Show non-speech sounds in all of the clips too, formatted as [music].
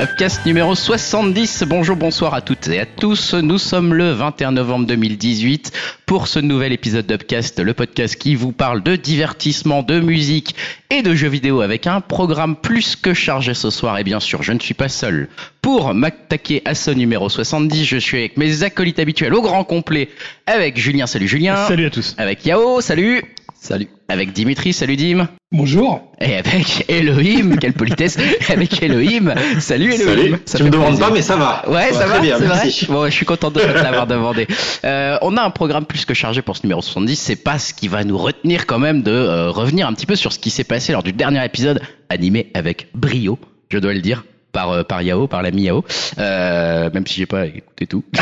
Upcast numéro 70. Bonjour, bonsoir à toutes et à tous. Nous sommes le 21 novembre 2018 pour ce nouvel épisode d'Upcast, le podcast qui vous parle de divertissement, de musique et de jeux vidéo avec un programme plus que chargé ce soir. Et bien sûr, je ne suis pas seul. Pour m'attaquer à ce numéro 70, je suis avec mes acolytes habituels au grand complet avec Julien. Salut Julien. Salut à tous. Avec Yao. Salut. Salut. Avec Dimitri. Salut Dim. Bonjour. Et avec Elohim, quelle politesse, avec Elohim. Salut Elohim. Salut. Ça tu me demandes pas, mais ça va. Ouais, ça, Ah, très va, bien, c'est vrai. merci. Bon, je suis content de te l'avoir demandé. Euh, on a un programme plus que chargé pour ce numéro 70. C'est pas ce qui va nous retenir quand même de euh, revenir un petit peu sur ce qui s'est passé lors du dernier épisode animé avec brio, je dois le dire. Par, euh, par Yao, par l'ami Yao, Euh, même si j'ai pas écouté tout. [laughs]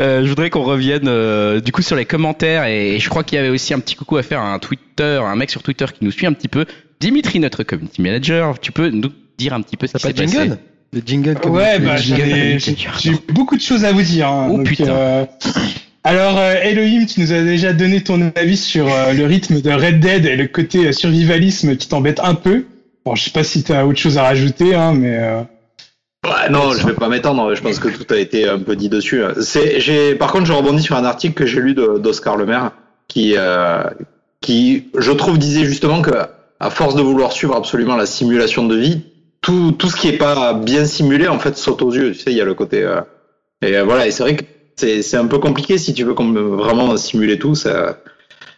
Euh, je voudrais qu'on revienne euh, du coup sur les commentaires et, et je crois qu'il y avait aussi un petit coucou à faire à un Twitter, un mec sur Twitter qui nous suit un petit peu. Dimitri, notre community manager, tu peux nous dire un petit peu ce qui s'est passé Le jingle comme Ouais, il fait. bah, jingle j'en ai- avec j'ai quelqu'un. j'ai beaucoup de choses à vous dire. hein. Oh, Donc, putain. euh, alors, euh, Elohim, tu nous as déjà donné ton avis sur euh, le rythme de Red Dead et le côté euh, survivalisme qui t'embête un peu. Bon, je sais pas si t'as autre chose à rajouter, hein, mais euh, Ouais, non, je vais pas m'étendre. Je pense que tout a été un peu dit dessus. C'est, j'ai, par contre, je rebondis sur un article que j'ai lu de- d'Oscar Le Maire, qui, euh, qui, je trouve, disait justement que, à force de vouloir suivre absolument la simulation de vie, tout, tout ce qui est pas bien simulé, en fait, saute aux yeux. Tu sais, il y a le côté. euh, et euh, voilà, et c'est vrai que c'est, c'est un peu compliqué si tu veux qu'on- vraiment simuler tout. Ça,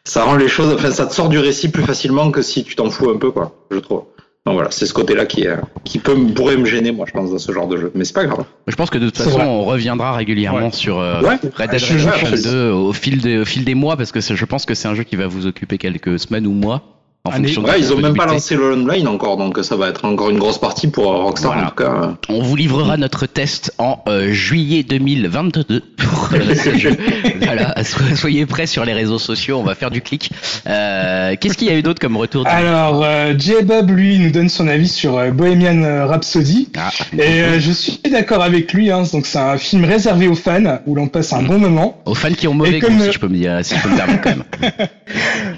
ça rend les choses, enfin, ça te sort du récit plus facilement que si tu t'en fous un peu, quoi. Je trouve. Donc voilà, c'est ce côté-là qui, est- qui peut, me- pourrait me gêner, moi, je pense, dans ce genre de jeu. Mais c'est pas grave. Je pense que de toute C'est façon, vrai. on reviendra régulièrement sur euh, Ouais. Red Dead Je- je- Redemption je- 2 au fil, des, au fil des mois parce que c'est- je pense que c'est un jeu qui va vous occuper quelques semaines ou mois en Année. fonction de Ouais, la ils ont même pas disponibilité. lancé le online encore, donc euh, ça va être encore une grosse partie pour euh, Rockstar, Voilà. en tout cas. On vous livrera notre test en euh, juillet 2022 pour euh, [laughs] ce jeu. Voilà, so- soyez prêts sur les réseaux sociaux, on va faire du clic. Euh, Qu'est-ce qu'il y a eu d'autre comme retour alors euh, J-Bob lui nous donne son avis sur euh, Bohemian Rhapsody. Ah, Et euh, je suis d'accord avec lui. Hein, donc c'est un film réservé aux fans où l'on passe un bon moment. Aux fans qui ont mauvais et comme goût, si le- je peux me dire, si je peux me permettre quand même.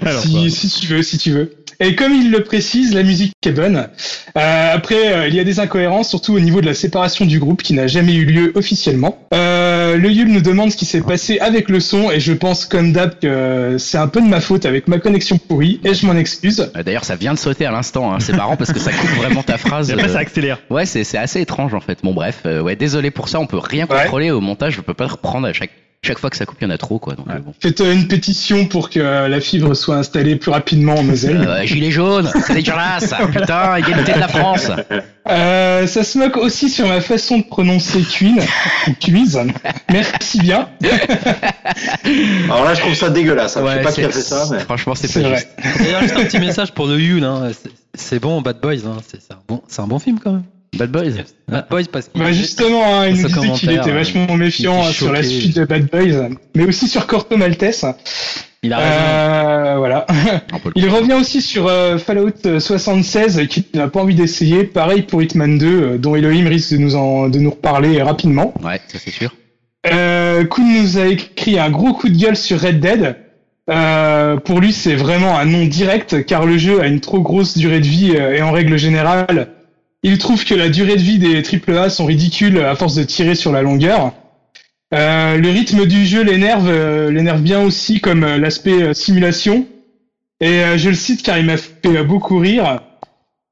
Alors, si, bah, si tu veux, si tu veux. Et comme il le précise, la musique est bonne. Euh, après, euh, il y a des incohérences, surtout au niveau de la séparation du groupe qui n'a jamais eu lieu officiellement. Euh, le Yul nous demande ce qui s'est passé avec le son et je pense comme d'hab que euh, c'est un peu de ma faute avec ma connexion pourrie et je m'en excuse. Euh, D'ailleurs, ça vient de sauter à l'instant. hein. C'est marrant parce que ça coupe vraiment ta phrase. [laughs] [laughs] et après, euh, ça accélère. Ouais, c'est c'est assez étrange en fait. Bon, bref, euh, ouais, désolé pour ça. On peut rien Ouais. contrôler au montage. Je peux pas reprendre à chaque chaque fois que ça coupe, il y en a trop quoi. Donc, euh, bon. Faites euh, une pétition pour que euh, la fibre soit installée plus rapidement en Moselle. Euh, gilet jaune, c'est [laughs] dégueulasse. Putain, égalité de la France. Euh, ça se moque aussi sur ma façon de prononcer Queen. ou Cuise. Merci bien. Alors là, je trouve ça dégueulasse. hein. je sais pas qui a fait c'est- ça, mais. Franchement, c'est C'est pas vrai. juste. D'ailleurs, juste un petit message pour le Yul. Hein. C'est- C'est bon, Bad Boys. Hein. C'est c'est un, bon, c'est un bon film quand même. Bad Euh, Boys. Bad Boys parce que. Bah justement, hein, il Ce nous disait qu'il commentaire, euh, était vachement méfiant il était hein, sur la choqué. suite de Bad Boys, mais aussi sur Corto Maltese. il a raison. Euh, voilà. On peut hein, le Il comprendre. revient aussi sur euh, Fallout 76 euh, qu'il n'a pas envie d'essayer. Pareil pour Hitman 2, euh, dont Elohim risque de nous en de nous reparler rapidement. Ouais, ça c'est sûr. [laughs] Euh, Kuhn nous a écrit un gros coup de gueule sur Red Dead. Euh, pour lui, c'est vraiment un non direct car le jeu a une trop grosse durée de vie euh, et en règle générale, il trouve que la durée de vie des AAA sont ridicules à force de tirer sur la longueur. Euh, le rythme du jeu l'énerve, euh, l'énerve bien aussi comme euh, l'aspect euh, simulation. Et euh, je le cite car il m'a fait euh, beaucoup rire.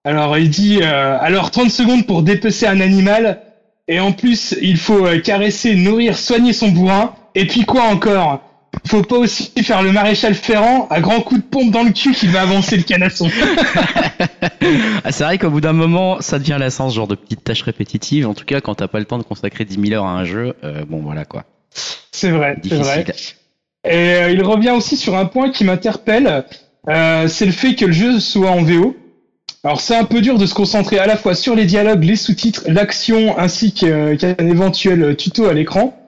Alors il dit euh, alors 30 secondes pour dépecer un animal et en plus il faut euh, caresser, nourrir, soigner son bourrin et puis quoi encore Faut pas aussi faire le maréchal Ferrand à grands coups de pompe dans le cul qui va avancer le canasson. [laughs] Ah, c'est vrai qu'au bout d'un moment, ça devient lassant ce genre de petites tâches répétitives. En tout cas, quand t'as pas le temps de consacrer 10 000 heures à un jeu, euh, bon voilà quoi. C'est vrai, c'est vrai. Difficile. Et euh, il revient aussi sur un point qui m'interpelle, euh, c'est le fait que le jeu soit en VO. Alors c'est un peu dur de se concentrer à la fois sur les dialogues, les sous-titres, l'action ainsi que, euh, qu'un éventuel tuto à l'écran.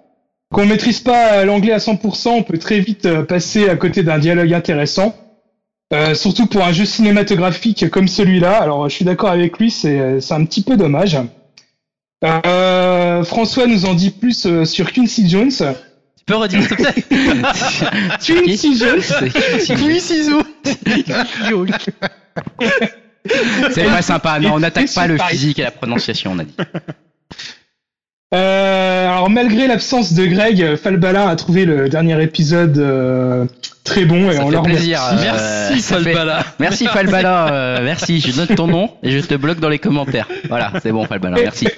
Qu'on maîtrise pas euh, l'anglais à 100%, on peut très vite euh, passer à côté d'un dialogue intéressant. Euh, surtout pour un jeu cinématographique comme celui-là. Alors je suis d'accord avec lui, c'est c'est un petit peu dommage. Euh, François nous en dit plus euh, sur Quincy Jones. Tu peux redire s'il te [laughs] plaît Quincy Jones C'est- Oui, ciseaux C'est pas sympa. Non, on n'attaque pas le Paris. physique et la prononciation, on a dit. Euh, alors malgré l'absence de Greg, Falbala a trouvé le dernier épisode euh, très bon et Ça on fait leur remercie. plaisir. [laughs] euh, Merci, ça fait- Solbala. Merci Falbala, euh, merci. Je note ton nom et je te bloque dans les commentaires. Voilà, c'est bon Falbala, merci.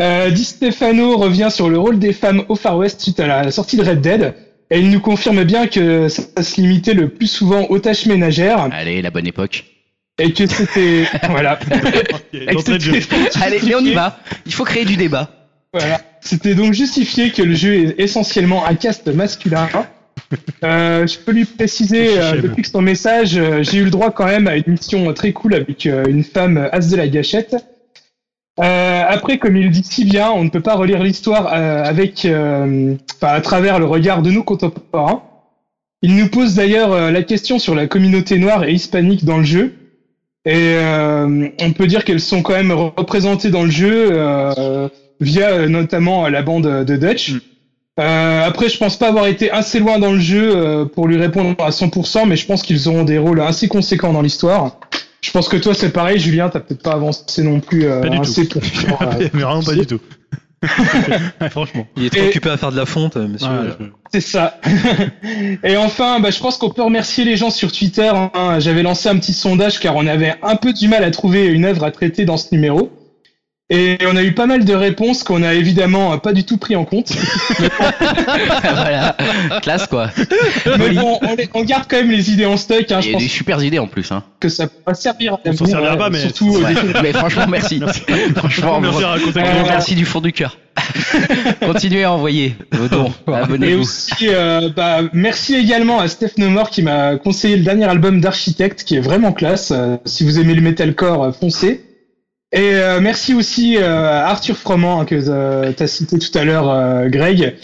Euh, Di Stefano revient sur le rôle des femmes au Far West suite à la sortie de Red Dead et il nous confirme bien que ça se limitait le plus souvent aux tâches ménagères Allez, la bonne époque. et que c'était [laughs] voilà. D'entrée [laughs] de jeu. Allez, mais on y va. Il faut créer du débat. [laughs] Voilà. C'était donc justifié que le jeu est essentiellement un cast masculin. Euh, je peux lui préciser, euh, Chichem. depuis que son message, euh, j'ai eu le droit quand même à une mission très cool avec euh, une femme euh, as de la gâchette. Euh, après, comme il dit si bien, on ne peut pas relire l'histoire euh, avec, euh, enfin, à travers le regard de nos contemporains. Il nous pose d'ailleurs euh, la question sur la communauté noire et hispanique dans le jeu. Et euh, on peut dire qu'elles sont quand même représentées dans le jeu euh, via euh, notamment euh, la bande euh, de Dutch. Mm. Euh, après, je pense pas avoir été assez loin dans le jeu euh, pour lui répondre à 100%, mais je pense qu'ils auront des rôles assez conséquents dans l'histoire. Je pense que toi, c'est pareil, Julien, t'as peut-être pas avancé non plus euh, Pas du tout. assez pour. [laughs] pour, euh, Mais vraiment pas du tout. Ouais, Franchement. Il est trop Et- occupé à faire de la fonte, euh, monsieur. Ouais, je- C'est ça. [laughs] Et enfin, bah, je pense qu'on peut remercier les gens sur Twitter. hein. J'avais lancé un petit sondage car on avait un peu du mal à trouver une œuvre à traiter dans ce numéro. Et on a eu pas mal de réponses qu'on a évidemment euh, pas du tout pris en compte. voilà, classe quoi. Mais bon, on, les- on garde quand même les idées en stock. hein. Il Je y a des pense supers idées en plus. Hein. que ça pourra servir. à On s'en l'avenir, servira ouais, pas, mais- surtout euh, au [laughs] Ouais. Mais franchement, merci. franchement, Merci merci, à raconter Euh, comment- merci du fond du cœur. [laughs] Continuez à envoyer vos dons. Et Abonnez-vous. aussi, euh, bah, merci également à Steph Nomore qui m'a conseillé le dernier album d'Architecte qui est vraiment classe. Euh, si vous aimez le metalcore, euh, foncez. Et euh, merci aussi euh, à Arthur Froment hein, que tu as cité tout à l'heure, euh, Greg,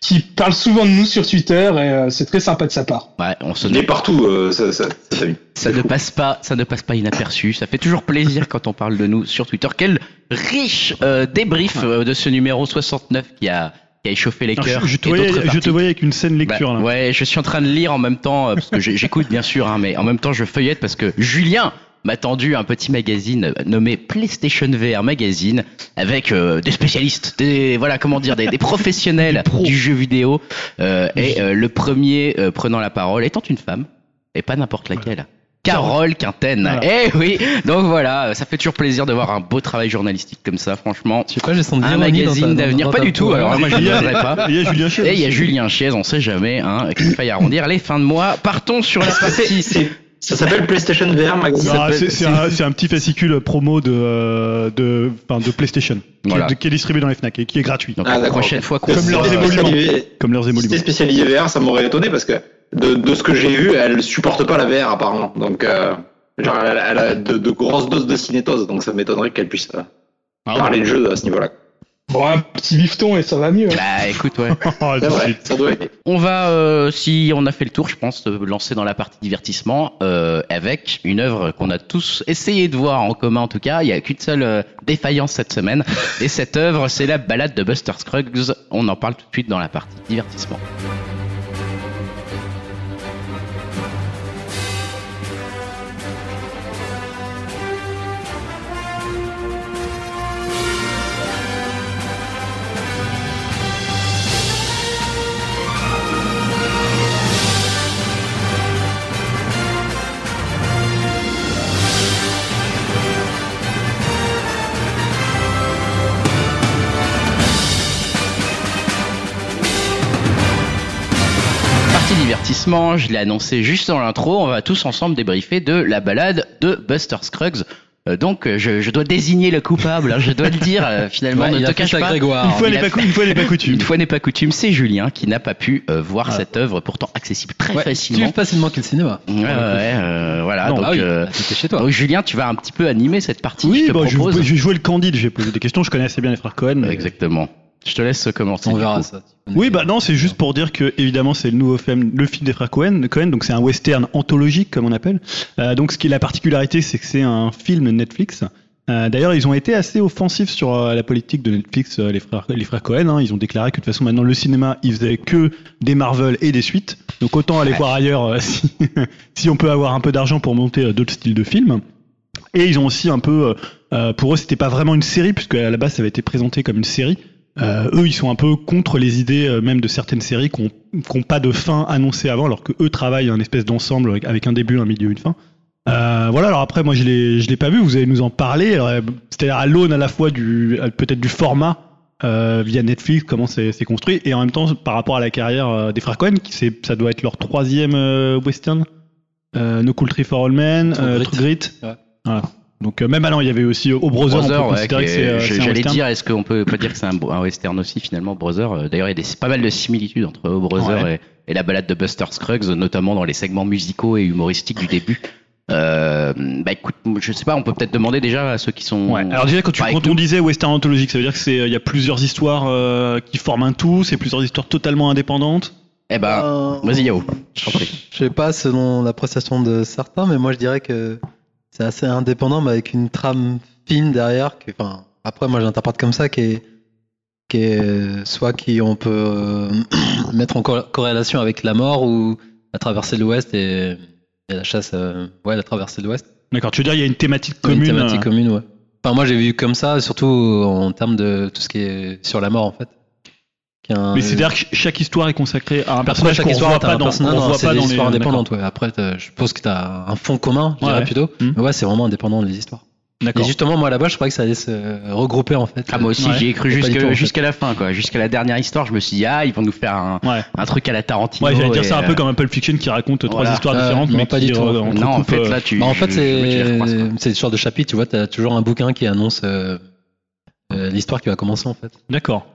qui parle souvent de nous sur Twitter et euh, c'est très sympa de sa part. Ouais, on se Il est partout, euh, ça, ça, ça, Ça ne passe pas, ça ne passe pas inaperçu. Ça fait toujours plaisir quand on parle de nous sur Twitter. Quel riche euh, débrief euh, de ce numéro 69 qui a, qui a échauffé les Alors, cœurs. je, je te et voyais, d'autres je te parties. voyais avec une scène Bah, lecture là. ouais, je suis en train de lire en même temps euh, parce que j'ai- j'écoute bien sûr, hein, mais en même temps je feuillette parce que Julien m'a tendu un petit magazine euh, nommé PlayStation VR Magazine avec euh, des spécialistes, des voilà comment dire, des, des [laughs] professionnels du jeu vidéo euh, et euh, le premier euh, prenant la parole étant une femme et pas n'importe laquelle. Carole Quinten. Voilà. Eh oui, donc voilà, euh, ça fait toujours plaisir de voir un beau travail journalistique comme ça, franchement. Je sais pas, j'ai son Un bien mis dans ta- magazine dans- d'avenir, dans pas ta du tout. peau. Alors moi je ne Il y a- voudrais pas. Il y a Julien Chiez Et Eh, il y a aussi. Julien Chiez, on sait jamais, hein, qu'il faille arrondir les fins de mois. Partons sur la [laughs] partie. Ça s'appelle PlayStation VR Magazine. Ah, c'est- C'est un, c'est un petit fascicule promo de, euh, de, enfin, de PlayStation qui, Voilà. est, qui est distribué dans les FNAC et qui est gratuit. Donc Ah, la d'accord. prochaine fois qu'on Comme leurs sort, euh, émoluments. spécialisé- Comme leurs Si émoluments. c'était spécialisé VR, ça m'aurait étonné parce que de, de ce que j'ai vu, elle supporte pas la VR apparemment. Donc, euh, genre, elle, a- elle a de, de grosses doses de cinétose, donc ça m'étonnerait qu'elle puisse euh, parler de jeu à ce niveau-là. Bon, un petit bifton et ça va mieux. hein. Bah écoute, ouais. [laughs] Oh, C'est tout de vrai, suite. ça doit aider. On va, euh, si on a fait le tour, je pense, euh, lancer dans la partie divertissement euh, avec une œuvre qu'on a tous essayé de voir en commun. En tout cas, il n'y a qu'une seule euh, défaillance cette semaine. Et cette œuvre, c'est la balade de Buster Scruggs. On en parle tout de suite dans la partie divertissement. Partie divertissement, je l'ai annoncé juste dans l'intro, on va tous ensemble débriefer de la balade de Buster Scruggs. Euh, donc euh, je, je dois désigner le coupable, hein, je dois le dire euh, finalement, Ouais, ne il te a fait cache ça, pas. Une Grégoire. fois il n'est a pas, cou- une fois n'est pas coutume. Une fois n'est pas coutume, c'est Julien qui n'a pas pu euh, voir Ah. cette œuvre pourtant accessible très Ouais, facilement. Plus facilement que le cinéma. Ouais, ouais, euh, voilà, Non, donc, ah oui, euh, c'était chez toi. donc, Julien, tu vas un petit peu animer cette partie, Oui, je te bon, je, propose. vais- je vais jouer le candide. J'ai posé des questions. Je connais assez bien les frères Cohen. mais- Exactement. Je te laisse commencer. On du verra coup. ça. Oui, bah non, c'est juste pour dire que évidemment c'est le nouveau film, le film des frères Cohen. Cohen, donc c'est un western anthologique comme on appelle. Euh, donc ce qui est la particularité, c'est que c'est un film Netflix. Euh, D'ailleurs, ils ont été assez offensifs sur euh, la politique de Netflix, euh, les frères, les frères Cohen. hein. Ils ont déclaré que de toute façon, maintenant, le cinéma, ils faisaient que des Marvel et des suites. Donc autant aller voir ailleurs euh, [laughs] si, si on peut avoir un peu d'argent pour monter euh, d'autres styles de films. Et ils ont aussi un peu, euh, euh, pour eux, c'était pas vraiment une série puisque à la base, ça avait été présenté comme une série. Euh, eux, ils sont un peu contre les idées euh, même de certaines séries qui n'ont pas de fin annoncée avant, alors que eux travaillent un espèce d'ensemble avec- avec un début, un milieu, une fin. Euh, voilà, alors après, moi je l'ai, je l'ai pas vu, vous allez nous en parler. Alors, euh, C'est-à-dire à l'aune à la fois du, euh, peut-être du format euh, via Netflix, comment c'est, c'est construit, et en même temps par rapport à la carrière euh, des frères Cohen, qui c'est, ça doit être leur troisième euh, western. Euh, no Country for All Men, True euh, Grit. True Grit. Ouais. Voilà. Donc euh, même alors, il y avait aussi euh, Oh Brother, Brother, on peut ouais, considérer qui que est- c'est, euh, c'est un j'allais western. dire, est-ce qu'on peut pas dire que c'est un, un western aussi finalement, Brother euh, D'ailleurs, il y a des- pas mal de similitudes entre Oh Brother et, et la balade de Buster Scruggs, notamment dans les segments musicaux et humoristiques du début. Euh, bah écoute, je sais pas, on peut peut-être demander déjà à ceux qui sont. Ouais. Alors déjà quand tu Bah, Pas avec quand on disait western anthologique, ça veut dire que c'est euh, il y a plusieurs histoires euh, qui forment un tout, c'est plusieurs histoires totalement indépendantes. eh ben, Euh, vas-y Yao, je t'en Je prie. sais pas selon l'appréciation de certains, mais moi je dirais que c'est assez indépendant, mais avec une trame fine derrière. que- enfin, après, moi j'interprète comme ça, qui est, qui est soit qui on peut euh, [clears throat] mettre en cor- corrélation avec la mort ou la traversée de l'Ouest et, et la chasse. euh, ouais, la traversée de l'Ouest. D'accord, tu veux dire il y a une thématique Une commune. thématique euh, commune, ouais. Enfin, moi j'ai vu comme ça, surtout en termes de tout ce qui est sur la mort en fait. Qui est un- Mais c'est-à-dire que chaque histoire est consacrée à un Après, personnage chaque qu'on voit histoire, t'as pas un dans, personnage, qu'on non, voit c'est pas des dans les- euh, euh, histoires d'accord. indépendantes. Ouais. Après, t'as- je pense que t'as un fond commun, je Ouais, dirais ouais. plutôt. Mmh. Mhm. Mais ouais, c'est vraiment indépendant des histoires. Et D'accord. justement, moi, là-bas, je croyais que ça allait se regrouper, en fait. Ah moi aussi Ouais. j'y ai cru Pas du jusque- tout, en jusqu'à fait. la fin quoi, jusqu'à la dernière histoire, je me suis dit ah ils vont nous faire un, Ouais. un truc à la Tarantino. Ouais, j'allais dire c'est et, un euh, peu comme Pulp Fiction qui raconte voilà. trois histoires Euh, différentes, non, mais pas qui du tout. euh, entrecoupe, Non en fait euh, là tu. Bah, en je- fait, je- je me dis, je c'est crois, ça. c'est le genre de chapitre, tu vois, t'as toujours un bouquin qui annonce euh, euh, l'histoire qui va commencer, en fait. D'accord.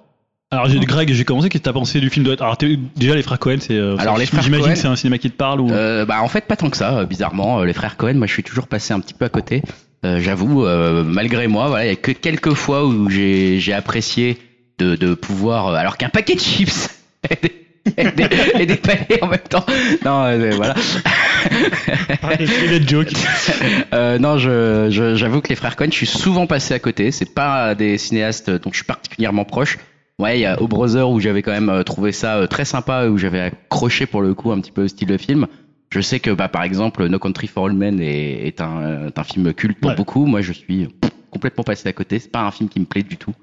Alors j'ai Greg, j'ai commencé. Qu'est-ce que t'as pensé du film de Alors t'es- déjà les frères Cohen, c'est. euh, Alors, les frères J'imagine Coen- que c'est un cinéma qui te parle ou. [laughs] Euh, bah en fait pas tant que ça euh, bizarrement Euh, les frères Cohen moi je suis toujours passé un petit peu à côté Euh, j'avoue euh, malgré moi voilà il y a que quelques fois où j'ai j'ai apprécié de, de pouvoir euh, alors qu'un paquet de chips [laughs] et des, et des- et des palais en même temps non euh, voilà les joke. euh, non, je, je- j'avoue que les frères Cohen, je suis souvent passé à côté. C'est pas des cinéastes dont je suis particulièrement proche. Ouais, il y a O Brother où j'avais quand même euh, trouvé ça euh, très sympa, où j'avais accroché pour le coup un petit peu au style de film. Je sais que, bah, par exemple, No Country for All Men est, est un, euh, est un film culte pour Ouais. beaucoup. Moi, je suis complètement passé à côté. C'est pas un film qui me plaît du tout.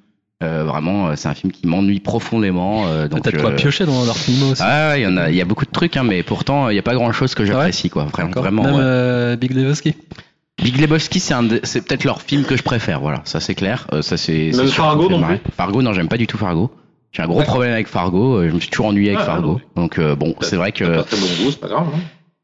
Euh, vraiment, euh, c'est un film qui m'ennuie profondément. euh, donc, Peut-être je- quoi piocher dans leur film aussi. Ah, ouais, il y en a, il y a beaucoup de trucs, hein, mais pourtant, il n'y a pas grand chose que j'apprécie, quoi. Vraiment, D'accord. vraiment, Même ouais. euh, Big Lebowski. Big Lebowski, c'est un, de- c'est peut-être leur film que je préfère. Voilà, ça c'est clair. Euh, ça c'est. Même c'est sûr Fargo que ça me non fait marrer. Fargo, non, j'aime pas du tout Fargo. J'ai un gros problème avec Fargo. euh, Je me suis toujours ennuyé avec Ah, Fargo. non, Donc euh, bon, c'est vrai T'as que. Pas très bon goût, c'est pas grave. hein.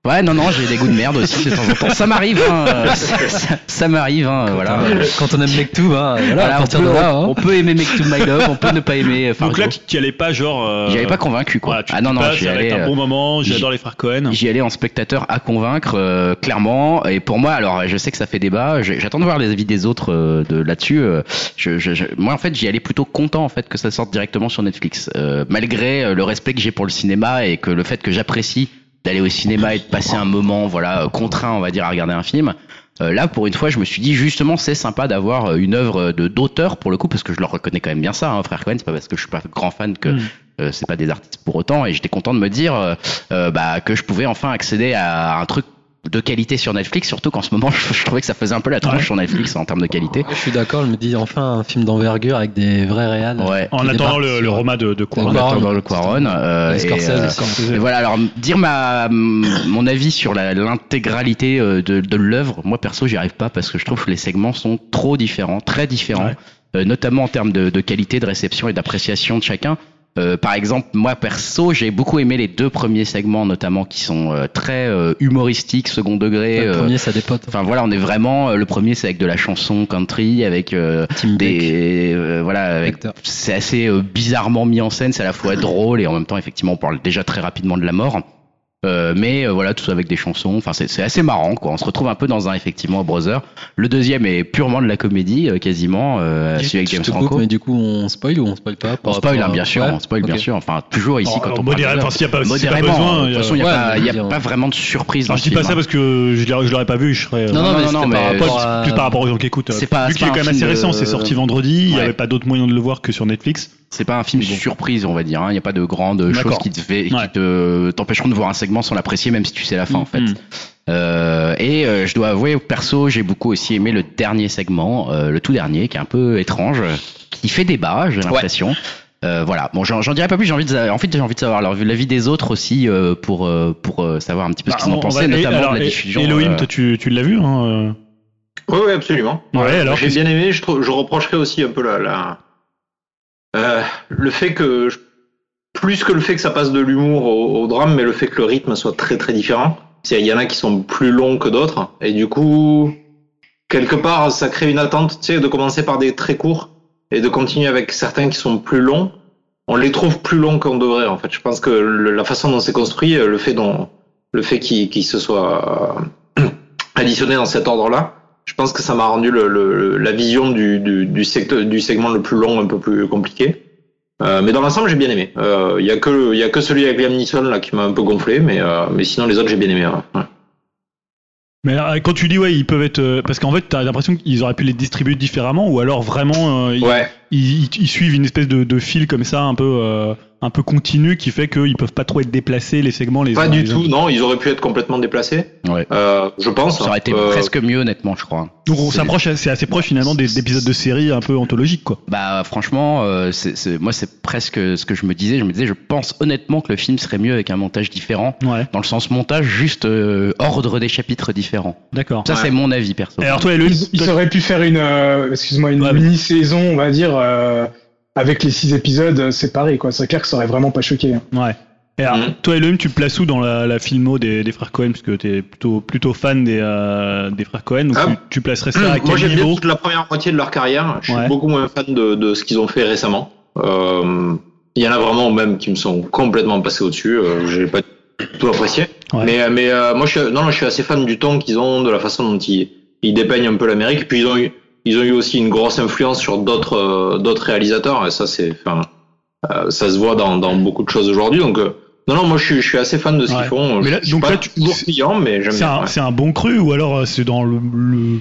Ouais, non, non, j'ai des goûts de merde aussi de temps en temps. Ça m'arrive. Hein, euh, [laughs] ça ça- ça m'arrive. Hein, voilà. Quand on aime Mektoub, [laughs] hein, voilà, Voilà, à on, partir de peut, là, hein. on peut aimer Make to My Love, on peut ne pas aimer euh, Fargo. Donc là, tu tu y allais pas genre. euh, J'y avais pas convaincu quoi. voilà, tu ah te non dis non, pas, j'y ça va allais. être un euh, bon moment. j'y- J'adore les frères Cohen. J'y allais en spectateur à convaincre, euh, clairement. Et pour moi, alors je sais que ça fait débat. j'ai- J'attends de voir les avis des autres euh, de là-dessus. euh, je- je- je- moi, en fait, j'y allais plutôt content en fait que ça sorte directement sur Netflix, Euh, malgré euh, le respect que j'ai pour le cinéma et que le fait que j'apprécie d'aller au cinéma et de passer un moment, voilà, euh, contraint, on va dire, à regarder un film. Euh, là, pour une fois, je me suis dit justement, c'est sympa d'avoir euh, une œuvre de d'auteur pour le coup, parce que je leur reconnais quand même bien ça, hein, frère Cohen. C'est pas parce que je suis pas grand fan que Mm. euh, c'est pas des artistes pour autant. Et j'étais content de me dire euh, euh, bah, que je pouvais enfin accéder à un truc de qualité sur Netflix, surtout qu'en ce moment, [laughs] je, je trouvais que ça faisait un peu la tronche sur Netflix en termes de qualité. Je suis d'accord, je me dis enfin un film d'envergure avec des vrais réals. Ouais. En Il est attendant parti le, sur- le Roma de, de Cuarón. En Cuarón. attendant le Quaron. euh, Avec et, Scorsese, euh, Scorsese. et voilà, alors dire ma mon avis sur la- l'intégralité euh, de, de l'œuvre, moi perso, j'y arrive pas parce que je trouve que les segments sont trop différents, très différents, Ouais. euh, notamment en termes de, de qualité de réception et d'appréciation de chacun. Euh, par exemple, moi perso, j'ai beaucoup aimé les deux premiers segments, notamment qui sont euh, très euh, humoristiques, second degré. Bah, Le euh, premier, ça dépote. Enfin voilà, on est vraiment. euh, Le premier, c'est avec de la chanson country, avec euh, Tim Beck. des euh, voilà avec- Acteur. c'est assez euh, bizarrement mis en scène c'est à la fois drôle et en même temps effectivement on parle déjà très rapidement de la mort Euh, mais euh, voilà, tout ça avec des chansons. Enfin, c'est c'est assez marrant, quoi. On se retrouve un peu dans un, effectivement, Brother. Le deuxième est purement de la comédie, euh, quasiment, euh, celui avec Je James te coupe, Franco. mais du coup, on spoil ou on spoil pas On par spoil, rapport hein, à- bien sûr, Ouais, on spoil, bien ok. sûr. Enfin, toujours ici, Alors, quand on parle modéré- de enfin, Brother. s'il n'y a euh, pas, s'il y a pas Modérément, besoin. de euh, toute façon, il n'y ouais, a, pas- je y a veux dire, pas vraiment de surprise non, dans je ce dis pas film, ça hein. parce que je l'aurais je l'aurais pas vu, je serais. euh, Non, non, mais non, c'était non, par mais- Paul, rapport à- plus par rapport aux gens qui écoutent. C'est pas- Vu c'est qu'il pas est quand un même assez film de- récent, c'est sorti vendredi, il n'y Ouais. avait pas d'autre moyen de le voir que sur Netflix. C'est pas un film Mais bon. surprise, on va dire. hein. Il n'y a pas de grandes choses D'accord. qui te fait- qui Ouais. te- t'empêcheront de voir un segment sans l'apprécier, même si tu sais la Mm, fin, en fait. Mhm. Euh, et euh, je dois avouer, perso, j'ai beaucoup aussi aimé le dernier segment, euh, le tout dernier, qui est un peu étrange, euh, qui fait débat, j'ai l'impression. Euh, voilà. Bon, j'en j'en dirai pas plus. J'ai envie de, sa- en fait, j'ai envie de savoir leur- l'avis des autres aussi euh, pour euh, pour euh, savoir un petit peu Bah, ce qu'ils en on- on pensaient, va- et notamment alors, de la et- diffusion. Elohim, euh, toi, tu, tu l'as vu hein, Oui, oui, absolument. euh, Ouais, alors. J'ai bien aimé, je, trou- je reprocherais aussi un peu la, la- euh, le fait que, je- plus que le fait que ça passe de l'humour au, au drame, mais le fait que le rythme soit très très différent. C'est- Il y en a qui sont plus longs que d'autres, et du coup, quelque part, ça crée une attente, tu sais, de commencer par des très courts et de continuer avec certains qui sont plus longs. On les trouve plus longs qu'on devrait, en fait. Je pense que le- la façon dont c'est construit, euh, le fait dont, le fait qu'il qu'il se soit [coughs] euh, additionné dans cet ordre-là, je pense que ça m'a rendu le, le- la vision du, du, du, secteur, du segment le plus long un peu plus compliqué. Euh, mais dans l'ensemble, j'ai bien aimé. Il euh, y, a que- y a que celui avec Liam Neeson là, qui m'a un peu gonflé, mais, euh, mais sinon les autres, j'ai bien aimé. ouais. Ouais. Mais alors, quand tu dis, ouais, ils peuvent être. euh, parce qu'en fait, t'as l'impression qu'ils auraient pu les distribuer différemment, ou alors vraiment, euh, ils, Ouais. ils- ils- ils suivent une espèce de, de fil comme ça, un peu, euh, un peu continu, qui fait qu'ils peuvent pas trop être déplacés, les segments, les Pas uns, du les uns. tout, non, ils auraient pu être complètement déplacés. Ouais. Euh, je pense. ça aurait été Euh, presque mieux, honnêtement, je crois. Donc on C'est- s'approche, c'est assez proche finalement des des épisodes de séries un peu anthologiques, quoi. Bah franchement, euh, c'est- c'est- moi c'est presque ce que je me disais. Je me disais, je pense honnêtement que le film serait mieux avec un montage différent, Ouais, dans le sens montage juste euh, ordre des chapitres différents. d'accord. Ça Ouais. c'est mon avis perso. Alors toi, Elohim, Ils, ils toi- auraient pu faire une, euh, excuse-moi, une Ouais, mais- mini-saison, on va dire, euh, avec les six épisodes euh, séparés, quoi. C'est clair que ça aurait vraiment pas choqué. hein. Ouais. Et alors, Mhm. toi, Elohim, tu le places où dans la, la filmo des, des frères Cohen Parce que t'es plutôt, plutôt fan des, euh, des frères Cohen, donc Ah. tu, tu placerais ça à quel Moi, j'aime bien niveau toute la première moitié de leur carrière. Je suis Ouais. beaucoup moins fan de, de ce qu'ils ont fait récemment. Euh, Il y en a vraiment même qui me sont complètement passés au-dessus. Euh, j'ai pas du tout apprécié. Ouais. Mais, euh, mais euh, moi, je suis, non, non, je suis assez fan du ton qu'ils ont, de la façon dont ils, ils dépeignent un peu l'Amérique. Et Puis ils ont eu, ils ont eu aussi une grosse influence sur d'autres, euh, d'autres réalisateurs. Et ça, c'est, enfin, euh, ça se voit dans, dans beaucoup de choses aujourd'hui. Donc, euh, non, non, moi, je suis, je suis assez fan de ce Ouais. qu'ils font. Mais Je là, suis donc pas là, tu- toujours c'est- client, mais j'aime C'est bien. un, ouais. c'est un bon cru ou alors euh, c'est dans le. le-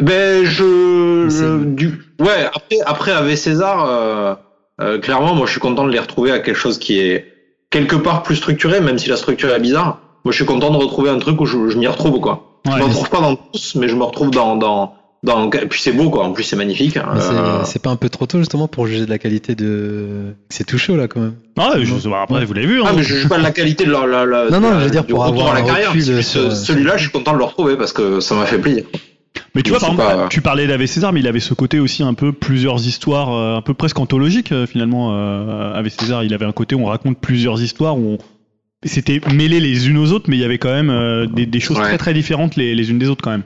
Ben je, Mais c'est- je- du ouais après après avec César euh, euh, clairement moi je suis content de les retrouver à quelque chose qui est quelque part plus structuré même si la structure est bizarre moi je suis content de retrouver un truc où je, je m'y retrouve quoi je Ouais, me mais- retrouve pas dans tous mais je me retrouve dans dans dans et puis c'est beau quoi en plus c'est magnifique Mais c'est- Ah. Euh, C'est pas un peu trop tôt justement pour juger de la qualité de. C'est tout chaud là quand même. Ah, je sais pas, après, vous l'avez vu. hein. ah mais je juge pas la qualité de la, la, la- Non, non, de- je veux dire, du pour retour avoir à la un carrière recul C'est juste, sur- euh, celui-là je suis content de le retrouver parce que ça m'a fait plaisir mais tu vois, je par sais exemple, pas. tu parlais d'Ave César, mais il avait ce côté aussi un peu plusieurs histoires, euh, un peu presque anthologique euh, finalement. Euh, Ave César, il avait un côté où on raconte plusieurs histoires, où on. C'était mêlé les unes aux autres, mais il y avait quand même euh, des, des choses Ouais. très très différentes les, les unes des autres quand même.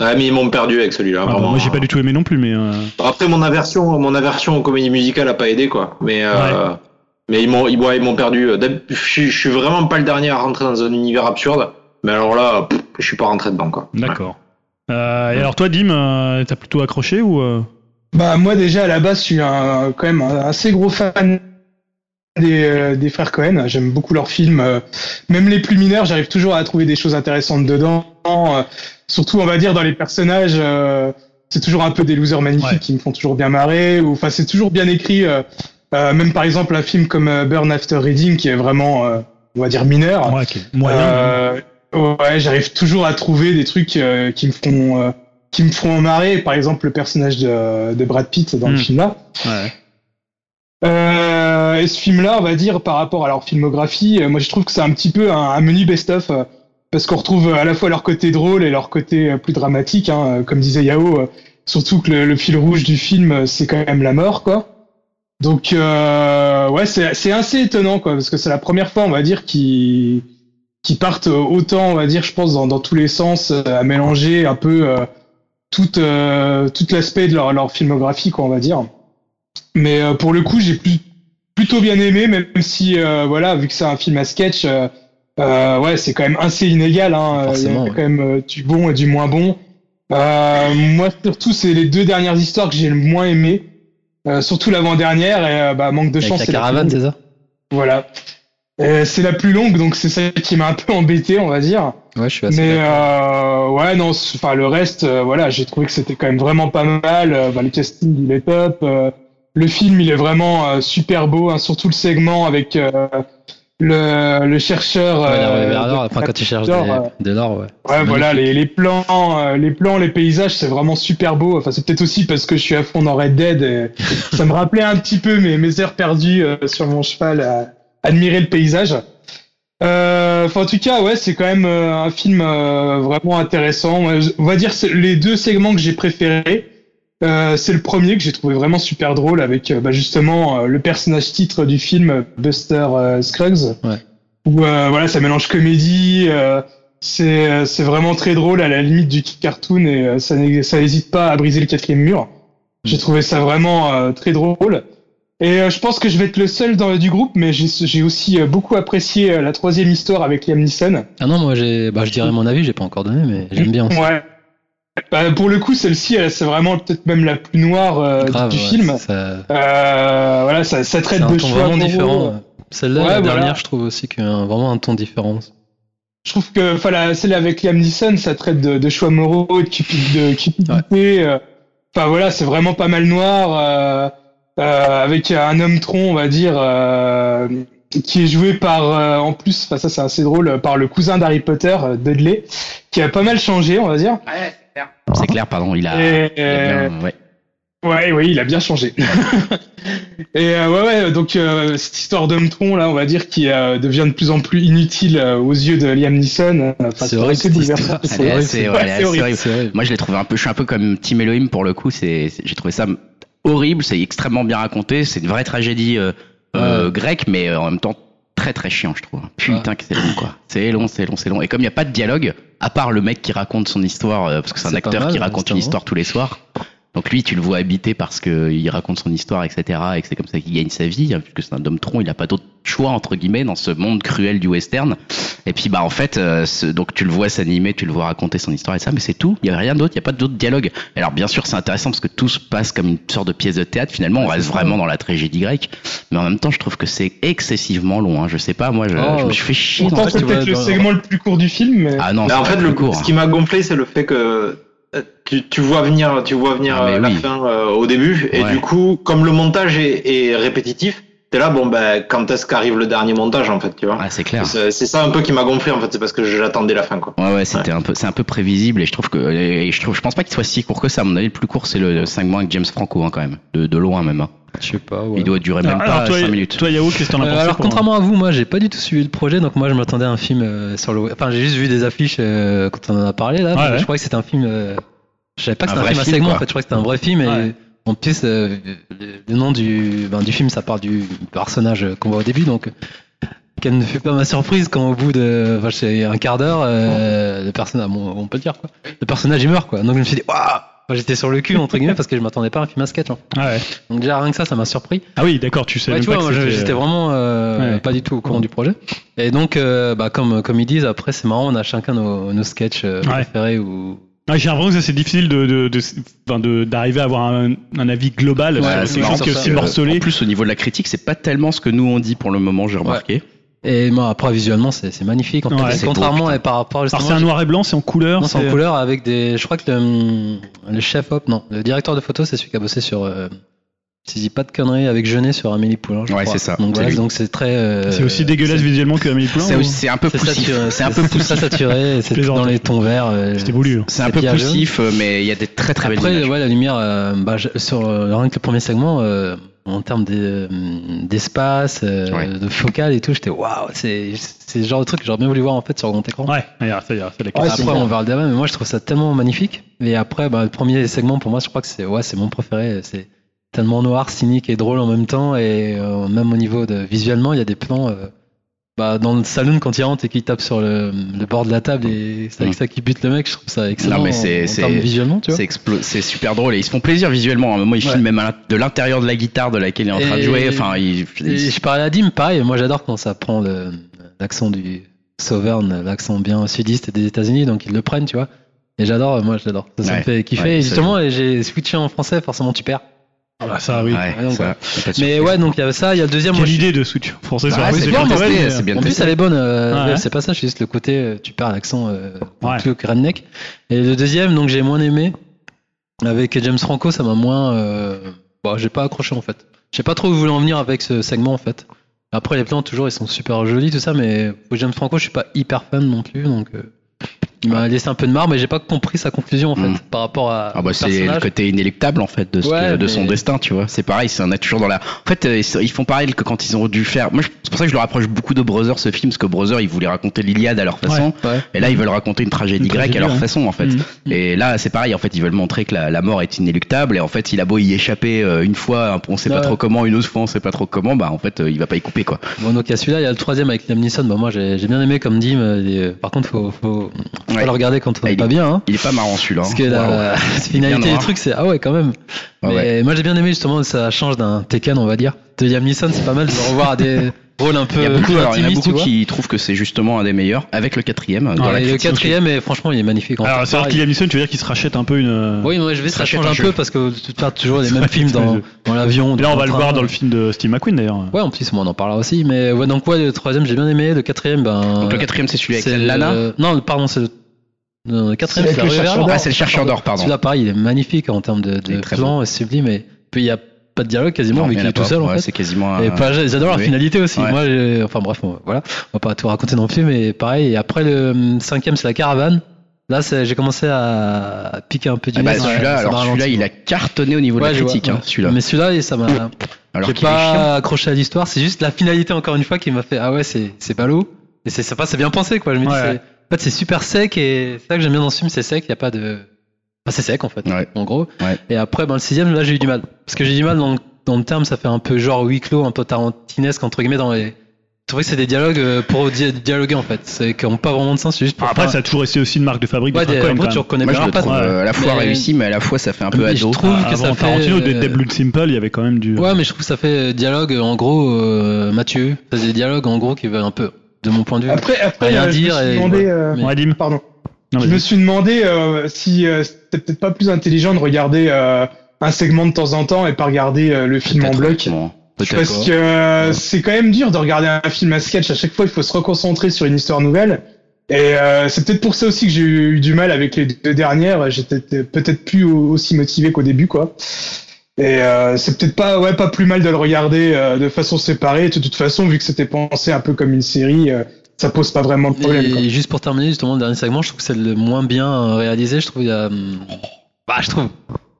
ah mais ils m'ont perdu avec celui-là Ah, bon, vraiment moi j'ai pas du tout aimé non plus, mais. euh, Après mon aversion, mon aversion aux comédies musicales a pas aidé quoi. Mais euh, mais ils m'ont ils, ouais, ils m'ont perdu. Euh, D'hab- Je, suis- je suis vraiment pas le dernier à rentrer dans un univers absurde. Mais alors là, pff, je suis pas rentré dedans quoi. D'accord. Euh, et alors toi, Dim, euh, t'as plutôt accroché ou euh Bah, moi, déjà, à la base, je suis un, quand même un assez gros fan des, euh, des frères Cohen. J'aime beaucoup leurs films. euh, Même les plus mineurs, j'arrive toujours à trouver des choses intéressantes dedans. euh, Surtout, on va dire, dans les personnages, euh, c'est toujours un peu des losers magnifiques Ouais. qui me font toujours bien marrer. ou- Enfin, c'est toujours bien écrit. euh, euh, même, par exemple, un film comme euh, Burn After Reading, qui est vraiment, euh, on va dire, mineur. Ah. Ouais, ok. Moyen. Euh, ouais, j'arrive toujours à trouver des trucs euh, qui me font euh, qui me font marrer. Par exemple, le personnage de, de Brad Pitt dans Mm. le film là. Ouais. Euh, et ce film-là, on va dire, par rapport à leur filmographie, euh, moi je trouve que c'est un petit peu un, un menu best-of, euh, parce qu'on retrouve à la fois leur côté drôle et leur côté euh, plus dramatique, hein, euh, comme disait Yao, euh, surtout que le, le fil rouge du film, euh, c'est quand même la mort, quoi. Donc, euh, ouais, c'est c'est assez étonnant, quoi, parce que c'est la première fois, on va dire, qu'ils qui partent euh, autant, on va dire, je pense, dans, dans tous les sens, euh, à mélanger un peu euh, tout, euh, tout l'aspect de leur, leur filmographie, quoi, on va dire. Mais euh, pour le coup, j'ai plus, plutôt bien aimé, même si euh, voilà, vu que c'est un film à sketch, euh, euh, ouais, c'est quand même assez inégal. Hein. Il y a Forcément, ouais. quand même euh, du bon et du moins bon. Euh, moi, surtout, c'est les deux dernières histoires que j'ai le moins aimé. Euh, surtout l'avant-dernière, et euh, bah, manque de Avec chance. la c'est la plus caravane, longue. c'est ça Voilà. Euh, c'est la plus longue, donc c'est celle qui m'a un peu embêté, on va dire. Ouais, je suis assez Mais Bah, d'accord. euh, ouais, non, c'est- enfin le reste, euh, voilà, j'ai trouvé que c'était quand même vraiment pas mal. Euh, bah, le casting, il est top. Euh, le film, il est vraiment euh, super beau, hein, surtout le segment avec euh, le, le chercheur. Ouais, la euh, rue vers l'or, enfin, quand tu cherches des- d'or, euh, de l'or, ouais. Ouais, voilà, les, les plans, euh, les plans, les paysages, c'est vraiment super beau. Enfin, c'est peut-être aussi parce que je suis à fond dans Red Dead. et ça me rappelait un petit peu mes, mes heures perdues euh, sur mon cheval à admirer le paysage. Euh, Enfin, en tout cas, ouais, c'est quand même euh, un film euh, vraiment intéressant. Ouais, je- On va dire c'est les deux segments que j'ai préférés. Euh, c'est le premier que j'ai trouvé vraiment super drôle avec euh, bah, justement euh, le personnage titre du film Buster euh, Scruggs. Ouais. Où euh, voilà, ça mélange comédie. euh, c'est euh, c'est vraiment très drôle à la limite du cartoon et euh, ça n'hé- ça n'hésite pas à briser le quatrième mur. Mm. J'ai trouvé ça vraiment euh, très drôle. Et euh, je pense que je vais être le seul dans, du groupe, mais j'ai j'ai aussi euh, beaucoup apprécié euh, la troisième histoire avec Liam Neeson. Ah non, moi, j'ai, bah, je dirais mon avis, j'ai pas encore donné, mais j'aime bien aussi. Ouais. Bah, pour le coup, celle-ci, elle, c'est vraiment peut-être même la plus noire euh, Grave, du ouais, film. ça- Euh, voilà, ça, ça C'est traite un de ton choix euh, vraiment moraux. différent. Celle-là, Ouais, la voilà. dernière, je trouve aussi qu'il y a un- vraiment un ton différent. Je trouve que enfin, la- celle avec Liam Neeson, ça traite de, de choix moraux, de, cupi- de cupidité. euh, Enfin voilà, c'est vraiment pas mal noir. euh, euh, avec un homme tronc, on va dire, euh, qui est joué par, euh, en plus, enfin ça c'est assez drôle, euh, par le cousin d'Harry Potter, euh, Dudley, qui a pas mal changé, on va dire. C'est clair, pardon, Ah, il a. Et, euh, il a bien- ouais. Ouais, oui, il a bien changé. [laughs] Et euh, ouais, ouais, donc euh, cette histoire d'homme tronc là, on va dire, qui euh, devient de plus en plus inutile euh, aux yeux de Liam Neeson. euh, Enfin, C'est vrai assez que cette bouleversant. histoire, Elle est assez- ouais, elle est c'est assez horrible. horrible. C'est horrible. Moi, je l'ai trouvé un peu. Je suis un peu comme Tim Elohim pour le coup. C'est, c'est- j'ai trouvé ça horrible. C'est extrêmement bien raconté. C'est une vraie tragédie euh, euh, grecque, mais euh, en même temps très très chiant, je trouve. Putain, que c'est long, quoi. C'est long, c'est long, c'est long. Et comme il n'y a pas de dialogue, à part le mec qui raconte son histoire, euh, parce que c'est un C'est pas acteur mal, qui raconte une justement. histoire tous les soirs. Donc lui, tu le vois habité parce que euh, il raconte son histoire, etc. Et que c'est comme ça qu'il gagne sa vie, hein, puisque c'est un homme tronc, il n'a pas d'autre choix entre guillemets dans ce monde cruel du western. Et puis bah en fait, euh, ce- donc tu le vois s'animer, tu le vois raconter son histoire et ça, mais c'est tout. Il y avait rien d'autre, il y a pas d'autre dialogue. Alors bien sûr, c'est intéressant parce que tout se passe comme une sorte de pièce de théâtre. Finalement, on reste vraiment dans la tragédie grecque, mais en même temps, je trouve que c'est excessivement long. Hein. Je sais pas, moi, je, Oh. je me suis fait chier. Pourtant, En fait, c'est tu peut-être vois, le dans- segment le plus court du film, mais. Ah non, Bah, c'est en fait, pas le, court. ce hein. qui m'a gonflé, c'est le fait que euh, tu, tu vois venir, tu vois venir Ah, mais euh, la oui. fin euh, au début, et Ouais. du coup, comme le montage est, est répétitif, t'es là, bon, ben, quand est-ce qu'arrive le dernier montage, en fait, tu vois Ah, c'est clair. C'est c'est ça un peu qui m'a gonflé, en fait, c'est parce que j'attendais la fin, quoi. Ouais, ouais, c'était un peu, c'est un peu prévisible et je trouve que, et je trouve, je pense pas qu'il soit si court que ça. À mon avis, le plus court, c'est le 5 mois avec James Franco, hein, quand même. De, de loin, même. hein. Je sais pas, ouais. Il doit durer même Ah, Alors, pas toi, 5 minutes. toi, Yao, qu'est-ce que t'en as Euh, pensé alors pour- contrairement à vous, moi j'ai pas du tout suivi le projet, donc moi je m'attendais à un film euh, sur le. Enfin j'ai juste vu des affiches euh, quand on en a parlé là. Ouais, mais ouais. Je croyais que c'était un film. euh, Je savais pas que Un c'était un, vrai film à film, segment quoi. en fait. Je croyais que c'était un vrai film et Ouais. en plus euh, le, le nom du ben, du film ça part du personnage qu'on voit au début donc. Quelle ne fut pas ma surprise quand au bout de enfin, je sais, un quart d'heure euh, le personnage bon, on peut le dire quoi le personnage il meurt quoi donc je me suis dit waouh Enfin, j'étais sur le cul entre guillemets parce que je m'attendais pas à un film à sketch hein. Ah ouais. donc déjà rien que ça ça m'a surpris Ah oui, d'accord, tu sais. Ouais, même tu pas vois, moi, que je- c'était- j'étais vraiment euh, Ouais. pas du tout au courant du projet. Et donc, euh, bah, comme, comme ils disent, après, c'est marrant, on a chacun nos, nos sketchs euh, Ouais. préférés ou. Ah, J'ai l'impression que c'est difficile de- de- de- enfin, de- d'arriver à avoir un, un avis global. Ouais, parce c'est que c'est quelque marrant, chose qui est ça, aussi ça, Euh, En morcelé. plus, au niveau de la critique, c'est pas tellement ce que nous on dit pour le moment, j'ai remarqué. Et moi, après, visuellement, c'est c'est magnifique. En fait. Ouais, Et c'est beau, contrairement putain. et par rapport Alors justement, c'est un noir et blanc, c'est en couleur. non, c'est en c'est- couleur avec des. Je crois que le, hum, le chef op, non, le directeur de photo, c'est celui qui a bossé sur. euh, si je dis pas de conneries, avec Jeunet sur Amélie Poulain. je Ouais, crois. c'est ça, Donc c'est voilà, lui. donc c'est très. euh, C'est aussi dégueulasse c'est- visuellement que Amélie Poulain. C'est ou- aussi- c'est un peu C'est poussif. [laughs] saturé, C'est un peu poussif. ça saturé, et c'est Plaisante. dans les tons verts. euh, C'était voulu. hein. C'est un peu Piaget. poussif, euh, mais il y a des très très belles Après, images. ouais, la lumière, euh, bah, je- sur euh, rien que le premier segment, euh, en termes d'e- euh, d'espace, euh, Ouais. de focal et tout, j'étais waouh, c'est c'est le genre de truc que j'aurais bien voulu voir en fait sur grand écran. Ouais, regarde, ça y est, c'est la Ouais, c'est après, on verra le débat, mais moi je trouve ça tellement magnifique. Et après, bah, le premier segment pour moi, je crois que c'est ouais, c'est mon préféré. C'est tellement noir, cynique et drôle en même temps. Et euh, même au niveau de visuellement, il y a des plans. euh, bah, bah, dans le saloon quand il rentre et qu'il tape sur le, le bord de la table et c'est avec Mm. ça qu'il bute le mec, je trouve ça excellent Non, mais en- c'est- en, c'est- termes visuellement, tu vois. C'est explo- c'est super drôle et ils se font plaisir visuellement. À un moment, ils Ouais. filment même à l'in- de l'intérieur de la guitare de laquelle il est en train de Et- jouer. Enfin, ils- Et ils- je parlais à Dim, pareil, moi j'adore quand ça prend le- l'accent du Southern, l'accent bien sudiste des États-Unis, donc ils le prennent, tu vois. Et j'adore, moi j'adore. Ça, ça Ouais. me fait kiffer. Ouais, et ça- justement, et j'ai switché en français, forcément tu perds. Ah, ça, oui. Ouais, Voyons, ça, quoi. c'est pas sûr. Mais ouais, donc il y avait ça, il y a le deuxième. moi, Quelle je- idée de switch français sur Ah, un c'est truc, bien quand même, testé, euh, c'est bien En plus, testé. elle est bonne. euh, Ah Ouais, ouais. C'est pas ça, c'est juste le côté, euh, tu perds l'accent euh, Ouais. plus que redneck. Et le deuxième, donc j'ai moins aimé. Avec James Franco, ça m'a moins. euh, bah, j'ai pas accroché en fait. Je sais pas trop où vous voulez en venir avec ce segment en fait. Après, les plans, toujours, ils sont super jolis, tout ça, mais pour James Franco, je suis pas hyper fan non plus, donc. euh, il m'a laissé un peu de marre, mais j'ai pas compris sa conclusion en fait Mm. par rapport à. Ah bah au c'est le personnage. côté inéluctable en fait de, ce Ouais, que- de son mais- destin tu vois c'est pareil c'est on est toujours dans la en fait euh, ils sont- ils font pareil que quand ils ont dû faire moi je- c'est pour ça que je le rapproche beaucoup de Brother ce film parce que Brother ils voulaient raconter l'Iliade à leur façon Ouais. et là ils veulent raconter une tragédie Une grecque tragédie, à leur ouais. façon en fait Mm. et là c'est pareil en fait ils veulent montrer que la, la mort est inéluctable et en fait il a beau y échapper euh, une fois on sait pas Ouais. trop comment une autre fois on sait pas trop comment bah en fait euh, il va pas y couper quoi Bon, donc il y a celui-là, il y a le troisième avec Liam Neeson. Bah, moi, j'ai j'ai bien aimé comme dit. mais il est- Par contre, faut, faut, faut Ouais. le regarder quand on Ah, est il pas est- bien. Hein, il est pas marrant celui-là parce hein. que Waouh. [laughs] la bien finalité noir. du truc, c'est ah ouais, quand même. Ah Mais ouais. moi, j'ai bien aimé justement, ça change d'un Tekken, on va dire. De Liam Neeson, c'est pas mal de le revoir à des [laughs] rôles un peu il y a beaucoup, plus alors, il y en a intimistes, beaucoup tu vois. qui trouvent que c'est justement un des meilleurs avec le quatrième dans Ouais, la et le critique. quatrième, et franchement, il est magnifique. en fait. euh, Alors, c'est vrai que Liam Neeson, tu veux dire qu'il se rachète un peu une. Oui, mais je vais, ça Rachète change un un jeu. peu parce que tu perds [laughs] toujours les C'est mêmes vrai, films c'est dans, vrai. dans l'avion. Là, dans on va le train. voir dans le film de Steve McQueen d'ailleurs. Ouais, en plus, on en parlera aussi. Mais ouais, donc, ouais, le troisième, j'ai bien aimé. Le quatrième, ben. donc le quatrième c'est celui avec C'est Lana le- Non, le- pardon, c'est le. non, le quatrième, C'est avec c'est la le Rue chercheur vers l'or. ah c'est le chercheur d'or pardon Celui-là, pareil, il est magnifique en termes de, Il de est très plan, et sublime. Et puis, il n'y a pas de dialogue quasiment, Non, mais il y en il a est tout pas. seul en Ouais, fait. C'est quasiment. un- Et pas- j'adore la oui. finalité aussi. Ouais. Moi, j'ai- enfin bref, on, voilà, on va pas tout raconter non plus, mais pareil. Et après le hum, cinquième, c'est la caravane. Là, c'est- j'ai commencé à piquer un peu du Ah bah, nez, ça- celui-là, ça m'a alors ralenti. celui-là, il a cartonné au niveau de Ouais, la je vois, critique, hein, ouais. celui-là. Mais celui-là, ça m'a. Alors J'ai qu'il est chiant. pas accroché à l'histoire, c'est juste la finalité encore une fois qui m'a fait ah ouais c'est c'est ballot et c'est ça c'est bien pensé quoi. Je me dis Ouais. c'est- en fait c'est super sec et c'est ça que j'aime bien dans ce film c'est sec, il y a pas de enfin, c'est sec en fait Ouais. en gros. Ouais. Et après ben le sixième là j'ai eu du mal parce que j'ai eu du mal dans le, dans le terme ça fait un peu genre huis clos un peu tarantinesque entre guillemets dans les je trouvais que c'est des dialogues euh, pour dia- dialoguer en fait, c'est qui n'ont pas vraiment de sens, c'est juste pour Après, faire- ça a toujours été aussi une marque de fabrique ouais, de des- Francoin, en gros, quand tu même. reconnais Moi, bien je leur le patte. trouve euh, à la fois Mais- réussi, mais à la fois, ça fait un peu Mais je ado. trouve que ça Avant fait, Tarantino, euh, Dead Blood Simple, il y avait quand même du. Ouais, mais je trouve que ça fait euh, dialogue, euh, en gros, euh, Mathieu. Ça fait des dialogues, en gros, qui veulent un peu, de mon point de vue. Après, après, Rien euh, je me dire suis et- demandé, euh, mais- Ouais, Dim. pardon. Non, Je vas-y. me suis demandé euh, si euh, c'était peut-être pas plus intelligent de regarder euh, un segment de temps en temps et pas regarder euh, le film en Peut-être, bloc. bon, Peut-être Parce pas. que euh, c'est quand même dur de regarder un film à sketch. À chaque fois, il faut se reconcentrer sur une histoire nouvelle. Et euh, c'est peut-être pour ça aussi que j'ai eu du mal avec les deux dernières. J'étais peut-être plus au- aussi motivé qu'au début, quoi. Et euh, c'est peut-être pas, ouais, pas plus mal de le regarder euh, de façon séparée. De toute façon, vu que c'était pensé un peu comme une série, euh, ça pose pas vraiment de problème. quoi. Et juste pour terminer, justement, le dernier segment, je trouve que c'est le moins bien euh, réalisé. Je trouve, il y a, hum, bah, je trouve,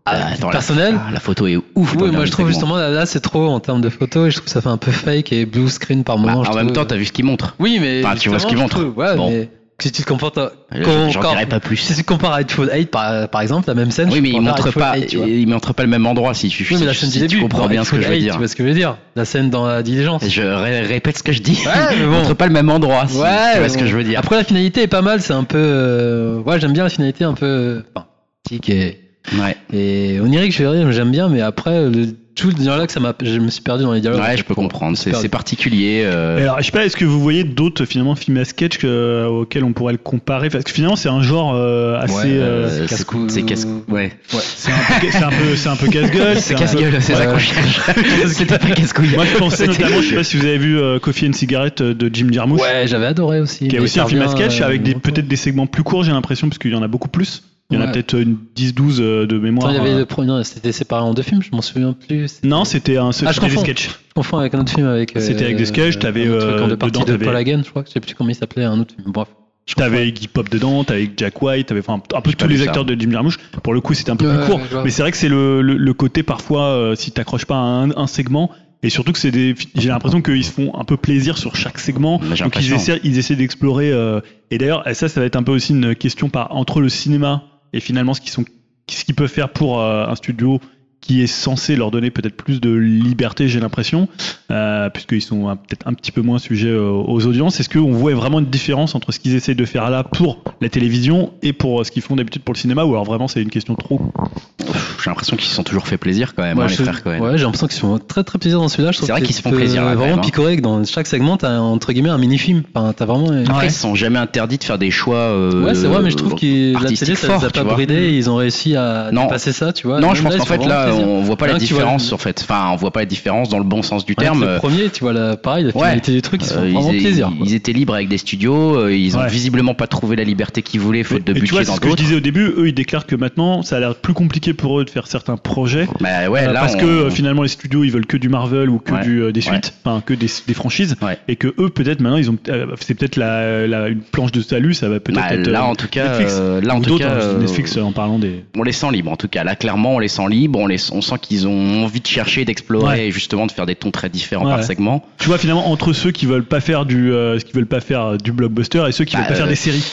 Ah, attends, la- personnel. ah, La photo est ouf. dans oui, le moi, dernier je trouve, segment. justement, là, là, c'est trop en termes de photos, et je trouve que ça fait un peu fake et blue screen par Bah, moment. je En trouve. même temps, t'as vu ce qu'il montre. Oui, mais. Enfin, tu vois ce qu'ils justement, montrent. je trouve, Ouais, Bon. mais si tu te comportes à- Euh, quand- J'en quand- dirais pas Si plus. tu compares à Hateful Eight, par, par exemple, la même scène. Oui, je mais il compare à montre Hateful pas, Eight, tu vois. il montre pas le même endroit si tu Oui, mais la si- scène si du tu début. comprends pour bien ce que Hateful je veux Eight, dire. Tu vois ce que je veux dire La scène dans la diligence. Je ré- répète ce que je dis. Ouais, mais Il bon. montre pas le même endroit si tu vois ce bon. que je veux dire. Après, la finalité est pas mal. C'est un peu. euh, Ouais, j'aime bien la finalité un peu. euh, Enfin, tic et, Ouais, et onirique, je veux dire, j'aime bien, mais après, le, tout le dialogue, ça m'a, je me suis perdu dans les dialogues. ouais, je peux comprendre. C'est Super. c'est particulier. euh, Alors, je sais pas, est-ce que vous voyez d'autres finalement films à sketch que- euh, auxquels on pourrait le comparer Parce que finalement, c'est un genre euh, assez. ouais, euh, euh, c'est casse-cou- c'est casse. Ouais. c'est un peu- c'est un peu, c'est [laughs] un peu casse-gueule. C'est un casse-gueule, c'est ça qu'on cherche. C'était pas casse-couille. peu- Moi, je [laughs] pensais C'était- notamment, je sais pas si vous avez vu euh, Coffee and Cigarette euh, de Jim Jarmusch, Ouais, j'avais adoré aussi. qui est mais aussi ça un film à revient, sketch euh, avec des longtemps. peut-être des segments plus courts, j'ai l'impression, parce qu'il y en a beaucoup plus. Il y en a Ouais. peut-être une 10-12 euh, de mémoire. Attends, il y avait euh. le premier, non, c'était séparé en deux films, je m'en souviens plus. Non, c'était un Ah, je c'était des confonds. sketchs. Je confonds avec un autre film avec. euh, C'était avec des sketchs, t'avais, un autre truc en euh, deux parties dedans, de t'avais- Paul Hagen, je crois. Je sais plus comment il s'appelait, un autre film. Bref. Je T'avais Iggy Pop dedans, t'avais Jack White, t'avais enfin, un peu J'ai pas tous vu ça. les acteurs de Jim Jarmusch. Pour le coup, c'était un peu Ouais, plus court. ouais, je vois. mais c'est vrai que c'est le, le, le côté parfois, euh, si t'accroches pas à un, un segment, et surtout que c'est des. J'ai l'impression qu'ils se font un peu plaisir sur chaque segment. Mais j'ai Donc ils l'impression. essaient, ils essaient d'explorer. euh, et d'ailleurs, ça, ça va être un peu aussi une question par, entre le cinéma et finalement ce qu'ils sont, ce qu'ils peuvent faire pour euh, un studio qui est censé leur donner peut-être plus de liberté, j'ai l'impression, euh, puisqu'ils sont euh, peut-être un petit peu moins sujets euh, aux audiences. Est-ce qu'on voit vraiment une différence entre ce qu'ils essayent de faire là pour la télévision et pour euh, ce qu'ils font d'habitude pour le cinéma, ou alors vraiment c'est une question trop J'ai l'impression qu'ils se sont toujours fait plaisir quand même, Moi, hein, je- les frères Cohen. Ouais, j'ai l'impression qu'ils se font très très plaisir dans celui-là. Je trouve C'est vrai que qu'ils se font tu peux plaisir, là, quand même, Vraiment hein. picoré, que dans chaque segment, t'as entre guillemets un mini-film. Enfin, t'as vraiment. une- Après, ils se sont jamais interdits de faire des choix. euh, Ouais, c'est vrai, mais je trouve que la artistique télé, ça les fort, a tu pas vois. bridés. Ils ont réussi à Non. passer ça, tu vois. Non, Même je pense ils qu'en se font fait, vraiment là, plaisir. on voit pas la Rien que tu vois différence, le- en fait. Enfin, on voit pas la différence dans le bon sens du Rien que terme. euh, Le premier, tu vois, là, pareil, la Ouais. finalité du truc, ils se font Euh, vraiment ils, plaisir. quoi. ils étaient libres avec des studios, euh, ils ont Ouais. visiblement pas trouvé la liberté qu'ils voulaient, faute de Et tu vois, budget c'est dans ce que je d'autres. disais au début, eux ils déclarent que maintenant ça a l'air plus compliqué pour eux de faire certains projets. Bah ouais, euh, là, parce on- que euh, finalement les studios ils veulent que du Marvel ou que Ouais, du, euh, des suites, enfin que des, des franchises, Ouais. et que eux peut-être maintenant ils ont euh, c'est peut-être la, la- une planche de salut, ça va peut-être bah, être, là, euh, en tout cas, Netflix. euh, là, en ou tout d'autres cas, hein, euh, Netflix euh, en parlant des on les sent libres. En tout cas, là, clairement, on les sent libres. On, les, on sent qu'ils ont envie de chercher, d'explorer, Ouais. et justement de faire des tons très différents Ouais, par ouais. segment. tu vois finalement entre ceux qui veulent pas faire du euh, qui veulent pas faire du blockbuster et ceux qui Bah, veulent pas euh, faire des séries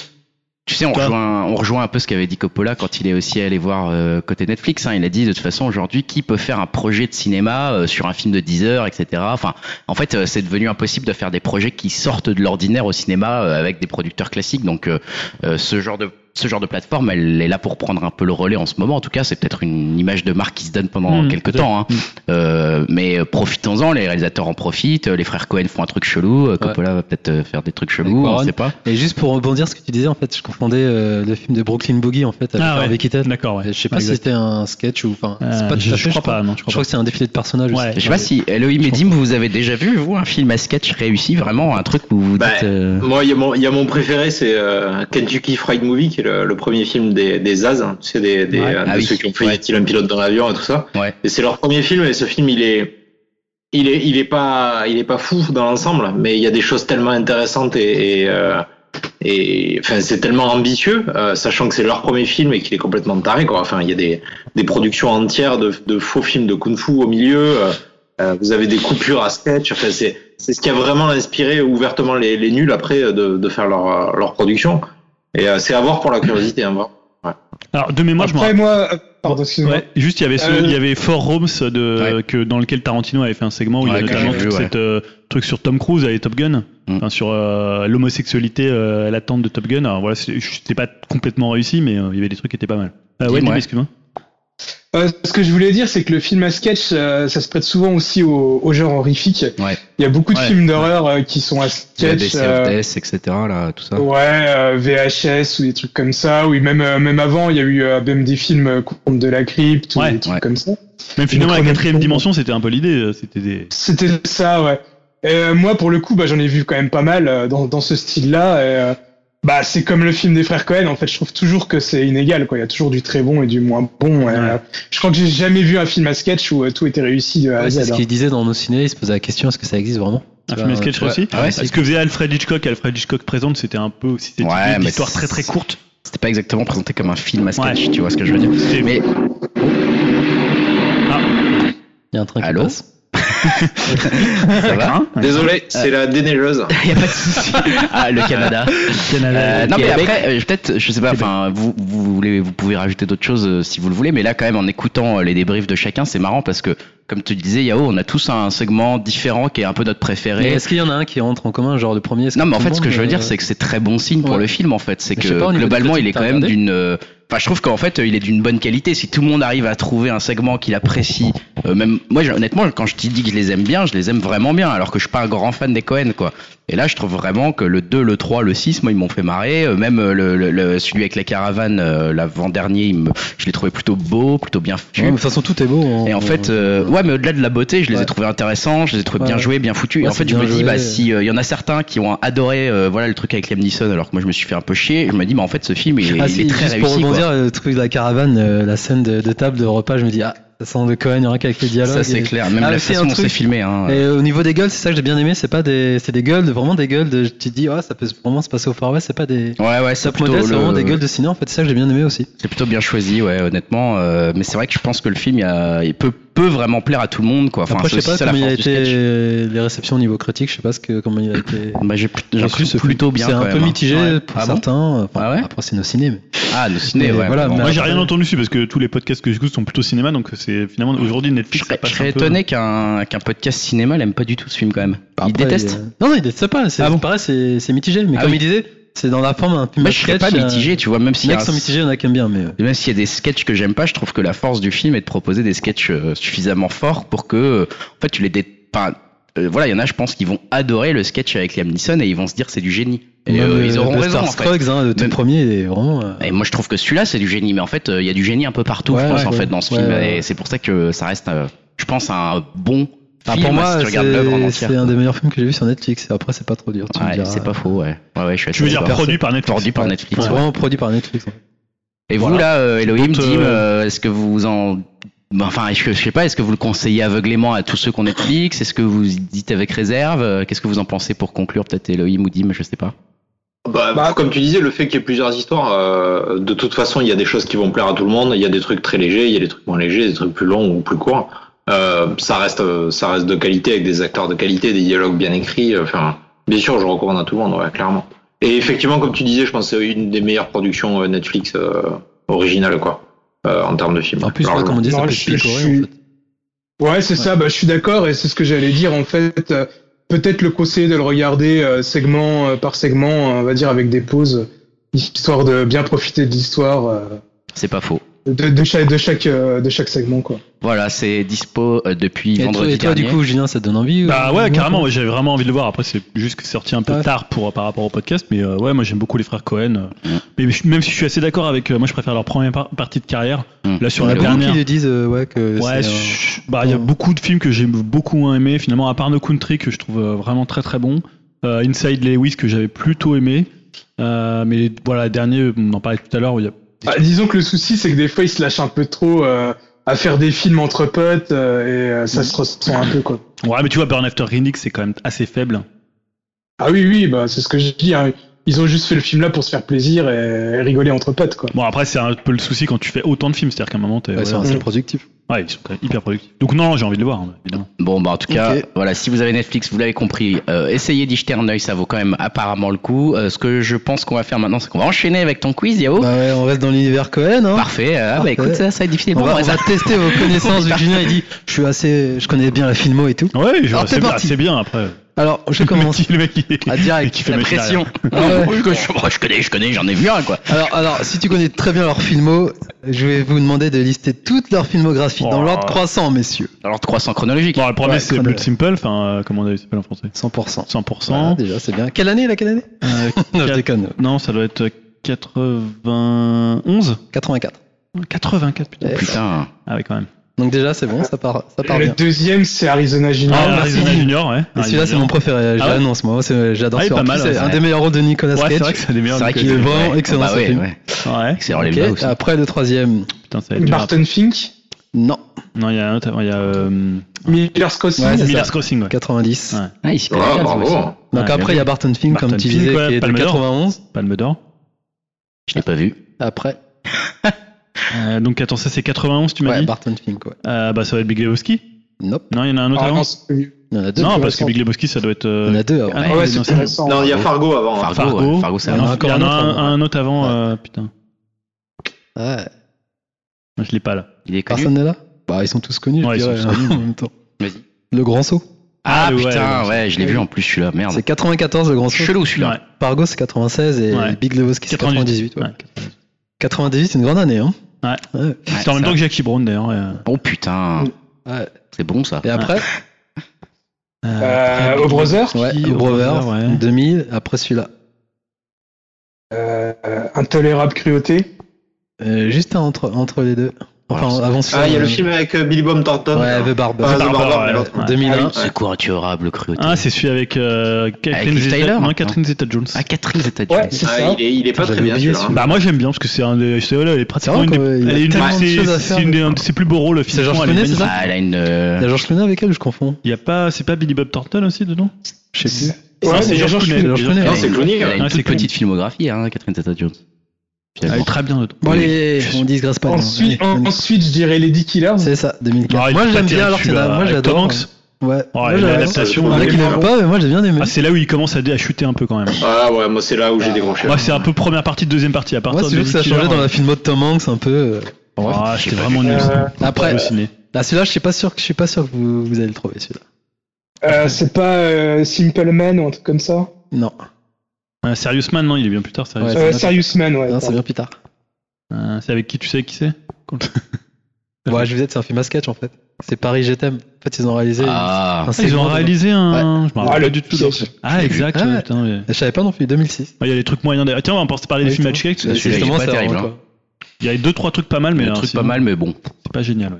Tu sais, on Toi. rejoint, on rejoint un peu ce qu'avait dit Coppola quand il est aussi allé voir euh, côté Netflix. hein. Il a dit de toute façon aujourd'hui, qui peut faire un projet de cinéma euh, sur un film de 10 heures, etc. Enfin, en fait, euh, c'est devenu impossible de faire des projets qui sortent de l'ordinaire au cinéma euh, avec des producteurs classiques. Donc, euh, euh, ce genre de ce genre de plateforme, elle est là pour prendre un peu le relais en ce moment. En tout cas, c'est peut-être une image de marque qui se donne pendant Mmh, quelques peut-être. temps. hein. Mmh. Euh, mais euh, profitons-en, les réalisateurs en profitent. euh, Les frères Cohen font un truc chelou. euh, Coppola va peut-être euh, faire des trucs chelous, on Warren. sait pas. Et juste pour rebondir sur ce que tu disais, en fait, je confondais euh, le film de Brooklyn Boogie, en fait, avec Ah ouais. Harvey Keitel. d'accord ouais Je sais pas Exact. si c'était un sketch ou enfin, Euh, c'est pas tout je, à je fait, crois pas non je Je crois crois pas que c'est un défilé de personnages. Ouais. Je sais pas si Elohim et Dim, vous avez déjà vu, vous, un film à sketch réussi, vraiment un truc où vous Bah, dites. euh, Moi, il y, a mon- il y a mon préféré, c'est euh, Kentucky Fried Movie, qui est le, le premier film des, des As, hein, tu sais, des, des, Ouais. euh, de Ah oui. ceux qui ont fait un pilote dans l'avion et tout ça. Ouais. Et c'est leur premier film, et ce film, il est, il est, il est pas, il est pas fou dans l'ensemble, mais il y a des choses tellement intéressantes et, et, euh, et enfin, c'est tellement ambitieux, euh, sachant que c'est leur premier film et qu'il est complètement taré, quoi. Enfin, il y a des, des productions entières de, de faux films de kung-fu au milieu. euh, euh, vous avez des coupures à sketch. Enfin, c'est c'est ce qui a vraiment inspiré ouvertement les, les nuls après euh, de, de faire leur, euh, leur production. Et euh, c'est à voir pour la curiosité. Hein, vraiment. alors de mémoire je me Après, moi, euh, pardon, excuse-moi. Ouais, juste il y avait ce, Euh, il y avait Four Rooms de que dans lequel Tarantino avait fait un segment où il y Ouais, a que notamment j'ai tout vu, ouais. cet euh, truc sur Tom Cruise et Top Gun, Mm. enfin, sur euh, l'homosexualité euh, latente de Top Gun. Alors voilà, c'est- c'était pas complètement réussi, mais euh, il y avait des trucs qui étaient pas mal. Euh, ouais, Ouais. Dim, excuse-moi. Euh, ce que je voulais dire, c'est que le film à sketch, euh, ça se prête souvent aussi au, au genre horrifique. Ouais. Il y a beaucoup de Ouais. films d'horreur euh, qui sont il y à a sketch. des euh, CFDS, etc. Là, tout ça. Ouais, euh, VHS ou des trucs comme ça. Oui, même euh, même avant, il y a eu euh, même des films euh, Contes de la crypte ou Ouais, des trucs ouais. comme ça. Même finalement la Chrono quatrième Trigger. dimension, c'était un peu l'idée. euh, C'était des. C'était ça, ouais. Et, euh, moi, pour le coup, bah, j'en ai vu quand même pas mal euh, dans, dans ce style-là. et, euh, bah, c'est comme le film des frères Cohen. En fait, je trouve toujours que c'est inégal. Quoi. Il y a toujours du très bon et du moins bon. et, euh, je crois que j'ai jamais vu un film à sketch où euh, tout était réussi de A à Ouais, c'est Z. ce hein. qu'il disait dans nos ciné, il se posait la question est-ce que ça existe vraiment Un Tu film vois, à sketch tu vois, aussi. ah ouais, c'est- Ce que faisait Alfred Hitchcock, Alfred Hitchcock présente, c'était un peu aussi cette Ouais, idée mais d'histoire très très courte. C'était pas exactement présenté comme un film à sketch, Ouais. tu vois ce que je veux dire. C'était- Mais Il y a un train qui Allô [laughs] passe. ça va Hein Désolé, c'est la déneigeuse. Il y a pas de souci. Ah, le Canada. Canada. Euh, non mais Québec. après, euh, peut-être, je sais pas. Enfin, vous, vous voulez, vous pouvez rajouter d'autres choses euh, si vous le voulez. Mais là, quand même, en écoutant euh, les débriefs de chacun, c'est marrant parce que, comme tu disais, Yao, on a tous un segment différent qui est un peu notre Mais préféré. est-ce qu'il y en a un qui rentre en commun, genre le premier est-ce Non, que mais en tout fait, le ce que monde, je veux dire, euh, c'est que c'est très bon signe pour Ouais. le film, en fait. C'est Mais je que sais pas, au niveau des globalement, critiques, il est quand t'as même regardé d'une. euh, Enfin, je trouve qu'en fait, euh, il est d'une bonne qualité. Si tout le monde arrive à trouver un segment qu'il apprécie, euh, même moi, j'ai- honnêtement, quand je te dis que je les aime bien, je les aime vraiment bien, alors que je suis pas un grand fan des Cohen, quoi. Et là, je trouve vraiment que le 2, le 3, le 6, moi, ils m'ont fait marrer. Euh, Même euh, le, le- le- celui avec la caravane, euh, l'avant-dernier, il me- je l'ai trouvé plutôt beau, plutôt bien foutu. ouais, mais de toute façon, tout est beau. hein. Et en fait, euh, ouais, mais au-delà de la beauté, je les ai Ouais. trouvés intéressants, je les ai trouvés Ouais, bien ouais. joués, bien foutus. et Ouais, en fait, c'est je me bien dis, joué. bah, si euh, il y en a certains qui ont adoré, euh, voilà, le truc avec Liam Neeson, alors que moi, je me suis fait un peu chier, je me dis, bah, en fait, ce film, il, est- Ah, il si, est très juste pour réussi. quoi. rebondir, euh, le truc de la caravane, euh, la scène de, de table, de repas, je me dis, ah, ça sent de Cohen, il y en a qu'avec les dialogues. Ça, c'est et- clair. Même Ah, la c'est façon un dont c'est truc- filmé, hein. Et au niveau des gueules, c'est ça que j'ai bien aimé, c'est pas des, c'est des gueules, vraiment des gueules de, tu te dis, ah, ça peut vraiment se passer au Far West, c'est pas des Ouais, ouais, c'est top plutôt, modèles, c'est vraiment le- des gueules de ciné, en fait, c'est ça que j'ai bien aimé aussi. c'est plutôt bien choisi, ouais, honnêtement. euh, mais c'est vrai que je pense que le film, il, y a, il peut peut vraiment plaire à tout le monde, quoi. Enfin, Après, je c'est sais pas aussi ça, la comment il a force du été sketch. euh, les réceptions au niveau critique. Je sais pas ce que comment il a été. Bah, j'ai pl- j'ai reçu, cru c'est plutôt bien. C'est quand un peu même, hein. mitigé Ouais. pour Ah bon certains. Enfin, Ah ouais Après, c'est nos ciné. mais- Ah, le ciné, Mais ouais. voilà, bon. mais- Moi, Moi, j'ai rien après- entendu dessus parce que tous les podcasts que j'écoute sont plutôt cinéma, donc c'est finalement aujourd'hui je Netflix. ça serais, je passe serais un peu- étonné qu'un qu'un podcast cinéma l'aime pas du tout ce film quand même. Après, il déteste. euh, Non, non, il déteste pas. C'est Ah bon pareil, c'est c'est mitigé. Mais Ah comme oui. il disait, c'est dans la forme un film. Moi, à je serais pas sketch, euh, mitigé, tu vois, même Il s'il y y, en a a qui un- sont mitigés, il y en a qui aiment bien. Mais euh, même s'il y a des sketchs que j'aime pas, je trouve que la force du film est de proposer des sketchs euh, suffisamment forts pour que, euh, en fait, tu les dé... enfin, euh, voilà, il y en a, je pense, qui vont adorer le sketch avec Liam Neeson et ils vont se dire c'est du génie. Et même, euh, euh, ils auront le raison. En fait. Starstruck, hein, le tout Même- premier, il est vraiment. euh, Et moi je trouve que celui-là c'est du génie, mais en fait euh, il y a du génie un peu partout, Ouais, je pense, ouais, en ouais. fait, dans ce Ouais, film. ouais. Et c'est pour ça que ça reste, euh, je pense, un bon Enfin, film pour moi, si tu regardes c'est- l'œuvre en c'est entière. un des meilleurs films que j'ai vu sur Netflix. Après, c'est pas trop dur. Tu me Ouais, diras. c'est pas faux, ouais. Ouais, ouais, je suis Tu veux assez dire d'accord. produit par Netflix Produit par Ouais. Netflix. C'est ouais. vraiment produit par Netflix. en fait. Et vous Voilà. là, euh, Elohim, Tout, Dim, euh, euh, est-ce que vous en, Ben, enfin, je, je sais pas, est-ce que vous le conseillez aveuglément à tous ceux qu'on Netflix Est-ce que vous y dites avec réserve Euh, Qu'est-ce que vous en pensez pour conclure, peut-être Elohim ou Dim, je sais pas. Bah, comme tu disais, le fait qu'il y ait plusieurs histoires, euh, de toute façon, il y a des choses qui vont plaire à tout le monde. Il y a des trucs très légers, il y a des trucs moins légers, des trucs plus longs ou plus courts. Euh, ça reste, euh, ça reste de qualité avec des acteurs de qualité, des dialogues bien écrits. euh, Enfin, bien sûr, je recommande à tout le monde, ouais, clairement. Et effectivement, comme tu disais, je pense que c'est une des meilleures productions euh, Netflix euh, originale, quoi, euh, en termes de films. En plus, je sais pas largement. comment dire, ça Non, peut je suis- se décorer, je suis- en fait. Ouais, c'est ça, bah, je suis d'accord, et c'est ce que j'allais dire, en fait, euh, peut-être le conseiller de le regarder euh, segment euh, par segment, euh, on va dire avec des pauses, histoire de bien profiter de l'histoire, euh, C'est pas faux. de, de chaque, de, chaque, euh, de chaque segment, quoi. Voilà, c'est dispo euh, depuis Et toi, vendredi et toi, dernier. du coup, Julien, ça te donne envie Bah euh, ouais, ou- carrément, ouais, j'avais vraiment envie de le voir. Après, c'est juste que c'est sorti un peu Ouais. tard pour, par rapport au podcast, mais euh, ouais, moi j'aime beaucoup les frères Cohen. euh, Mais je- même si je suis assez d'accord avec, euh, moi je préfère leur première par- partie de carrière. Mm. Là, sur Il y la a beaucoup dernière. qui lui disent euh, ouais, que Ouais, c'est, euh, je- bah il y a bon. beaucoup de films que j'ai beaucoup moins aimé finalement à part No Country que je trouve euh, vraiment très très bon, euh, Inside Lewis que j'avais plutôt aimé, euh, mais voilà le dernier on en parlait tout à l'heure où il y a Ah, disons que le souci, c'est que des fois, ils se lâchent un peu trop euh, à faire des films entre potes, euh, et euh, ça se ressent un peu, quoi. ouais mais tu vois Burn After Reading c'est quand même assez faible. Ah oui, oui, bah, c'est ce que je dis, hein. ils ont juste fait le film là pour se faire plaisir et, et rigoler entre potes, quoi. Bon après c'est un peu le souci quand tu fais autant de films c'est-à-dire qu'à un moment t'es ouais, c'est voilà. assez productif. Ouais, ils sont quand même hyper productifs. Donc non, non, j'ai envie de le voir, hein, évidemment. Bon, bah en tout cas, Ok. voilà, si vous avez Netflix, vous l'avez compris, euh, essayez d'y jeter un œil, ça vaut quand même apparemment le coup. Euh, ce que je pense qu'on va faire maintenant, c'est qu'on va enchaîner avec ton quiz, Yao. Bah ouais, on reste dans l'univers Cohen. Hein. Oh. Parfait, euh, ah, bah Parfait. écoute, ça, ça va être difficile. on, Bon, va, on on reste- va tester [laughs] vos connaissances. vu que Julien, il dit Je suis assez. Je connais bien la filmo et tout. Ouais, je Alors, Ah, t'es c'est bien, parti. c'est bien après. Alors, je [laughs] Le commence. mec, il- le mec, il est- Ah, direct, [laughs] il kiffe le la mec pression. Ah ouais. Oui, que je, moi, je connais, je connais, j'en ai vu un, quoi. Alors, alors, si tu connais très bien leur filmo, je vais vous demander de lister toute leur filmographie dans Oh. l'ordre croissant, messieurs. Alors, croissant chronologique. Bon, le premier, Ouais, c'est crâne. Blood Simple, enfin, euh, comment on dit, s'appelle en français 100%. 100%. Voilà, déjà, c'est bien. Quelle année, la quelle année Euh, [laughs] Non, je quatre- déconne. non, ça doit être 91 84. 84, putain. Ouais. Putain. Ah oui, quand même. Donc, déjà, c'est bon, ça part, ça part Et le bien. deuxième, c'est Arizona Junior. Ah, merci. Arizona Junior, ouais. Et celui-là, c'est mon préféré. Je Ah ouais l'annonce, moi. c'est- J'adore Ah, il est celui-là. pas En plus, mal, C'est ouais. un des meilleurs rôles de Nicolas Ouais, c'est Cage. vrai que c'est des meilleurs. C'est vrai donc, qu'il qu'il est euh, vraiment ouais. excellent, Ah bah ce ouais, film. ouais. Ouais, Excellent, les Ok, ah. gars aussi. Après, le troisième. putain, ça va être dur. Barton Fink, Non. Non, il y a un autre, il y a euh, Miller Scott Ouais, Ah, c'est Miller's ça. Crossing, ouais. 90. Ouais. Ah, il s'y connaît Ah, bien, bravo. aussi. Donc Ouais, après, il y a Barton Fink, Barton comme tu Fink, disais, ouais, qui est de Palme d'Or. 91. Palme d'Or. Je l'ai pas vu. Après, Euh, donc, attends, ça, c'est 91, tu m'as ouais, bah. dit Barton Fink, ouais. Euh, Bah, ça va être Big Lebowski. Nope. Non, il y en a un autre Ah, avant non, c'est mieux. Il y en a deux. Non, plus parce que récent. Big Lebowski, ça doit être. Il euh, y en a deux. avant. Ah, Ah ouais, c'est non, plus c'est- récent. Non, il y a Fargo avant. hein. Fargo, Fargo. ouais, Fargo, c'est Il y en a un. un. Il y en a un, autre, un autre avant, euh, putain. Ouais. Moi, Je l'ai pas là. Il est connu. Personne n'est là Bah, ils sont tous connus, Ouais, ils je dirais, sont tous [laughs] connus. en même temps. Vas-y. Le Grand Saut. Ah, Ah, ouais, putain, ouais, ouais, je l'ai vu en plus, celui-là. Merde. C'est 94, le Grand Saut. Chelou, celui-là. Ouais. Fargo, c'est 96 et Ouais. Big Lebowski, c'est 98. ouais. Ouais. 98, c'est une grande année, hein Ouais. Ouais, C'est en même ça- temps que Jackie Brown d'ailleurs. euh. Oh putain, Ouais. c'est bon ça. Et après, Euh, au Brother, ouais, Qui, le au Brother, Brother, ouais. 2000, après celui-là. euh, Intolérable Cruauté. Euh, juste entre, entre les deux. Enfin, Alors, avant Ah, il y a le celui-là, film avec euh, Billy Bob Thornton. Ouais, The Barber. Pas The Barber, Barber, ouais. mais l'autre. Ouais. 2001. C'est quoi, tu auras bleu cru Ah, c'est celui avec euh, Catherine Liv Tyler, Zeta, non, non Catherine Zeta-Jones. Ah, Catherine zeta Ouais, c'est Ah, ça. il, est, il est pas J'avais très bien oublié celui-là. celui-là. Bah moi j'aime bien parce que c'est un des, c'est- elle est pratiquement C'est une, vrai des, qu'il y a elle est une, tellement de c'est- choses à c'est faire, une des- un de ses plus beaux rôles. C'est George finalement, elle est Clooney, c'est magnifique. ça Ah, elle a une. Il y euh, a George Clooney avec elle, je confonds. Il y a pas, c'est pas Billy Bob Thornton aussi dedans Je sais plus. Ouais, Non, c'est George Clooney. George Clooney. elle a c'est une- Clooney, Elle a hein. une Ah, c'est toute petite filmographie, hein, Catherine Zeta-Jones. Elle est finalement. très bien dedans. Bon, Oui. allez, on digresse pas. non. Ensuite, Allez, en- ensuite, je dirais Lady Killers. C'est ça, 2004. Ah, il est moi, pas j'aime terrible, bien celui-là, l'Arsenal. Moi, avec Tom j'adore. hein. Hanks. Ouais. Oh, Moi, et j'adore. L'adaptation. Il y en a qui l'aiment pas, mais moi, j'ai bien aimé. Ah, c'est là où il commence à, dé- à chuter un peu quand même. Voilà, Ah ouais, moi c'est là où j'ai des gros chiens. Ah. Moi, c'est un peu première partie, deuxième partie. À partir Moi, de c'est juste que ça a Mickey changé dans Mouse, la filmo de Tom Hanks un peu. euh. Ah, j'étais vraiment nul. Euh, Après, Le ciné. ah, celui-là, je suis pas sûr que je suis pas sûr que vous, vous allez le trouver celui-là. euh, c'est pas euh, Simple Man ou un truc comme ça Non, Ah, Serious Man, non, il est bien plus tard. Serious Ouais, Man. euh, ça- Serious Man, ouais. non, c'est bien plus tard. Ah, c'est avec qui tu sais qui c'est Ouais, je vous aide, c'est un film à sketch en fait. C'est Paris, je t'aime. En fait, ils ont réalisé. Ah, un Ah, Ils segment ont de- réalisé un. Je me rappelle Ah, pas le du tout. piège. Ah, exact. Ah, ouais, ouais. putain, ouais. Je savais pas non plus, 2006. Ah, Il y a des trucs moyens derrière. Tiens, on va penser parler des Ah, films à justement. check. Celui-là, il est pas terrible, vraiment, hein. quoi. Il y a deux, trois trucs pas mal, mais le alors, truc sinon, pas mal, mais bon. C'est pas génial. ouais.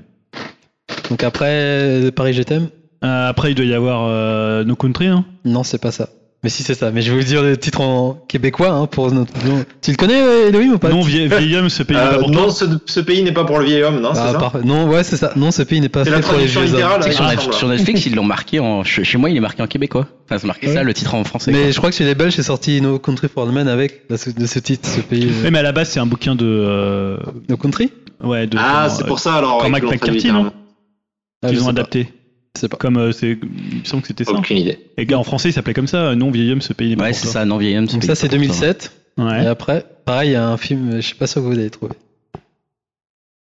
Donc après, euh, Paris, je t'aime. Euh, après, il doit y avoir euh, No Country. Hein. Non, c'est pas ça. Mais si, c'est ça. Mais je vais vous dire le titre en québécois hein, pour notre. non. Tu le connais, euh, Elohim ou pas non, vieil, vieil homme, ce pays n'est Euh, pas pour toi. non, ce, ce pays n'est pas pour le vieil homme, non, Ah, c'est ça parfait. Non, ouais, c'est ça. Non, ce pays n'est pas C'est fait la pour les traduction vieux hommes. littérale. C'est que sur, Ah, Net- il semble. sur Netflix, ils l'ont marqué en. Chez chez moi, il est marqué en québécois. Enfin, c'est marqué ça, le titre en français. Mais je crois que chez les Belges, c'est sorti No Country for Old Men avec la sou- de ce titre, ce pays. euh, Ouais, mais à la base, c'est un bouquin de. euh, No Country ouais, de. Ah, comment, c'est euh, pour ça alors. Cormac ouais, qu'ils l'ont traduit, McCarthy, non Ah, je qu'ils ont sais pas. adapté. Je sais pas. Comme euh, c'est, il me semble que c'était ça. Aucune idée. Et gars, en français, il s'appelait comme ça. euh, Non, vieil homme, ce pays n'est quoi. pas Ouais, pour c'est toi. ça, non vieil Donc ça, c'est 2007. Et Ouais. après, pareil, il y a un film, je suis pas sûr que vous allez trouver.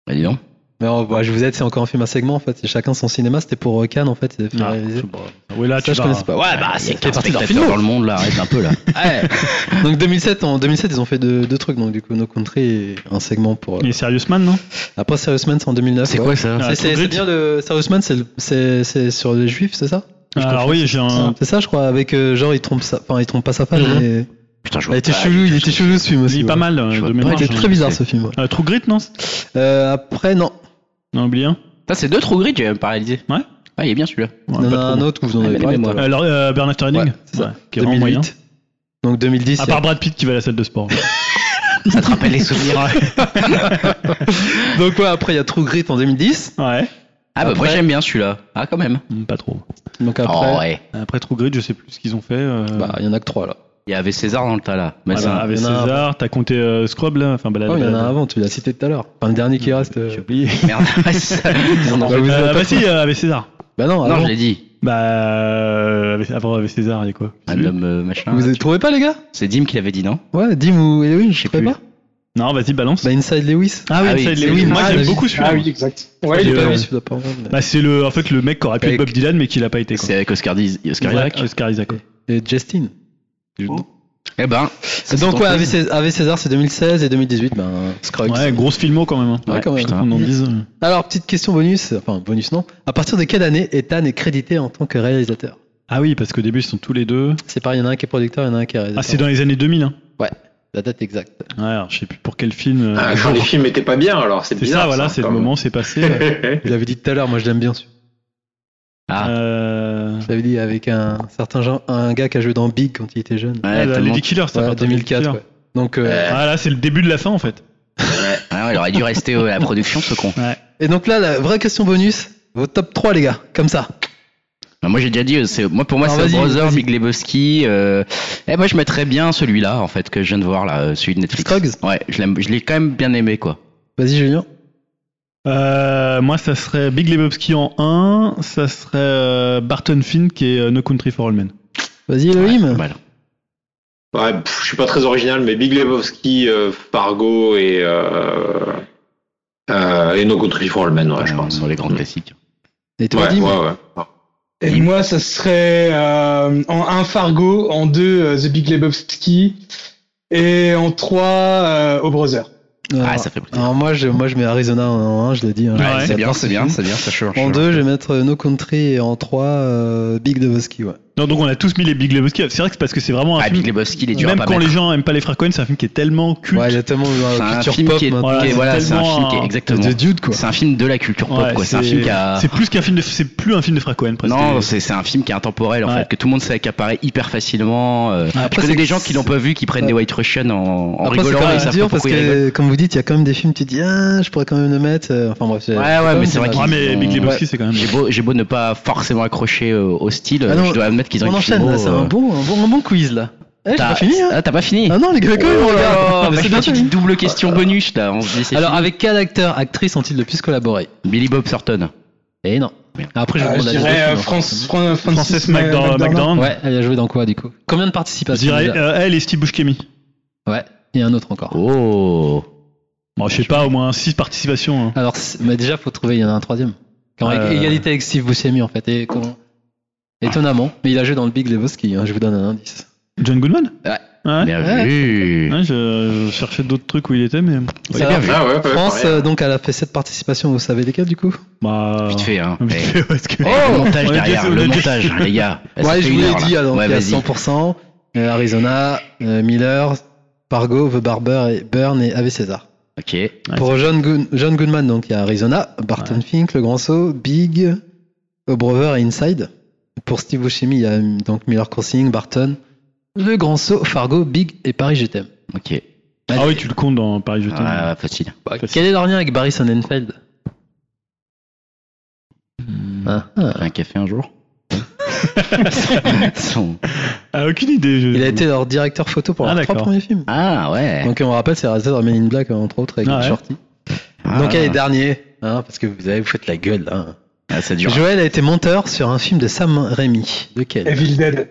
Bah, dis donc. Mais oh, bah, je vous aide, c'est encore un film à segment en fait. C'est chacun son cinéma, c'était pour euh, Cannes en fait. c'est fait Ah, réaliser. je sais pas. Ouais, là, Ça, tu je vas- connaissais pas. Ouais, bah, c'est quel parti de leur spectateur film. dans le monde là, arrête un peu là. Ouais. [laughs] Donc 2007, en 2007, ils ont fait deux, deux trucs. Donc du coup, No Country et un segment pour. euh, Il est Serious Man, non Après Serious Man, c'est en 2009. C'est ouais. quoi ça C'est- C'est Ah, True c'est Grit. bien le Serious Man, c'est le- c'est c'est sur les juifs, c'est ça Ah oui, j'ai un. C'est ça, je crois. Avec euh, genre, ils trompent ça. Enfin, ils trompent pas sa femme. Mhm. mais- Putain, je Ah, il vois était pas. chelou, il était chelou ce film Il aussi. est ouais. pas mal Je euh, vois de pas, Ouais, mémoire. il était j'ai- très bizarre ce film. ouais. Euh, True Grit, non Euh, après, non. Non, oublié un. Ça, c'est deux trous gris, j'ai même pas réalisé. Ouais. Ah, il est bien celui-là. Ouais, il y en pas a trop un bon. autre que vous en Ah, avez mais parlé. même, toi. ouais. Alors, euh, Burn After Reading Ouais, c'est ça. Ouais, Qui est vraiment moyen. Ah, 2008. Donc 2010. À il y a- part Brad Pitt qui va à la salle [laughs] de sport. Ça te rappelle les souvenirs. Donc ouais, après il y a True Grit en 2010. ouais. Ah, bah, moi Après- j'aime bien celui-là. Ah, quand même. Hmm, Pas trop. Donc après, Oh, bah, il ouais. Après True Grit, je sais plus ce qu'ils ont fait. euh, y en a que trois là. Il y avait César dans le tas là. Mais voilà, ça- avec Bah, il y en a un César, t'as compté euh, Scrub là bah, Enfin, balade. Oh, il y en a un balade. avant, tu l'as cité tout à l'heure. Enfin le dernier qui reste. euh, J'ai oublié. Merde, ouais, ça- bah, vous avez Euh, pas Bah, trouvé. si, euh, avec César. [laughs] Bah non, Non, avant. je l'ai dit. Bah, euh, avec- avant avec César, il y a quoi Ah, Un homme euh, machin. vous avez trouvé pas les gars C'est Dim qui l'avait dit, non Ouais, Dim ou Elohim, je sais sais pas. plus. Non, vas-y, balance. Bah Inside Lewis. Ah oui, Ah oui, Inside c'est Lewis. lui. Moi, Ah, j'aime oui. beaucoup celui-là. Ah oui, exact. Ouais, Et, il Je l'ai est pas pas euh, vu, mal. celui-là, par exemple, mais- Bah, c'est le, en fait, le mec qui aurait pu Avec- être Bob Dylan, mais qui l'a pas été. Quoi. C'est avec Oscar, Diz- Oscar Isaac. Isaac. Oscar Isaac. ouais. euh, Et Justin. Eh ben. ça, c'est Donc ton ouais, film. avec César, avec César, c'est 2016 et 2018, ben Scruggs. Ouais, grosse filmo quand même. hein. Ouais, Ouais, quand même. putain. Qu'on en dise. Alors petite question bonus, enfin bonus non. À partir de quelle année Ethan est crédité en tant que réalisateur Ah oui, parce qu'au début, ils sont tous les deux. C'est pareil, il y en a un qui est producteur, il y en a un qui est Ah, réalisateur. c'est dans les années 2000. Hein. La date exacte. Ouais, alors, je sais plus pour quel film. euh, Ah, quand les films étaient pas bien alors, c'est c'est bizarre. ça, voilà, c'est le quand même. moment, c'est passé. Euh, ouais. Je l'avais dit tout à l'heure, moi je l'aime bien. celui-là. Ah. Euh, Je l'avais dit avec un certain genre, un gars qui a joué dans Big quand il était jeune. Ouais, ah, bah, tellement- Lady Killer, ça Ouais, part de 2004. Lady ouais. Donc, euh, Euh, Killer. Ah là, c'est le début de la fin en fait. Ah, il aurait dû rester euh, à la production, ce con. Et donc là, la vraie question bonus, vos top 3 les gars, comme ça. Bah, moi j'ai déjà dit, euh, c'est moi pour moi Alors, c'est vas-y, Brother, vas-y. Big Lebowski. Euh... Eh moi je mettrais bien celui-là en fait que je viens de voir là, euh, celui de Netflix. Scruggs Ouais, je l'aime, je l'ai quand même bien aimé quoi. Vas-y Julien. Euh, moi, ça serait Big Lebowski en 1, ça serait euh, Barton Fink et euh, No Country for All Men. Vas-y Ouais, Elohim. pas mal. [laughs] Ouais, pff, je suis pas très original, mais Big Lebowski, euh, Fargo et, euh, euh, et No Country for All Men, ouais, je Euh, Ouais, pense. Dans les grands Mm. classiques. Et toi Ouais, ouais, Dim ouais. Et moi, ça serait euh, en un Fargo, en deux euh, The Big Lebowski et en trois euh, Au Brother. Ah, Alors, ça fait plaisir. alors, moi je, moi je mets Arizona en 1, je l'ai dit. hein, j'adore Ouais, c'est bien, ce c'est bien, film. c'est bien, ça change. En 2, je vais mettre euh, No Country et en 3, Big Lebowski. Ouais. Non, donc on a tous mis les Big Lebowski. C'est vrai que c'est parce que c'est vraiment un Ah, film. Big Lebowski, il est dur à même pas quand mettre. les gens aiment pas les frères Cohen, c'est un film qui est tellement culte. Ouais, il y a tellement de euh, C'est un culture film pop qui est, maintenant, qui est- c'est voilà, c'est un tellement film qui est un- exactement. de Dude quoi. C'est un film de la culture pop Ouais, quoi. C'est un film qui a. c'est plus qu'un film de- c'est plus un film de frères Cohen presque. Non, c'est c'est un film qui est intemporel en Ouais. fait, que tout le monde s'est accaparé hyper facilement. euh, Après, je connais c'est- des gens qui l'ont pas vu, qui prennent Ouais. des White Russian en, en Après, c'est rigolant quand et ils même savent dur pas parce pourquoi ils rigolent. que, comme vous dites, il y a quand même des films, tu te dis, ah, je pourrais quand même le mettre. euh, Enfin bref. c'est- Ouais, c'est ouais, quand mais même c'est vrai dommage. qu'ils Ouais, Ah, mais ont- Big Lebowski, Ouais. c'est quand même. J'ai beau, j'ai beau ne pas forcément accrocher euh, au style, Ah non, je dois admettre qu'ils ont On une enchaîne filmo, là, c'est un euh, bon, un bon, un bon quiz là. Eh, j'ai T'as pas fini, hein. Ah, t'as pas fini Ah non, les gars, quand même, Oh là regarde. là, Ah, Mais bah, c'est je fais bien une fini. Ah. petite double question bonus là. On se dit, c'est Alors, fini. avec quel acteur, actrice ont-ils le plus collaboré Billy Bob Thornton. Eh non. Après, je Euh, vais je demander à dirais euh, Nicolas. France, Fran- Frances Francis McDormand. McDormand. Ouais, elle a joué dans quoi, du coup Combien de Je participations dirais déjà euh, elle et Steve Buscemi. Ouais, il y a un autre encore. Oh. Bon, je sais pas, au moins 6 participations. hein. Alors, c'est- mais déjà, faut trouver, il y en a un troisième. Quand Euh. Égalité avec Steve Buscemi, en fait. Et comment Étonnamment, mais il a joué dans le Big Lebowski, hein, je vous donne un indice. John Goodman Ouais. Ouais. Bien Ouais. vu. Ouais, je, je cherchais d'autres trucs où il était, mais. Ouais, Ça bien va. vu. Ah ouais, ouais, France, pareil. hein. euh, donc, elle a fait 7 participations, vous savez lesquelles, du coup Bah. Vite fait, hein. [laughs] Vite Eh. fait, parce que- le On montage est derrière, désolé. le montage, hein, les gars. Ça [laughs] Ouais, fait je vous une l'ai heure, dit, là. alors, Ouais, il y a vas-y. 100%, euh, Arizona, euh, Miller, Fargo, The Barber, et Burn et Ave César. Ok. Ouais, Pour John, Goon- John Goodman, donc il y a Arizona, Barton Fink, Le Grand Saut, Big, Obrover et Inside. Pour Steve Buscemi, il y a hum, donc Miller Crossing, Barton, Le Grand Saut, Fargo, Big et Paris Je t'aime. Ok. Ah oui, tu le comptes dans Paris, je t'aime. Ah, facile. Quel est leur lien avec Barry Sonnenfeld Hmm. Ah, ah. Un café un [laughs] jour. [laughs] Son- Ah, aucune idée. je- Il a été leur directeur photo pour Ah, leurs trois d'accord. Eh. premiers films. Ah ouais. Donc on rappelle, c'est réalisé dans Men in Black entre autres avec Ah, ouais. Shorty. Ah, Donc elle est dernière, hein, parce que vous avez vous faites la gueule là. hein. ah, ça dure. Joël a été monteur sur un film de Sam Raimi. Lequel Evil Dead.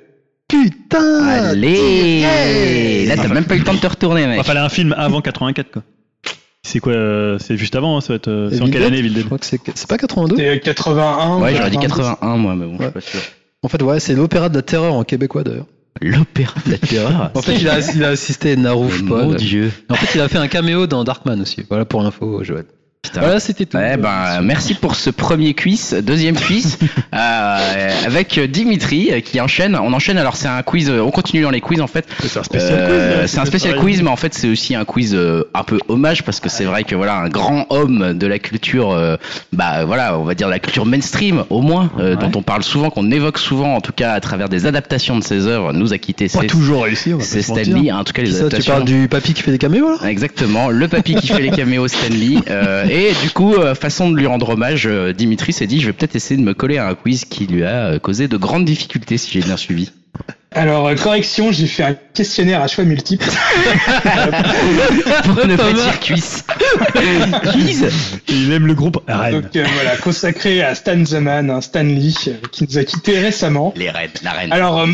Putain Allez. Là, t'as Enfin, même pas eu le temps de te retourner, mec. Enfin, fallait un film avant 84, quoi. C'est quoi euh, C'est juste avant, hein, ça va être. euh, C'est en Evil quelle Dead année, Evil Dead Je crois que c'est c'est pas 82. C'est euh, 81. Ouais, j'aurais dit 82. 81, moi, mais bon, je suis Ouais. pas sûr. En fait, ouais, c'est l'opéra de la terreur en québécois d'ailleurs. L'opéra de [laughs] la terreur. En fait, il a, il a assisté Narouf Mon Paul. dieu. En fait, il a fait un caméo dans Darkman aussi. Voilà pour l'info, Joël. Putain. Voilà, c'était tout. Ouais, ben, merci pour ce premier quiz. Deuxième quiz euh, avec Dimitri euh, qui enchaîne. On enchaîne, alors c'est un quiz, euh, on continue dans les quiz en fait. C'est un spécial Euh, quiz. là, c'est un spécial pareil. quiz, mais en fait c'est aussi un quiz euh, un peu hommage parce que c'est vrai que voilà un grand homme de la culture, euh, bah voilà on va dire la culture mainstream au moins euh, Ouais. dont on parle souvent, qu'on évoque souvent en tout cas à travers des adaptations de ses œuvres, nous a quitté Pas c'est toujours réussi, on va pas c'est se mentir. Stanley, hein, en tout cas les Ça, tu adaptations. parles du papy qui fait des caméos [laughs] là Exactement, le papy qui fait les caméos [laughs] Stanley. Euh, et du coup, euh, façon de lui rendre hommage, euh, Dimitri s'est dit je vais peut-être essayer de me coller à un quiz qui lui a euh, causé de grandes difficultés, si j'ai bien suivi. Alors, euh, correction, j'ai fait un questionnaire à choix multiples. Le petit [laughs] cuisse. quiz Il aime le groupe Rennes. Donc euh, voilà, consacré à Stan The Man, hein, Stan Lee, euh, qui nous a quittés récemment. Les reines, la reine. Alors, euh,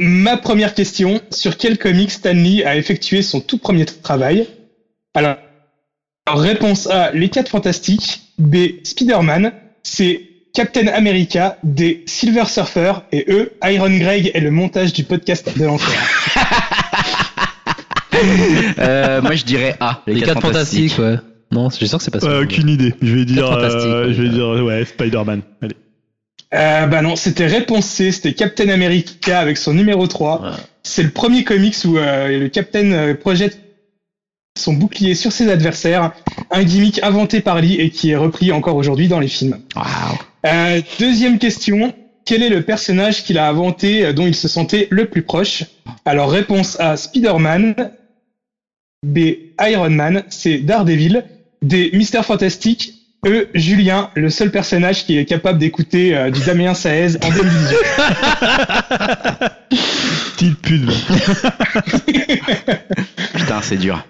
ma première question, sur quel comic Stan Lee a effectué son tout premier travail Alors, alors, réponse A, Les 4 Fantastiques, B, Spider-Man, C, Captain America, D, Silver Surfer, et E, Iron Greg et le montage du podcast de l'enfer. Euh, moi je dirais A. Les 4 fantastiques, ouais. Non, je suis sûr que c'est pas ça. Ouais, Euh, aucune idée. Je vais dire. Euh, Fantastique, euh, je vais ouais. dire, ouais, Spider-Man. Allez. Euh, bah non, c'était réponse C, c'était Captain America avec son numéro 3. Ouais. C'est le premier comics où euh, le Captain euh, projette son bouclier sur ses adversaires, un gimmick inventé par Lee et qui est repris encore aujourd'hui dans les films. Euh, deuxième question, quel est le personnage qu'il a inventé euh, dont il se sentait le plus proche Alors réponse A, Spider-Man, B, Iron Man, C, Daredevil, D, Mister Fantastic, E, Julien, le seul personnage qui est capable d'écouter euh, du Damien Saez en 2018. Style pute. Putain, c'est dur.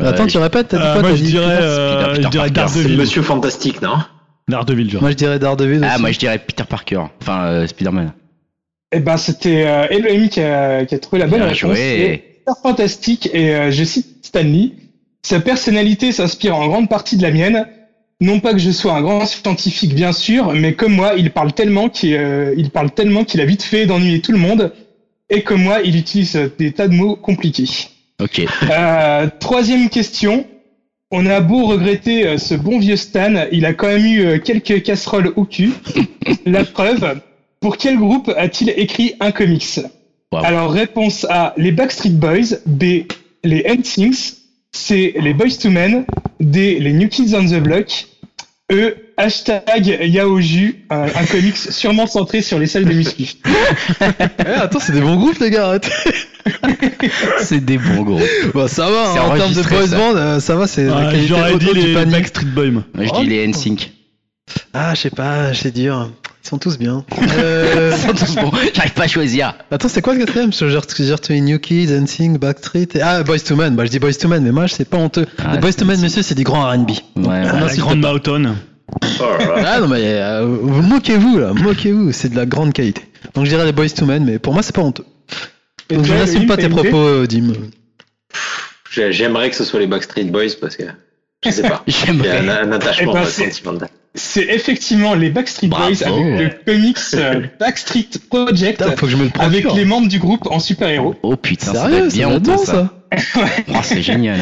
Attends, tu répètes, t'as dit Euh, quoi Moi, t'as je dit dirais, Peter euh, Peter je dirais Parker, C'est Daredevil. Monsieur Fantastique, non Daredevil, genre. Moi, je dirais Daredevil Ah, aussi. moi je dirais Peter Parker. Enfin, euh, Spider-Man. Eh ben, c'était euh, Elohim qui a, qui a trouvé la bonne Bien réponse. joué. C'est fantastique et euh, je cite Stanley. Sa personnalité s'inspire en grande partie de la mienne. Non pas que je sois un grand scientifique, bien sûr, mais comme moi, il parle tellement qu'il euh, il parle tellement qu'il a vite fait d'ennuyer tout le monde. Et comme moi, il utilise euh, des tas de mots compliqués. Ok. Euh, troisième question. On a beau regretter euh, ce bon vieux Stan, il a quand même eu euh, quelques casseroles au [laughs] cul. La preuve, pour quel groupe a-t-il écrit un comics Wow. Alors réponse A, les Backstreet Boys, B, les N-Things, C, les Boys to Men, D, les New Kids on the Block, E, hashtag Yaoju, un, un comics sûrement centré sur les salles de muscu. [laughs] Eh, attends, c'est des bons groupes, les gars, arrête. c'est des bons gros. Bon, ça va, C'est hein, en termes de enregistré, boys ça. band, euh, ça va, c'est la Ah, qualité J'aurais dit haute du les [laughs] panier. Backstreet Boys. moi. Moi je Oh. dis les NSYNC. Ah, je sais pas, c'est dur. Ils sont tous bien. [laughs] Euh, Ils sont tous bons. J'arrive pas à choisir. Attends, c'est quoi le quatrième Parce que J'ai ret- j'ai retenu New Kids, Dancing, Backstreet. et- Ah, Boys to Men. Bah, je dis Boys to Men, mais moi, c'est pas honteux. Ah, les Boys c'est- to Men, monsieur, c'est du grand RB. Ouais, Ah, ouais. non, la s'il te grande Mountain. Oh Ah non, mais euh, vous moquez-vous là, moquez-vous, c'est de la grande qualité. Donc je dirais les Boys to Men, mais pour moi, c'est pas honteux. Et Donc je toi, n'assume Elohim, pas t'as tes une idée propos, euh, Dim. [laughs] J'ai- J'aimerais que ce soit les Backstreet Boys parce que je sais pas. Il y a un, Euh, J'aimerais. un attachement Eh ben, c'est- sentimental. C'est effectivement les Backstreet Bravo. Boys avec le comics euh, Backstreet Project Putain, faut que je me le prenne. avec les membres du groupe en super-héros. Oh putain, ça doit Sérieux, être bien doit être honteux bon, ça. Oh, c'est [laughs] génial.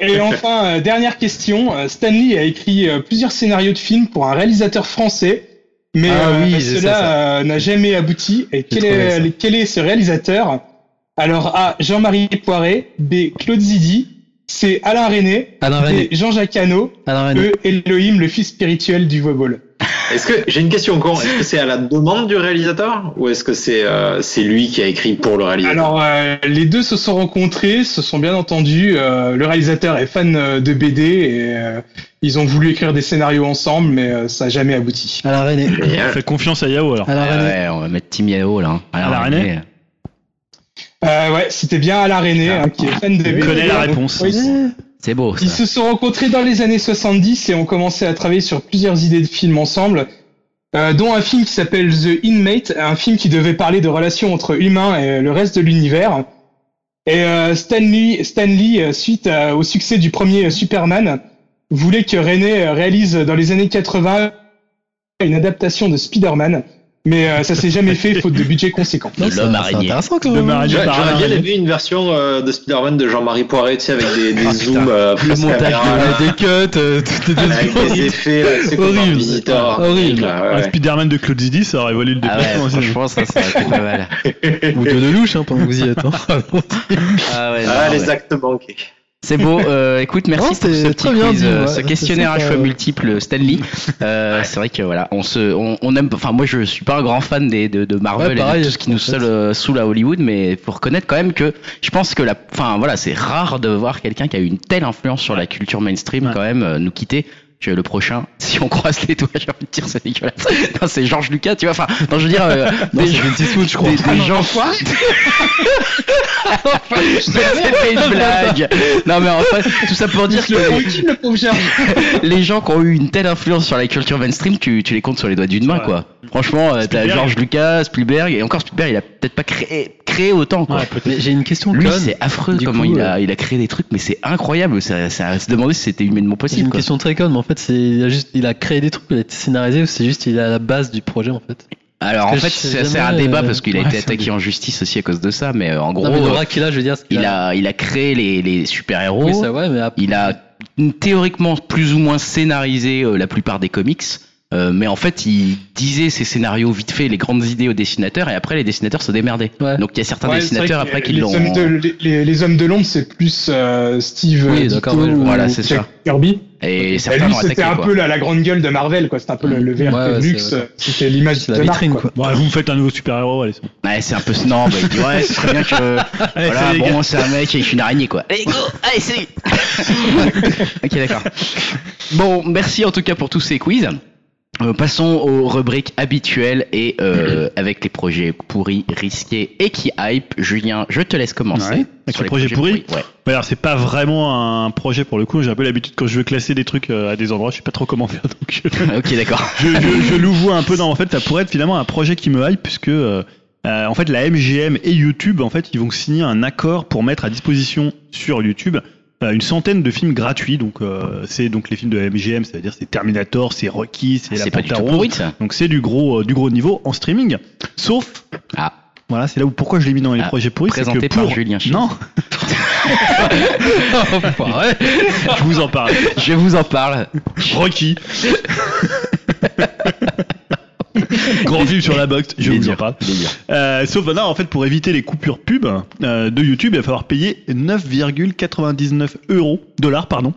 Et enfin, euh, dernière question. euh, Stanley a écrit euh, plusieurs scénarios de films pour un réalisateur français, mais Ah euh, oui, c'est cela ça, euh, n'a jamais abouti. Et quel trouvé est, ça. quel est ce réalisateur Alors A. Jean-Marie Poiret, B. Claude Zidi, C. Alain René, Alain D. René, Jean-Jacques Hano, Alain René. E. Elohim, le fils spirituel du Voibol. Est-ce que j'ai une question con Est-ce que c'est à la demande du réalisateur ou est-ce que c'est euh, c'est lui qui a écrit pour le réalisateur Alors, euh, les deux se sont rencontrés, se sont bien entendus. euh, le réalisateur est fan euh, de BD et euh, ils ont voulu écrire des scénarios ensemble, mais euh, ça n'a jamais abouti. Alain René. On fait confiance à Yao alors. Alain René. Ah Ouais, on va mettre Tim Yao là. hein. Alain René. René. Euh, ouais, c'était bien Alain René, hein, qui est fan de BD. connais la réponse. Donc, oui, C'est beau Ils ça. se sont rencontrés dans les années 70 et ont commencé à travailler sur plusieurs idées de films ensemble, euh, dont un film qui s'appelle The Inmate, un film qui devait parler de relations entre humains et le reste de l'univers. Et euh, Stanley, Stanley, euh, suite à- au succès du premier euh, Superman, voulait que René euh, réalise euh, dans les années 80 une adaptation de Spider-Man, mais euh, ça s'est jamais fait faute de budget conséquent. De l'homme C'est araignée. intéressant quand Le même. mariage J'a- par J'aurais Alain bien René. aimé une version euh, de Spider-Man de Jean-Marie Poiret, tu sais, avec des, des Ah, putain. zooms euh, Le face montage, caméra, de- là, des cuts, euh, toutes les Ah, deux avec secondes. des effets, là, [laughs] tu sais, comme dans Horrible. Visitor. Horrible. là, Un Ah, ouais. Spider-Man de Claude Zidi, ça aurait valu le Ah ouais, déplacement. aussi. franchement, ça, ça aurait été pas mal. [laughs] Ou de Lelouch, hein, pendant que vous y êtes. hein. Ah ouais, Ah, non, les ouais. actes manqués. C'est beau. Euh, écoute, merci Non, pour ce c'était petit très bien quiz, dit, euh, ouais. ce C'était questionnaire à sympa, choix ouais. multiples Stanley. Euh, C'est vrai que voilà, on se, on, on aime. Enfin, moi, je suis pas un grand fan des, de, de Marvel Ouais, et pareil, de tout ce qui en nous fait. seul euh, saoule à Hollywood, mais faut reconnaître quand même que je pense que la, enfin voilà, c'est rare de voir quelqu'un qui a eu une telle influence sur la culture mainstream Ouais. quand même euh, nous quitter. Que le prochain, [laughs] si on croise les doigts, [laughs] j'ai envie de dire c'est Nicolas. Non, c'est Georges Lucas, tu vois. Enfin, non, je veux dire euh, [laughs] Non, des, c'est Clint Eastwood, je crois. des- des gens quoi [laughs] C'était une blague. Non mais en fait, tout ça pour dire que les, Le pauvre Gérard. [laughs] les gens qui ont eu une telle influence sur la culture mainstream, tu, tu les comptes sur les doigts d'une main Ouais. quoi. Franchement, euh, t'as Spielberg. George Lucas, Spielberg et encore Spielberg, il a peut-être pas créé créé autant quoi. Ouais, peut-être. Mais J'ai une question Lui, conne. c'est affreux Du comment coup, euh, il a il a créé des trucs, mais c'est incroyable. Ça, ça, se demander si c'était humainement J'ai possible. une Quoi. question très conne, mais en fait, c'est il a juste, il a créé des trucs, il a été scénarisé ou c'est juste il est à la base du projet en fait. Alors en Parce fait, que je c'est sais c'est un jamais, débat euh, parce qu'il a ouais, été c'est attaqué vrai. en justice aussi à cause de ça, mais euh, en gros, non, mais euh, l'aura qu'il a, je veux dire, c'est qu'il il a il a créé les les super héros. Oui, ça, ouais, mais après- Il a théoriquement plus ou moins scénarisé euh, la plupart des comics, euh, mais en fait, il disait ses scénarios vite fait, les grandes idées aux dessinateurs, et après, les dessinateurs se démerdaient. Ouais. Donc, il y a certains Ouais, c'est dessinateurs vrai que après qui les l'ont. hommes de- les, les- les hommes de l'ombre, c'est plus euh, Steve Oui, euh, d'accord, Ditko ouais, ou voilà, c'est Jack ça. Kirby. Et Et certains Bah, lui, l'ont c'était attaqué. un quoi. peu la, la grande gueule de Marvel, quoi. C'était un peu le, le verre Ouais, de ouais, luxe. euh, c'est- C'était l'image c'est de la marque, vitrine quoi. Bon, vous me faites un nouveau super-héros, allez. c'est bon. Ouais, c'est un peu. Non, bah, il dit, ouais, ce serait bien que. [laughs] Allez, voilà, salut, les bon, c'est un mec avec une araignée, quoi. Allez, go Allez, salut [laughs] Ok, d'accord. Bon, merci en tout cas pour tous ces quiz. Euh, passons aux rubriques habituelles et euh, avec les projets pourris, risqués et qui hype. Julien, je te laisse commencer. Ouais, avec sur les projets pourris. ouais. Ouais, alors c'est pas vraiment un projet pour le coup. J'ai un peu l'habitude quand je veux classer des trucs euh, à des endroits, je sais pas trop comment faire. [laughs] Donc je, Ok, [laughs] d'accord. je, je, je louvoie un peu. Non, en fait, ça pourrait être finalement un projet qui me hype puisque euh, euh, en fait la MGM et YouTube en fait ils vont signer un accord pour mettre à disposition sur YouTube euh, une centaine de films gratuits. Donc euh, c'est donc les films de MGM, c'est-à-dire c'est Terminator, c'est Rocky, c'est la Ah, C'est pas du tout Panthère Rose. pourri, ça. Donc c'est du gros euh, du gros niveau en streaming. Sauf Ah. voilà, c'est là où pourquoi je l'ai mis dans les Ah, projets pourris, c'est que Présenté par pour Julien Chies. non, [laughs] [laughs] je vous en parle. Oh, Je vous en parle. Rocky. [laughs] Grand film sur la boxe, je Il est vous en dur, parle. il est dur. Euh, sauf que là, en fait, pour éviter les coupures pub euh, de YouTube, il va falloir payer 9,99 euros, dollars, pardon.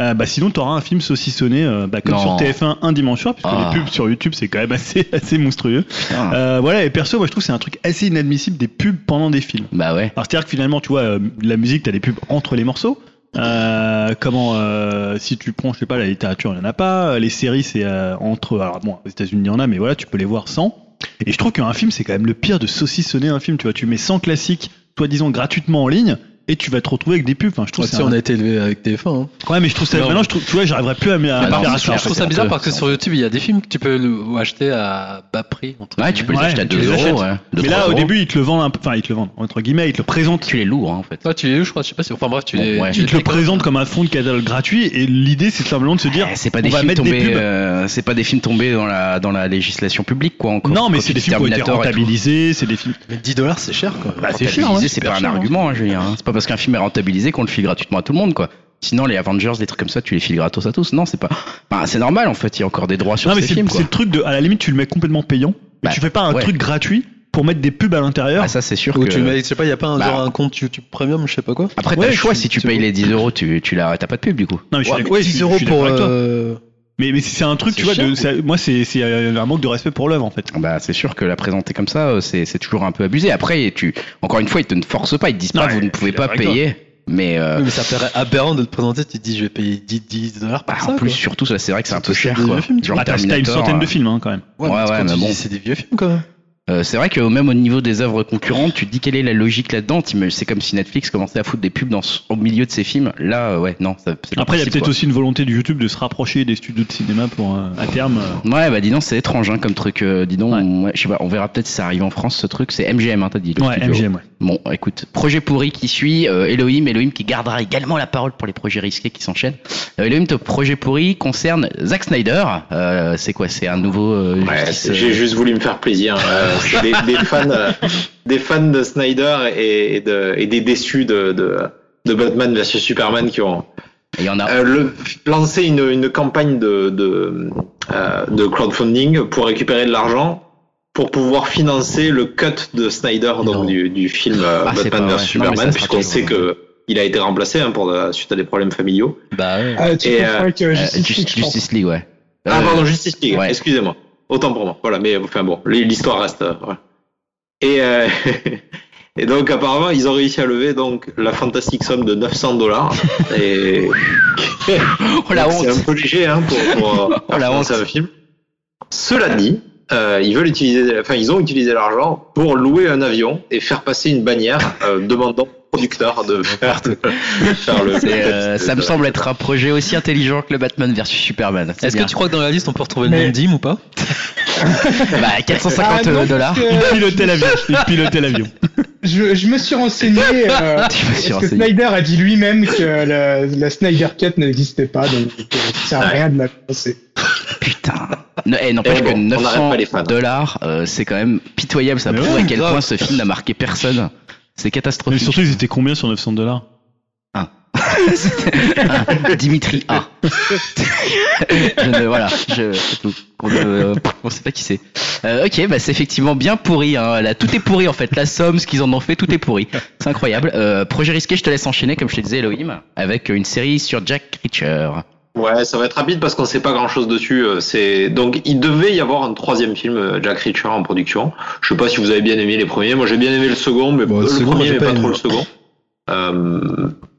Euh, bah, sinon, tu auras un film saucissonné, euh, bah, comme Non. sur TF1, un dimanche soir, puisque Ah. les pubs sur YouTube, c'est quand même assez, [laughs] assez monstrueux. Putain. Euh, voilà, et perso, moi, je trouve que c'est un truc assez inadmissible des pubs pendant des films. Bah ouais. Alors, c'est-à-dire que finalement, tu vois, euh, de la musique, t'as des pubs entre les morceaux. Euh, comment euh, si tu prends je sais pas la littérature il y en a pas les séries c'est euh, entre alors bon aux États-Unis il y en a mais voilà tu peux les voir sans et je trouve qu'un film c'est quand même le pire de saucissonner un film tu vois tu mets 100 classiques toi disons gratuitement en ligne et tu vas te retrouver avec des pubs enfin je trouve Ouais, ça si on a été élevé avec TF1. hein. ouais mais je trouve ça Non. maintenant je trouve tu vois j'arriverais plus à, me- à Mais par faire contre, à ça, je trouve ça c'est-à-dire bizarre que- parce que sur YouTube, il y a des films que tu peux le- acheter à bas prix. entre Ouais, tu peux les guillemets. Ouais, acheter à tu 2 les achètes. euros. ouais. Deux, mais trois là au euros. début ils te le vendent un peu enfin ils te le vendent entre guillemets ils te le présentent tu les loues hein, en fait. Ouais, tu les loues, je crois. Je sais pas si. Enfin bref, tu Bon, les. ouais. tu ils les te le découves. présentent comme un fond de catalogue gratuit et l'idée c'est simplement de se dire Eh, c'est pas des on va films mettre des tombés, pubs. euh, c'est pas des films tombés dans la dans la législation publique quoi encore. non mais Quand c'est des tu films qui ont été Terminator et tout. rentabilisés c'est des films Mais 10 dollars, c'est cher quoi. Bah, c'est cher, Rentabilisé, ouais, c'est c'est pas un cher, hein. argument, hein, je veux dire, hein. C'est pas parce qu'un film est rentabilisé qu'on le file gratuitement à tout le monde, quoi. Sinon, les Avengers, des trucs comme ça, tu les files gratos à tous. Non, c'est pas. Bah, c'est normal, en fait. Il y a encore des droits sur non mais ces c'est films, c'est quoi. le truc de à la limite tu le mets complètement payant mais Bah, tu fais pas un ouais. truc gratuit pour mettre des pubs à l'intérieur Ah, ça, c'est sûr Ou que. tu mets, je sais pas, il y a pas un, Bah. genre un compte YouTube Premium, je sais pas quoi. Après, t'as Ouais, le choix. je- Si tu c'est payes bon. les 10 euros, tu, tu l'arrêtes, t'as pas de pub, du coup. non mais je suis Ouais, d'accord- mais ouais, je 10 suis- euros je suis pour. d'accord avec toi. euh, Mais, mais c'est un truc, C'est tu vois, cher, de- ou- c'est- moi, c'est c'est, euh, un manque de respect pour l'œuvre, en fait. Bah, c'est sûr que la présenter comme ça, euh, c'est c'est toujours un peu abusé. Après, tu, encore une fois, ils te ne forcent pas. Ils te disent Non, pas, vous mais ne pouvez je suis pas d'accord avec payer. Mais, euh, Oui, mais ça paraît aberrant de te présenter, tu te dis je vais payer 10, 10 dollars bah, par ça. en plus, quoi. surtout, ça, c'est vrai que c'est un peu cher, Surtout, c'est des quoi. vieux films, tu Genre Bah, T'as t'as une Terminator, centaine de euh, films, hein, quand même. Ouais, ouais, mais quand tu bon. dis C'est des vieux films quand même. Euh, c'est vrai que même au niveau des œuvres concurrentes, tu te dis quelle est la logique là-dedans. T'im- C'est comme si Netflix commençait à foutre des pubs dans, ce- au milieu de ses films. Là, euh, ouais, non, ça- c'est le Après, il y a principe, peut-être quoi. aussi une volonté du YouTube de se rapprocher des studios de cinéma pour, euh, à terme. euh, Ouais, bah dis donc, c'est étrange hein, comme truc. euh, dis donc, Ouais. on- ouais, je sais pas, on verra peut-être si ça arrive en France ce truc. C'est MGM, hein, t'as dit. le Ouais, studio. MGM, ouais. Bon, écoute, projet pourri qui suit, euh, Elohim, Elohim qui gardera également la parole pour les projets risqués qui s'enchaînent. Euh, Elohim, ton projet pourri concerne Zack Snyder. Euh, c'est quoi C'est un nouveau. euh, Ouais, justice, c'est- j'ai euh, juste voulu me faire plaisir. Euh, des, des fans, euh, des fans de Snyder et, et de, et des déçus de, de, de Batman versus Superman qui ont Il y en a. euh, le- lancé une, une campagne de, de, euh, de crowdfunding pour récupérer de l'argent pour pouvoir financer le cut de Snyder Non. donc du, du film euh, Ah, c'est pas Batman vrai. versus Non, mais ça sera Superman puisqu'on toujours, sait que il a été remplacé hein, pour la- suite à des problèmes familiaux. Bah ouais. Ah, tu Et, confonds euh, avec euh, euh, Justice League, Justice, je pense. Justice League, ouais. Ah Euh, pardon, Justice League, ouais. excusez-moi. Autant pour moi. Voilà, mais enfin bon, l'histoire reste. euh, voilà. Et, euh, [laughs] et donc apparemment, ils ont réussi à lever donc la fantastique somme de 900 dollars. [laughs] Et Oh la honte Oh, c'est un peu léger hein, pour, [laughs] pour, pour la financer honte. un film. Cela dit, euh, ils veulent utiliser, enfin ils ont utilisé l'argent pour louer un avion et faire passer une bannière euh, demandant au producteur [laughs] de faire, de faire le. C'est, euh, le- ça me semble être un projet aussi intelligent que le Batman versus Superman. C'est Est-ce bien. que tu crois que dans la liste on peut retrouver le Mais- nom d'Im ou pas Bah, 450 Ah, non, parce dollars. [laughs] que Il pilotait l'avion. Il pilotait l'avion. Je, je me suis renseigné. euh, Tu vas sur Parce que renseigner. Snyder a dit lui-même que la, la Snyder Cut n'existait pas, donc euh, ça sert à rien de la penser. Putain. Non, eh, n'empêche Eh que bon, on n'arrête 900 pas les fans. dollars, euh, c'est quand même pitoyable. Ça Mais prouve ouais, à quel grave. point ce film n'a marqué personne. C'est Mais catastrophique. surtout, ils étaient combien sur 900 dollars [laughs] Dimitri A. Je ne- voilà, je, c'est tout. on, ne- on sait pas qui c'est. Euh, ok, bah c'est effectivement bien pourri. Hein. Là, tout est pourri en fait. La somme, ce qu'ils en ont fait, tout est pourri. C'est incroyable. Euh, projet risqué, je te laisse enchaîner, comme je te disais, Elohim, avec une série sur Jack Reacher. Ouais, ça va être rapide parce qu'on sait pas grand chose dessus. euh, C'est donc il devait y avoir un troisième film euh, Jack Reacher en production. Je sais pas si vous avez bien aimé les premiers. Moi j'ai bien aimé le second, mais Bon, le, le second, premier j'ai mais pas pas, aimé. trop le second. Euh,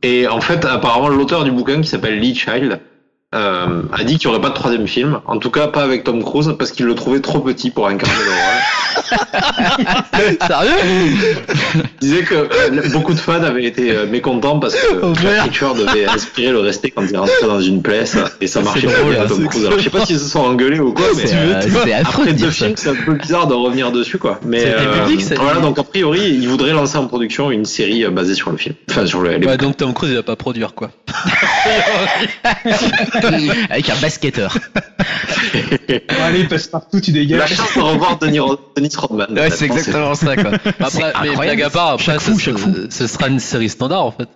et en fait, apparemment l'auteur du bouquin qui s'appelle Lee Child euh, a dit qu'il y aurait pas de troisième film. En tout cas, pas avec Tom Cruise parce qu'il le trouvait trop petit pour incarner le rôle. Sérieux Il disait que euh, beaucoup de fans avaient été euh, mécontents parce que Oh, Jack Reacher devait inspirer le respect quand il rentrait dans une place et ça marchait pas drôle, bien à Tom c'est Cruise. Alors, je sais pas s'ils se sont engueulés ou quoi, mais C'est euh, c'est affreux de après deux dire ça. films, c'est un peu bizarre de revenir dessus, quoi. Mais euh, C'était public, ça, voilà, dit. donc a priori, ils voudraient lancer en production une série euh, basée sur le film, enfin sur le. les- Ouais, donc Tom Cruise il va pas produire quoi. [laughs] avec un basketteur. Bon, allez, passe partout, tu La dégages. chance de revoir Denis, Ro- Denis Rodman. Ouais, en fait, c'est hein, exactement ça quoi. C'est Après, mais incroyable. blague à part, après, Chaque ça- fou, chaque ça- fou. ce sera une série standard en fait.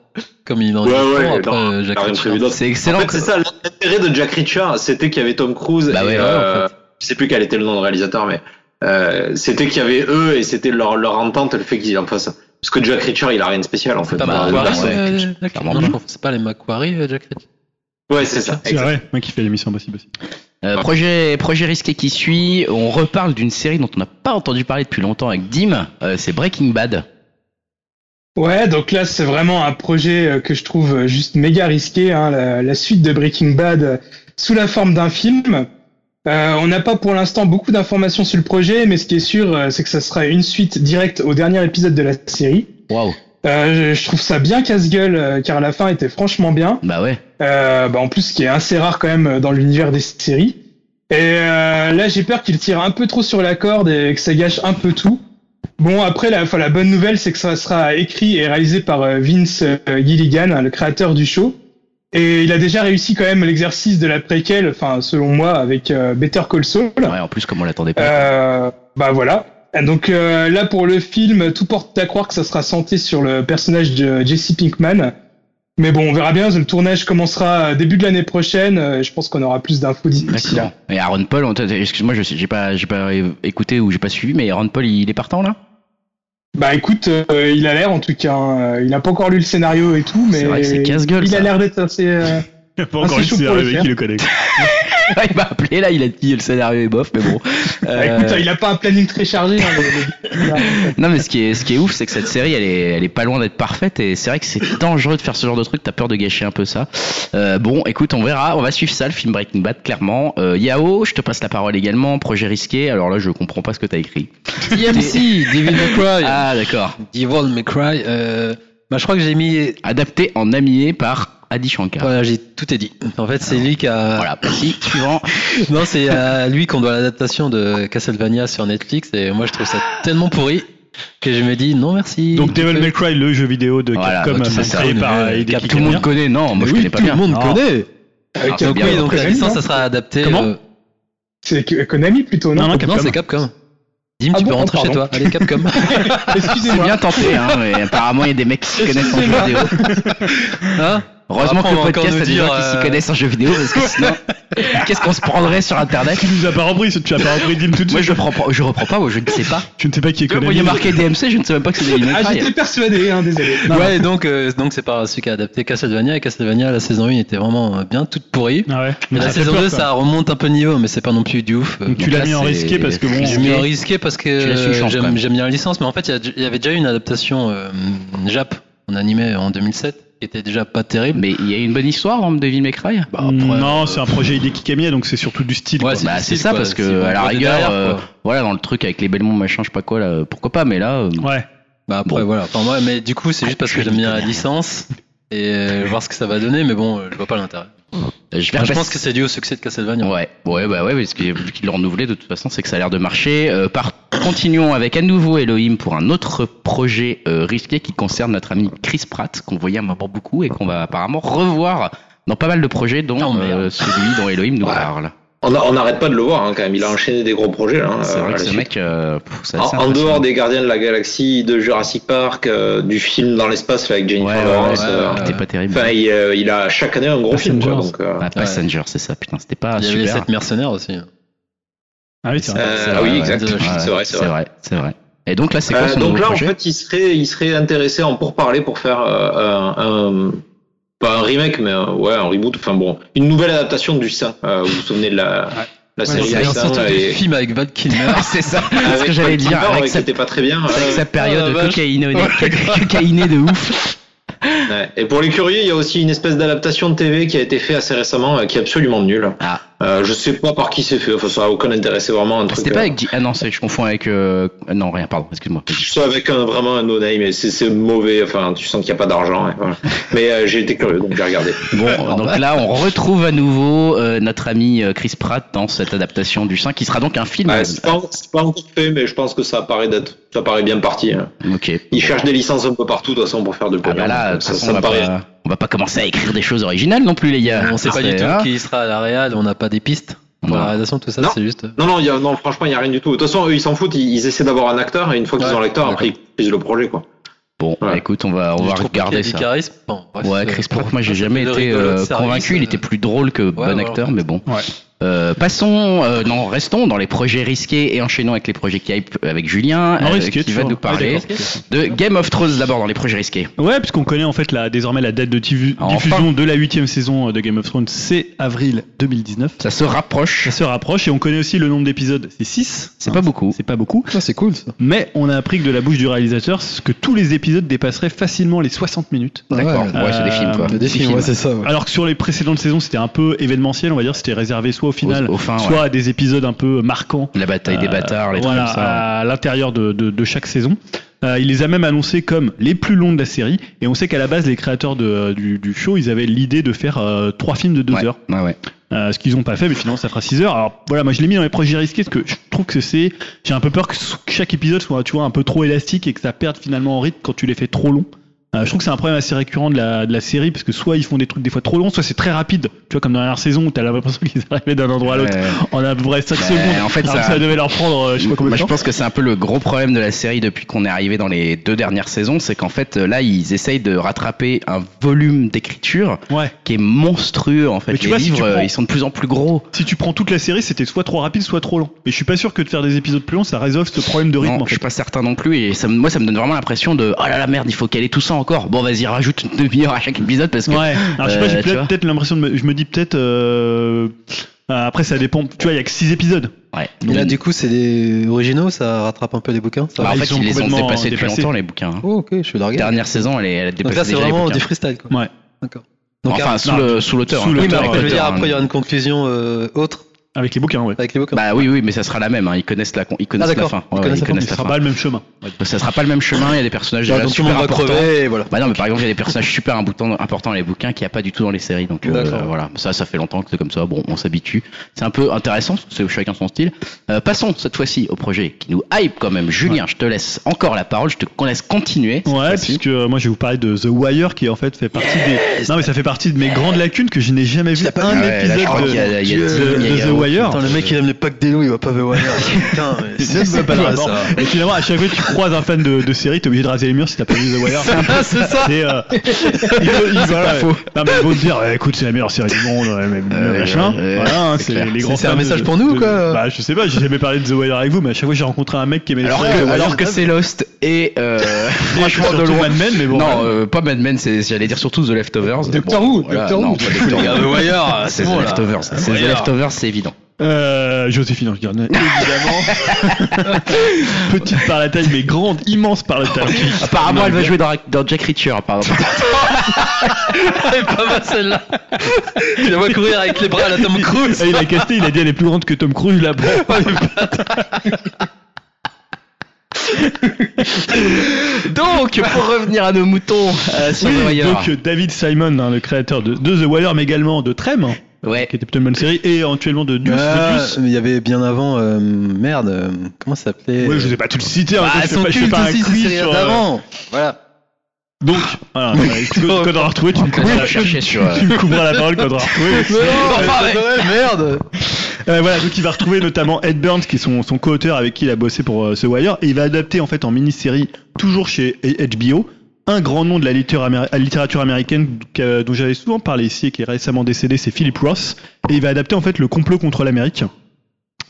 Comme il en Ouais, dit ouais, après non, euh, T'as Jack rien prévu Reacher. d'autre. C'est En excellent. fait, c'est ça, l'intérêt de Jack Reacher, c'était qu'il y avait Tom Cruise Bah et, ouais, ouais, euh, en je sais plus quel était le nom de réalisateur, mais euh, c'était qu'il y avait eux et c'était leur, leur entente, le fait qu'ils en fassent. Parce que Jack Reacher, il a rien de spécial en fait. Pas Bah, Macquarie, ouais, euh, Jack- Jack- clairement non, je pas. confonds- c'est pas les Macquarie, euh, Jack Reacher. Ouais, c'est ça. C'est vrai, moi qui fais l'émission Impossible aussi. Euh, projet, projet risqué qui suit. On reparle d'une série dont on n'a pas entendu parler depuis longtemps avec Dim. euh, c'est Breaking Bad. Ouais, donc là c'est vraiment un projet euh, que je trouve euh, juste méga risqué, hein, la, la suite de Breaking Bad euh, sous la forme d'un film. Euh, on n'a pas pour l'instant beaucoup d'informations sur le projet, mais ce qui est sûr, euh, c'est que ça sera une suite directe au dernier épisode de la série. Waouh. Euh, je, je trouve ça bien casse-gueule, euh, car la fin était franchement bien. Bah ouais. Euh, bah en plus, ce qui est assez rare quand même euh, dans l'univers des séries. Et euh, là, j'ai peur qu'il tire un peu trop sur la corde et que ça gâche un peu tout. Bon, après, la, enfin, la bonne nouvelle, c'est que ça sera écrit et réalisé par euh, Vince euh, Gilligan, hein, le créateur du show. Et il a déjà réussi quand même l'exercice de la préquelle, enfin, selon moi, avec euh, Better Call Saul. Ouais, en plus, comme on l'attendait pas. Euh, bah voilà. Donc euh, là pour le film, tout porte à croire que ça sera centré sur le personnage de Jesse Pinkman. Mais bon, on verra bien. Le tournage commencera euh, début de l'année prochaine. Euh, Je pense qu'on aura plus d'infos d'ici D'accord. là. Et Aaron Paul, on t'a- excuse-moi, je sais- j'ai pas, j'ai pas écouté ou j'ai pas suivi, mais Aaron Paul, il est partant [laughs] là Bah écoute, euh, il a l'air en tout cas. hein, euh, il a pas encore lu le scénario et tout, mais C'est vrai que c'est casse-gueule, il ça. a l'air d'être assez. euh, Pas Ah, encore c'est une chaud série pour le avec faire. qui le connaît. Ah, Il m'a appelé là, il a dit le scénario est bof, mais bon. bah, Euh, écoute, il a pas un planning très chargé. hein, le- le- non mais ce qui est, ce qui est ouf, c'est que cette série, elle est, elle est pas loin d'être parfaite et c'est vrai que c'est dangereux de faire ce genre de truc. T'as peur de gâcher un peu ça. Euh, bon, écoute, on verra, on va suivre ça, le film Breaking Bad, clairement. Euh, Yao, je te passe la parole également. Projet risqué. Alors là, je comprends pas ce que t'as écrit. DMC, Devil May [laughs] Cry. Ah d'accord. Devil May Cry. euh, bah, je crois que j'ai mis. Adapté en aminé par Adi Shankar. Voilà, j'ai tout est dit. En fait, c'est lui qui a. Voilà, merci. Suivant. Non, c'est à lui qu'on doit l'adaptation de Castlevania sur Netflix. Et moi, je trouve ça tellement pourri que je me dis non merci. Donc Devil May Cry, le jeu vidéo de Voilà, Capcom, donc c'est euh, hein. Ah. ça. créé par Euh, Hideki Tout Capcom, le Kamiya. monde connaît. Non, moi je Oui, connais pas tout bien. le monde Non. connaît. Euh, Ah, Capcom, bien, Oui, donc la Konami, licence, non ça sera adapté. Comment euh, C'est que- Konami plutôt, non, Non, non, Non, Capcom. c'est Capcom. Dim, Ah tu bon, peux rentrer oh, chez toi. [laughs] Allez, Capcom. C'est Excusez-moi. bien tenté, hein, mais apparemment il y a des [laughs] mecs qui se connaissent en jeux vidéo. Hein Heureusement Après, que on le va encore podcast nous a des dire, gens qui s'y euh, connaissent en jeux vidéo, parce que [laughs] sinon, qu'est-ce qu'on se prendrait sur internet Tu nous as pas repris, tu as pas repris Dim tout de Moi suite. je, reprends, pas- je reprends pas, moi je ne sais pas. Tu ne sais pas qui est Moi il y Konami. a marqué DMC, je ne sais même pas que c'est des Ah, May j'étais Cry. persuadé, hein, désolé. ouais, et donc euh, donc c'est par celui qui a adapté Castlevania et Castlevania la saison 1 était vraiment euh, bien toute pourrie. Ah ouais. Mais Ça la fait saison peur, 2 quoi. ça remonte un peu de niveau mais c'est pas non plus du ouf. Euh, Donc tu donc l'as là, mis en c'est- risqué parce que Je bon. mets en risqué parce que Tu laisses une euh, chance, quand même. j'aime j'aime bien la licence mais en fait il y a- il y, avait déjà une adaptation euh, Jap en animé en 2007 qui était déjà pas terrible. Mais il y a une bonne histoire dans Devil May Cry Bah, après, hmm, Non, c'est un projet Hideki Kamiya, donc c'est surtout du style. Ouais, quoi. c'est Bah, c'est difficile, ça, quoi. parce C'est que à la vraiment rigueur, derrière, euh, quoi. voilà, dans le truc avec les Belmont, machin, je sais pas quoi, là, euh, pourquoi pas, mais là, euh, Ouais. Bah après Bon. voilà. Enfin, moi, mais du coup c'est juste parce que j'aime bien la Connais rien. licence et euh, voir ce que ça va donner mais bon euh, je vois pas l'intérêt. Bah, je vais Enfin, je repasser- pense que c'est dû au succès de Castlevania. Ah, Ouais, ouais, bah ouais, parce que vu qu'ils l'ont renouvelé, de toute façon, c'est que ça a l'air de marcher. Euh, par... Continuons avec à nouveau Elohim pour un autre projet euh, risqué qui concerne notre ami Chris Pratt, qu'on voyait à un moment beaucoup et qu'on va apparemment revoir dans pas mal de projets, dont Oh, merde. euh, celui dont Elohim nous hein. Ouais. parle. On a- on n'arrête pas de le voir hein, quand même. Il a enchaîné des gros projets. là, hein, c'est à vrai la que ce suite. mec, euh, pff, c'est En, assez en impressionnant. dehors des Gardiens de la Galaxie, de Jurassic Park, euh, du film dans l'espace là, avec Ouais, Jennifer ouais, ouais, Lawrence. ouais, euh, c'était pas terrible. Enfin, il, euh, il a chaque année un gros film. quoi, Passengers. donc, euh, Ah, Passenger, c'est ça, putain, c'était pas Il y avait les super. 7 mercenaires aussi. Ah oui, c'est vrai. Euh, C'est ah vrai, oui, ouais. exact. Ouais, c'est vrai, c'est vrai. c'est vrai. Et donc là, c'est quoi Euh, son donc nouveau là, projet en fait, il serait, il serait intéressé en pourparler pour faire euh, un, un- pas un remake, mais un- ouais, un reboot. Enfin bon, une nouvelle adaptation du Saint. euh, vous vous souvenez de la, la Ouais, série Il y a du un Saint, surtout là, des et- films avec Val Kilmer. Ouais, [laughs] c'est ça, c'est ce avec que j'allais Val dire. Kilmer, Avec ouais, qui sa, était pas très bien. euh, avec sa période Ah, la vache. cocaïno- cocaïnée de ouf. Ouais. Et pour les curieux, il y a aussi une espèce d'adaptation de TV qui a été faite assez récemment, euh, qui est absolument nulle. Ah. Euh, je sais pas par qui c'est fait. Enfin, ça a aucun intérêt. C'est vraiment un truc. C'était pas euh, avec. G- Ah non, c'est- je confonds avec. euh, Non, rien, pardon, excuse-moi. C'est avec un, vraiment un no-name, et c'est c'est mauvais, enfin tu sens qu'il n'y a pas d'argent. et [laughs] voilà. Mais euh, j'ai été curieux, donc j'ai regardé. Bon, [laughs] euh, donc là, on retrouve à nouveau euh, notre ami euh, Chris Pratt dans cette adaptation du sein qui sera donc un film. Ouais, c'est pas, c'est pas encore fait, mais je pense que ça paraît d'être, ça paraît bien parti. hein. Euh, ok. Ils cherchent des licences un peu partout de toute façon pour faire de Ah bah là, de toute ça, façon, ça on, va me paraît. pas, on va pas commencer à écrire des choses originales non plus, les gars. [laughs] on sait pas C'est- du tout hein. qui sera à la Real, on n'a pas des pistes pour Non. la réalisation, tout ça, Non. c'est juste. euh, Non, non, il y a, non, franchement, il n'y a rien du tout. De toute façon, eux, ils s'en foutent, ils, ils essaient d'avoir un acteur, et une fois qu'ils Ouais, ont l'acteur, après, ils prise le projet, quoi. Bon, bah, Ouais. écoute, on va, on va regarder ça. Ouais, Chris Pratt, moi j'ai jamais été euh, convaincu. Il était plus drôle que bon ouais, acteur, en fait. mais bon. Ouais. Euh, passons, euh, non, restons dans les projets risqués et enchaînons avec les projets qui hype avec Julien, Non, euh, risqué, qui tu va vois. nous Ouais, parler d'accord. de Game of Thrones d'abord dans les projets risqués. Ouais, puisqu'on connaît en fait la, désormais la date de tivu- Enfin. diffusion de la huitième saison de Game of Thrones, c'est avril 2019. Ça se rapproche, Ça se rapproche et on connaît aussi le nombre d'épisodes, c'est 6. c'est pas beaucoup. C'est pas beaucoup. Ah, c'est cool ça. Mais on a appris que de la bouche du réalisateur que tous les épisodes dépasseraient facilement les 60 minutes. Ah ouais. D'accord, ouais, c'est des films quoi. Il y a des Six films, ouais, films. c'est ça. ouais. Alors que sur les précédentes saisons, c'était un peu événementiel, on va dire, c'était réservé soit au final, Au- au fin, soit à des épisodes un peu marquants. La bataille des Euh, bâtards, les voilà, trucs comme ça. à l'intérieur de, de- de chaque saison. Euh, il les a même annoncés comme les plus longs de la série. Et on sait qu'à la base, les créateurs de- du, du show, ils avaient l'idée de faire euh, trois films de deux Ouais, heures. ouais, ouais. Euh, ce qu'ils n'ont pas fait, mais finalement, ça fera six heures. Alors voilà, moi, je l'ai mis dans les projets risqués parce que je trouve que c'est. J'ai un peu peur que s- que chaque épisode soit, tu vois, un peu trop élastique et que ça perde finalement en rythme quand tu les fais trop longs. Euh, je trouve que c'est un problème assez récurrent de la, de la série parce que soit ils font des trucs des fois trop longs, soit c'est très rapide. Tu vois, comme dans la dernière saison où t'as l'impression [laughs] qu'ils arrivaient d'un endroit à l'autre Ouais. en à peu près 5 Ouais, secondes. en fait, alors ça- que ça devait leur prendre, euh, je sais pas combien Moi, de je temps. pense que c'est un peu le gros problème de la série depuis qu'on est arrivé dans les deux dernières saisons, c'est qu'en fait là ils essayent de rattraper un volume d'écriture Ouais. qui est monstrueux en fait. Mais tu les vois, si livres tu prends- euh, ils sont de plus en plus gros. Si tu prends toute la série, c'était soit trop rapide, soit trop lent. Et je suis pas sûr que de faire des épisodes plus longs, ça résolve ce problème de rythme. Non, en je suis fait. pas certain non plus et ça, me- moi ça me donne vraiment l'impression de oh là là merde il faut caler tout ça encore. Bon vas-y rajoute une demi-heure à chaque épisode parce que Ouais. Alors je sais Euh, pas, tu vois. j'ai peut-être peut-être l'impression de, me- je me dis peut-être. euh, euh, Après, ça dépend. Tu vois, il y a que 6 épisodes. Ouais. Et là, du coup, c'est des originaux, ça rattrape un peu les bouquins. Ça Bah, en ils fait sont ils les ont complètement dépassés depuis dépassés. longtemps les bouquins. hein. Oh, ok, je suis largué. Dernière saison elle, est- elle a Donc dépassé là, c'est déjà les vraiment bouquins. du freestyle. Quoi. Ouais. D'accord. Donc, Enfin ah, sous le- sous l'auteur. sous hein, oui, mais l'auteur, après, je veux dire, l'auteur, après, il y hein. aura une conclusion euh, autre Avec les bouquins, ouais. avec les bouquins. Bah oui oui mais ça sera la même. hein. Ils connaissent la con- ils connaissent la d'accord. fin. Ouais, Ils ouais, connaissent ils la fin, connaissent Ce la sera fin. pas le même chemin. ça sera pas le même chemin, il y a des personnages Bah, déjà donc, tout le super monde va importants. crever, et voilà. Bah non, mais par exemple, il y a des personnages super importants importants dans les bouquins qu'il n'y a pas du tout dans les séries. Donc euh, D'accord. voilà, ça, ça fait longtemps que c'est comme ça. Bon, on s'habitue. C'est un peu intéressant, parce que c'est chacun son style. Euh, passons cette fois-ci au projet qui nous hype quand même. Julien, je te laisse encore la parole, je te qu'on laisse continuer. cette Ouais, fois-ci. puisque euh, moi je vais vous parler de The Wire qui en fait fait partie des. Non, mais ça fait partie de mes grandes lacunes que je n'ai jamais vu. l'as pas un vu. Ah Ouais, là, je crois épisode qu'il y a- il y a- de- il y a- de- il y de a- The Wire. Attends, le mec, il aime les packs d'Elo, il va pas me voir. [laughs] Putain, [laughs] mais C'est c'est pas quoi, le rapport. ça Et finalement, à chaque fois que tu croises un fan de, de série, t'es obligé de raser les murs si t'as pas vu The Wire. Ah, c'est ça. [laughs] C'est euh, il faut- il- voilà, ouais. Non, mais ils vont te dire, eh, écoute, c'est la meilleure série du monde, ouais, mais- mais ouais, machin. ouais, Voilà, hein, c'est c'est clair. les grands c'est un fans message de- pour nous, de- quoi. Bah, je sais pas, j'ai jamais parlé de The Wire avec vous, mais à chaque fois j'ai rencontré un mec qui aimait. Alors The que, Wire. alors que c'est Lost et [laughs] euh, franchement de Surtout loin. Mad Men, mais bon. non, euh, pas Mad Men, c'est- j'allais dire surtout The Leftovers. Doctor Who, Doctor non, Who. pas Doctor Who. [laughs] [laughs] Wire, Ah, C'est The Leftovers, c'est The Leftovers, c'est évident. Euh, Joséphine Angernet, évidemment. [laughs] Petite par la taille, mais grande, immense par la taille. Apparemment, elle va jouer dans, dans Jack Reacher, apparemment. pas mal Ah, bah, celle-là. [laughs] Ah, Je la vois courir avec les bras à la [laughs] Tom Cruise. Et il a casté, il a dit elle est plus grande que Tom Cruise [laughs] là-bas. Donc, pour revenir à nos moutons euh, sur Oui, The Wire. donc euh, David Simon, hein, le créateur de, de The Wire, mais également de Trem, hein, ouais. qui était plutôt une bonne série, et éventuellement de Deuce. Euh, de Deuce. Il y avait bien avant, euh, merde, euh, comment ça s'appelait Ouais, je sais pas tout le citer, hein, Ah, elles donc je fais sont pas- je fais cultes pas un aussi, ces quiz séries sur, euh, d'avant. Voilà. Donc, voilà, ouais, tu- quand on aura retrouvé, tu me On va couperas, chercher sur. euh, tu me couperas la parole quand on aura retrouvé. Oh, merde Euh, voilà, donc il va retrouver notamment Ed Burns, qui est son, son co-auteur avec qui il a bossé pour euh, The Wire, et il va adapter en fait en mini-série, toujours chez HBO, un grand nom de la littérature, améri- la littérature américaine qu'a- dont j'avais souvent parlé ici et qui est récemment décédé, c'est Philip Ross, et il va adapter en fait le complot contre l'Amérique.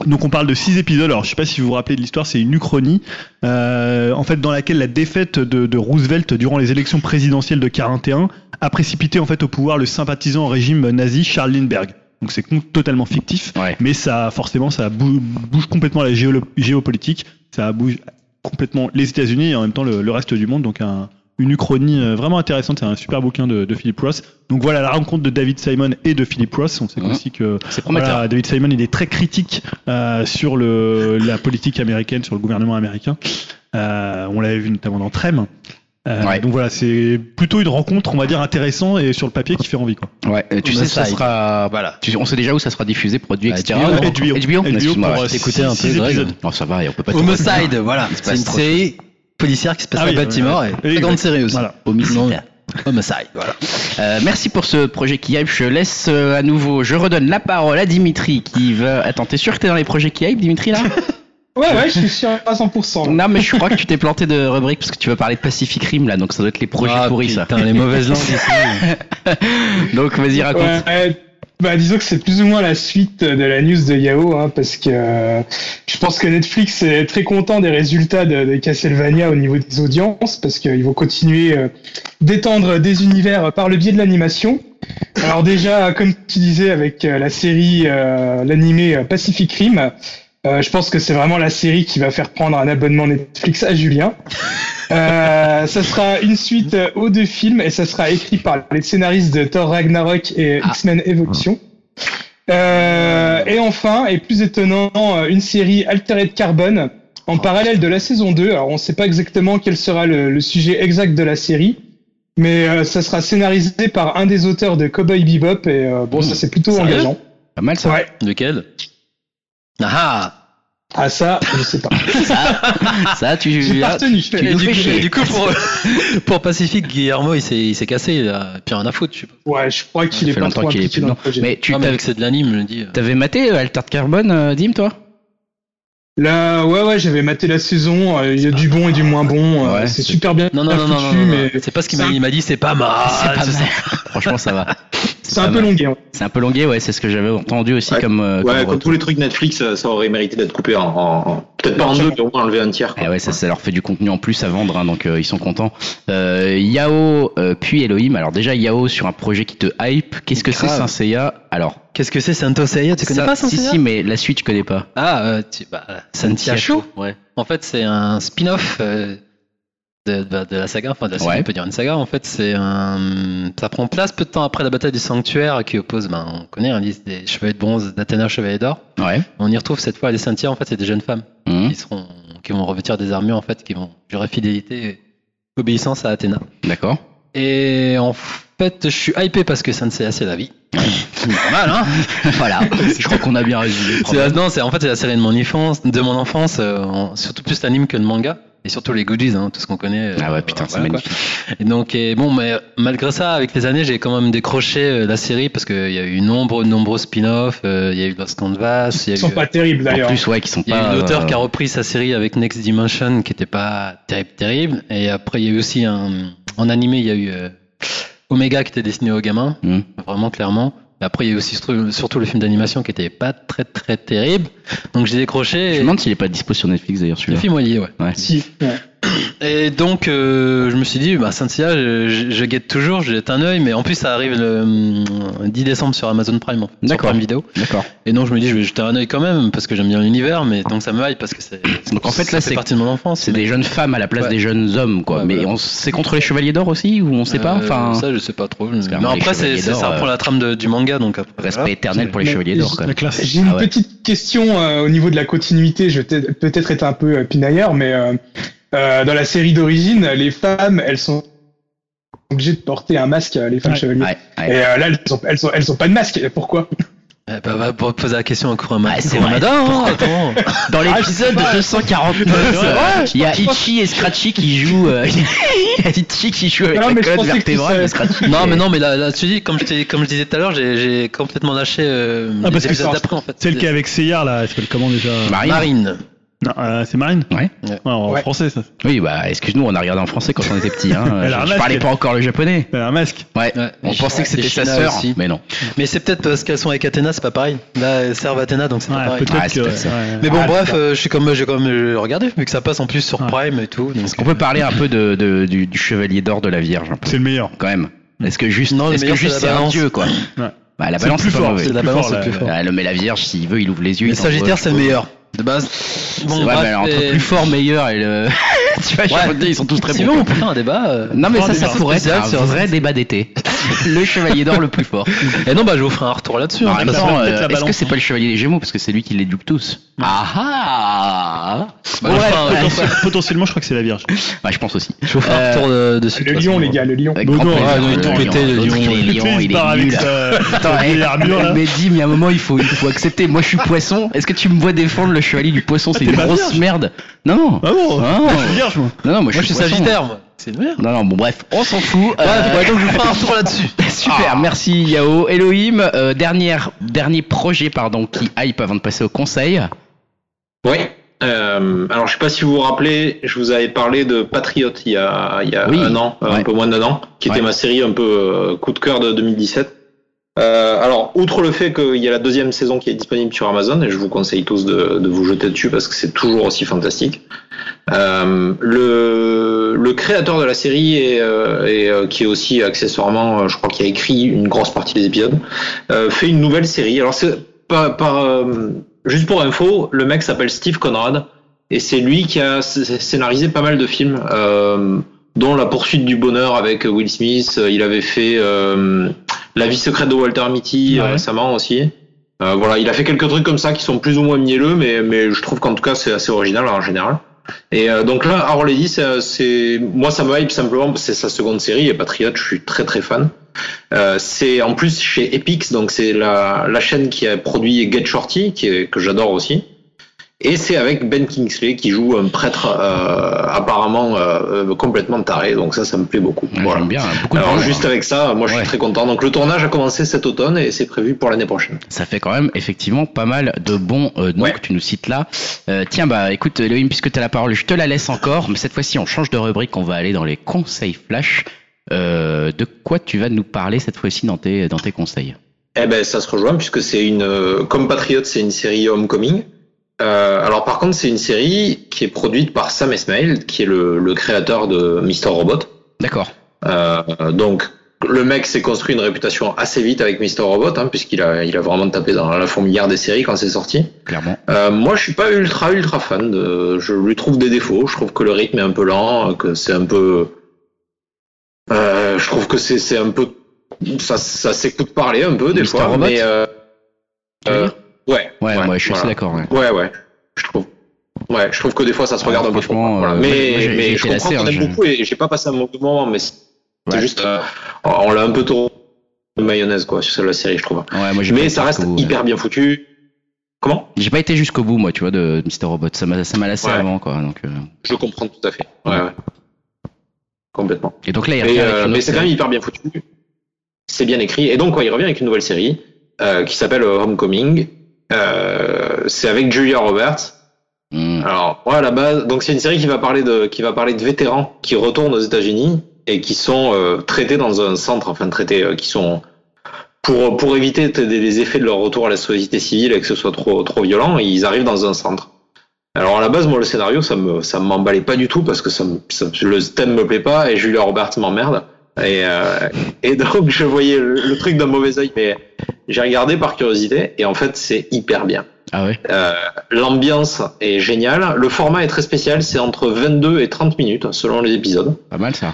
Donc on parle de six épisodes. Alors je sais pas si vous vous rappelez de l'histoire, c'est une uchronie euh, en fait dans laquelle la défaite de, de Roosevelt durant les élections présidentielles de 41 a précipité en fait au pouvoir le sympathisant au régime nazi Charles Lindbergh. Donc c'est con- totalement fictif, Ouais. mais ça forcément ça bou- bouge complètement la géolo- géopolitique, ça bouge complètement les États-Unis et en même temps le, le reste du monde. Donc un- une uchronie euh, vraiment intéressante, c'est un super bouquin de, de Philip Ross. Donc voilà la rencontre de David Simon et de Philip Ross. On sait Mhm. aussi que C'est prometteur. voilà, David Simon, il est très critique euh, sur le, la politique américaine, sur le gouvernement américain. Euh, on l'avait vu notamment dans Trem. Euh, Ouais. Donc voilà, c'est plutôt une rencontre, on va dire, intéressante et sur le papier qui fait envie. Quoi. Ouais, euh, tu On sais, ça essaye. sera. Voilà. Tu sais- on sait déjà où ça sera diffusé, produit, Bah, etc. HBO, Non, HBO. HBO, HBO, excuse-moi. pour, euh, ouais. six- t'écoutais un six peu, Greg. épisodes. Non, ça va, et on peut pas tout- Homicide, voilà. Il se C'est passe une trop de série policière qui se passe Ah oui, à Baltimore et Et très grande exact. série aussi. Voilà. Non, Homicide, voilà. Euh, merci pour ce projet qui hype. Je laisse euh, à nouveau, je redonne la parole à Dimitri qui va. Attends, t'es sûr que t'es dans les projets qui hype, Dimitri là Ouais, ouais, je suis sûr à 100%. là. Non, mais je crois que tu t'es planté de rubrique parce que tu vas parler de Pacific Rim là, donc ça doit être les projets Ah, pourris [laughs] putain, ça. les mauvaises langues ici. Donc vas-y, raconte. Ouais, ouais. Bah, disons que c'est plus ou moins la suite de la news de Yahoo, hein, parce que euh, je pense que Netflix est très content des résultats de, de Castlevania au niveau des audiences, parce qu'ils vont continuer euh, d'étendre des univers par le biais de l'animation. Alors déjà, comme tu disais avec euh, la série, euh, l'animé euh, Pacific Rim, euh, je pense que c'est vraiment la série qui va faire prendre un abonnement Netflix à Julien. [laughs] Euh, ça sera une suite euh, aux deux films et ça sera écrit par les scénaristes de Thor Ragnarok et Ah. X-Men Evolution. Euh, et enfin, et plus étonnant, euh, une série Altered Carbone en parallèle de la saison 2. Alors on ne sait pas exactement quel sera le, le sujet exact de la série, mais euh, ça sera scénarisé par un des auteurs de Cowboy Bebop et euh, bon, Mmh. ça c'est plutôt Sérieux engageant. Pas mal ça. Ouais. Lequel Ah Ah ça, je sais pas. Ça, tu. J'ai pas là, retenu. tu Et nous du, fais coup, chier. et du coup, pour, pour Pacifique, Guillermo, il s'est il s'est cassé, il a puis rien à foutre, je sais pas. Ouais, je crois qu'il Ça est fait pas trop longtemps qu'il est plus impliqué dans le dedans. projet. Mais tu Non, mais t'avais- vu que c'est de l'anime, je me dis. euh, t'avais maté euh, Altered Carbone, euh, Dim, toi Là, ouais, ouais, j'avais maté la saison. euh, Il y a du bon et du moins bon. euh, Ah. Ouais, c'est c'est- super bien. Non, non, non, non, non, foutu, non, non. mais c'est pas ce qu'il c'est m'a un- dit. Il m'a dit, c'est pas mal. C'est pas Bah, c'est mal. [laughs] Franchement, ça va. c'est un pas peu mal. longué. hein. C'est un peu longué, ouais, c'est ce que j'avais entendu aussi Ouais. comme. euh, Ouais, comme retour. tous les trucs Netflix, euh, ça aurait mérité d'être coupé en, en- en- peut-être pas en deux, mais au moins enlever un tiers. quoi. Eh ouais, ça, ça leur fait du contenu en plus à vendre, hein, donc euh, ils sont contents. Euh, Yao, euh, puis Elohim. Alors déjà Yao sur un projet qui te hype. Qu'est-ce que c'est Grave. Saint Seiya Alors, Qu'est-ce que c'est, Santo Seiya Tu connais ça- pas Santo Si si, mais la suite je connais pas. Ah, euh, tu, bah, Santia Show. Ouais. En fait, c'est un spin-off euh, de, de- de la saga. Enfin, de la saga, Ouais. on peut dire une saga. En fait, c'est un. Ça prend place peu de temps après la bataille du sanctuaire qui oppose, ben, on connaît, un liste des chevaliers de bronze, d'Athéna, chevalier d'or. Ouais. On y retrouve cette fois les Saintières, en fait, c'est des jeunes femmes Mhm. qui, seront, qui vont revêtir des armures, en fait, qui vont jurer fidélité et obéissance à Athéna. D'accord. Et en fait, je suis hypé parce que Sanseiya, c'est la vie. [laughs] Normal, hein [laughs] Voilà. je crois qu'on a bien résumé. le C'est problème. la- non, c'est en fait c'est la série de mon enfance, de mon enfance, euh, en- surtout plus l'anime que le manga et surtout les goodies, hein, tout ce qu'on connaît. euh, Ah ouais, putain, c'est voilà, quoi. magnifique. Et donc et bon, mais malgré ça, avec les années, j'ai quand même décroché euh, la série parce qu'il y a eu nombreux, nombreux spin-offs, euh, il y a eu Lost Canvas, Ils il y a sont eu. euh, pas terribles En d'ailleurs. plus, ouais, qui sont il y a pas. eu une auteure euh, qui a repris sa série avec Next Dimension qui n'était pas terrible, terrible. Et après, il y a eu aussi un. En animé, il y a eu euh, Omega qui était destiné aux gamins, Hmm. vraiment clairement. Et après, il y a eu aussi surtout- surtout le film d'animation qui n'était pas très très terrible. Donc j'ai Je décroché. me et- demande s'il est pas dispo sur Netflix d'ailleurs Le celui-là. film est lié, ouais. Ouais. Si, ouais. Et donc, euh, je me suis dit, bah, Cynthia, je, je- je guette toujours, je jette un œil, mais en plus, ça arrive le hum, 10 décembre sur Amazon Prime, en fait, sur D'accord. Prime Vidéo. D'accord. Et donc, je me dis, je vais jeter un œil quand même, parce que j'aime bien l'univers, mais donc ça me hype, parce que c'est. Donc, en fait, là, ça c'est- fait partie de mon enfance. C'est mais- des jeunes femmes à la place Ouais. des jeunes hommes, quoi. Ouais, mais voilà. on c'est contre les chevaliers d'or aussi ou on sait pas. Euh, Enfin, Ça, je sais pas trop. que Mais les après, c'est, Chevaliers c'est- ça d'Or, reprend euh, la trame de- du manga, donc après. respect voilà. éternel pour les Mais- chevaliers d'or. Quand La même. classe. J'ai une Ah ouais. petite question euh, au niveau de la continuité. Je vais peut-être- peut-être être un peu euh, pinailleur, mais euh, euh, dans la série d'origine, les femmes, elles sont obligées de porter un masque, euh, les femmes Ouais. chevaliers. Ouais, ouais. Et euh, là, elles ont, elles, ont, elles ont pas de masque. Pourquoi Eh ben, va pour poser la question à Kurama. Ouais, Ah, c'est vrai. Kuramada, [laughs] hein, attends. Dans l'épisode Ah, l'épisode de [laughs] 249, euh, il y a Ichi et Scratchy qui jouent. euh, [laughs] il y a Ichi qui joue avec Non, mais la je colonne pensais que vertébrale tu de Scratchy. Non, mais non, mais là, là tu dis, comme je, t'ai- comme je disais tout à l'heure, j'ai, j'ai complètement lâché euh, Ah, parce les que épisodes c'est- d'après, en fait. C'est le cas avec Seyar, là. Elle s'appelle comment déjà Marine. Marine. Non, euh, C'est Marine Ouais. Ouais. En Ouais. français, ça. Oui, bah, excuse-nous, on a regardé en français quand on était petit. [laughs] Hein. Elle a un je, je masque. parlais pas encore le japonais. Elle a un masque. Ouais. Ouais. On Et pensait que c'était les sa Chinois sœur, aussi. mais non. Mais c'est peut-être parce qu'elles sont avec Athéna, c'est pas pareil. Là, elles servent Athéna, donc c'est pas Ouais, pareil. peut-être Ouais, c'est que. peut-être ça. ouais. Mais bon, Ah, bref, euh, je suis comme, j'ai comme euh, regardé, vu que ça passe en plus sur Ouais. Prime et tout. Donc, euh, On peut parler un peu de, de- du, du chevalier d'or de la Vierge, un peu, C'est le meilleur. quand même. Est-ce que juste, Non, le est-ce que meilleur, juste c'est c'est la un balance. dieu, quoi Ouais. Bah, la C'est balance, plus c'est pas fort, mauvais. c'est la plus balance, fort, c'est là, plus là. fort. Ah, le- mais la Vierge, s'il veut, il ouvre les yeux. le il t'envoie, Sagittaire, c'est le je trouve. meilleur. De base. c'est Bon, bah, vrai, bref, mais alors, entre et- plus fort, meilleur et le. [laughs] tu vois, je Ouais. veux dire, ils sont tous très si bons. bon, on peut faire un débat. euh. Non, mais Faire ça, un ça débat pourrait être spécial un sur- vrai débat d'été. le chevalier d'or le plus fort. Et non, bah, je vous ferai un retour là-dessus. En hein, même de toute façon. temps, peut-être euh, la est-ce balance, que c'est pas le chevalier des Gémeaux Parce que c'est lui qui les dupe tous. Ah ah Bah, Ouais, je ferai un- ouais. je Potent- Potentiellement, je crois que c'est la Vierge. Bah, je pense aussi. vous ferai un Euh, retour de- dessus. de Le toute lion, façon. les gars, le lion. Avec Bon, grand non, plaisir. ouais, Le il est lion, pété, le l'autre, il lion. est Tu sais, lion, il il part est avec nul. sa- Attends, sa hey, vieille armure, là. mais dis, mais à un moment, il faut, il faut accepter. Moi, je suis poisson. Est-ce que tu me vois défendre le chevalier du poisson C'est t'es une Bah, pas grosse vierge. merde. Non, non. Ah bon Non. Je suis vierge, moi. Non, non, moi, Moi, je suis poisson. Sagittaire, moi. C'est une merde. Non, non, bon, [laughs] bref, on s'en fout. Euh, Ouais, ouais, donc je vous ferai un retour là-dessus. [laughs] Super, Ah. merci Yao. Elohim, euh, dernière, dernier projet pardon, qui hype avant de passer au conseil. Euh, Oui. Euh, alors, je sais pas si vous vous rappelez, je vous avais parlé de Patriot il y a, il y a Oui. un an, euh, Ouais. un peu moins d'un an, qui Ouais. était ma série un peu euh, coup de cœur de 2017. Euh, alors, outre le fait qu'il y a la deuxième saison qui est disponible sur Amazon, et je vous conseille tous de, de vous jeter dessus parce que c'est toujours aussi fantastique, euh, le, le créateur de la série, est, euh, et euh, qui est aussi accessoirement, euh, je crois qu'il a écrit une grosse partie des épisodes, euh, fait une nouvelle série. Alors, c'est pas, pas, euh, juste pour info, le mec s'appelle Steve Conrad, et c'est lui qui a sc- scénarisé pas mal de films. Euh, dont la poursuite du bonheur avec Will Smith, il avait fait euh, la vie secrète de Walter Ouais. Mitty euh, récemment aussi. Euh, voilà, il a fait quelques trucs comme ça qui sont plus ou moins mielleux, mais, mais je trouve qu'en tout cas c'est assez original en général. Et euh, donc là, Our Lady, c'est- c'est moi ça me hype simplement parce que c'est sa seconde série et Patriot, je suis très très fan. Euh, c'est en plus chez Epix, donc c'est la, la chaîne qui a produit Get Shorty, qui est- que j'adore aussi. Et c'est avec Ben Kingsley qui joue un prêtre euh, apparemment euh, euh, complètement taré, donc ça, ça me plaît beaucoup. Ouais, Voilà. J'aime bien. hein, Beaucoup de Alors valeur. juste avec ça, moi je Ouais. suis très content. Donc le tournage a commencé cet automne et c'est prévu pour l'année prochaine. Ça fait quand même effectivement pas mal de bons euh, noms Ouais. que tu nous cites là. Euh, tiens, bah écoute, Elohim, puisque tu as la parole, je te la laisse encore, mais cette fois-ci on change de rubrique, on va aller dans les conseils flash. Euh, de quoi tu vas nous parler cette fois-ci dans tes, dans tes conseils Eh ben ça se rejoint puisque c'est une euh, comme Patriote, c'est une série Homecoming. Euh, alors par contre c'est une série qui est produite par Sam Esmail qui est le, le créateur de Mr Robot. D'accord. Euh, donc le mec s'est construit une réputation assez vite avec Mr Robot hein, puisqu'il a il a vraiment tapé dans la fourmilière des séries quand c'est sorti. Clairement. Euh, moi, je suis pas ultra ultra fan. De... Je lui trouve des défauts. Je trouve que le rythme est un peu lent, que c'est un peu. Euh, je trouve que c'est c'est un peu. Ça, ça s'écoute parler un peu des Mr. fois. Robot mais euh, Tu veux euh, dire ouais, Ouais, moi, je suis assez voilà. d'accord. ouais. Ouais, ouais. Je trouve. Ouais, je trouve que des fois ça se regarde un peu trop. Franchement, Voilà. euh, mais moi, j'ai- j'ai mais été je comprends lassé, qu'on hein, aime je- beaucoup et j'ai pas passé un mauvais moment, mais c'est Ouais. juste. euh, on l'a un peu trop de mayonnaise quoi sur la série, je trouve. Ouais, moi, j'ai pas Mais été ça reste jusqu'au bout, ouais. hyper bien foutu. Comment J'ai pas été jusqu'au bout, moi, tu vois, de Mr. Robot. Ça m'a ça m'a lassé Ouais. avant, quoi. Donc, euh, Je comprends tout à fait. Ouais, ouais. Complètement. Et donc là, il Et, revient avec euh, une mais autre c'est quand même série. hyper bien foutu. C'est bien écrit. Et donc, ouais, il revient avec une nouvelle série euh, qui s'appelle euh, Homecoming. Euh, c'est avec Julia Roberts. Mmh. Alors, ouais, à la base, donc c'est une série qui va parler de qui va parler de vétérans qui retournent aux États-Unis et qui sont euh, traités dans un centre, enfin traités, euh, qui sont pour pour éviter t- des- les effets de leur retour à la société civile et que ce soit trop trop violent, ils arrivent dans un centre. Alors à la base, moi le scénario, ça me ça m'emballait pas du tout parce que ça, me- ça- le thème me plaît pas et Julia Roberts m'emmerde. Et, euh, et donc je voyais le, le truc d'un mauvais oeil, mais j'ai regardé par curiosité et en fait c'est hyper bien. Ah ouais Euh, l'ambiance est géniale. Le format est très spécial, c'est entre 22 et 30 minutes selon les épisodes. Pas mal, ça.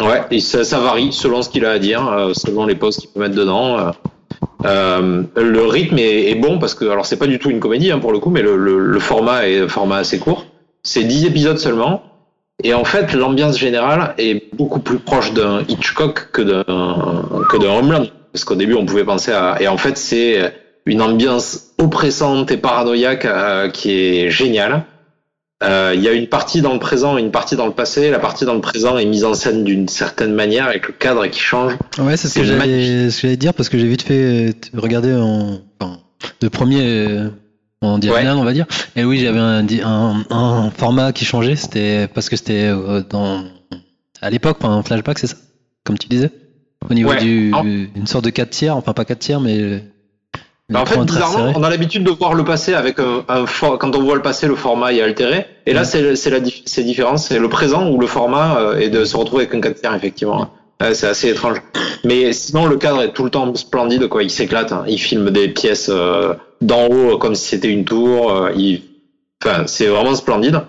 Ouais, et ça, ça varie selon ce qu'il a à dire, euh, selon les pauses qu'il peut mettre dedans. euh. Euh, le rythme est, est bon parce que, alors c'est pas du tout une comédie hein, pour le coup, mais le, le- le format est un format assez court. C'est 10 épisodes seulement. Et en fait, l'ambiance générale est beaucoup plus proche d'un Hitchcock que d'un que d'un Homeland, parce qu'au début on pouvait penser à. Et en fait, c'est une ambiance oppressante et paranoïaque euh, qui est géniale. Euh, Il y a une partie dans le présent et une partie dans le passé. La partie dans le présent est mise en scène d'une certaine manière avec le cadre qui change. Ouais, c'est ce que C'est j'allais ce que j'allais dire parce que j'ai vite fait euh, t- regarder en, enfin, de premier euh, en diagonale, on va dire. Et oui, j'avais un, di- un, un format qui changeait, c'était parce que c'était euh, dans à l'époque, enfin, un flashback, c'est ça, comme tu disais, au niveau Ouais. du En- une sorte de 4 tiers, enfin pas 4 tiers, mais euh, Bah, en fait, écran très bizarrement, serré. on a l'habitude de voir le passé avec un, un for- quand on voit le passé, le format est altéré. Et là, c'est c'est la dif- c'est différent, c'est le présent où le format euh, est de se retrouver avec un 4 tiers, effectivement. Euh, c'est assez étrange. Mais sinon, le cadre est tout le temps splendide, quoi. Il s'éclate, hein. il filme des pièces euh, d'en haut euh, comme si c'était une tour. euh, il... Enfin, c'est vraiment splendide.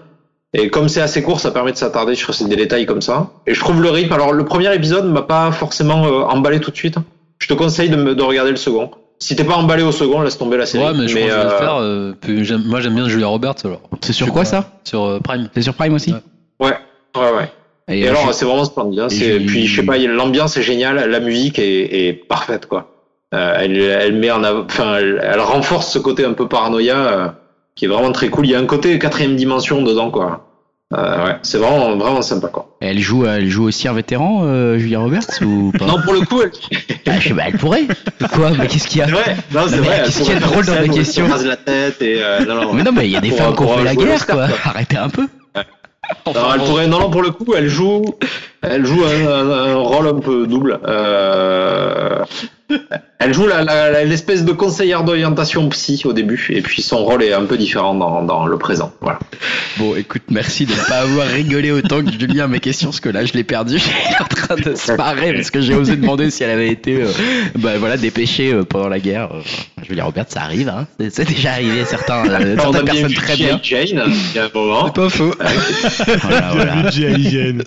Et comme c'est assez court, ça permet de s'attarder sur ces- des détails comme ça. Et je trouve le rythme. Alors, le premier épisode m'a pas forcément euh, emballé tout de suite. Je te conseille de, me- de regarder le second. Si t'es pas emballé au second, laisse tomber la série. Ouais, mais je pense que je vais euh, le faire. euh, puis j'aime- moi, j'aime bien Julia Roberts alors, C'est Je sur sais quoi, pas. ça sur euh, Prime. Euh, C'est sur Prime aussi Ouais. Ouais, ouais. Et, euh, alors, je- c'est vraiment splendide. hein. et j'ai- C'est- Puis, je sais pas, il y a- l'ambiance est géniale, la musique est, est parfaite, quoi. Euh, elle, elle met en av- enfin, elle, elle renforce ce côté un peu paranoïa euh, qui est vraiment très cool. Il y a un côté quatrième dimension dedans, quoi. Euh, ouais, c'est vraiment, vraiment sympa, quoi. elle, joue, euh, elle joue aussi un vétéran, euh, Julia Roberts, ou pas Non, pour le coup, elle- Ah, je sais pas, elle pourrait. Quoi Mais qu'est-ce qu'il y a c'est vrai. Non, c'est mais vrai. qu'est-ce elle qu'il y a de pourrait drôle faire dans la scène où elle se question rase la tête et, euh, non, non. Mais non, mais il y a des Pour- femmes qui pour ont fait la jouer au guerre, Oscar, quoi. quoi. Arrêtez un peu. Non, elle pourrait, non, non, pour le coup, elle joue Elle joue un, un- un rôle un peu double. Euh, elle joue la- la- la- l'espèce de conseillère d'orientation psy au début, et puis son rôle est un peu différent dans, dans le présent. Voilà. Bon, écoute, merci de ne pas avoir rigolé autant que Julien à mes questions, parce que là, je l'ai perdu. [laughs] J'étais en train de se marrer, parce que j'ai osé demander si elle avait été euh, bah, voilà, dépêchée euh, pendant la guerre. Euh, Je veux dire, Robert, ça arrive, hein. C'est- c'est déjà arrivé à certains, euh, Alors, on a certaines bien personnes vu très G.I. bien. oh. Jane, il y a un [laughs] moment. Pas faux. Voilà, voilà. Alien.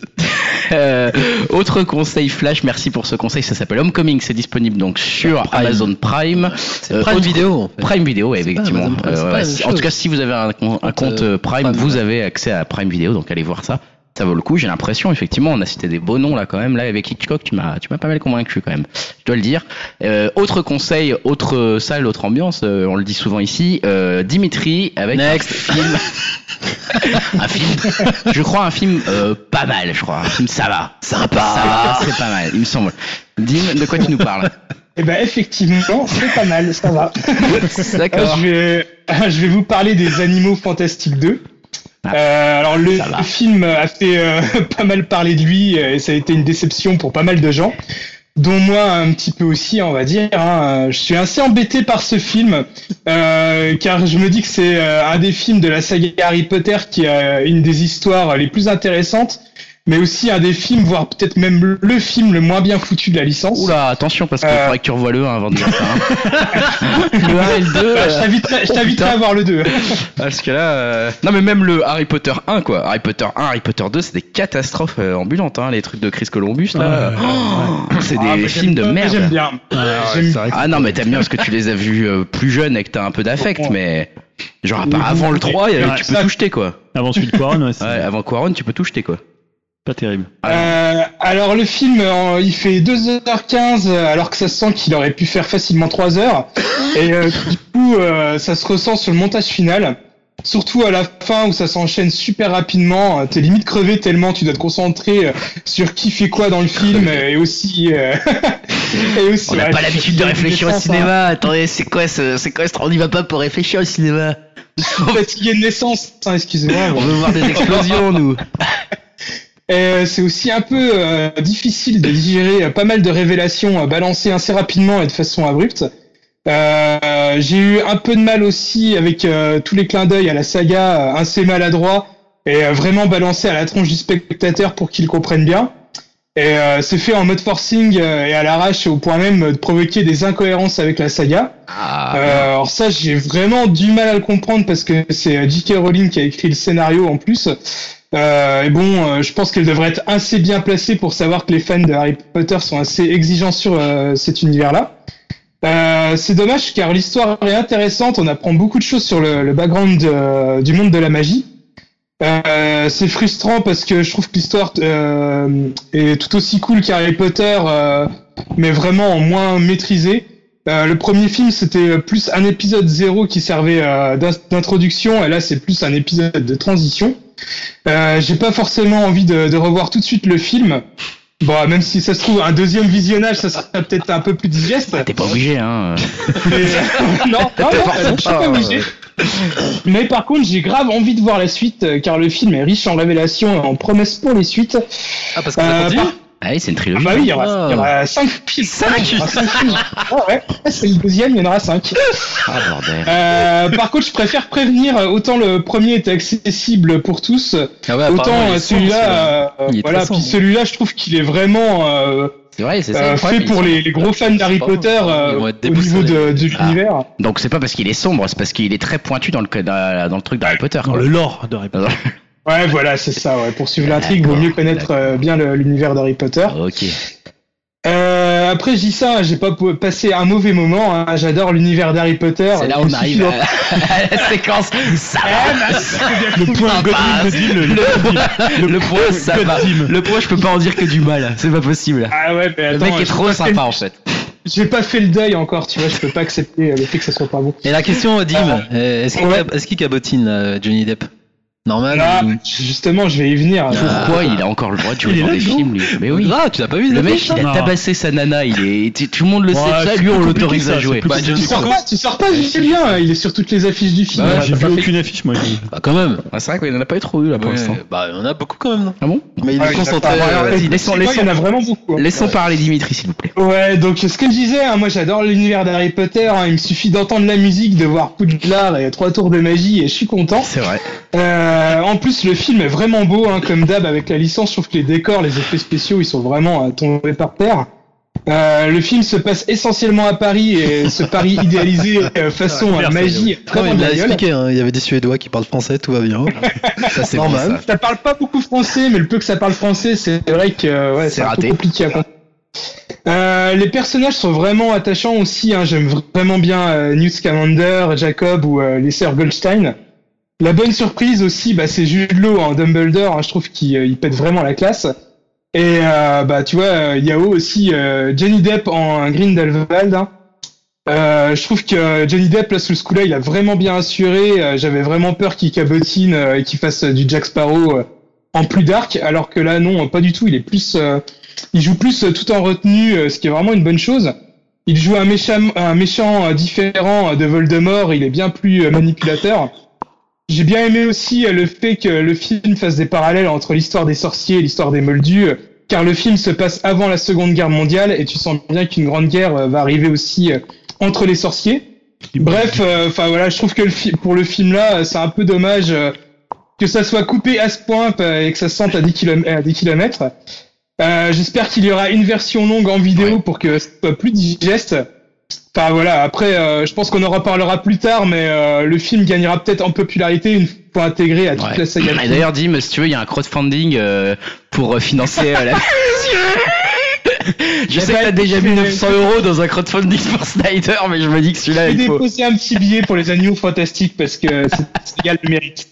Euh, autre conseil flash, merci pour ce conseil, ça s'appelle Homecoming, c'est disponible donc sur Amazon Prime. Euh, Prime autre- vidéo en fait. Prime Video, ouais, C'est pas effectivement. Amazon Prime, Euh, c'est pas ouais, la même si- en chose. tout cas, si vous avez un, con- un compte euh, euh, Prime, Prime, vous ouais. avez accès à Prime Video, donc allez voir ça. Ça vaut le coup, j'ai l'impression, effectivement, on a cité des beaux noms là quand même. Là, avec Hitchcock, tu m'as, tu m'as pas mal convaincu quand même, je dois le dire. Euh, autre conseil, autre euh, salle, autre ambiance, euh, on le dit souvent ici, euh, Dimitri avec Next. un film. un film, [laughs] je crois un film euh, pas mal, je crois. Un film ça va. Sympa. Ça va, c'est pas mal, il me semble. Dim, de quoi tu nous [laughs] parles Eh ben effectivement, c'est pas mal, ça va. D'accord. Euh, Je vais, [laughs] je vais vous parler des Animaux Fantastiques 2. Euh, alors le Ah, ça va. film a fait euh, [laughs] pas mal parler de lui euh, et ça a été une déception pour pas mal de gens, dont moi un petit peu aussi, on va dire. hein. Je suis assez embêté par ce film euh, car je me dis que c'est euh, un des films de la saga Harry Potter qui a une des histoires les plus intéressantes, mais aussi un des films, voire peut-être même le film le moins bien foutu de la licence. Oula, attention parce qu'il Euh. faudrait que tu revoies le 1 avant de dire ça. hein. le 1 et le oh, 2. [laughs] Bah, je t'inviterai- je t'inviterai à voir le 2. Parce que là. euh, Non, mais même le Harry Potter 1, quoi. Harry Potter 1, Harry Potter 2, c'est des catastrophes euh, ambulantes, hein. Les trucs de Chris Columbus, là. Ouais, Oh, c'est des Ah, mais films de j'aime- merde. J'aime bien. C'est J'aime- vrai que- Ah non, mais t'aimes bien parce que tu les as vus euh, plus jeunes et que t'as un peu d'affect, Ouais. mais. Genre, à Oui, part avant le oui, 3, oui. euh, Ouais, tu peux ça- tout jeter, quoi. Avant celui de Quaron, ouais, c'est Ouais, avant Quaron, tu peux tout jeter, quoi. pas terrible. Euh, alors le film, euh, il fait 2h15 euh, alors que ça se sent qu'il aurait pu faire facilement 3 heures. Et euh, du coup, euh, ça se ressent sur le montage final. Surtout à la fin où ça s'enchaîne super rapidement, euh, t'es limite crevé tellement tu dois te concentrer euh, sur qui fait quoi dans [laughs] le film euh, et aussi... euh, [laughs] et aussi On n'a ouais, pas l'habitude de il y a du réfléchir au dessin, ça. cinéma. Attendez, c'est quoi ce. C'est quoi ce. On n'y va pas pour réfléchir au cinéma. Fatigué de naissance, Putain, excusez-moi. On veut voir des explosions, nous. Euh, c'est aussi un peu euh, difficile de digérer euh, pas mal de révélations euh, balancées assez rapidement et de façon abrupte. Euh, j'ai eu un peu de mal aussi avec euh, tous les clins d'œil à la saga euh, assez maladroit et euh, vraiment balancé à la tronche du spectateur pour qu'il comprenne bien. Et euh, c'est fait en mode forcing euh, et à l'arrache au point même de provoquer des incohérences avec la saga. Ah. Euh, alors ça, j'ai vraiment du mal à le comprendre parce que c'est euh, J.K. Rowling qui a écrit le scénario en plus. Euh, et bon, euh, je pense qu'elle devrait être assez bien placée pour savoir que les fans de Harry Potter sont assez exigeants sur euh, cet univers-là. Euh, c'est dommage car l'histoire est intéressante, on apprend beaucoup de choses sur le, le background euh, du monde de la magie. Euh, c'est frustrant parce que je trouve que l'histoire euh, est tout aussi cool qu'Harry Potter, euh, mais vraiment en moins maîtrisée. Euh, le premier film, c'était euh, plus un épisode zéro qui servait euh, d'in- d'introduction, et là, c'est plus un épisode de transition. Euh, J'ai pas forcément envie de, de revoir tout de suite le film. Bon, même si ça se trouve, un deuxième visionnage, ça sera peut-être un peu plus digeste. T'es pas obligé, hein. Mais- euh, [laughs] non, non, non, je suis pas obligé. Mais par contre, j'ai grave envie de voir la suite, euh, car le film est riche en révélations et en promesses pour les suites. Ah parce Euh, qu'on par- Ah oui, c'est une ah trilogie. bah oui, il y aura, Ah. il y aura cinq films. Il y aura cinq films. Ah ouais, c'est le deuxième, il y en aura cinq. Ah bordel. Euh, par contre, je préfère prévenir, euh, autant le premier est accessible pour tous, Ah ouais, autant apparemment, il euh, est celui-là, euh, il est voilà, très puis sombre. celui-là, je trouve qu'il est vraiment euh, C'est vrai, c'est euh, ça. fait pour les, les gros fans d'Harry pas, Potter euh, ils vont être au niveau de, de Ah. l'univers. Donc c'est pas parce qu'il est sombre, c'est parce qu'il est très pointu dans le, dans, dans le truc d'Harry Potter. Dans quoi. le lore de Harry Potter. Ouais, voilà, c'est ça. Ouais. Pour suivre l'intrigue, vaut mieux connaître euh, bien le- l'univers d'Harry Potter. Ah, Ok. Euh, après, je dis ça, j'ai pas pou- passé un mauvais moment. hein. J'adore l'univers d'Harry Ah, Potter. C'est là où Je on suis arrive hein. sûr- à, [laughs] à la [laughs] séquence. Eh, Ça va. [laughs] Le point Ah, Godwin, bah, le deal, le- Le, point, ça va. Godwin. Le point, je peux pas en dire que du mal. C'est pas possible. Ah ouais, mais Le attends, mec est j'ai trop pas sympa en fait. fait- J'ai pas fait le deuil encore, tu vois. Je peux pas accepter euh, le fait que ça soit pas bon. Ah. Et la question, Dim, euh, est-ce qu'il Ouais. est qu'il cabotine là, Johnny Depp Normal. Ah, justement, je vais y venir. Pourquoi il a encore le droit de jouer Il est dans là des dedans. films, lui Mais Eh oui. Grave, Ah, tu l'as pas vu Le Zelda, mec, ça il a Non. tabassé sa nana. Il est, tu- tout le monde le Ouais, sait. Ça, c'est lui, on compliqué, l'autorise ça, à c'est jouer. plus Bah, Tu sors pas, tu sors pas Julien, hein, il est sur toutes les affiches du film. Bah ouais, J'ai t'as vu pas fait- aucune affiche, moi. j'ai- Bah, quand même. Ah, c'est vrai qu'il en a pas eu trop eu là pour Ouais, l'instant. Bah, on en a beaucoup quand même, non Ah bon Mais il Ah, est il a concentré. pas- euh, Vas-y, laissons, Ouais, il y laissons, en a vraiment beaucoup. hein. laissons parler Dimitri, s'il vous plaît. Ouais, donc ce que je disais, hein, moi j'adore l'univers d'Harry Potter, hein, il me suffit d'entendre la musique, de voir Poudlard et trois tours de magie et je suis content. C'est vrai. Euh, en plus, le film est vraiment beau, hein, comme d'hab avec la licence. Je trouve que les décors, les effets spéciaux, ils sont vraiment euh, tombés par terre. Euh, le film se passe essentiellement à Paris et ce [laughs] Paris idéalisé euh, façon euh, magie, Non, vraiment il de me l'a la gueule. expliqué, hein, il y avait des Suédois qui parlent français, tout va bien. Ça, c'est Normal. bon, ça. Ça parle pas beaucoup français, mais le peu que ça parle français, c'est vrai que euh, ouais, C'est c'est un peu raté. compliqué à comprendre. Euh, les personnages sont vraiment attachants aussi. hein. J'aime vraiment bien euh, Newt Scamander, Jacob ou euh, les sœurs Goldstein. La bonne surprise aussi, bah, c'est Jude Law en Dumbledore. hein. Je trouve qu'il euh, il pète vraiment la classe. Et euh, bah tu vois, euh, Yao aussi, euh, Johnny Depp en Grindelwald. hein. Euh, je trouve que Johnny Depp là sous ce coup-là, il a vraiment bien assuré. Euh, J'avais vraiment peur qu'il cabotine euh, et qu'il fasse euh, du Jack Sparrow euh, en plus dark, alors que là non, pas du tout. Il est plus, euh, il joue plus euh, tout en retenue, euh, ce qui est vraiment une bonne chose. Il joue un méchant, un méchant euh, différent euh, de Voldemort. Il est bien plus euh, manipulateur. J'ai bien aimé aussi euh, le fait que le film fasse des parallèles entre l'histoire des sorciers et l'histoire des Moldus, euh, car le film se passe avant la Seconde Guerre mondiale et tu sens bien qu'une grande guerre euh, va arriver aussi. euh, entre les sorciers. Bref, euh, enfin voilà, je trouve que le fi- pour le film là, euh, c'est un peu dommage euh, que ça soit coupé à ce point euh, et que ça se sente à 10 kilom- à 10 kilomètres. Euh, J'espère qu'il y aura une version longue en vidéo pour que ce soit plus digeste. Enfin voilà, après, euh, je pense qu'on en reparlera plus tard, mais euh, le film gagnera peut-être en popularité une fois intégré à toute Ouais. la saga. [clears throat] Et d'ailleurs, Dim, si tu veux, il y a un crowdfunding euh, pour euh, financer euh, la. Je sais que t'as déjà mis 900 euros dans un crowdfunding pour Snyder, mais je me dis que celui-là, J'ai il faut. déposé un petit billet pour les animaux fantastiques parce que c'est c'est égal le mérite.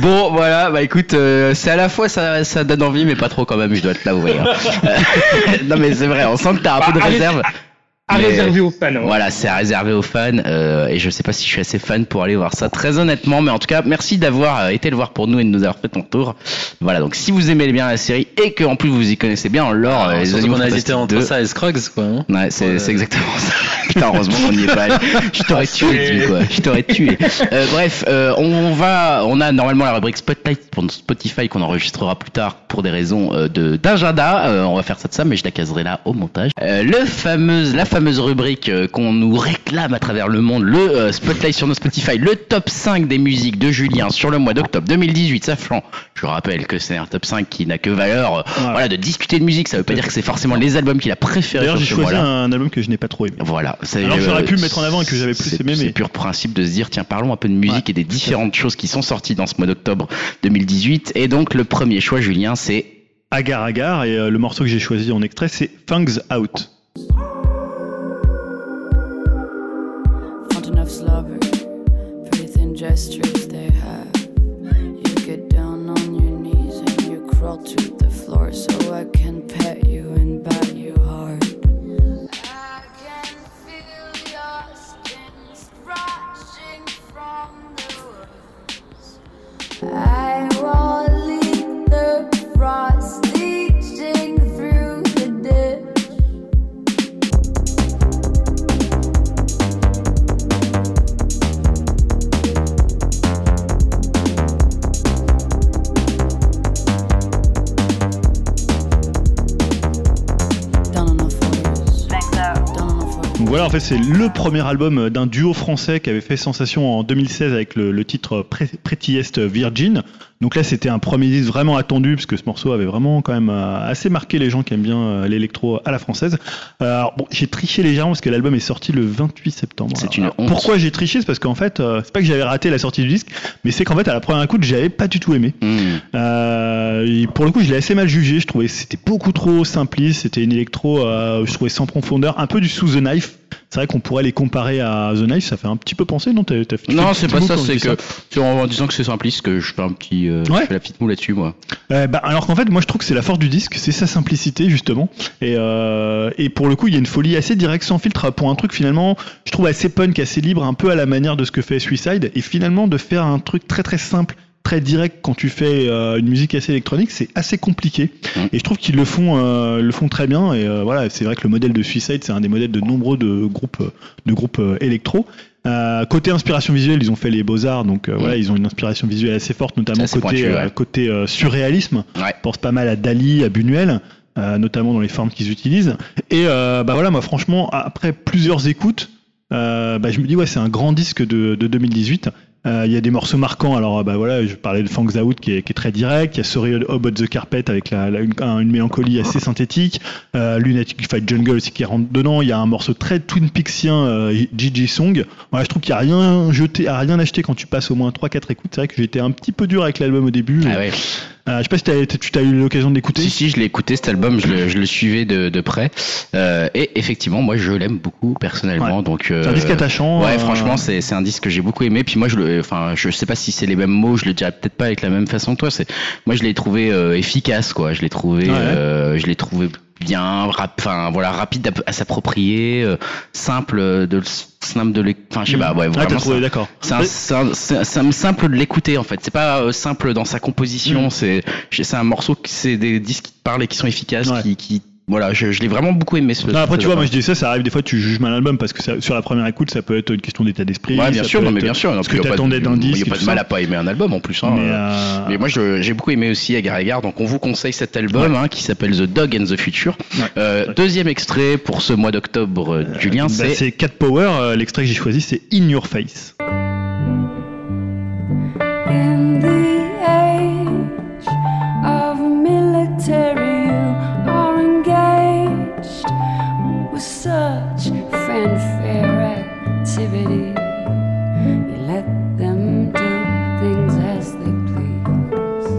Bon, voilà, bah écoute, euh, c'est à la fois ça, ça donne envie, mais pas trop quand même, je dois te l'avouer. hein. [laughs] non, mais c'est vrai, on sent que t'as un peu de Bah, arrête- réserve. À Mais- réserver aux fans. hein. Voilà, c'est réservé aux fans euh, et je sais pas si je suis assez fan pour aller voir ça très honnêtement, mais en tout cas, merci d'avoir euh, été le voir pour nous et de nous avoir fait ton tour. Voilà, donc si vous aimez bien la série et que en plus vous y connaissez bien en lore, euh, les Ah, Surtout animaux qu'on a hésité fantastiques entre 2, ça et Scruggs, quoi. hein. Ouais, c'est Ouais. c'est exactement ça. [laughs] Putain, heureusement qu'on n'y est pas. allé. Je t'aurais tué, Dim, quoi. Je t'aurais tué. Euh, bref, euh, on va, on a normalement la rubrique Spotlight pour notre Spotify qu'on enregistrera plus tard pour des raisons euh, de d'agenda. Euh, on va faire ça de ça, mais je la caserai là au montage. Euh, le fameuse, la fameuse rubrique euh, qu'on nous réclame à travers le monde, le euh, Spotlight sur nos Spotify, le top 5 des musiques de Julien sur le mois d'octobre 2018. Ça flanc. Je rappelle que c'est un top 5 qui n'a que valeur, euh, Ouais. voilà, de discuter de musique. Ça veut pas dire que c'est forcément les albums qu'il a préférés D'ailleurs, sur j'ai ce choisi mois-là. un album que je n'ai pas trop aimé. Voilà. c'est- euh, Alors que j'aurais pu le mettre en avant et que j'avais plus c'est- aimé, mais- C'est pur principe de se dire, tiens, parlons un peu de musique et des différentes choses qui sont sorties dans ce mois d'octobre 2018. Et donc, le premier choix, Julien, c'est Agar Agar et euh, le morceau que j'ai choisi en extrait c'est Fangs Out. Fountain of slobber, pretty thin gestures they have. You get down on your knees and you crawl to the floor so I can pet you and bite you hard. I can feel your skin scratching from the wounds. I will lead the frost leaching through the ditch. Down on all fours. Down on all fours. Donc voilà, en fait, c'est le premier album euh, d'un duo français qui avait fait sensation en 2016 avec le, le titre Pre- Prettiest Virgin. Donc là, c'était un premier disque vraiment attendu parce que ce morceau avait vraiment quand même euh, assez marqué les gens qui aiment bien euh, l'électro à la française. Euh, Alors bon, j'ai triché légèrement parce que l'album est sorti le 28 septembre. C'est Alors, une alors, honte. Pourquoi j'ai triché C'est parce qu'en fait, euh, c'est pas que j'avais raté la sortie du disque, mais c'est qu'en fait, à la première écoute, j'avais pas du tout aimé. hmm, Euh, et pour le coup, je l'ai assez mal jugé. Je trouvais que c'était beaucoup trop simpliste. C'était une électro, euh, je trouvais sans profondeur, un peu du sous the knife. C'est vrai qu'on pourrait les comparer à The Knife, ça fait un petit peu penser, non T'as- t'as fait- tu fais Non, un c'est petit pas mot ça, quand je c'est dis que, tu vois, en disant que c'est simpliste, que je fais un petit, euh, je Ouais. fais la petite moue là-dessus, moi. Euh, bah, alors qu'en fait, moi je trouve que c'est la force du disque, c'est sa simplicité justement. Et, euh, et pour le coup, il y a une folie assez directe, sans filtre, pour un truc finalement, je trouve assez punk, assez libre, un peu à la manière de ce que fait Suicide. Et finalement, de faire un truc très très simple, très direct quand tu fais euh, une musique assez électronique, c'est assez compliqué. Mhm. Et je trouve qu'ils le font, euh, le font très bien. Et euh, voilà, c'est vrai que le modèle de Suicide, c'est un des modèles de nombreux de groupes, de groupes euh, électro. Euh, côté inspiration visuelle, ils ont fait les beaux-arts, donc euh, voilà, ils ont une inspiration visuelle assez forte, notamment Mm. Assez côté, pointu, euh, ouais. côté euh, surréalisme. Ouais. Je pense pas mal à Dali, à Buñuel, euh, notamment dans les formes qu'ils utilisent. Et euh, bah voilà, moi franchement, après plusieurs écoutes, euh, bah, je me dis ouais, c'est un grand disque de, de 2018. Euh, Il y a des morceaux marquants. Alors bah voilà, je parlais de Fangs Out qui est, qui est très direct. Il y a Sorry About the Carpet avec la, la- une, un- une mélancolie assez synthétique. Euh, Lunatic Fight Jungle aussi qui rentre dedans. Il y a un morceau très Twin Peaksien, euh, GG Song. Voilà, je trouve qu'il y a rien jeté, à rien acheté quand tu passes au moins 3-4 écoutes. C'est vrai que j'ai été un petit peu dur avec l'album au début. Ah ouais. Euh, je sais pas si t'as- tu as eu l'occasion de l'écouter. Si, si, je l'ai écouté cet album, je le, je le suivais de, de près. Euh, et effectivement, moi, je l'aime beaucoup personnellement. Donc, euh, C'est un disque attachant. Ouais, euh, franchement, c'est c'est un disque que j'ai beaucoup aimé. Puis moi, je le, enfin, je sais pas si c'est les mêmes mots. Je le dirais peut-être pas avec la même façon que toi. C'est, moi, je l'ai trouvé euh, efficace, quoi. Je l'ai trouvé, Ouais. euh, je l'ai trouvé bien, rap, enfin, voilà, rapide à, à s'approprier, euh, simple euh, de, le- simple de, l'é- enfin, je sais pas, ouais, Ah, t'as vraiment. trouvé, ça- d'accord. c'est un- c'est un- c'est- c'est un- simple de l'écouter en fait. C'est pas euh, simple dans sa composition. Mm. C'est c'est un morceau qui c'est des disques qui te parlent et qui sont efficaces. Ouais. Qui, qui- voilà, je, je l'ai vraiment beaucoup aimé. Ce, Non, après, ce- tu vois, moi je dis ça, ça arrive des fois, tu juges mal l'album parce que ça- sur la première écoute, ça peut être une question d'état d'esprit. Ouais, bien ça sûr, peut non, mais être euh, bien sûr. non, Ce puis que y a pas t'attendais de- d'un Il n'y disque. a pas et de tout mal ça. à pas aimer un album en plus. Hein, Mais, euh. euh, Mais moi, je- j'ai beaucoup aimé aussi Agar Agar, donc on vous conseille cet album hein, qui s'appelle The Dog and the Future. Ouais. Euh, deuxième extrait pour ce mois d'octobre, euh, Julien, bah, c'est c'est Cat Power, euh, l'extrait que j'ai choisi, c'est In Your Face. In the age of military, you are engaged with such fanfare activity. You let them do things as they please.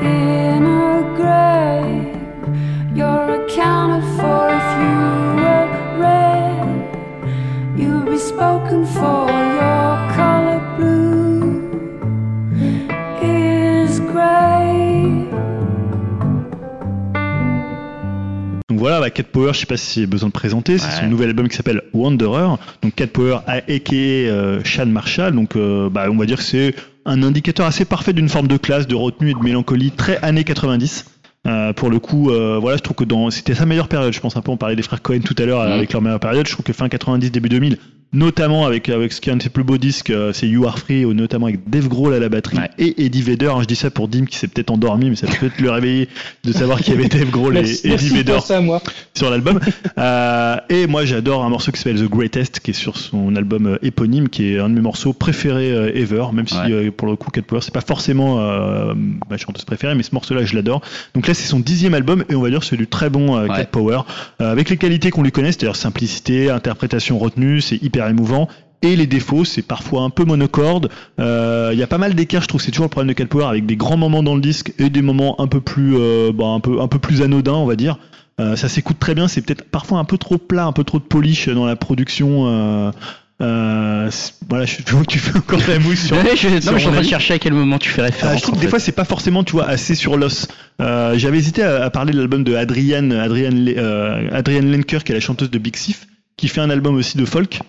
In a grave, you're accounted for if you were red. You'll be spoken for your color blue is gray. Donc voilà, bah, Cat Power, je sais pas si j'ai besoin de présenter, c'est Ouais. son nouvel album qui s'appelle Wanderer. Donc Cat Power, a.k.a. euh, Sean Marshall. Donc euh, bah, on va dire que c'est un indicateur assez parfait d'une forme de classe, de retenue et de mélancolie très années 90. Euh, pour le coup, euh, voilà, je trouve que dans c'était sa meilleure période. Je pense un peu, on parlait des frères Cohen tout à l'heure euh, Mhm. avec leur meilleure période. Je trouve que fin 90, début 2000, notamment avec avec ce qui est un de ses plus beaux disques, euh, c'est You Are Free, ou notamment avec Dave Grohl à la batterie Ouais. et Eddie Vedder. hein. je dis ça pour Dim qui s'est peut-être endormi, mais ça peut peut-être le réveiller de savoir qu'il y avait Dave Grohl et Merci, et Eddie merci Vedder pour ça, moi. sur l'album. Euh, et moi, j'adore un morceau qui s'appelle The Greatest, qui est sur son album euh, éponyme, qui est un de mes morceaux préférés euh, ever, même si Ouais. euh, pour le coup, Cat Power, c'est pas forcément euh, ma chanteuse préférée, mais ce morceau-là, je l'adore. Donc là, c'est son dixième album, et on va dire que c'est du très bon euh, Cat Ouais. Power, euh, avec les qualités qu'on lui connaît, c'est-à-dire simplicité, interprétation retenue, c'est hyper émouvant. Et les défauts, c'est parfois un peu monocorde. Euh, Il y a pas mal d'écarts, je trouve. que C'est toujours le problème de Cat Power, avec des grands moments dans le disque et des moments un peu plus, euh, bah, un peu, un peu plus anodins, on va dire. Euh, ça s'écoute très bien, c'est peut-être parfois un peu trop plat, un peu trop de polish dans la production. Euh, euh, c'est- voilà, je, je vois que tu fais encore la mousse sur. Ouais, je, [laughs] non, mais je sur suis en mon train de avis. chercher à quel moment tu fais référence. Euh, je trouve que en des fait. fois c'est pas forcément tu vois assez sur l'os. Euh, J'avais hésité à, à parler de l'album de Adrienne Adrienne Le- euh, Adrienne Lenker qui est la chanteuse de Big Sif qui fait un album aussi de folk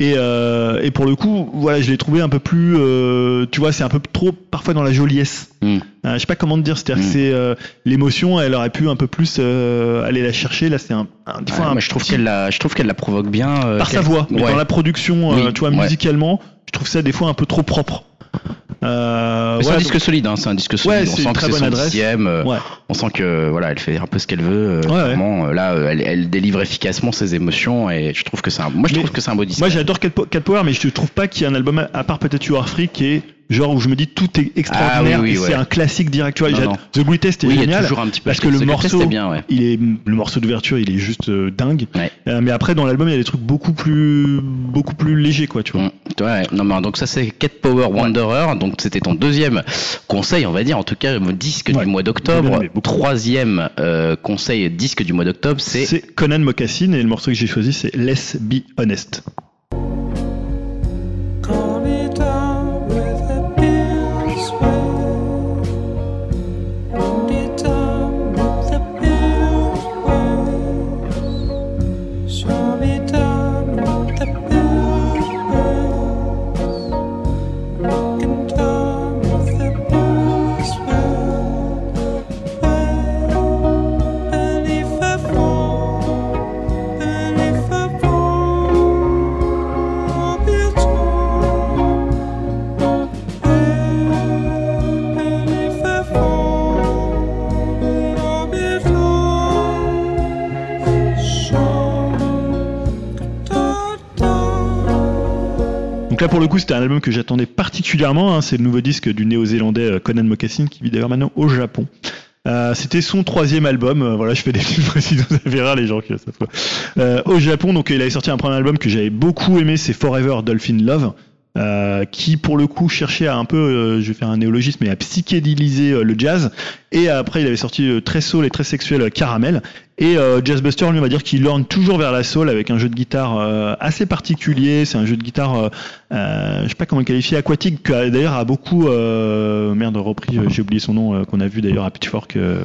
et, euh, et pour le coup voilà je l'ai trouvé un peu plus euh, tu vois c'est un peu trop parfois dans la joliesse. Mm. Euh, je sais pas comment te dire, c'est-à-dire Mm. que c'est euh, l'émotion, elle aurait pu un peu plus euh, aller la chercher. Là, c'est un, un- des Ouais, fois un moi, je trouve petit- qu'elle la, je trouve qu'elle la provoque bien. euh, par sa qu'elle- voix, mais Ouais. dans la production, euh, Oui, tu vois, ouais. musicalement, je trouve ça des fois un peu trop propre. Euh, Mais C'est voilà, un donc- disque solide, hein, c'est un disque Ouais, solide. on c'est sent une que très c'est bonne son adresse. dixième. euh, Ouais. On sent que voilà, elle fait un peu ce qu'elle veut. euh, Ouais, ouais. clairement. Euh, Là, euh, elle, elle délivre efficacement ses émotions et je trouve que c'est un. Moi, je Mais- trouve que c'est un beau disque. Moi j'adore Cat Po- Cat Power, mais je trouve pas qu'il y ait un album, à- à part peut-être You Are Free, qui est genre où je me dis tout est extraordinaire Ah oui, oui, et ouais. c'est un classique direct. Tu vois, Non, j'ad- non. The Greatest est oui, il y a génial. toujours un petit peu. parce que le ce morceau- c'était bien, ouais. Il est le morceau d'ouverture, il est juste euh, dingue. Ouais. Euh, mais après dans l'album, il y a des trucs beaucoup plus beaucoup plus légers quoi, tu vois. Mm. Ouais, non, mais donc ça c'est Cat Power Wanderer, donc c'était ton deuxième conseil, on va dire, en tout cas, disque Ouais, du mois j'ai bien d'octobre. aimé, beaucoup. Troisième euh, conseil disque du mois d'octobre, c'est C'est Conan Mocassin et le morceau que j'ai choisi c'est Let's Be Honest. Call me down with a bill swell. Hold it down with a bill Show me down with a bill Looking down with a bill swell. Believe I fall, believe I fall. Donc là pour le coup c'était un album que j'attendais particulièrement, hein, c'est le nouveau disque du néo-zélandais euh, Conan Mocassin qui vit d'ailleurs maintenant au Japon. Euh, c'était son troisième album, euh, voilà je fais des petites [laughs] précisions, ça verra les gens qui le savent pas. Euh, au Japon, donc il avait sorti un premier album que j'avais beaucoup aimé, c'est Forever Dolphin Love. euh, qui pour le coup cherchait à un peu, euh, je vais faire un néologisme, mais à psychédéliser euh, le jazz. Et après, il avait sorti euh, très soul et très sexuel euh, Caramel. Et euh, Jazz Buster, lui, on va dire qu'il lorne toujours vers la soul avec un jeu de guitare euh, assez particulier. C'est un jeu de guitare, euh, euh, je sais pas comment le qualifier, aquatique, que euh, d'ailleurs a beaucoup, euh, merde, repris, euh, j'ai oublié son nom, euh, qu'on a vu d'ailleurs à Pitchfork. euh.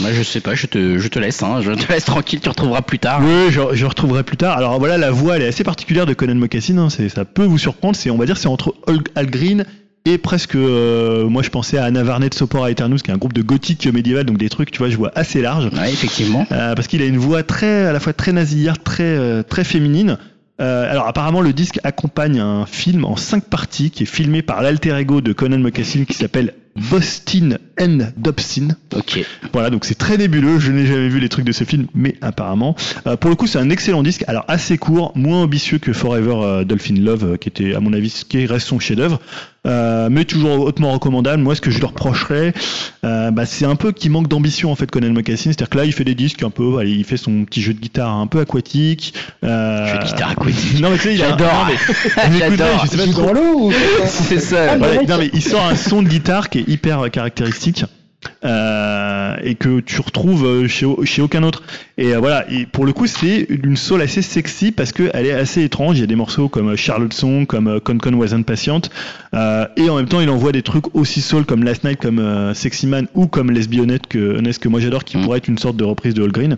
Moi, Bah, je sais pas, je te, je te laisse, hein, je te laisse tranquille, tu retrouveras plus tard. Oui, je, je retrouverai plus tard. Alors voilà, la voix, elle est assez particulière de Conan Mocassin. hein, c'est- ça peut vous surprendre. C'est, on va dire, c'est entre Al, Al Green et presque. euh, moi, je pensais à Anna Varnet de Sopora Eternus, qui est un groupe de gothique médiéval, donc des trucs, tu vois, je vois assez large. Ouais, effectivement. Euh, parce qu'il a une voix très, à la fois très nasillarde, très, euh, très féminine. Euh, alors apparemment le disque accompagne un film en cinq parties qui est filmé par l'alter ego de Conan Mocassin qui s'appelle Boston and Dobson. Ok. Voilà, donc c'est très nébuleux. Je n'ai jamais vu les trucs de ce film, mais apparemment. Euh, pour le coup, c'est un excellent disque. Alors, assez court, moins ambitieux que Forever euh, Dolphin Love, euh, qui était, à mon avis, ce qui reste son chef-d'œuvre. Euh, mais toujours hautement recommandable. Moi, ce que je leur reprocherais, euh, bah, c'est un peu qu'il manque d'ambition, en fait, Conan Mocassin. C'est-à-dire que là, il fait des disques un peu, allez, il fait son petit jeu de guitare un peu aquatique. Euh... Jeu de guitare [laughs] aquatique. Non, mais tu sais, il a- J'adore. [laughs] Vous m'écoutez, J'adore. je sais pas J'ai trop- dans l'eau ou- [laughs] C'est ça. Ouais, non, Ah, mais il sort un son de guitare qui est hyper euh, caractéristique euh, et que tu retrouves euh, chez, au- chez aucun autre. Et euh, voilà, et pour le coup, c'est une soul assez sexy parce qu'elle est assez étrange. Il y a des morceaux comme euh, Charlotte Song, comme euh, Con Con Wasn't Patient. Euh, et en même temps, il envoie des trucs aussi soul comme Last Night, comme euh, Sexy Man ou comme Lesbionnette que, Honest que moi j'adore, qui Mm. pourrait être une sorte de reprise de All Green.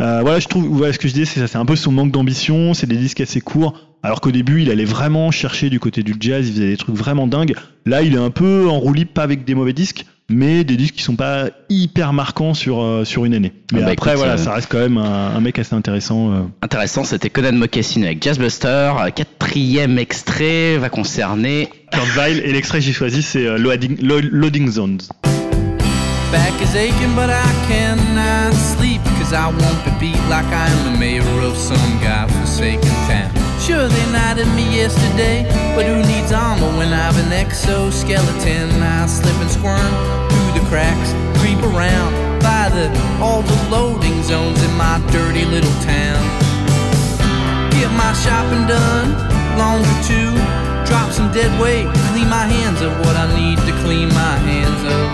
Euh, voilà, je trouve, voilà, ce que je disais, c'est ça, c'est un peu son manque d'ambition, c'est des disques assez courts. Alors qu'au début, il allait vraiment chercher du côté du jazz, il faisait des trucs vraiment dingues. Là, il est un peu en roue libre, pas avec des mauvais disques, mais des disques qui sont pas hyper marquants sur, euh, sur une année. Mais Ah bah après, écoute, voilà, euh, ça reste quand même un, un mec assez intéressant. euh. Intéressant, c'était Conan Mocassin avec Jazzbuster. Quatrième extrait va concerner Kurt Weill, et l'extrait que j'ai choisi, c'est euh, Loading, Lo- Loading Zones. back is aching, but I cannot sleep. Cause I want to be like I am the mayor of some godforsaken town. Sure, they knighted me yesterday, but who needs armor when I've an exoskeleton? I slip and squirm through the cracks, creep around by the all the loading zones in my dirty little town get my shopping done. Long for two, drop some dead weight, clean my hands of what I need to clean my hands of.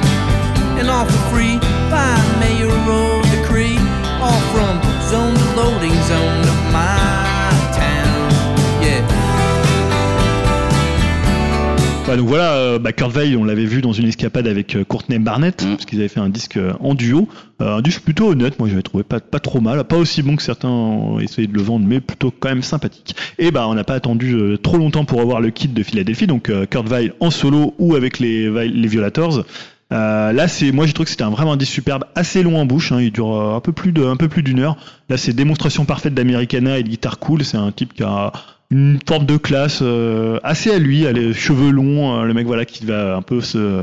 And all for free by mayoral decree, all from zone to loading zone of my town. Yeah. Ouais, donc voilà, euh, bah, Kurt Weill, on l'avait vu dans une escapade avec euh, Courtney Barnett, Mm. parce qu'ils avaient fait un disque euh, en duo. Euh, un disque plutôt honnête, moi j'avais trouvé pas, pas trop mal, pas aussi bon que certains ont essayé de le vendre, mais plutôt quand même sympathique. Et bah on n'a pas attendu euh, trop longtemps pour avoir le kit de Philadelphie, donc euh, Kurt Weill en solo ou avec les, Vi- les Violators. Euh, là, c'est moi j'ai trouvé que c'était un vraiment un disque superbe, assez long en bouche. hein, il dure euh, un peu plus de, un peu plus d'une heure. Là, c'est démonstration parfaite d'Americana et de guitare cool. C'est un type qui a une forme de classe euh, assez à lui, elle est cheveux longs, euh, le mec voilà qui va un peu se.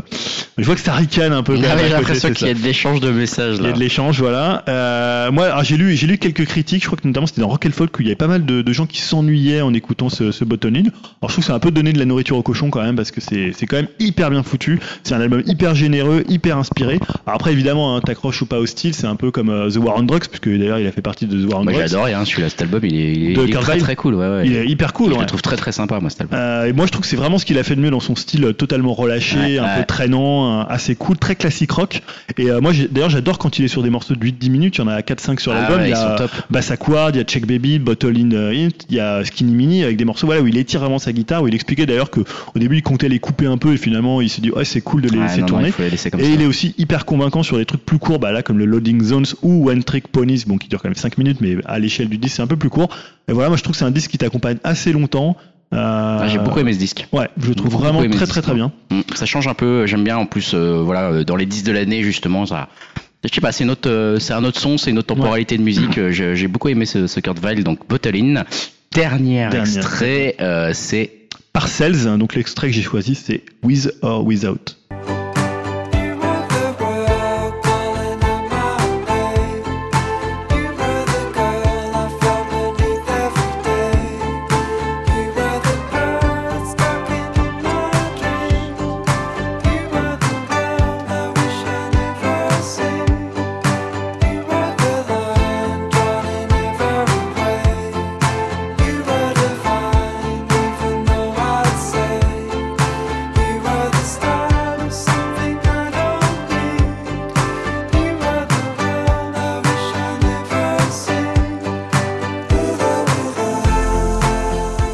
Je vois que ça ricane un peu. quand Non, même mais Ah à J'ai côté, l'impression c'est qu'il y ça. a de l'échange de messages Il y là. a de l'échange, voilà. Euh, moi, alors, j'ai lu, j'ai lu quelques critiques. Je crois que notamment c'était dans Rock and Folk où il y avait pas mal de, de gens qui s'ennuyaient en écoutant ce, ce Bottom Hill. Alors, je trouve que c'est un peu donné de la nourriture au cochon quand même parce que c'est, c'est quand même hyper bien foutu. C'est un album hyper généreux, hyper inspiré. Alors après, évidemment, hein, t'accroches ou pas au style, c'est un peu comme euh, The War on Drugs puisque d'ailleurs il a fait partie de The War on Moi Drugs. j'adore Oh, bah, hein, celui-là, cet album il est, il est- De il est Kurt très Weill très cool. Ouais, ouais. Il est hyper cool. Je ouais. le trouve très très sympa, moi, cet album. Euh, et moi, je trouve que c'est vraiment ce qu'il a fait de mieux dans son style euh, totalement relâché, Ouais, un ouais. peu traînant, euh, assez cool, très classique rock. Et euh, moi, j'ai- d'ailleurs, j'adore quand il est sur des morceaux de 8-10 minutes. Il y en a 4-5 sur Ah l'album. ouais, il y ils sont a top. Bass Aquard, il y a Check Baby, Bottle in euh, It, il y a Skinny Mini avec des morceaux voilà, où il étire vraiment sa guitare, où il expliquait d'ailleurs que au début, il comptait les couper un peu et finalement, il s'est dit, ouais, c'est cool de les Ah, laisser non, non, tourner. il faut les laisser comme Et ça. il est aussi hyper convaincant sur des trucs plus courts, bah là, comme le Loading Zones ou One Trick Ponies, bon, qui dure quand même 5 minutes, mais à l'échelle du disque, c'est un peu plus court. Et voilà, moi, je trouve que c'est un disque qui t'accompagne assez longtemps. Euh, Ah, J'ai beaucoup aimé ce disque. Ouais, je le trouve Beaucoup vraiment aimé très ce très très bien. Mm, Ça change un peu, j'aime bien en plus, euh, voilà, euh, dans les 10 de l'année justement, ça. Je sais pas, c'est une autre, euh, c'est un autre son, c'est une autre temporalité de musique. euh, je- J'ai beaucoup aimé ce, ce Kurt Weill, donc Bottle In. Dernier, Dernier. extrait, euh, c'est Parcells, hein, donc l'extrait que j'ai choisi, c'est With or Without.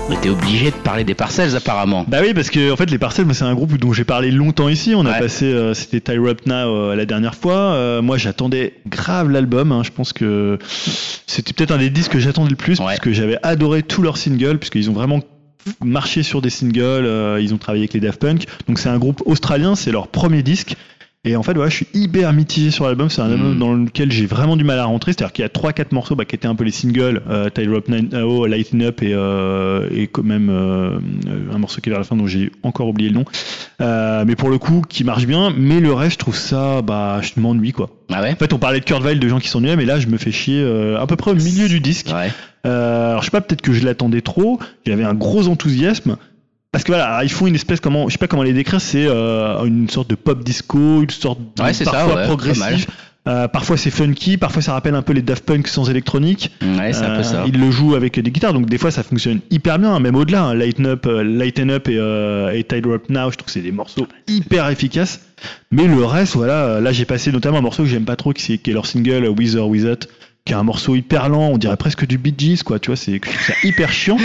On était obligé de parler des parcelles apparemment. Bah oui, parce que en fait, les Parcells, moi, c'est un groupe dont j'ai parlé longtemps ici. On a Ouais. passé, euh, c'était Tyre Up Now euh, la dernière fois. Euh, moi, j'attendais grave l'album. hein. Je pense que c'était peut-être un des disques que j'attendais le plus, Ouais. parce que j'avais adoré tous leurs singles, puisqu'ils ont vraiment marché sur des singles. euh, ils ont travaillé avec les Daft Punk. Donc, c'est un groupe australien. C'est leur premier disque. Et en fait, voilà, je suis hyper mitigé sur l'album. C'est un album Mm. dans lequel j'ai vraiment du mal à rentrer. C'est-à-dire qu'il y a trois, quatre morceaux bah, qui étaient un peu les singles, euh, Tyler Up Nine- euh, oh, Lighten Up et, euh, et quand même euh, un morceau qui est vers la fin dont j'ai encore oublié le nom. Euh, mais pour le coup, qui marche bien. Mais le reste, je trouve ça, bah, je m'ennuie quoi. Ah ouais En fait, on parlait de Kurt Weill, de gens qui s'ennuyaient, mais là, je me fais chier euh, à peu près au milieu du disque. Ouais. Euh, alors je sais pas, peut-être que je l'attendais trop. J'avais un gros enthousiasme. Parce que voilà, ils font une espèce comment, je sais pas comment les décrire, c'est euh, une sorte de pop disco, une sorte de Ouais, c'est ça, parfois ouais, pas mal. progressif. Euh, parfois c'est funky, parfois ça rappelle un peu les Daft Punk sans électronique. Ouais, c'est un peu ça. Euh, il le joue avec des guitares, donc des fois ça fonctionne hyper bien, même au-delà. hein. Lighten Up, euh, Lighten Up et, euh, et Tied Up Now, je trouve que c'est des morceaux hyper efficaces. Mais le reste, voilà, euh, là j'ai passé notamment un morceau que j'aime pas trop, qui, c'est- qui est leur single euh, With or Without, qui est un morceau hyper lent, on dirait presque du Bee Gees, quoi, tu vois, c'est que je trouve ça [laughs] hyper chiant.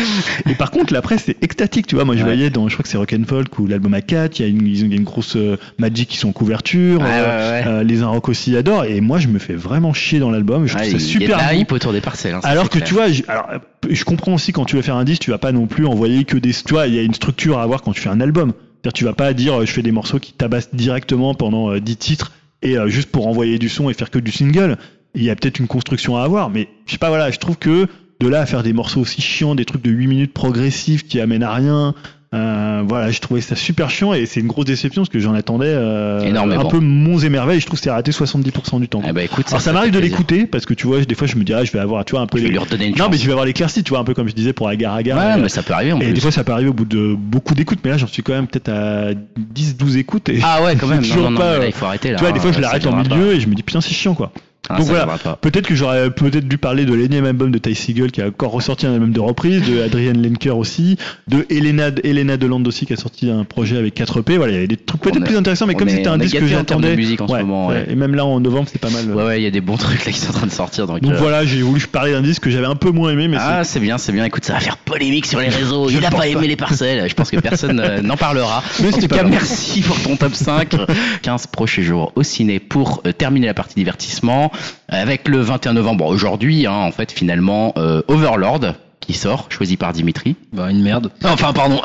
Et par contre, l'après, c'est extatique, tu vois. Moi, je Ouais. voyais dans, je crois que c'est Rock'n'Folk ou l'album A4, il y a une, ils ont- il y a une grosse euh, Magic qui sont en couverture. Ouais, euh, ouais, ouais. euh, les un rock aussi adorent, et moi, je me fais vraiment chier dans l'album, je Ouais, trouve Ah, il y ça a super de la beau. hype autour des parcelles. hein, ça, Alors c'est que clair. tu vois, je, alors, euh, je comprends aussi quand tu vas faire un disque, tu vas pas non plus envoyer que des. Tu vois, il y a une structure à avoir quand tu fais un album. C'est-à-dire, tu vas pas dire euh, je fais des morceaux qui tabassent directement pendant euh, 10 titres et euh, juste pour envoyer du son et faire que du single. Il y a peut-être une construction à avoir, mais je sais pas, voilà, je trouve que de là à faire des morceaux aussi chiants, des trucs de 8 minutes progressifs qui amènent à rien. euh, voilà, je trouvais ça super chiant et c'est une grosse déception parce que j'en attendais euh, Énormément. un peu monts et merveilles. Je trouve que c'est raté 70% du temps. Ah bah écoute, Alors ça, fait m'arrive de plaisir. l'écouter parce que tu vois, je- des fois je me dis ah je vais avoir tu vois un peu Je vais les- lui redonner une non chance. mais je vais avoir l'éclaircie tu vois un peu comme je disais pour Agar Agar. Ouais, Et- mais ça peut arriver en et plus. des fois ça peut arriver au bout de beaucoup d'écoutes mais là j'en suis quand même peut-être à 10 12 écoutes et Ah ouais, quand même. j'ai Non, non, toujours non, pas, mais là, euh, il faut arrêter là. [laughs] tu vois des fois hein, je ça l'arrête en viendra milieu et je me dis putain c'est chiant quoi. pas. Ah, Donc ça voilà. viendra pas. Peut-être que j'aurais peut-être dû parler de l'énième album de Ty Siegel qui a encore ressorti un album de reprise, de Adrian Lenker aussi, de Elena, Elena Deland aussi qui a sorti un projet avec 4P. Voilà, il y avait des trucs On peut-être est- plus intéressants, mais on comme est- c'était on un est disque que gâtés en termes de j'attendais. musique en ce moment, ouais. Et même là en novembre, c'est pas mal. Ouais, ouais, il y a des bons trucs là qui sont en train de sortir. Donc, Donc euh, voilà, j'ai voulu parler d'un disque que j'avais un peu moins aimé, mais Ah, c'est bien, c'est bien. Écoute, ça va faire polémique sur les réseaux. Je Il a pense pas aimé pas. les parcelles. Je pense que personne euh, n'en parlera. Mais en c'était tout pas cas, grave. merci pour ton top 5. [laughs] 15 prochains jours au ciné pour euh, terminer la partie divertissement avec le 21 novembre aujourd'hui, hein, en fait, finalement, euh, Overlord qui sort, choisi par Dimitri. Bah, une merde. Enfin, [laughs] pardon.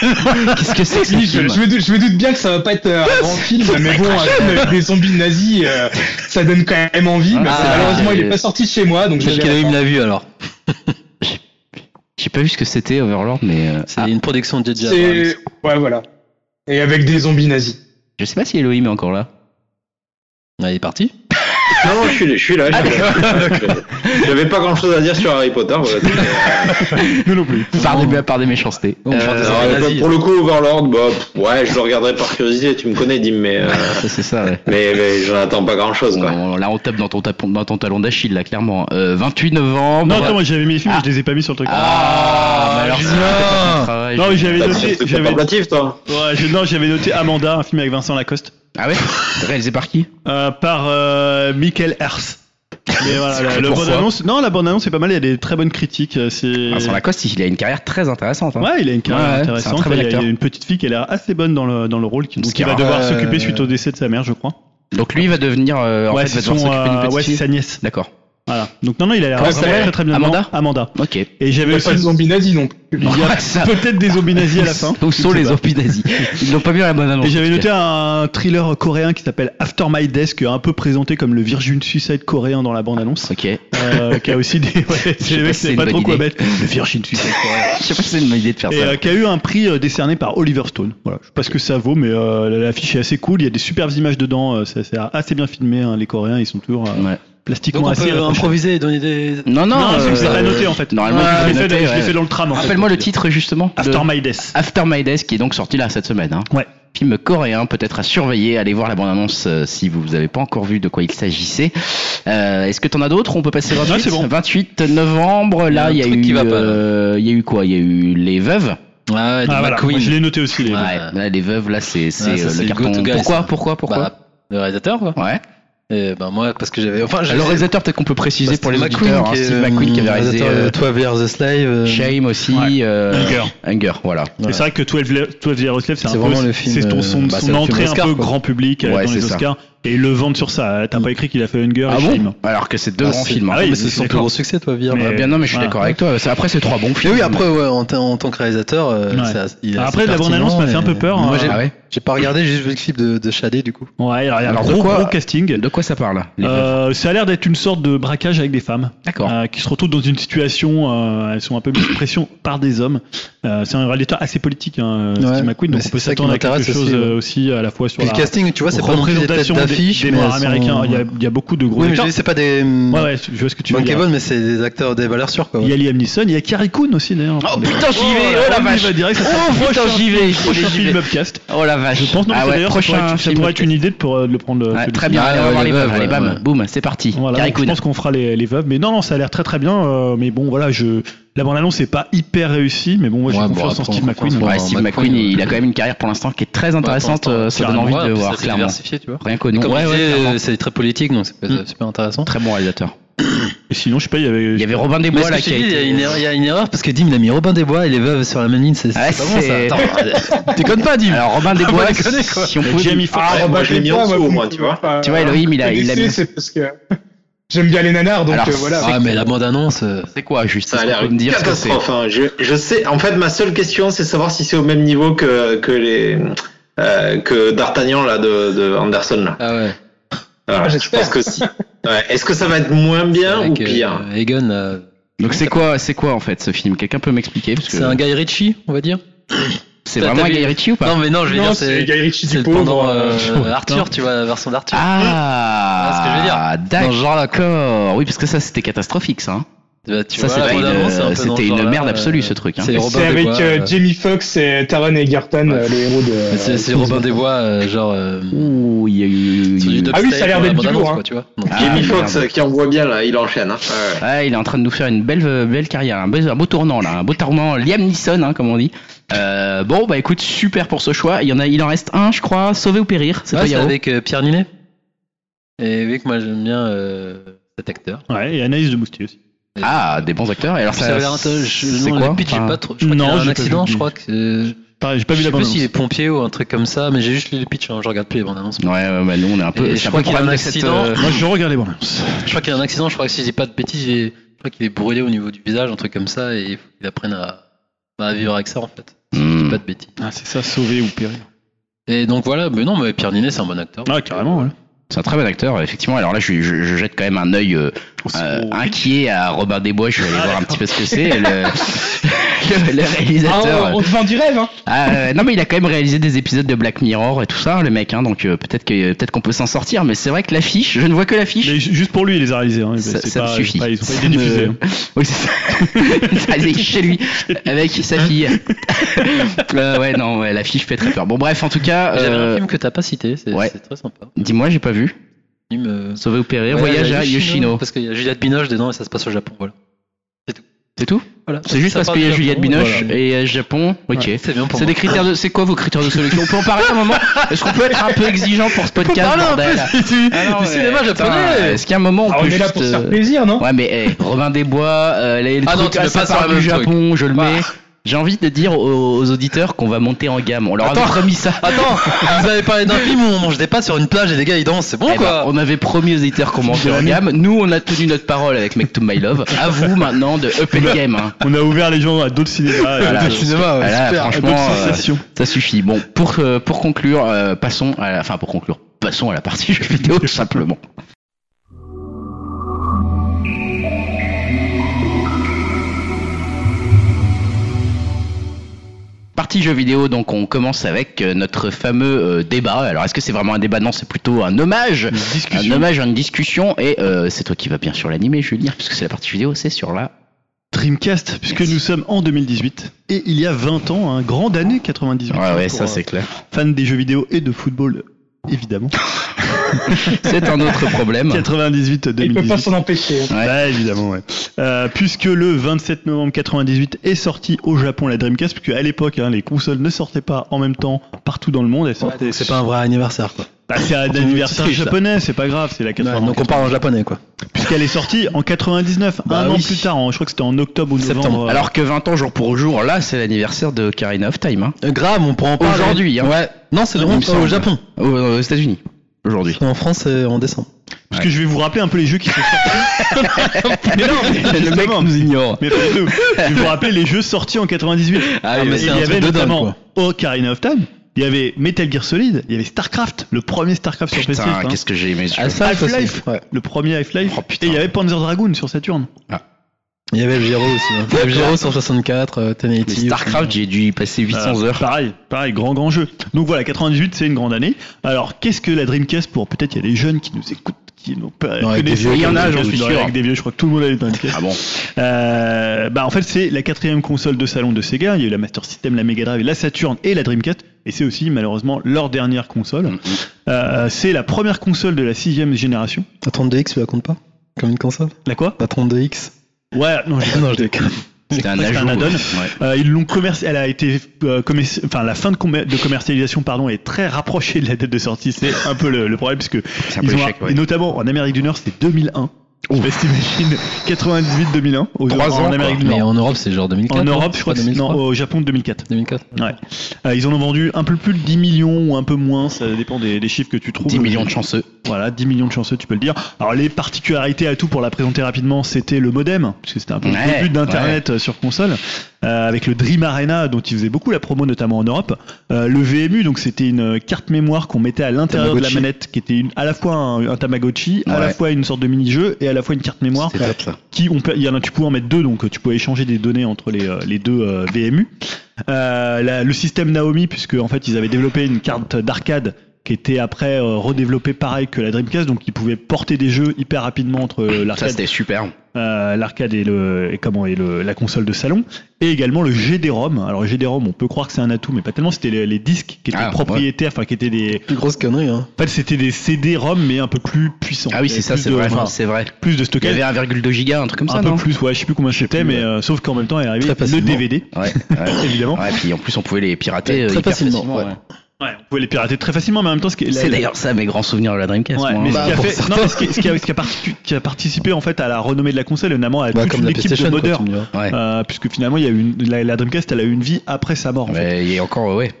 Qu'est-ce que c'est que ce Oui, je, film je me doute, je me doute bien que ça va pas être euh, un grand film, mais bon, un film avec des zombies nazis, euh, ça donne quand même envie. Mais Ah, c'est- malheureusement, il euh, est pas sorti chez moi, donc je vais Peut-être qu'Elohim l'a vu alors. J'ai pas vu ce que c'était Overlord, mais euh, C'est ah, une production de J.J. Abrams. C'est ouais, voilà. Et avec des zombies nazis. je sais pas si Elohim est encore là. Ah, il est parti Non, non, je suis, je suis là. Je suis Ah, là. [laughs] J'avais pas grand chose à dire sur Harry Potter. voilà. Nous non plus. Par des, par des méchancetés. On chante Euh, des Alors, arènes euh, nazies. pour le coup, Overlord, bah, pff, ouais, je le regarderai par curiosité. Tu me connais, Dim, mais, euh, [laughs] ça, c'est ça, [laughs] ouais. mais, mais j'en attends pas grand chose. Quoi. On- là, on tape dans ton, tapon- dans ton talon d'Achille, là, clairement. Euh, 28 novembre. Non, attends, moi j'avais mis les films, Ah. mais je les ai pas mis sur le truc. Ah, bah, mais alors, Julien. c'est peut-être pas ton travail, Non, mais Julien. j'avais T'as noté, des trucs j'avais, contemplatifs, toi ouais, j'ai- non, j'avais noté Amanda, un film avec Vincent Lacoste, Ah ouais [laughs] Réalisé par qui euh, par euh, Michael Hers. Mais [laughs] voilà, la, la Pourquoi bande annonce, non, la bande annonce est pas mal, il y a des très bonnes critiques. euh, C'est... Vincent Ah, Lacoste, il a une carrière très intéressante. hein. Ouais, il a une carrière Ouais, ouais, c'est un intéressante. très bon il, y a, il y a acteur. une petite fille qui a l'air assez bonne dans le, dans le rôle, qui, donc Parce qui qu'il y va a- devoir euh, s'occuper suite au décès de sa mère, je crois. Donc lui, il va devenir. euh, en ouais, fait, va c'est devoir son, s'occuper d'une euh, petite ouais, c'est fille. sa nièce. D'accord. Voilà. Donc non, non, il a l'air Comment très, ça s'appelle très, très bien. Amanda Amanda. Ok. Et Il j'avais n'y a pas de aussi [laughs] zombie nazi non plus. Il y a Ouais, ça- peut-être des zombies nazis à [laughs] la fin. Où je sont sais les pas. zombies nazis Ils l'ont pas mis à la bonne annonce. Et j'avais en tout noté cas. un thriller coréen qui s'appelle After My Death, qui est un peu présenté comme le Virgin Suicide coréen dans la bande-annonce. Ok. Je Euh, qui a aussi des. [laughs] Ouais, sais c'est les mecs, si c'est c'est pas une trop bonne quoi idée. mettre. Le Virgin Suicide coréen. [laughs] sais pas si c'est une bonne idée de faire Et ça. euh, qui a eu un prix euh, décerné par Oliver Stone. Voilà, je sais pas ce que ça vaut, mais euh, l'affiche est assez cool. Il y a des superbes images dedans. euh, C'est assez, assez bien filmé. hein, Les Coréens, ils sont toujours euh, Ouais. plastiquement Donc on assez. peut rapprochés. improviser et donner des. Non, non, euh, Non, c'est que c'est pas noté en fait. Normalement, Ouais, tu je peux l'ai fait, noter, je l'ai ouais. fait dans le tram. en fait. Rappelle-moi le titre justement. de- After My Death. After My Death, qui est donc sorti là cette semaine. Hein. Ouais. Film coréen, peut-être à surveiller. Allez voir la bande-annonce euh, si vous n'avez pas encore vu de quoi il s'agissait. Euh, Est-ce que t'en as d'autres On peut passer 28, Non, c'est bon. 28 novembre. Là, il y, Il y a a un truc qui eu, va pas, là. euh, il y a eu quoi Il y a eu les veuves. Ah ouais, de Ah voilà, McQueen. moi, je l'ai noté aussi. Les... Ouais. Ouais, là, les veuves, là, c'est c'est, Ah. Ouais, Ah, ça, euh, c'est le le carton. go-to guy, pourquoi, ça. pourquoi Pourquoi Bah, le réalisateur quoi. Ouais. Et ben moi parce que j'avais. Enfin, Le réalisateur, peut-être qu'on peut préciser pour les auditeurs. hein, Bah, qui est, Steve McQueen qui avait euh, réalisé réalisateur de euh, 12 Years a Slave. euh, Shame aussi. Ouais. euh, Hunger. Hunger, voilà. Mais C'est vrai que 12 Le- 12 Years a Slave, c'est un C'est peu- vraiment le film, C'est ton- son, euh, bah, son c'est le film entrée Oscar, un peu quoi. grand public euh, Ouais, dans c'est les ça. Oscars. Et le vendre sur ça. Euh, Mm. T'as pas écrit qu'il a fait Hunger Ah et Shame. bon Alors que c'est deux Ah, grands c'est- films. hein. Ah oui, mais je c'est suis son plus d'accord. gros succès, toi, Vire. Mais- Ah, bien non, mais je suis Voilà. d'accord avec toi. C'est- Après, c'est trois bons Mais films. oui, après, ouais, en, tant- en tant que réalisateur, euh, Ouais. c'est assez- il est assez Alors après, la pertinent, bande-annonce m'a fait un mais- peu peur, mais Moi, hein. j'ai Ah ouais j'ai pas regardé, j'ai juste vu le clip de, de Shadé, du coup. Ouais, alors il y a un Alors, gros, de quoi- gros casting. De quoi ça parle les veuves Euh, ça a l'air d'être une sorte de braquage avec des femmes D'accord. euh, qui se retrouvent dans une situation, euh, elles sont un peu mises sous pression par des hommes. Euh, c'est un réaliteur assez politique, hein, Ouais, Steve McQueen, mais donc on c'est peut ça qui s'attendre à quelque m'intéresse aussi, chose ouais. euh, aussi à la fois sur Puis la le casting, tu vois, c'est pas non plus des têtes représentation des, d'affiche. des mais Noirs elles sont- américains. Il, y a, il y a beaucoup de gros Oui, mais acteurs. je dis, c'est pas des. Ouais, ouais, je vois ce que tu veux Manqué dire. Ball, mais c'est des acteurs, des valeurs sûres, quoi. Il ouais. y a Liam Neeson, il y a Carrie Coon aussi d'ailleurs. Oh putain, j'y vais Oh la on y vache va direct, ça sera Oh prochain- putain, j'y vais j'y Prochain vais, j'y film vais. Upcast. Oh la vache Je pense non, Ah c'est ouais, d'ailleurs, ça pourrait prochain être- ça film pourrait être une idée de pour, euh, de le prendre. euh, Ouais, celui-ci. Très bien, Ah allez, on va ouais, voir les les veuves. veuves, Allez, ouais, bam, ouais. boum, c'est parti. Voilà, Carrie donc je Coon. pense qu'on fera les, les veuves. Mais non, non, ça a l'air très très bien. euh, mais bon, voilà, je, la bande-annonce n'est pas hyper réussie. Mais bon, moi j'ai Ouais, bon, confiance en après, Steve on McQueen. comprend. Ouais, Bon, Steve McQueen, McQueen, il ouais. a quand même une carrière pour l'instant qui est très intéressante. pour l'instant, euh, Ça donne clairement, envie de puis ça, voir, c'est clairement. diversifié, tu vois. Rien qu'au nom. Comme Ouais, tu ouais, disais, clairement. c'est très politique, donc c'est Mm. super intéressant. Très bon réalisateur. Et sinon, je sais pas, il y avait. Il y avait Robin des Mais Bois là ce qui que je a te dis, il y a été. une erreur- il y a une erreur parce que Dim il a mis Robin des Bois et les veuves sur la même ligne, c'est Ah, c'est Ouais, pas bon ça. c'est- [laughs] Attends, déconne pas Dim. Alors Robin des Ah, Bois, bah, déconner, quoi. si on Il y a pouvait. Jamie Foxx. Ah, bah, moi, je l'ai mis en dessous, au moins, tu vois. Tu vois, Elohim, il a- il a mis- mis. bah, C'est parce que j'aime bien les nanars, donc Alors, euh, voilà. Ah mais la euh, bande annonce. C'est quoi juste Ça a est-ce qu'on l'air peut me une dire ce que c'est catastrophe. hein. Je, je sais. En fait, ma seule question, c'est savoir si c'est au même niveau que, que les euh, que D'Artagnan là de, de Anderson. Là. Ah ouais. Voilà, je j'espère. pense que si. Ouais. Est-ce que ça va être moins bien ou Avec, euh, pire Egon, là. Donc c'est quoi, c'est quoi en fait ce film Quelqu'un peut m'expliquer parce que c'est un Guy Ritchie, on va dire. c'est t'as- vraiment t'as vu- Guy Ritchie ou pas Non mais non, je veux Non, dire c'est c'est Guy Ritchie c'est du le pauvre. [laughs] pendant euh, [laughs] euh, Arthur, tu vois, la version d'Arthur. Ah, ce que je veux dire. Dans ce genre-là, d'accord. Oui, parce que ça c'était catastrophique, ça. hein. Bah, tu ça vois, la c'était une, bande-annonce, c'est un peu dans ce c'était une genre-là, merde euh, absolue ce truc. Hein. c'est- et Robin C'est des avec Bois, euh, euh, Jamie Foxx et Taron Egerton, euh, les héros de. Mais [laughs] C'est c'est Robin des Bois, euh, genre. euh, Ouh, il y a eu. sur du Ah oui, ça a dubstep l'air dans la d'être du bande-annonce, lourd, hein. quoi, tu vois. Donc, Ah, Jamie merde. Foxx euh, qui envoie bien là, il enchaîne. Hein. Ouais, ouais. Ouais, il est en train de nous faire une belle, euh, belle carrière, un beau, un beau tournant là, un beau tournant Liam Neeson, hein, comme on dit. Euh, bon, bah écoute, super pour ce choix. Il y en a, il en reste un, je crois. Sauver ou périr, c'est ouais, toi c'est Yao. avec euh, Pierre Ninet. Et oui, que moi j'aime bien euh, cet acteur. Ouais, et Anaïs de Moustier aussi. Ah, des bons acteurs. Et alors Ça ça, avait l'air inté- je- c'est non, quoi le pitch, j'ai Enfin, pas trop. Je crois qu'il y a non, j'ai un pas accident, vu. je crois que. euh, Pareil, j'ai pas je vu sais la plus bande s'il est pompier ou un truc comme ça, mais j'ai juste lu le pitch, hein, je regarde plus les bandes annonces. Ouais, ouais, bah, nous on est un peu. c'est Et je un crois peu qu'il y a problème un de cette, accident. euh, Moi, je regarde les bandes annonces. Je crois qu'il y a un accident, je crois que si je dis pas de bêtises, il est- je crois qu'il est brûlé au niveau du visage, un truc comme ça, et il faut qu'il apprenne à, à vivre avec ça en fait. hmm. Pas de bêtises. Ah, c'est ça, sauver ou périr. Et donc voilà, mais non, mais Pierre Ninet c'est un bon acteur. Ah, carrément, ouais. C'est un très bon acteur, effectivement. Alors là, je, je- je jette quand même Euh, Ah, un œil euh, euh, inquiet à Robin Desbois. Je vais aller voir un petit peu ce que c'est. Le- le, [laughs] le Ah, réalisateur. on, on te vend du rêve, hein. Ah, euh, non mais il a quand même réalisé des épisodes de Black Mirror et tout ça, le mec. Hein, donc euh, peut-être que peut-être qu'on peut s'en sortir, mais c'est vrai que l'affiche, je ne vois que l'affiche. Mais ju- juste pour lui, il les a réalisés. Hein. Ça, C'est ça me pas- suffit. Ils ont pas Ça été me- diffusés. hein. [laughs] Oui, c'est ça. [laughs] Il est chez lui avec sa fille. [laughs] Euh, ouais, non, ouais, l'affiche fait très peur. Bon, bref, en tout Ah, cas, J'avais euh, un film que t'as pas cité, c'est ouais. c'est très sympa. dis-moi, j'ai pas vu. Un film, euh, Sauver ou périr, ouais, voyage à Yoshino. Parce qu'il y a Juliette Binoche dedans et ça se passe au Japon. Voilà. C'est tout Voilà. C'est juste Ça parce parle qu'il y a du Juliette Japon, Binoche voilà. et euh, Japon. Ok. C'est bien pour C'est moi. des critères de. C'est quoi vos critères de sélection On peut en parler un moment Est-ce qu'on peut être un peu exigeant pour ce podcast bordel Ah non, du mais, cinéma putain, japonais. Est-ce qu'à un moment on Ah, on peut est là juste. pour se faire euh, plaisir, non Ouais, mais hey, Robin des Bois, euh, les, le Ah non, truc, tu mets ça pas ça parle dans le du même Ah. Japon, je le mets. J'ai envie de dire aux, aux auditeurs qu'on va monter en gamme. On leur avait Attends. Ah promis ça. Bah, Attends, [laughs] vous avez parlé d'un film où on mange des pâtes sur une plage et les gars ils dansent, c'est bon Eh ben, quoi on avait promis aux éditeurs qu'on montait en gamme. Nous, on a tenu notre parole avec Make to My Love. À vous maintenant de up and game. hein. On a ouvert les gens à d'autres Euh, cinémas. euh, Voilà. à Le d'autres- cinéma, ouais, Voilà, super. Ah franchement, à d'autres euh, sensations. Ça suffit. Bon, pour euh, pour conclure, euh, passons à la, enfin pour conclure, passons à la partie [laughs] jeux vidéo tout simplement. Partie jeux vidéo, donc on commence avec euh, notre fameux euh, débat. Alors est-ce que c'est vraiment un débat Non, c'est plutôt un hommage. Un hommage à une discussion. Et euh, c'est toi qui vas bien sûr l'animer, Julien, puisque c'est la partie vidéo, c'est sur la Dreamcast, puisque Merci. nous sommes en 2018 et il y a 20 ans, un grande année 98. Ouais, [laughs] ouais, pour, ça euh, c'est clair. Fan des jeux vidéo et de football, évidemment. Ah, C'est un autre [laughs] problème. 98 Il peut pas 2018. s'en empêcher. hein. Ouais. Ouais, évidemment, ouais. Euh, puisque le 27 novembre 98 est sortie au Japon la Dreamcast, puisque à l'époque, hein, les consoles ne sortaient pas en même temps partout dans le monde. Elles sortaient. C'est pas un vrai anniversaire, quoi. Bah, c'est un anniversaire triche, ça. japonais, c'est pas grave, c'est la 80. donc on parle en japonais, quoi. Puisqu'elle est sortie en 99, Bah un an oui. plus tard, en- je crois que c'était en octobre ou novembre. Septembre. euh, Alors que 20 ans jour pour jour, là, c'est l'anniversaire de Karina of Time. Hein. Euh, grave, on prend en parler. Aujourd'hui, hein. Ouais. Non, c'est le Il me 11 semble. au Japon. Aux, aux États-Unis, [laughs] aujourd'hui. En France, c'est en décembre. Parce que je vais vous rappeler un peu les jeux qui sont sortis. mais non, [laughs] mais Le mec justement, nous ignore. mais pas du tout. Je vais vous rappeler les jeux sortis en 98. [laughs] Ah, mais oui, Et c'est il un y truc avait de dingue, notamment Ocarina of Time, il y avait Metal Gear Solid, il y avait StarCraft, le premier StarCraft sur Putain, PC. hein. qu'est-ce que j'ai aimé ce jeu. Half-Life, Ouais. le premier Half-Life, Oh, putain. et il y avait Panzer Dragoon sur Saturn. Il y avait le Giro aussi. hein. Il y avait le Giro 164, euh, Mais Tenaity. Starcraft, j'ai dû y passer 800 Euh, heures. Pareil, pareil, grand grand jeu. Donc voilà, 98, c'est une grande année. Alors qu'est-ce que la Dreamcast pour peut-être il y a des jeunes qui nous écoutent, qui n'ont pas Non, avec des connaissent- vieux, il y en a, comme j'en vous, suis non, sûr. avec Avec des vieux, je crois que tout le monde a une Dreamcast. [laughs] Ah bon Euh, bah en fait c'est la quatrième console de salon de Sega. Il y a eu la Master System, la Mega Drive, la Saturn et la Dreamcast. Et c'est aussi malheureusement leur dernière console. Euh, c'est la première console de la sixième génération. La 32X, tu la comptes pas Comme une console La quoi La 32X Ouais, non, [laughs] je Non, je déconne. C'était un Ouais, c'était ajout. un add-on. ouais. Euh, ils l'ont commerci- Elle a été euh, commerci- enfin la fin de, com- de commercialisation pardon est très rapprochée de la date de sortie. C'est un peu le, le problème puisque C'est un peu ils ont échec, un- ouais. et notamment en Amérique du Nord c'était 2001. Je sais pas si t'imagines 98 2001 aux Trois ans, en Amérique du Mais Nord. en Europe c'est genre 2004. En non Europe, je crois que c'est non, 2003. au Japon 2004. 2004. Ouais. Euh, ils en ont vendu un peu plus de 10 millions ou un peu moins, ça dépend des, des chiffres que tu trouves. 10 millions de chanceux. Voilà, 10 millions de chanceux, tu peux le dire. Alors les particularités à tout pour la présenter rapidement, c'était le modem, puisque c'était un peu Ouais, le début d'Internet euh, sur console, euh, avec le Dream Arena dont ils faisaient beaucoup la promo, notamment en Europe. Euh, le VMU, donc c'était une carte mémoire qu'on mettait à l'intérieur de la Tamagotchi. manette, qui était une- à la fois un, un Tamagotchi, à Ouais. la fois une sorte de mini-jeu et à la fois une carte mémoire C'est top ça. qui on peut, il y en a, tu pouvais en mettre deux, donc euh, tu pouvais échanger des données entre les, euh, les deux euh, VMU. Euh, la- le système Naomi, puisque en fait ils avaient développé une carte d'arcade qui était après euh, redéveloppée pareil que la Dreamcast, donc ils pouvaient porter des jeux hyper rapidement entre euh, Ça l'arcade, c'était super. euh, l'arcade et le et comment et le, la console de salon, et également le GD-ROM. Alors GD-ROM, on peut croire que c'est un atout, mais pas tellement. C'était les, les disques qui étaient Ah, ouais. propriétaires, enfin qui étaient des, Plus grosse connerie, hein. en fait c'était des CD-ROM mais un peu plus puissants. Ah oui, c'est ça, Plus c'est de- vrai. enfin, C'est vrai. plus de Il y stockage avait 1,2 giga, un truc comme ça, un peu non plus, ouais, je sais plus combien c'était, mais euh, sauf qu'en même temps est arrivé Très le facilement. DVD, Ouais, ouais. évidemment. Ouais, puis en plus on pouvait les pirater euh, Très hyper facilement, ouais. Ouais, on pouvait les pirater très facilement, mais en même temps, ce qui est- C'est la- d'ailleurs ça mes grands souvenirs de la Dreamcast. Ouais, moi, mais hein. ce qui Bah, a pour fait- non, mais ce qui- ce qui a- ce qui a particu- qui a participé en fait à la renommée de la console, et notamment à Bah, toute comme une la équipe de PlayStation, quoi, modeurs. tu me diras. Ouais. euh, puisque finalement, il y a eu une, la, la Dreamcast, elle a eu une vie après sa mort. En fait. Mais il y a encore, ouais. Ouais,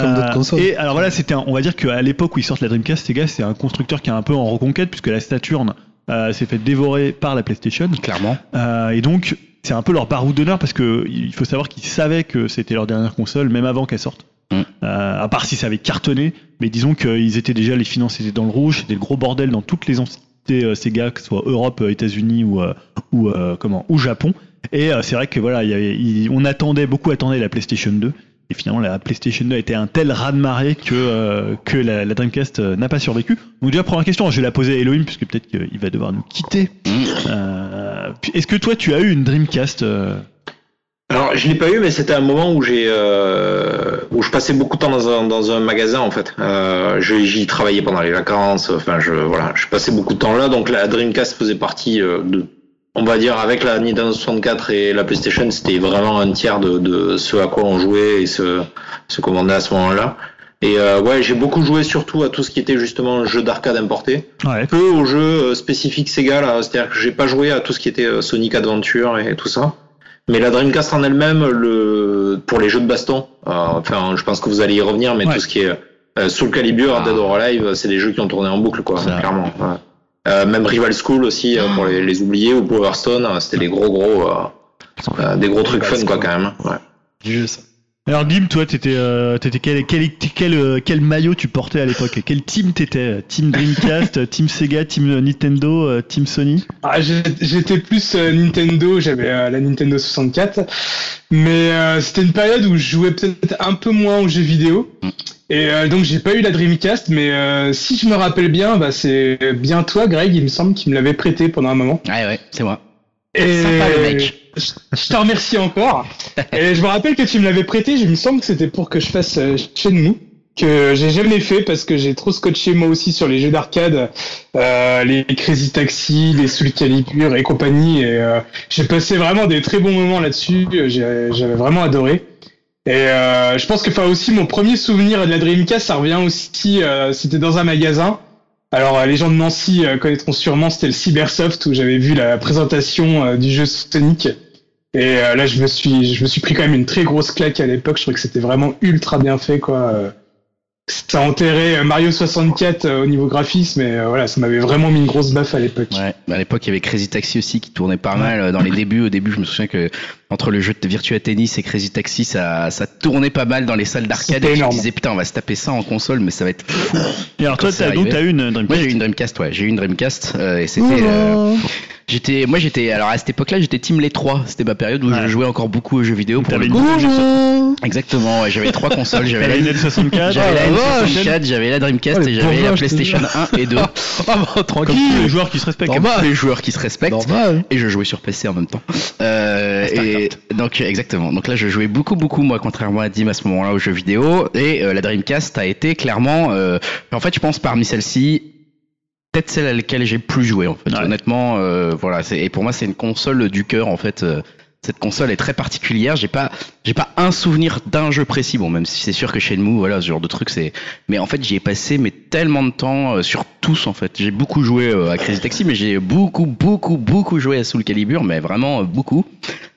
comme d'autres consoles. Et alors voilà, c'était, un- on va dire qu'à l'époque où ils sortent la Dreamcast, Sega, c'est un constructeur qui est un peu en reconquête, puisque la Saturn euh, s'est fait dévorer par la PlayStation. Clairement. Euh, et donc, c'est un peu leur baroud d'honneur parce que il faut savoir qu'ils savaient que c'était leur dernière console, même avant qu'elle sorte. Mm. Euh, à part si ça avait cartonné, mais disons qu'ils étaient déjà, les finances étaient dans le rouge, c'était le gros bordel dans toutes les, ense- citer euh, Sega, que ce soit Europe, euh, États-Unis ou, euh, ou, euh, comment, ou Japon. Et euh, c'est vrai que voilà, il y avait- il- on attendait, beaucoup attendaient la PlayStation 2. Et finalement, la PlayStation 2 a été un tel raz-de-marée que, euh, que la, la Dreamcast euh, n'a pas survécu. Donc, déjà, première question, je vais la poser à Elohim, puisque peut-être qu'il va devoir nous quitter. Euh, puis, Est-ce que toi, tu as eu une Dreamcast euh, Alors, je l'ai pas eu, mais c'était un moment où j'ai euh, où je passais beaucoup de temps dans un, dans un magasin en fait. Euh, je- J'y travaillais pendant les vacances. Enfin, je voilà, je passais beaucoup de temps là. Donc la Dreamcast faisait partie euh, de, on va dire, avec la Nintendo 64 et la PlayStation, c'était vraiment un tiers de, de ce à quoi on jouait et ce ce qu'on vendait à ce moment-là. Et euh, ouais, j'ai beaucoup joué surtout à tout ce qui était justement jeu d'arcade importé Ouais. peu aux jeux euh, spécifiques Sega là, c'est-à-dire que j'ai pas joué à tout ce qui était euh, Sonic Adventure et tout ça. Mais la Dreamcast en elle-même, le pour les jeux de baston, euh, enfin, je pense que vous allez y revenir, mais Ouais. tout ce qui est euh, Soul Calibur, Ah. Dead or Alive, euh, c'est des jeux qui ont tourné en boucle, quoi, C'est vrai. clairement. ouais. Euh, même Rival School aussi euh, pour les, les oubliés ou Power Stone, euh, c'était des gros gros, euh, euh, des gros trucs fun, quoi, quand même. Ouais. Alors, Dim, toi, t'étais, euh, t'étais quel, quel, quel, euh, quel maillot tu portais à l'époque Quel team t'étais Team Dreamcast, Team Sega, Team euh, Nintendo, euh, Team Sony Ah, j'ai- J'étais plus euh, Nintendo, j'avais euh, la Nintendo 64, mais euh, c'était une période où je jouais peut-être un peu moins aux jeux vidéo, Mm. et euh, donc j'ai pas eu la Dreamcast, mais euh, si je me rappelle bien, bah, c'est bien toi Greg, il me semble, qui me l'avait prêté pendant un moment. Ouais, ouais, c'est moi. Et Sympa, le mec. Je, je te [laughs] remercie encore, et je me rappelle que tu me l'avais prêté, je il me semble que c'était pour que je fasse euh, Shenmue que j'ai jamais fait parce que j'ai trop scotché moi aussi sur les jeux d'arcade, euh, les Crazy Taxi, les Soul Calibur et compagnie. Et euh, j'ai passé vraiment des très bons moments là-dessus. euh, j'ai- J'avais vraiment adoré. Et euh, je pense que, enfin aussi, mon premier souvenir de la Dreamcast, ça revient aussi. euh, c'était dans un magasin. Alors euh, les gens de Nancy euh, connaîtront sûrement. C'était le Cybersoft où j'avais vu la présentation euh, du jeu Sonic. Et euh, là, je me suis, je me suis pris quand même une très grosse claque à l'époque. Je trouvais que c'était vraiment ultra bien fait, quoi. euh, ça enterrait euh, Mario 64 euh, au niveau graphisme, mais euh, voilà, ça m'avait vraiment mis une grosse baffe à l'époque. Ouais, à l'époque, il y avait Crazy Taxi aussi qui tournait pas mal euh, dans les débuts. Au début, je me souviens que entre le jeu de Virtua Tennis et Crazy Taxi, ça, ça tournait pas mal dans les salles d'arcade. C'était Et je me énorme. disais, putain, on va se taper ça en console, mais ça va être fou. Et alors, Quand toi, c'est t'as, donc, arrivé. t'as eu une Dreamcast Moi, j'ai eu une Dreamcast, ouais. J'ai eu une Dreamcast, euh, et c'était, euh, j'étais, moi, j'étais, alors, à cette époque-là, j'étais Team Les 3. C'était ma période où Ouais. je jouais encore beaucoup aux jeux vidéo pour T'avais le une coup. Dreamcast. Exactement, ouais, j'avais trois consoles. J'avais la T'avais une N64. j'avais la Ah, N64, vache. j'avais la Dreamcast Oh, les et j'avais la bourgeois, je te PlayStation 1 et 2. Comme Comme tous tous les joueurs qui se respectent. Comme tous les joueurs qui se respectent. Normal. Et je jouais sur PC en même temps. Euh, et donc exactement. Donc là, je jouais beaucoup, beaucoup moi, contrairement à Dim à ce moment-là aux jeux vidéo. Et euh, la Dreamcast a été clairement, euh, en fait, je pense parmi celles-ci, peut-être celle à laquelle j'ai plus joué. En fait, Ouais. honnêtement, euh, voilà. c'est- Et pour moi, c'est une console du cœur. En fait, euh, cette console est très particulière. J'ai pas, j'ai pas un souvenir d'un jeu précis. Bon, même si c'est sûr que Shenmue, voilà, ce genre de truc, c'est. Mais en fait, j'y ai passé mais tellement de temps euh, sur tous. En fait, j'ai beaucoup joué euh, à Crazy Taxi, mais j'ai beaucoup, beaucoup, beaucoup joué à Soul Calibur, mais vraiment euh, beaucoup,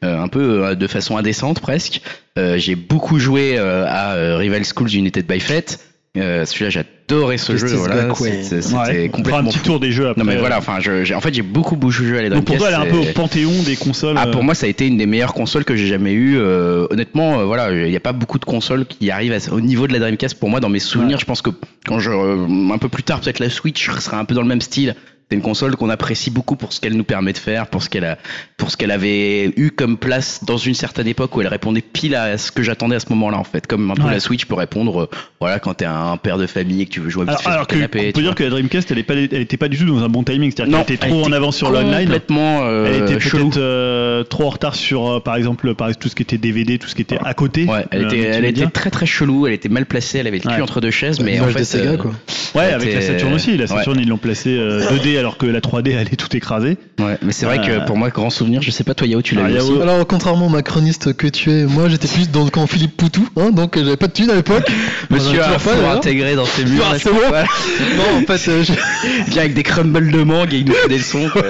Euh, un peu euh, de façon indécente presque. Euh, j'ai beaucoup joué euh, à euh, Rival Schools United by Fate. Euh, Celui-là, j'adorais ce Justice jeu. Voilà, Backway. C'est- c'était Ouais. On fera complètement un petit fou. tour des jeux après. euh. Non mais voilà, enfin, je, j'ai- en fait, j'ai beaucoup beaucoup joué à la Donc pour Dreamcast, toi, elle est un peu c'est- au panthéon des consoles. ah, euh, pour moi, ça a été une des meilleures consoles que j'ai jamais eues. Euh, honnêtement, euh, voilà, il n'y a pas beaucoup de consoles qui arrivent à- au niveau de la Dreamcast. Pour moi, dans mes souvenirs, je pense que quand je euh, un peu plus tard, peut-être la Switch sera un peu dans le même style. C'est une console qu'on apprécie beaucoup pour ce qu'elle nous permet de faire, pour ce qu'elle a, pour ce qu'elle avait eu comme place dans une certaine époque où elle répondait pile à ce que j'attendais à ce moment-là en fait, comme un peu Ouais. la Switch peut répondre, euh, voilà, quand t'es un père de famille et que tu veux jouer vite Alors, fait sur Ah, alors le que, canapé, on tu peut dire vois. que la Dreamcast, elle, est pas, elle était pas du tout dans un bon timing. C'est-à-dire Non, qu'elle était elle trop en était avance sur l'online. complètement, euh, Elle était chelou. peut-être euh, trop en retard sur, euh, par exemple, par, tout ce qui était DVD, tout ce qui était à côté. Ouais, elle, euh, était, elle multimédia. était très très chelou, elle était mal placée, elle avait le cul Ouais. entre deux chaises, mais en L'image fait. des Sega, euh, quoi. Ouais, elle avec la était- Saturn aussi. La ouais. Saturn, ils l'ont placée euh, 2D alors que la 3D, elle est tout écrasée. ouais, mais c'est vrai Euh, que pour moi, grand souvenir, je sais pas, toi Yao, tu l'as Ah, vu Yao, aussi. Alors, contrairement au macroniste que tu es, moi j'étais plus dans le camp Philippe Poutou, hein, donc euh, j'avais pas de thune [laughs] à l'époque. Monsieur On en a a un toujours pas, four d'ailleurs. intégré dans ses murs, Ah, là, c'est je- bon. voilà. Non, en fait, euh, je- [laughs] Bien avec des crumbles de mangue et il nous fait des leçons. quoi.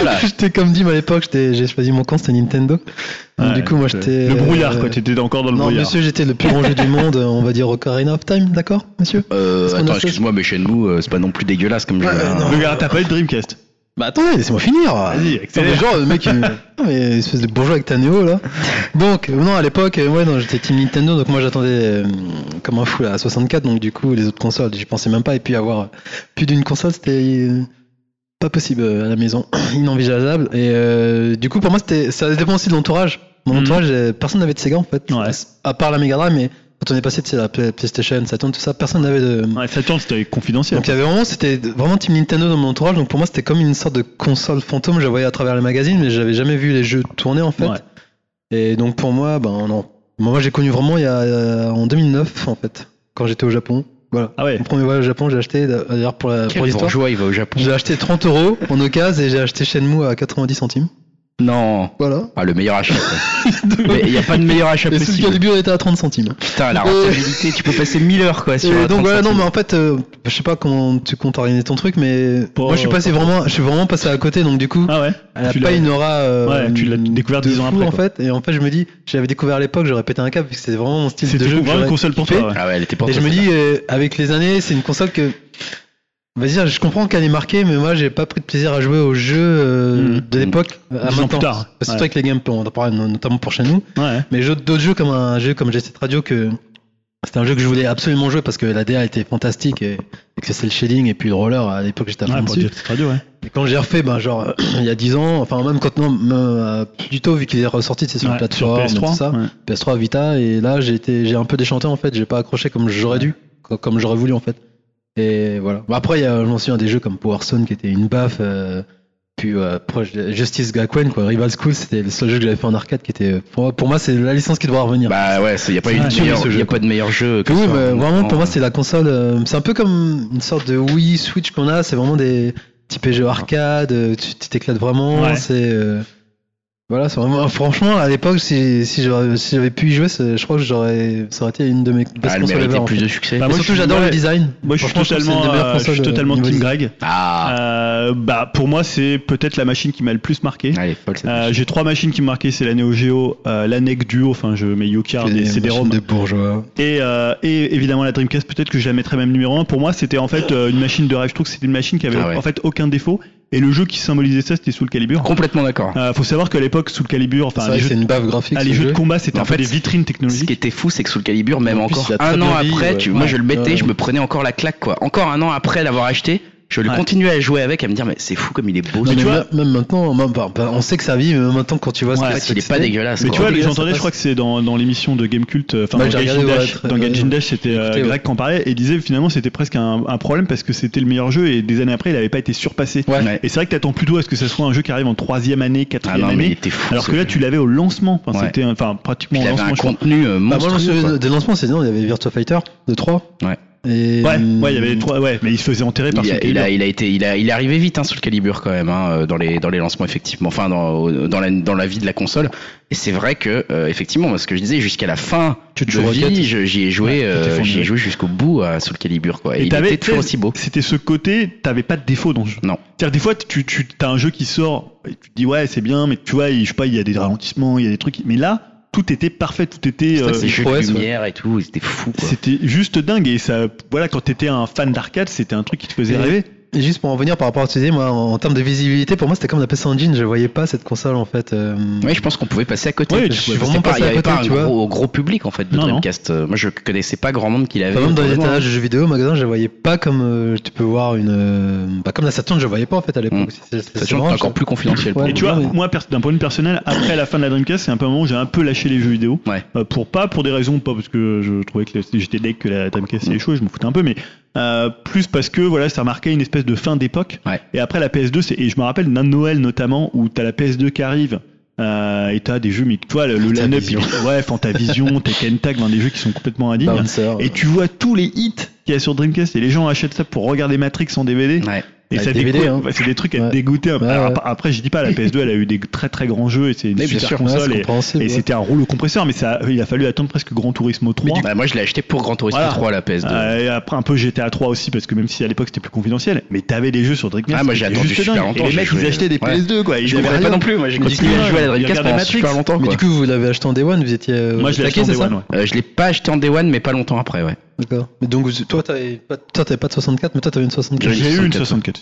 Voilà. j'étais comme dit mais à l'époque, j'étais- j'ai choisi mon camp, c'était Nintendo. Donc, Ouais, du coup, moi donc, j'étais. euh, Le brouillard, euh, quoi. T'étais encore dans le Non, brouillard. monsieur, j'étais le plus bon jeu du monde, euh, on va dire Ocarina of Time, d'accord, monsieur [laughs] Euh, Est-ce qu'on a attends, fait- excuse-moi, mais Shenmue, euh, c'est pas non plus dégueulasse comme jeu. Ouais, hein. non. Le gars, t'as pas eu de Dreamcast. Bah attendez, laissez-moi finir Vas-y, Non, accélère. mais genre, le [laughs] mec, il... non, mais espèce de bourgeois avec ta Neo, là. Donc, euh, non, à l'époque, euh, ouais, non, j'étais Team Nintendo, donc moi j'attendais euh, comme un fou la 64, donc du coup, les autres consoles, j'y pensais même pas, et puis avoir euh, plus d'une console, c'était. euh, pas possible euh, à la maison, [clears throat] inenvisageable. Et euh, du coup, pour moi, c'était, ça dépend aussi de l'entourage. Mon Mhm. entourage, euh, personne n'avait de Sega en fait, Ouais. à part la Mega Drive, mais quand on est passé, tu sais, la Play- PlayStation, Saturn, tout ça, personne n'avait de. Ouais, Saturn, c'était confidentiel. Donc il y avait vraiment, c'était vraiment Team Nintendo dans mon entourage, donc pour moi c'était comme une sorte de console fantôme, je la voyais à travers les magazines, mais j'avais jamais vu les jeux tourner en fait. Ouais. Et donc pour moi, ben non. Moi j'ai connu vraiment il y a, euh, en 2009 en fait, quand j'étais au Japon. Voilà. Ah ouais. Mon premier voyage au Japon, j'ai acheté, d'ailleurs pour la- Quel pour l'histoire, bourgeois, il va au Japon. j'ai acheté 30 euros en occasion et j'ai acheté Shenmue à 90 centimes. Non. [laughs] Voilà. Ah, le meilleur achat. [laughs] quoi. Mais il n'y a pas de meilleur achat Et Soul possible. Calibur était à 30 centimes. Putain, la rentabilité, tu peux passer 1000 heures quoi. Ah, Sur Et la Euh. donc 30 voilà, non, centimes. mais en fait, euh, je sais pas comment tu comptes organiser ton truc, mais Pour- moi je suis passé vraiment, je suis vraiment passé à côté, donc du coup, Ah ouais. elle a Tu pas l'as- une aura. euh, Ouais, tu l'as découvert de dix ans fou, après, en quoi. fait. Et en fait, je me dis, je l'avais découvert à l'époque, j'aurais pété un câble, puisque c'était vraiment mon style de C'était jeu. que vraiment une j'aurais console pour kiffé. toi. ouais. Ah ouais, elle était pour Et toi, je me celle-là. dis, euh, avec les années, c'est une console que. On va dire, je comprends qu'elle est marquée, mais moi, j'ai pas pris de plaisir à jouer aux jeux euh, Mhm. de l'époque à Dix ans maintenant. plus tard. hein. Surtout Ouais. avec les gameplays, on en parle notamment pour chez nous. Ouais. Mais jeux- d'autres jeux comme un jeu comme G7 Radio que c'était un jeu que je voulais absolument jouer parce que la DA était fantastique et, et que c'est le shading et puis le roller à l'époque j'étais à fond Ouais, pour dessus. dire que c'est radio, ouais. Et quand j'ai refait, ben genre [clears throat] il y a 10 ans, enfin même quand non, me- euh, plus tôt vu qu'il est ressorti c'est sur Ouais, la plateforme, sur et tout ça, ouais. PS3 Vita et là j'ai été j'ai un peu déchanté en fait, j'ai pas accroché comme j'aurais dû, co- comme j'aurais voulu en fait. Et voilà. Bon, après il y a, je m'en souviens des jeux comme Power Stone qui était une baffe. euh, puis euh, proche de Justice Gakuen quoi, Rival School, c'était le seul jeu que j'avais fait en arcade qui était pour moi, pour moi c'est la licence qui devrait revenir. Bah ouais, il n'y a pas, C'est eu de un jeu, meilleur- ce y a jeu, pas de meilleur jeu que oui, ça. mais vraiment, pour moi, c'est la console. euh, c'est un peu comme une sorte de Wii Switch qu'on a. C'est vraiment des petits PGE arcade. euh, Tu tu t'éclates vraiment. Ouais. C'est euh, voilà, c'est vraiment. Franchement, à l'époque, si, si j'aurais si j'avais pu y jouer, c'est- je crois que j'aurais. Ça aurait été une de mes best Ah, elle consoles ever, méritait en plus fait. de succès. Bah, Mais moi, je surtout, suis- j'adore ouais. le design. Moi, je suis Franchement, trouve que c'est une totalement, des meilleures euh, je suis consoles, euh, totalement niveau Team design. Greg. Ah, Euh, bah, pour moi, c'est peut-être la machine qui m'a le plus marqué. elle est folle cette Euh, machine. J'ai trois machines qui me marquaient, c'est la Neo Geo, euh, la NEC Duo, enfin je mets Yokar, des CD-ROM, de bourgeois. et, euh, et évidemment la Dreamcast, peut-être que je la mettrais même numéro un. Pour moi, c'était en fait euh, une machine de rêve. Je trouve que c'était une machine qui avait Ah ouais. en fait aucun défaut, et le jeu qui symbolisait ça, c'était Soul Calibur. Complètement d'accord. hein. Ah, Euh, faut savoir qu'à l'époque, Soul Calibur, C'est enfin vrai les que jeux, c'est une baffe graphique. ah, ce les jeux de jeu. combat, c'était En un peu fait, des vitrines Ce qui technologiques. était fou, c'est que sous le calibre, même En plus, encore il a très un bien an vieilli, après, ouais. tu, moi je le mettais, Ouais. je me prenais encore la claque quoi. Encore un an après l'avoir acheté, je le Ouais. continuais à jouer avec, à me dire mais c'est fou comme il est beau. Non, ce mais tu vois- même- même maintenant, même- bah, bah, on sait que ça vit, mais même maintenant, quand tu vois ce Ouais, que truc, c'est il que est pas c'était- dégueulasse. Mais quoi. tu vois, Ouais, ça j'entendais, je passe. crois que c'est dans, dans l'émission de Game Cult, euh, enfin Bah, dans j'ai Gaijin regardé, ouais, Dash, très- dans Gaijin ouais. Dash, c'était euh, Écoutez, ouais. Greg qui en parlait et disait finalement c'était presque un, un problème parce que c'était le meilleur jeu et des années après il n'avait pas été surpassé. Ouais. Et c'est vrai que t'attends plutôt à ce que ça soit un jeu qui arrive en troisième année, Ah quatrième non, mais il année, était fou. alors ce que là jeu. tu l'avais au lancement, enfin Ouais. c'était enfin pratiquement Puis il au avait lancement. un je crois. contenu euh, Bah, moi, je me monstrueux. souviens quoi. des lancements, c'est non, il y avait Virtua Fighter de 3. Ouais. Et, Ouais, euh, ouais, il y avait les trois, ouais, mais il se faisait enterrer par Il Soul a, il, Calibur. a, il a été, il a, il est arrivé vite hein, sous le calibre quand même hein, euh, dans les dans les lancements effectivement, enfin dans dans la dans la vie de la console. Et c'est vrai que euh, effectivement, moi, ce que je disais jusqu'à la fin Tu te de joues Rocket. vie, je- j'y ai joué, Ouais, euh, t'étais j'y ai formidable. joué jusqu'au bout à sous le calibre quoi. Et, il t'avais- était toujours aussi beau. C'était ce côté, t'avais pas de défaut dans le jeu. Non. C'est-à-dire, des fois, tu, tu as un jeu qui sort, et tu te dis, ouais, c'est bien, mais tu vois, il- je sais pas, il y a des ralentissements, il y a des trucs. Mais là, tout était parfait, tout était. euh, Ces jeux de prouesse, ouais. lumière et tout, c'était fou quoi. C'était juste dingue et ça, voilà, quand t'étais un fan d'arcade, c'était un truc qui te faisait Et- rêver. Et juste pour en venir par rapport à ce que tu disais, moi, en, en termes de visibilité, pour moi, c'était comme la PC Engine, je voyais pas cette console en fait. euh, Oui, je pense qu'on pouvait passer à côté. Ouais, Parce tu que pouvais c'était vraiment pas- passer il y à avait côté, pas un tu vois. gros, gros public en fait de Non, non. Dreamcast. Euh, Moi, je connaissais pas grand monde qui l'avait. Enfin, même dans les autour de moi, hein. étalages de jeux vidéo, magasin, je la voyais pas comme euh, tu peux voir une. euh, bah, comme la Saturn, je la voyais pas en fait à l'époque. Mm. C'est- c'est- c'est Ça, c'est marrant, encore je- plus confidentiel. Ouais. Et tu vois, mais- moi, pers- d'un point de vue personnel, après la fin de la Dreamcast, c'est un peu un moment où j'ai un peu lâché les jeux vidéo. Ouais. Euh, pour pas pour des raisons, pas parce que je trouvais que la- j'étais deck que la Dreamcast Mm. c'est chaud, je m'en foutais un peu, mais euh, plus parce que voilà, ça marquait une espèce de fin d'époque. Ouais. Et après la PS2, c'est- et je me rappelle d'un Noël notamment où t'as la PS2 qui arrive. Euh, et t'as des jeux, mais tu vois, le, le line-up, il- ouais, [laughs] Fantavision, Tekken Tag, ben, des jeux qui sont complètement indignes. Bouncer, Et tu vois tous les hits qu'il y a sur Dreamcast et les gens achètent ça pour regarder Matrix en DVD. Ouais. Et Ouais, ça DVD, dégoûte. hein. Ouais, c'est des trucs à Ouais. te dégoûter. un peu. Ouais, Alors, ouais. ap- Après, je dis pas, la PS2, elle a eu des très très grands jeux et c'est une Mais bien super sûr, ouais, euh, c'est console. et- compréhensible, et ouais. c'était un rouleau compresseur, mais ça, il a fallu attendre presque Grand Turismo 3. Bah, moi, je l'ai acheté pour Grand Turismo Voilà. 3 la PS2. Euh, et après un peu GTA 3 aussi parce que même si à l'époque c'était plus confidentiel mais t'avais des jeux sur Dreamcast Ah, moi, j'ai c'était attendu juste super dingue. longtemps, et les j'ai mecs ils joué. achetaient des Ouais. PS2 quoi ils je avaient comprenais pas rien. non plus. Moi, j'ai Ils continué à regardaient jouer à la Dreamcast pendant Matrix. super longtemps. Mais Quoi. du coup, vous l'avez acheté en Day One, vous étiez. euh, moi je l'ai au acheté en taquet, c'est Day ça One, ouais. Euh, je l'ai pas acheté en Day One, mais pas longtemps après, ouais. D'accord. Mais donc, vous- toi, t'avais pas, toi, t'avais pas de 64, mais toi, t'avais une 64. J'ai j'ai eu une 64. 64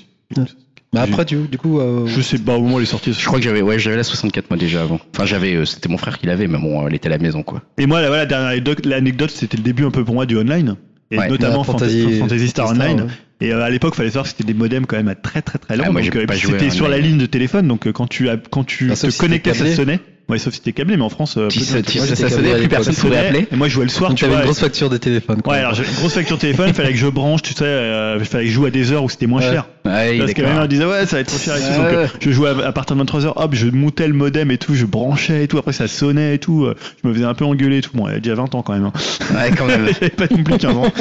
Mais après, du, du coup. euh, je sais pas au moment où elle est sortie Je crois que j'avais, ouais, j'avais la 64 moi déjà avant. Enfin, j'avais, euh, c'était mon frère qui l'avait, mais bon, euh, elle était à la maison quoi. Et moi, la, voilà, dernière anecdote, l'anecdote, c'était le début un peu pour moi du online, et Ouais. notamment Ouais, Fantasy, Fantasy- Fantasy Star Fantasy Star, Online. ouais. Et euh, à l'époque, fallait savoir que c'était des modems quand même à très très très long. Ah, moi, j'ai donc, euh, et pas puis joué c'était en sur la ligne. ligne de téléphone, donc euh, quand tu, as- quand tu Bah, te sauf si connectais, t'es ça câblé. sonnait. Ouais, sauf si t'étais câblé, mais en France, euh, peu de gens- ça, moi, j'étais ça sonnait, câblé à plus l'époque, personne personne pouvait sonnait. appeler. Et moi, je jouais le soir, Donc tu t'avais vois. une grosse facture de téléphone. quoi. Ouais, alors j'ai une grosse facture téléphone, fallait que je branche, tu sais, euh, fallait que je joue à des heures où c'était moins Ouais. cher. Ouais, Parce que d'accord. même on disait ouais ça va être trop cher et tout. Donc, euh, je jouais à, à partir de 23h, hop, je montais le modem et tout, je branchais et tout, après ça sonnait et tout, euh, je me faisais un peu engueuler et tout. Bon, il y a déjà 20 ans quand même. hein. Ouais, quand même. [laughs] J'avais pas compliqué 15 ans.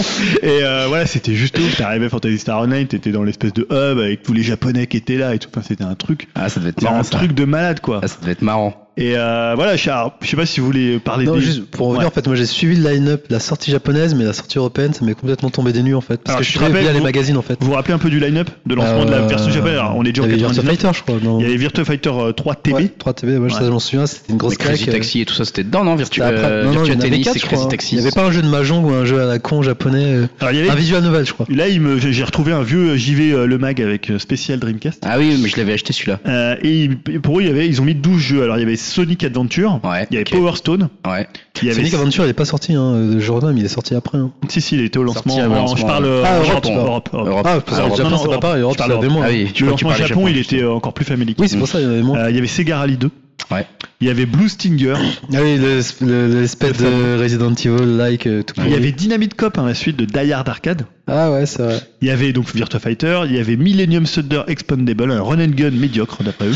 Et euh, voilà, c'était juste ouf. T'arrivais Fantasy Star Online, t'étais dans l'espèce de hub avec tous les japonais qui étaient là et tout. Enfin, c'était un truc. Ah, ça devait être C'était marrant. un ça. truc de malade quoi. Ah, ça devait être marrant. Et euh, voilà, je alors, je sais pas si vous voulez parler Non, des- juste pour revenir, Ouais. en fait, moi j'ai suivi le line-up, la sortie japonaise, mais la sortie européenne, ça m'est complètement tombé des nues en fait. Parce Alors, que tu je te suivais rappelles, via les vous- magazines en fait. Vous vous rappelez un peu du line-up de lancement de la Euh, version japonaise Alors, On est déjà en il y avait Virtua 99. Fighter, je crois. Non. Il y avait Virtua Fighter euh, 3 TB. Ouais, 3 TB, ouais, Ouais. ça je m'en souviens, c'était une grosse Mais Crazy claque. euh, Taxi et tout ça, c'était dedans, non Virtu- c'était après- euh, non, non, il y Virtua en avait Tennis quatre, et je crois, Crazy hein. Taxi. Il n'y avait pas un jeu de Mahjong ou un jeu à la con japonais, euh, Alors, il y avait- un visual novel, je crois. Là, il me, j'ai j'ai retrouvé un vieux JV euh, Le Mag avec euh, spécial Dreamcast. Ah oui, mais je l'avais acheté celui-là. Euh, et il- pour eux, il y avait, ils ont mis 12 jeux. Alors, il y avait Sonic Adventure, Ouais. il y avait ok. Power Stone, Ouais. il y avait. Sonic Adventure, il n'est pas sorti, hein, de Jordan, mais il est sorti après. hein. Si, si, il était au lancement. Sorti avant en- lancement, je parle ouais. euh, Ah, en Europe, Japon. tu parles. Europe, Europe. Europe. Ah, parce que Ah, le non, Japon, non, c'est pas Europe, pareil, je Europe, parle ça avait Europe. moins. Ah oui, Ah je crois Le que tu lancement parlais Japon, il était euh, encore plus familier. hein. Oui, c'est pour ça, il y en avait moins. Euh, il y avait Sega Rally 2. Ouais. Il y avait Blue Stinger. Ah oui, le- le- l'espèce Le de Resident Evil, like, euh, tout il y pourri. avait Dynamite Cop, hein, la suite de Die Hard Arcade. Ah ouais, c'est vrai. Il y avait donc Virtua Fighter, il y avait Millennium Thunder Expandable, un run and gun médiocre d'après eux,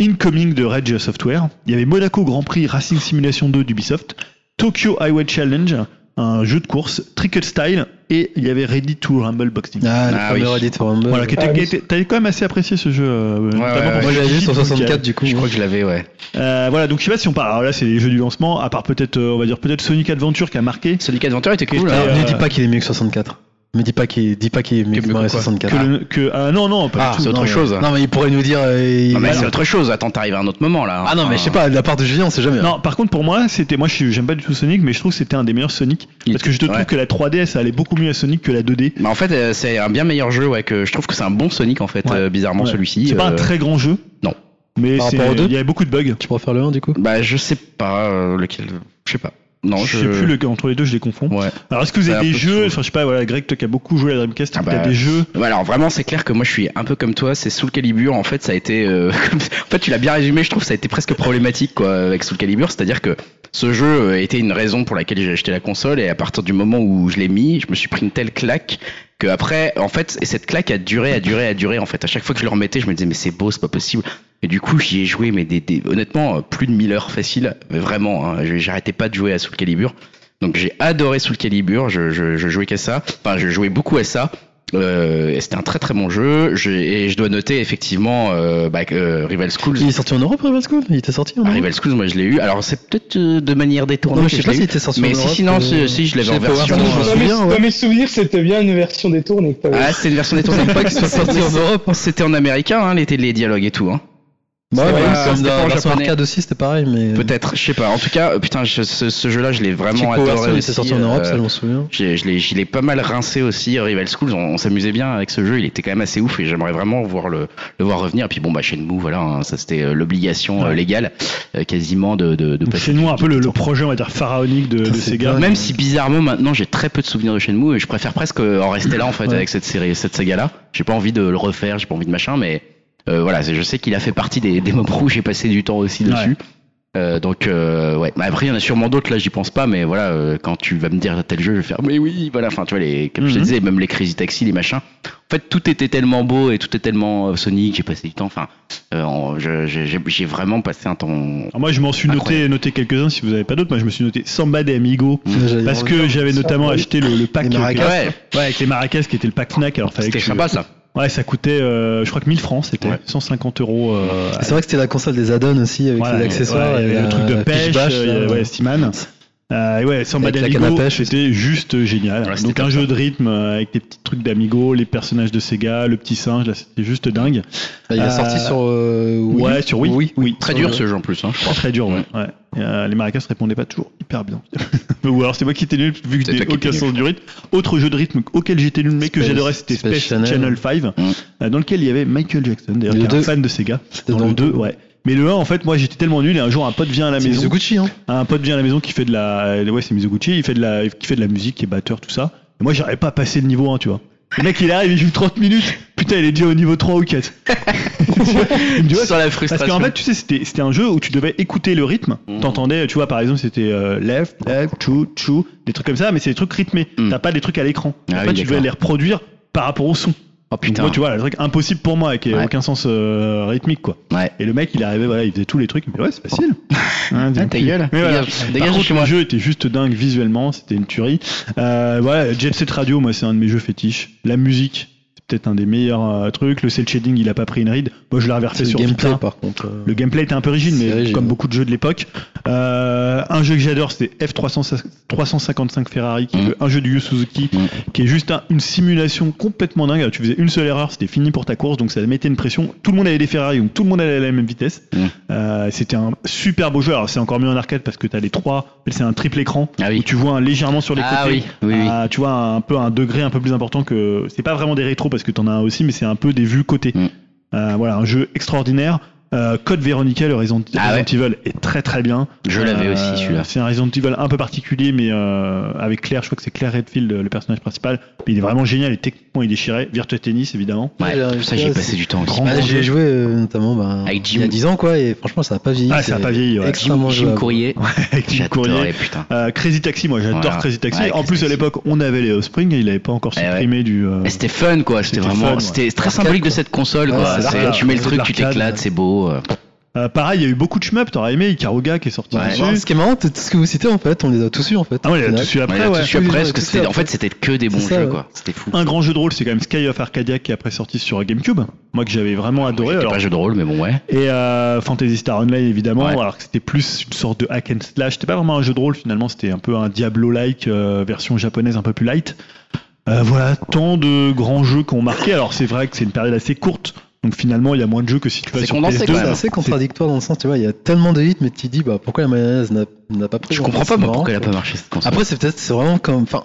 Incoming de Rage Software, il y avait Monaco Grand Prix Racing Simulation 2 d'Ubisoft, Tokyo Highway Challenge, un jeu de course, Trickle Style, et il y avait Ready to Rumble Boxing. Ah, le Ah premier oui. Ready to Rumble. Voilà, qui était, Ah, qui oui. était- t'avais quand même assez apprécié ce jeu. euh, notamment ouais, pour ouais. ce Moi, j'avais petit juste en truc, 64, du coup. Je crois que je l'avais, ouais. euh, voilà, donc je sais pas si on parle. Alors là, c'est les jeux du lancement, à part peut-être, euh, on va dire, peut-être Sonic Adventure qui a marqué. Sonic Adventure était cool. Qui hein. était, Alors, euh, ne dis pas qu'il est mieux que 64. Mais dis pas qu'il dis pas qu'il est mieux que, mieux que Mario quoi 64. Que le- que- ah non, non, Ah, pas du c'est tout. autre non. chose. Non, mais il pourrait nous dire. euh, Non, mais il- c'est autre chose. Attends, t'arrives à un autre moment là. Ah non, mais je sais pas, de la part de Julien, on sait jamais. hein. Non, par contre, pour moi, c'était. Moi, je suis- j'aime pas du tout Sonic, mais je trouve que c'était un des meilleurs Sonic. Il Parce que je te trouve ouais. que la 3D, ça allait beaucoup mieux à Sonic que la 2D. Mais en fait, euh, c'est un bien meilleur jeu, ouais. Que je trouve que c'est un bon Sonic en fait, Ouais. euh, bizarrement Ouais. celui-ci. C'est pas un euh, très grand jeu. non. Mais Par c'est- rapport aux deux il y avait beaucoup de bugs. Tu préfères le 1 du coup Bah, je sais pas euh, lequel. Je sais pas. Non, je je. sais plus lequel entre les deux, je les confonds. Ouais. Alors, est-ce que vous C'est un avez des peu jeux chaud. Enfin, je sais pas, voilà, Greg, toi qui as beaucoup joué à la Dreamcast, Ah t'as bah, des jeux. Bah Alors vraiment, c'est clair que moi je suis un peu comme toi. C'est Soul Calibur. En fait, ça a été. euh, [laughs] comme- en fait, tu l'as bien résumé. Je trouve que ça a été presque problématique quoi avec Soul Calibur. C'est-à-dire que ce jeu euh, était une raison pour laquelle j'ai acheté la console et à partir du moment où je l'ai mis, je me suis pris une telle claque que après, en fait, et cette claque a duré, a duré, a duré. En fait, à chaque fois que je le remettais, je me disais mais c'est beau, c'est pas possible. Et du coup, j'y ai joué, mais des, des- honnêtement, euh, plus de 1000 heures facile. Mais vraiment, hein, j'ai- j'arrêtais pas de jouer à Soul Calibur. Donc j'ai adoré Soul Calibur. Je, je, je jouais qu'à ça. Enfin, je jouais beaucoup à ça. Euh, et c'était un très très bon jeu. Je- et je dois noter effectivement euh, bah, que, euh, Rival Schools. Il est sorti en Europe, Rival School Il était sorti en Ah, Europe Rival Schools, moi je l'ai eu. Alors c'est peut-être euh, de manière détournée. Mhm. Non, mais que je sais pas l'ai s'il eu. était sorti en Mais si, Europe. si, non, si, euh, si, je l'avais en chez Power version. Stone, je me Dans euh, mes, souviens, ouais. dans mes souvenirs, c'était bien une version détournée que t'avais. Ah, c'était une [laughs] version détournée. pas qu'il soit sorti en Europe. C'était en américain, hein, les, les dialogues et tout. Hein. Bah ouais, C'est vrai, ouais, c'est comme pas dans en la version japonais. arcade aussi, c'était pareil, mais. Peut-être, je sais pas. En tout cas, euh, putain, je- ce, ce jeu-là, je l'ai Chick vraiment Power adoré. Stone, il aussi, était sorti en Europe, euh, ça, je m'en souviens. J'ai- Je l'ai, je l'ai pas mal rincé aussi, Rival Schools. On, on s'amusait bien avec ce jeu. Il était quand même assez ouf et j'aimerais vraiment voir le, le voir revenir. Et puis bon, bah, Shenmue, voilà, hein, ça c'était euh, l'obligation euh, Ouais. légale, euh, quasiment de, de, de C'est passer. nous un peu le, le projet, on va dire, pharaonique de, de c'est Sega. dingue. Même si bizarrement maintenant j'ai très peu de souvenirs de Shenmue et je préfère presque euh, en rester là en fait Ouais. avec cette série, cette saga-là. J'ai pas envie de le refaire, j'ai pas envie de machin, mais euh, voilà, c'est- je sais qu'il a fait partie des, des moments où j'ai passé du temps aussi dessus. Euh, donc euh, ouais, Bah, après il y en a sûrement d'autres là, j'y pense pas, mais voilà, euh, quand tu vas me dire tel jeu, je vais faire mais oui, voilà, enfin tu vois les, comme je te Mhm. disais, même les Crazy Taxi, les machins. En fait, tout était tellement beau et tout est tellement euh, Sonic, j'ai passé du temps. Enfin, euh, en- je- j'ai j'ai- j'ai vraiment passé un temps. Alors Ah, moi, je m'en suis noté, Incroyable. noté quelques-uns. Si vous avez pas d'autres, moi, je me suis noté Samba des Amigos. J'allais Parce en que j'avais notamment acheté le, le pack Les maracas. euh, Ouais, ouais, avec les maracas qui était le pack snack. Alors fallait c'était que je- sympa ça. Ouais, ça coûtait, euh, je crois que 1000 francs, c'était Ouais. 150 euros. euh, C'est vrai que c'était la console des add-ons aussi, avec voilà, les accessoires. ouais, il y avait et le truc de la pêche, fiche bash, euh, il y avait, là. ouais, Steeman. Euh, et ouais, Samba Avec la canne à d'Amigo, pêche aussi. c'était juste génial. Ouais, c'était Donc un top, jeu de rythme euh, avec des petits trucs d'Amigo, les personnages de Sega, le petit singe, là c'était juste dingue. Bah, Il est Euh, sorti sur euh, Wii. ouais, sur Wii. Oui, oui. Très dur ce jeu en plus, hein, je crois. Très très dur, ouais. ouais. Et, euh, les maracas se répondaient pas toujours hyper bien. [laughs] Ou alors c'est moi qui étais nul vu que C'est j'ai toi qui aucun étais sens du rythme. Autre jeu de rythme auquel j'étais nul mais que Space- j'adorais c'était Space, Space Channel, Channel. 5 Mm. euh, dans lequel il y avait Michael Jackson d'ailleurs Le qui est un deux. fan de Sega. C'était Dans le 2, ouais. Mais le 1 en fait moi j'étais tellement nul et un jour un pote vient à la C'est maison. Mizuguchi, hein. un pote vient à la maison qui fait de la ouais c'est Mizuguchi il fait de la qui fait de la musique qui est batteur tout ça et moi j'arrivais pas à passer le niveau 1 tu vois Le mec, il arrive, il joue 30 minutes. Putain, il est déjà au niveau 3 ou [laughs] 4. il me dit, ouais, Sans la parce frustration. qu'en fait, tu sais, c'était c'était un jeu où tu devais écouter le rythme. Mhm. T'entendais, tu vois, par exemple, c'était euh, left, left, chou, chou, des trucs comme ça, mais c'est des trucs rythmés. Mhm. T'as pas des trucs à l'écran. Ah en oui, fait, tu devais d'accord. les reproduire par rapport au son. oh Donc, putain. Moi, tu vois, le truc impossible pour moi, qui n'a Ouais. aucun sens euh, rythmique, quoi. Ouais. Et le mec, il arrivait, voilà, il faisait tous les trucs. Mais ouais, [laughs] c'est facile. Hein, Ah, ta gueule. Mais voilà. Dégage, Par dégage de contre, chez moi. le jeu était juste dingue visuellement, c'était une tuerie. Euh, voilà, Jet Set Radio, moi, c'est un de mes jeux fétiches. La musique, c'est peut-être un des meilleurs euh, trucs. Le cel shading, il a pas pris une ride. Moi, je l'ai reversé C'est le sur gameplay Vita. par contre. euh, Le gameplay était un peu rigide, C'est mais rigide. comme beaucoup de jeux de l'époque. Euh, un jeu que j'adore, c'était F355 Ferrari, qui est Mm. le- un jeu du Yu Suzuki, Mm. qui est juste un- une simulation complètement dingue. Tu faisais une seule erreur, c'était fini pour ta course, donc ça mettait une pression. Tout le monde avait des Ferrari, donc tout le monde allait à la même vitesse. Mm. Euh, c'était un super beau jeu. Alors c'est encore mieux en arcade parce que t'as les trois, c'est un triple écran Ah oui. où tu vois un légèrement sur les Ah côtés. oui, oui, oui. Ah, tu vois un peu un degré un peu plus important que c'est pas vraiment des rétros parce que t'en as un aussi mais c'est un peu des vues côté Mm. Euh, voilà un jeu extraordinaire Euh, Code Veronica le Resident, Ah ouais. Resident Evil est très très bien Euh, Je l'avais aussi, celui-là. c'est un Resident Evil un peu particulier mais euh, avec Claire je crois que c'est Claire Redfield le personnage principal Mais il est vraiment génial et techniquement il est chiré Virtua Tennis évidemment Ouais, ça, j'ai passé du temps aussi. Grand bah, J'ai joué euh, notamment ben, Avec il y Jim. a 10 ans quoi et franchement ça a pas vieilli. ah ça a c'est pas vieilli ouais. [laughs] Extrêmement Jim jouable. Courrier. avec Jim Courrier J'adorais, putain. Euh, Crazy Taxi, moi j'adore Voilà. Crazy Taxi. Ouais, en Crazy plus à Taxi. l'époque on avait les Spring, il n'avait pas encore Eh ouais. supprimé du. euh, Et C'était fun quoi, c'était C'était vraiment fun, ouais. c'était très symbolique de cette console Ouais, quoi. c'est C'est- l'arcade. Tu mets le C'est truc, tu l'arcade. t'éclates, c'est beau. euh. Euh, pareil, il y a eu beaucoup de shmup, t'aurais aimé Ikaruga qui est sorti Ouais. dessus. Bon, ce qui est marrant, tout ce que vous citez en fait, on les a tous eu en fait. Ah ouais, au il y a tout final. Ouais, suivi après, là, ouais. tout de suite Oui, après, oui, parce que tout c'était ça, en fait c'était que des bons C'est ça, jeux ouais. quoi. C'était fou. Un grand jeu de rôle, c'est quand même Sky of Arcadia qui est après sorti sur GameCube. Moi que j'avais vraiment adoré. C'était alors. pas un jeu de rôle mais bon ouais. Et euh, Fantasy Star Online évidemment, Ouais. alors que c'était plus une sorte de hack and slash. C'était pas vraiment un jeu de rôle finalement, c'était un peu un Diablo-like euh, version japonaise un peu plus light. Euh, voilà, tant de grands jeux qu'on marqué. Alors c'est vrai que c'est une période assez courte, donc finalement il y a moins de jeux que si tu vas C'est sur condensé, PS2. quand C'est même. assez contradictoire dans le sens, tu vois, il y a tellement de hits, mais tu te dis, bah, pourquoi la mayonnaise n'a n'a pas pris Je en fait, comprends hein. pas c'est moi marrant, pourquoi elle a quoi. pas marché cette console. Après, c'est peut-être, c'est vraiment comme, enfin,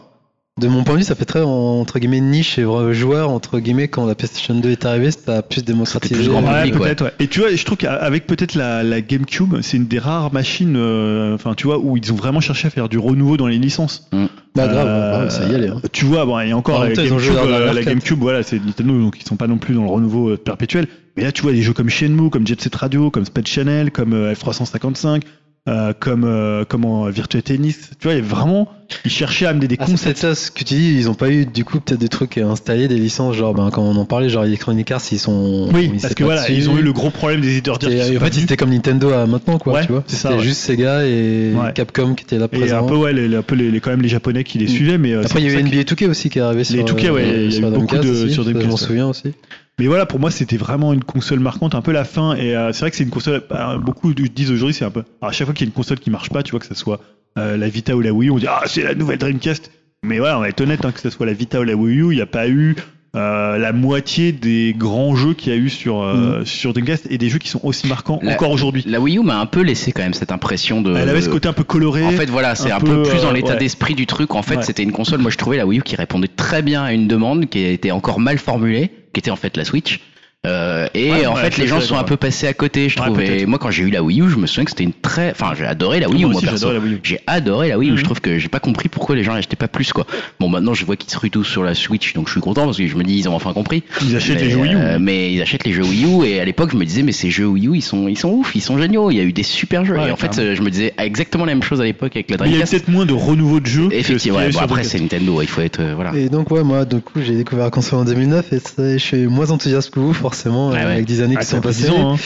de mon point de vue, ça fait très, entre guillemets, niche et vrai joueur, entre guillemets, quand la PlayStation 2 est arrivée, ça a plus démocratisé. plus grand euh, public. Ouais, public, peut-être, ouais. Et tu vois, je trouve qu'avec peut-être la, la GameCube, c'est une des rares machines, euh, enfin, tu vois, où ils ont vraiment cherché à faire du renouveau dans les licences. Bah, grave, Euh, grave, ça y allait. hein. Tu vois, bon, et En encore, la même temps, ils ont joué GameCube, leur euh, dernière la carte. GameCube, voilà, c'est Nintendo, donc ils sont pas non plus dans le renouveau euh, perpétuel. Mais là, tu vois, des jeux comme Shenmue, comme Jet Set Radio, comme Space Channel, comme euh, F355, euh, comme, euh, comment, euh, Virtua Tennis. Tu vois, il y a vraiment, ils cherchaient à amener des Ah, c'est concepts. peut-être ça, ce que tu dis, ils ont pas eu du coup peut-être des trucs à installer, des licences, genre ben, quand on en parlait, genre les Chronic Arts, ils sont. Oui, ils parce étaient que pas voilà, dessus. ils ont eu le gros problème des éditeurs Et, euh, dire qu'ils sont en pas fait, ils venus. étaient comme Nintendo à maintenant, quoi, Ouais, tu vois. c'est ça, C'était ouais. juste Sega et Ouais. Capcom qui étaient là Et un présents. peu, ouais, les, un peu les, les- quand même les Japonais qui les Mm. suivaient, mais euh, c'est Après, il y pour a ça eu que- NBA 2K aussi qui est arrivé sur. Les 2K, ouais, euh, il y a sur eu beaucoup Dreamcast de- aussi, sur je Dreamcast, m'en ouais. souviens aussi. Mais voilà, pour moi, c'était vraiment une console marquante, un peu la fin. Et euh, c'est vrai que c'est une console. euh, beaucoup disent aujourd'hui, c'est un peu. alors, à chaque fois qu'il y a une console qui marche pas, tu vois, que ça soit euh, la Vita ou la Wii U, on dit Ah, c'est la nouvelle Dreamcast. Mais voilà, on va être honnête, hein, que ce soit la Vita ou la Wii U, il n'y a pas eu euh, la moitié des grands jeux qu'il y a eu sur, euh, sur Dreamcast et des jeux qui sont aussi marquants Mhm. La- encore aujourd'hui. La Wii U m'a un peu laissé quand même cette impression de Elle avait ce côté un peu coloré. En fait, voilà, c'est un un, peu, peu, plus dans euh, l'état ouais. d'esprit du truc. En fait, Ouais. c'était une console, moi je trouvais la Wii U qui répondait très bien à une demande qui était encore mal formulée, qui était en fait la Switch. Euh, et Ouais, en ouais, fait, je les suis gens d'accord, sont un ouais. peu passés à côté, je Ouais, trouve. Et peut-être. moi, quand j'ai eu la Wii U, je me souviens que c'était une très. Enfin, j'ai adoré la Wii U, moi moi, aussi, perso. j'adore la Wii U. J'ai adoré la Wii U. Mhm. Je trouve que j'ai pas compris pourquoi les gens l'achetaient pas plus, quoi. Bon, maintenant, je vois qu'ils se ruent tous sur la Switch, donc je suis content parce que je me dis, ils ont enfin compris. Ils achètent mais, les jeux Wii U. euh, mais ils achètent les jeux Wii U et à l'époque je me disais mais ces jeux Wii U ils sont ils sont ouf, ils sont géniaux, il y a eu des super jeux Ouais, et en fait clairement. euh, je me disais exactement la même chose à l'époque avec la Mais il y a Dreamcast. peut-être moins de renouveau de jeux. que ce qu'il y Effectivement, avait ouais, bon, sur après Dreamcast. c'est Nintendo, il faut être euh, voilà. Et donc, ouais, moi, du coup, j'ai découvert la console en 2009 et ça, je suis moins enthousiaste que vous, forcément, Ouais, euh, ouais. avec des années Ah, qui c'est sont passées. impressionnant, hein.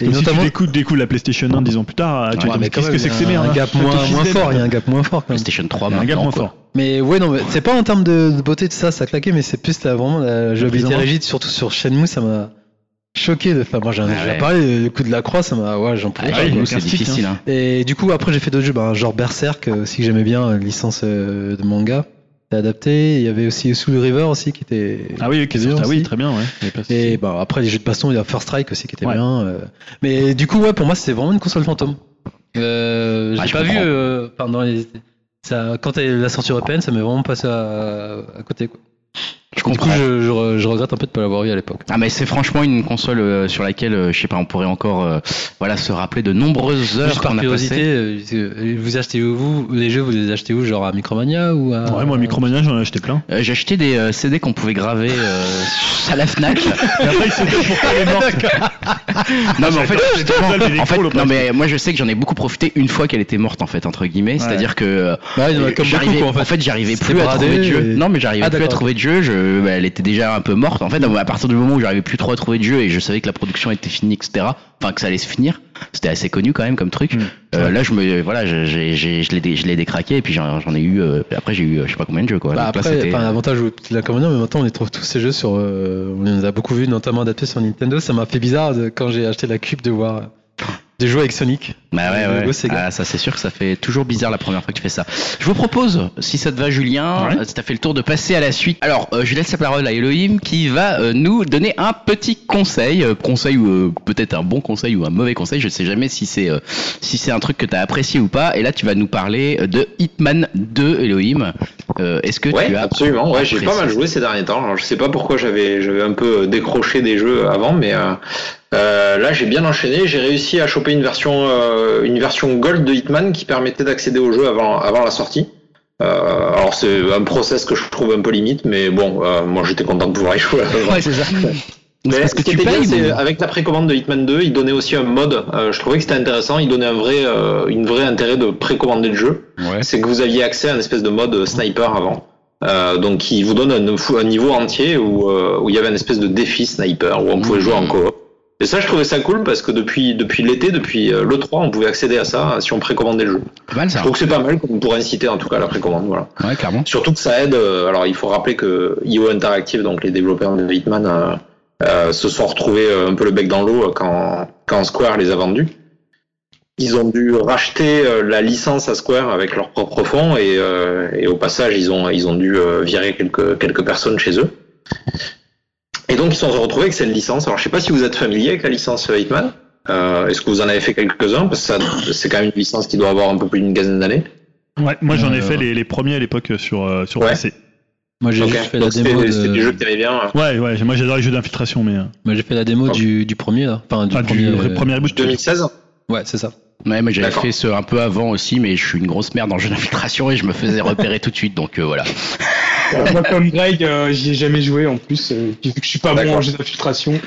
Et Comme si notamment. Ah, tu découvres, découvres la PlayStation 1 10 ans plus tard, tu te Ouais, dis, mais mais quand qu'est-ce que même, c'est que il y a ces merdes Un hein gap moins, Fils moins d'elle. fort, il y a un gap moins fort quand même. PlayStation 3 hein. Il y a un gap maintenant moins quoi. fort. Mais ouais, non, mais c'est pas en termes de, de beauté de ça, ça claquait, mais c'est plus la, vraiment la prise jouabilité en main. rigide, surtout sur Shenmue, ça m'a choqué. de- Enfin, moi, j'en ai Ah déjà ouais. parlé, le coup de la croix, ça m'a, ouais, j'en Ah, pouvais Ouais, pas, j'avoue, il y a c'est aucun stick, difficile hein. Et du coup, après, j'ai fait d'autres jeux, ben, genre Berserk euh, aussi que j'aimais bien, euh, licence euh, de manga, c'est adapté. Il y avait aussi Soul River aussi qui était. Ah oui, qui était bien ah aussi. oui, très bien, ouais. Il y a pas de souci. Et ben, après, les jeux de baston, il y a First Strike aussi qui était Ouais. bien. euh. Mais du coup, ouais, pour moi, c'était vraiment une console fantôme. Euh, Ah, j'ai je pas vu. comprends. euh, enfin, dans les- ça, quand elle- la sortie européenne, ça m'est vraiment passé à, à côté. Quoi. Je Du coup, comprends. je, je re- je regrette un peu de pas l'avoir eu à l'époque. hein. Ah mais c'est franchement une console euh, sur laquelle euh, je sais pas on pourrait encore euh, voilà se rappeler de nombreuses heures Juste par qu'on a passées. curiosité, euh, vous achetez où vous Les jeux, vous les achetez où Genre à Micromania ou à... Ouais, moi, Micromania, j'en ai acheté plein. Euh, J'ai acheté des euh, CD qu'on pouvait graver euh, [laughs] à la Fnac. Et après, il s'est dit pourquoi elle est morte. non mais en fait, justement, dalle d'électro, en fait, le non mais moi je sais que j'en ai beaucoup profité une fois qu'elle était morte en fait entre guillemets, c'est-à-dire que euh, Bah ouais, non, comme beaucoup, j'arrivais quoi, en fait. j'arrivais C'était plus à bradé trouver de jeu. et- Non mais j'arrivais Ah, plus à d'accord, trouver de jeu, je, bah, elle était déjà un peu morte en fait non, mais à partir du moment où j'arrivais plus trop à trouver de jeu et je savais que la production était finie etc. Enfin que ça allait se finir, c'était assez connu quand même comme truc. Hmm. Euh, là je me voilà, je- j'ai- j'ai- je l'ai dé- je l'ai décraqué et puis j'en j'en ai eu euh, après j'ai eu euh, je sais pas combien de jeux quoi. Bah Donc là, après, c'était- euh, enfin, l'avantage de la Commodore, mais maintenant on les trouve tous ces jeux sur. euh, on les a beaucoup vus, notamment adaptés sur Nintendo. Ça m'a fait bizarre de- quand j'ai acheté la Cube de voir euh, des jeux avec Sonic. Bah ouais, Le ouais. logo Sega. Ah, ça c'est sûr que ça fait toujours bizarre la première fois que tu fais ça. Je vous propose, si ça te va Julien, Ouais. euh, si t'as fait le tour de passer à la suite. Alors, euh, je laisse la parole à Elohim qui va euh, nous donner un petit conseil, euh, conseil ou euh, peut-être un bon conseil ou un mauvais conseil, je sais jamais si c'est euh, si c'est un truc que t'as apprécié ou pas. Et là, tu vas nous parler euh, de Hitman 2, Elohim. Euh, Est-ce que Ouais, tu as absolument. Ouais, j'ai pas apprécié mal joué ces derniers temps. Alors, je sais pas pourquoi j'avais j'avais un peu euh, décroché des jeux avant, mais euh, euh, là j'ai bien enchaîné. J'ai réussi à choper une version euh, une version gold de Hitman qui permettait d'accéder au jeu avant avant la sortie. Euh, alors c'est un process que je trouve un peu limite, mais bon, euh, moi j'étais content de pouvoir y jouer. Ouais, c'est ça. [laughs] Mais Parce ce que qui tu était bien, payes, c'est, mais- euh, avec la précommande de Hitman 2, il donnait aussi un mode. Euh, je trouvais que c'était intéressant. Il donnait un vrai, euh, une vraie intérêt de précommander le jeu. Ouais. C'est que vous aviez accès à une espèce de mode euh, sniper avant. Euh, donc, qui vous donne un, fou- un niveau entier où, euh, où il y avait une espèce de défi sniper où on pouvait Mmh. jouer en coop. Et ça, je trouvais ça cool parce que depuis, depuis l'été, depuis euh, le 3, on pouvait accéder à ça euh, si on précommandait le jeu. Pas mal Je ça. trouve que c'est pas mal comme pour inciter en tout cas à la précommande. Voilà. Ouais, clairement. Surtout que ça aide. euh, alors, il faut rappeler que IO Interactive, donc les développeurs de Hitman, euh, euh, se sont retrouvés euh, un peu le bec dans l'eau euh, quand, quand Square les a vendus. Ils ont dû racheter euh, la licence à Square avec leurs propres fonds et, euh, et au passage, ils ont, ils ont dû euh, virer quelques, quelques personnes chez eux. Et donc, ils se sont retrouvés avec cette licence. Alors, je sais pas si vous êtes familier avec la licence euh, Hitman. Euh, Est-ce que vous en avez fait quelques-uns Parce que ça- c'est quand même une licence qui doit avoir un peu plus d'une quinzaine d'années. Ouais, moi, j'en ai Euh, fait les, les premiers à l'époque sur, euh, sur Ouais. PC. Moi j'ai Ok. juste fait la Donc, c'est démo, des- c'est des jeux de... qui t'aimaient bien. euh. Ouais, ouais, moi, j'adore les jeux d'infiltration, mais. euh, moi, j'ai fait la démo du, du premier [laughs] là. Enfin, du Enfin, premier. du vrai euh, premier reboot. 2016 Ouais, c'est ça. Ouais, mais j'avais D'accord. fait ce un peu avant aussi, mais je suis une grosse merde en jeu d'infiltration et je me faisais repérer tout de suite, donc euh, voilà. Euh, moi, comme Greg, euh, j'y ai jamais joué en plus, euh, puis vu que je suis pas bon D'accord. en jeu d'infiltration.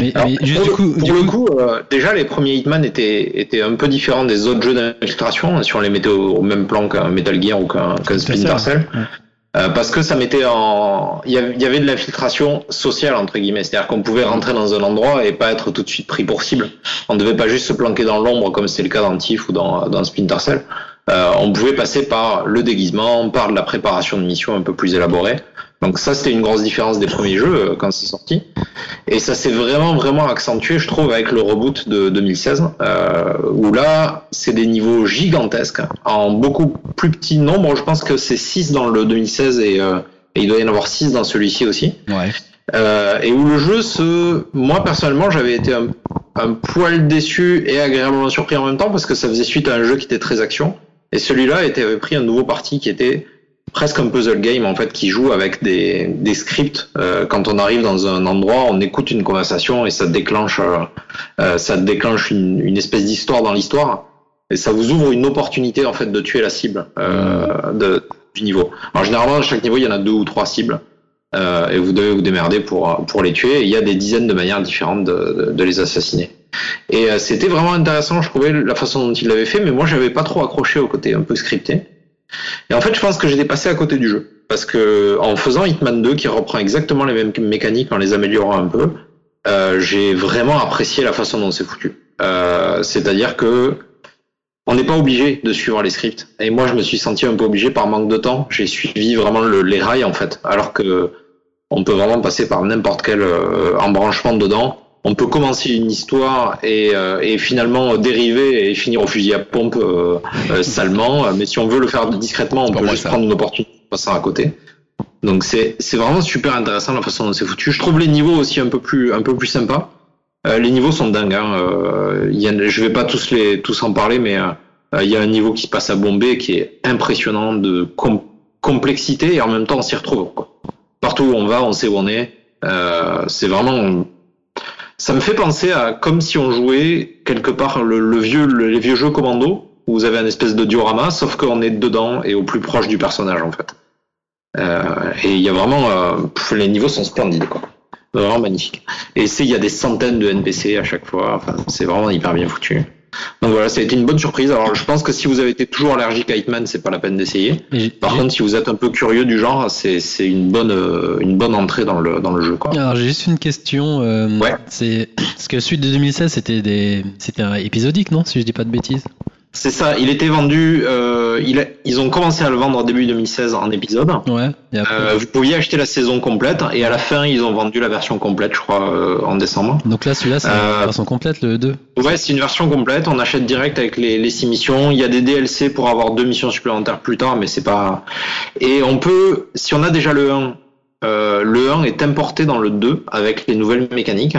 Mais, Alors, mais Ah, pour juste le, du coup, pour du le coup- coup, euh, déjà les premiers Hitman étaient, étaient un peu différents des autres jeux d'infiltration, si on les mettait au, au même plan qu'un Metal Gear ou qu'un qu'un Splinter Splinter Cell, Cell. Euh, parce que ça mettait en, il y avait, il y avait de l'infiltration sociale entre guillemets, c'est-à-dire qu'on pouvait rentrer dans un endroit et pas être tout de suite pris pour cible. On ne devait pas juste se planquer dans l'ombre comme c'est le cas dans Tiff ou dans, dans Splinter Cell. Euh, on pouvait passer par le déguisement, par de la préparation de missions un peu plus élaborée. Donc ça, c'était une grosse différence des premiers jeux euh, quand c'est sorti. Et ça s'est vraiment, vraiment accentué, je trouve, avec le reboot de 2016, euh, où là, c'est des niveaux gigantesques, hein, en beaucoup plus petit nombre. Je pense que c'est 6 dans le 2016 et, euh, et il doit y en avoir 6 dans celui-ci aussi. Ouais. Euh, et où le jeu se... Moi, personnellement, j'avais été un, un poil déçu et agréablement surpris en même temps, parce que ça faisait suite à un jeu qui était très action. Et celui-là était, avait pris un nouveau parti qui était presque un puzzle game en fait qui joue avec des, des scripts. Euh, quand on arrive dans un endroit, on écoute une conversation et ça déclenche, euh, euh, ça déclenche une, une espèce d'histoire dans l'histoire. Et ça vous ouvre une opportunité en fait de tuer la cible euh, de, du niveau. Alors généralement à chaque niveau il y en a deux ou trois cibles euh, et vous devez vous démerder pour euh, pour les tuer. Et il y a des dizaines de manières différentes de, de- de les assassiner. Et euh, c'était vraiment intéressant, je trouvais la façon dont il l'avait fait, mais moi j'avais pas trop accroché au côté un peu scripté. Et en fait, je pense que j'étais passé à côté du jeu. Parce que en faisant Hitman 2, qui reprend exactement les mêmes mécaniques en les améliorant un peu, euh, j'ai vraiment apprécié la façon dont c'est foutu. Euh, C'est-à-dire que on n'est pas obligé de suivre les scripts. Et moi, je me suis senti un peu obligé par manque de temps. J'ai suivi vraiment le- les rails en fait, alors que on peut vraiment passer par n'importe quel euh, embranchement dedans. On peut commencer une histoire et, euh, et finalement dériver et finir au fusil à pompe euh, euh, salement. Mais si on veut le faire discrètement, on Pour peut moi, juste ça. prendre une opportunité en passant à côté. Donc c'est c'est vraiment super intéressant la façon dont c'est foutu. Je trouve les niveaux aussi un peu plus un peu plus sympa. Euh, les niveaux sont dingues. Hein. Euh, il y en- je vais pas tous les tous en parler, mais euh, euh, il y a un niveau qui se passe à Bombay qui est impressionnant de com- complexité et en même temps on s'y retrouve. Quoi. Parce partout où on va, on sait où on est. Euh, c'est vraiment. Ça me fait penser à comme si on jouait quelque part le, le vieux, le- les vieux jeux commando où vous avez un espèce de diorama, sauf qu'on est dedans et au plus proche du personnage en fait. Euh, et il y a vraiment, euh, pff, les niveaux sont splendides quoi, vraiment magnifique. Et c'est il y a des centaines de NPC à chaque fois. Enfin, c'est vraiment hyper bien foutu. Donc voilà, ça a été une bonne surprise. Alors je pense que si vous avez été toujours allergique à Hitman, c'est pas la peine d'essayer. Par contre, si vous êtes un peu curieux du genre, c'est c'est une bonne euh, une bonne entrée dans le dans le jeu quoi. Alors j'ai juste une question. euh, Ouais. C'est parce que celui de 2016 c'était des c'était un épisodique non si je dis pas de bêtises. C'est ça. Il était vendu. euh, il a- ils ont commencé à le vendre en début 2016 en épisode. Ouais. Et après- Euh, vous pouviez acheter la saison complète et à la fin ils ont vendu la version complète, je crois, euh, en décembre. Donc là celui-là c'est Euh, la version complète le 2. Ouais, c'est une version complète. On achète direct avec les, les six missions. Il y a des DLC pour avoir deux missions supplémentaires plus tard, mais c'est pas. Et on peut, si on a déjà le 1, euh, le 1 est importé dans le 2 avec les nouvelles mécaniques,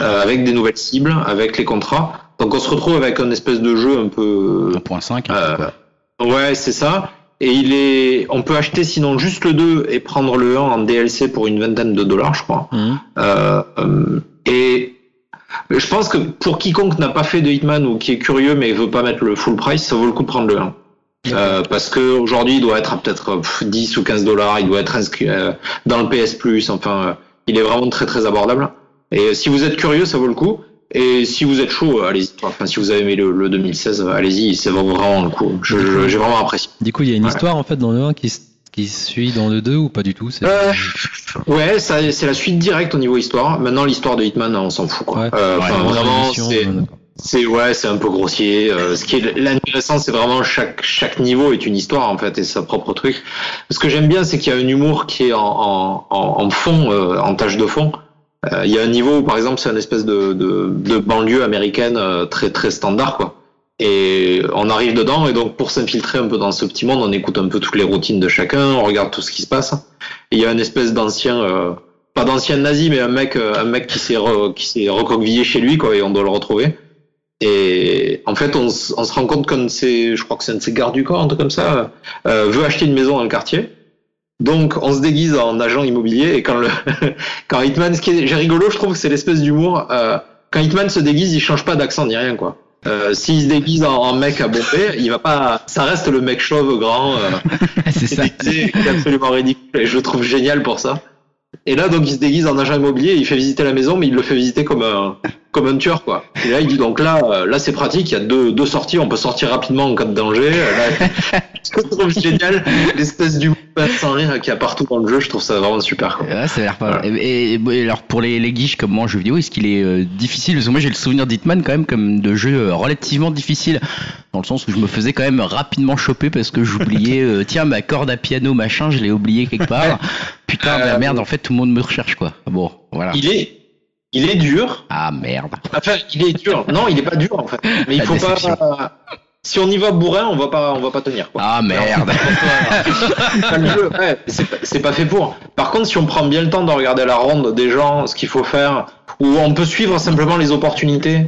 euh, avec des nouvelles cibles, avec les contrats. Donc on se retrouve avec un espèce de jeu un peu. 1.5. Euh, ouais, c'est ça. Et il est, on peut acheter sinon juste le 2 et prendre le 1 en DLC pour une vingtaine de dollars, je crois. Mhm. Euh, euh, et je pense que pour quiconque n'a pas fait de Hitman ou qui est curieux mais veut pas mettre le full price, ça vaut le coup de prendre le 1. Euh, parce que aujourd'hui il doit être à peut-être euh, pff, 10 ou 15 dollars, il doit être inscrit euh, dans le PS Plus, enfin euh, il est vraiment très très abordable. Et euh, si vous êtes curieux, ça vaut le coup. Et si vous êtes chaud, euh, allez-y. Enfin, si vous avez aimé le, le 2016, euh, allez-y, c'est vraiment le coup. Je- je- J'ai vraiment apprécié. Du coup il y a une Ouais. histoire en fait dans le 1 qui s- qui suit dans le 2 ou pas du tout. c'est- Euh, ouais, ça, c'est la suite directe au niveau histoire. Maintenant, l'histoire de Hitman, on s'en fout. Quoi. Ouais. Euh, Ouais, enfin, dans la vraiment, mission, c'est euh, d'accord. C'est ouais, c'est un peu grossier. Euh, ce qui est l'intéressant, c'est vraiment chaque chaque niveau est une histoire en fait et sa propre truc. Ce que j'aime bien, c'est qu'il y a un humour qui est en en, en, en fond, euh, en tâche de fond. Euh, Il y a un niveau où par exemple c'est une espèce de, de de banlieue américaine euh, très très standard quoi. Et on arrive dedans et donc pour s'infiltrer un peu dans ce petit monde, on écoute un peu toutes les routines de chacun, on regarde tout ce qui se passe. Et il y a une espèce d'ancien euh, pas d'ancien nazi mais un mec euh, un mec qui s'est re- qui s'est recroquevillé chez lui quoi et on doit le retrouver. Et en fait, on, s- on se rend compte qu'un de ces, je crois que c'est un de ces gardes du corps, un truc comme ça, euh, veut acheter une maison dans le quartier. Donc, on se déguise en agent immobilier et quand le, [laughs] quand Hitman, ce qui est, j'ai rigolo, je trouve que c'est l'espèce d'humour, euh, quand Hitman se déguise, il change pas d'accent ni rien, quoi. Euh, s'il se déguise en, en mec à Bombay, il va pas, ça reste le mec chauve, grand, euh, [laughs] c'est c'est ça. déguisé, c'est absolument ridicule et je le trouve génial pour ça. Et là, donc, il se déguise en agent immobilier, il fait visiter la maison, mais il le fait visiter comme un, comme un tueur, quoi. Et là, il dit, donc là, euh, là, c'est pratique, il y a deux, deux sorties, on peut sortir rapidement en cas de danger. Euh, là, [laughs] je trouve génial l'espèce du sans rire qu'il y a partout dans le jeu, je trouve ça vraiment super, quoi. Ouais, ça a l'air pas mal. Et, et- et alors pour les, les guiches comme moi en jeu vidéo, est-ce qu'il est euh, difficile Parce que moi j'ai le souvenir d'Hitman quand même comme de jeu euh, relativement difficile, dans le sens où je me faisais quand même rapidement choper parce que j'oubliais, euh, tiens ma corde à piano machin, je l'ai oublié quelque [laughs] part. Putain de la Euh, merde, en fait tout le monde me recherche quoi. Bon, voilà. Il est, il est dur. Ah merde. Enfin, il est dur. Non, il est pas dur, en fait. Mais il La faut déception. pas, si on y va bourrin, on va pas, on va pas tenir, quoi. Ah merde. Pas le jeu, ouais, c'est pas- c'est pas fait pour. Par contre, si on prend bien le temps de regarder la ronde des gens, ce qu'il faut faire, ou on peut suivre simplement les opportunités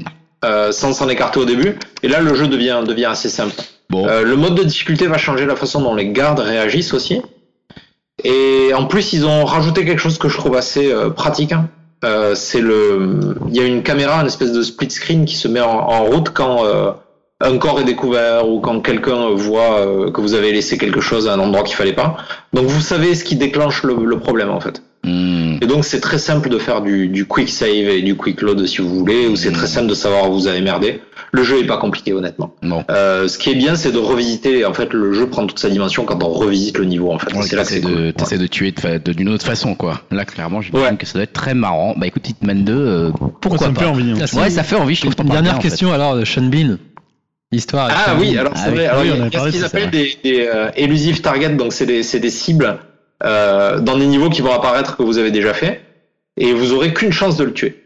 euh, sans s'en écarter au début, et là le jeu devient, devient assez simple. Bon. Euh, le mode de difficulté va changer la façon dont les gardes réagissent aussi. Et en plus, ils ont rajouté quelque chose que je trouve assez euh, pratique. hein. Euh, c'est le, il y a une caméra, une espèce de split screen qui se met en, en route quand euh, un corps est découvert ou quand quelqu'un voit euh, que vous avez laissé quelque chose à un endroit qu'il fallait pas. Donc vous savez ce qui déclenche le, le problème en fait. Hmm. Et donc c'est très simple de faire du, du quick save et du quick load si vous voulez, ou c'est très Mmh. simple de savoir où vous avez merdé. Le jeu est pas compliqué honnêtement. Non. Euh, ce qui est bien, c'est de revisiter. En fait, le jeu prend toute sa dimension quand on revisite le niveau. En fait, Ouais, c'est là que t'essaies c'est de, cool. t'essaies de tuer de fa- de- d'une autre façon quoi. Là clairement j'imagine Ouais. que ça doit être très marrant. Bah écoute Hitman 2, euh, pourquoi ça me fait pas envie. hein. Ah, c'est- Ouais ça fait envie, je trouve. que t'en Une parles dernière bien, en fait. question alors de Sean Bean. Histoire. avec Ah Sean oui, Bean. alors c'est Ah oui, vrai. Alors, il oui, y on a- avait il y a ce parlé de qu'ils ça, c'est appellent des, des euh, elusive targets, donc c'est des, c'est des cibles euh, dans des niveaux qui vont apparaître que vous avez déjà fait, et vous aurez qu'une chance de le tuer.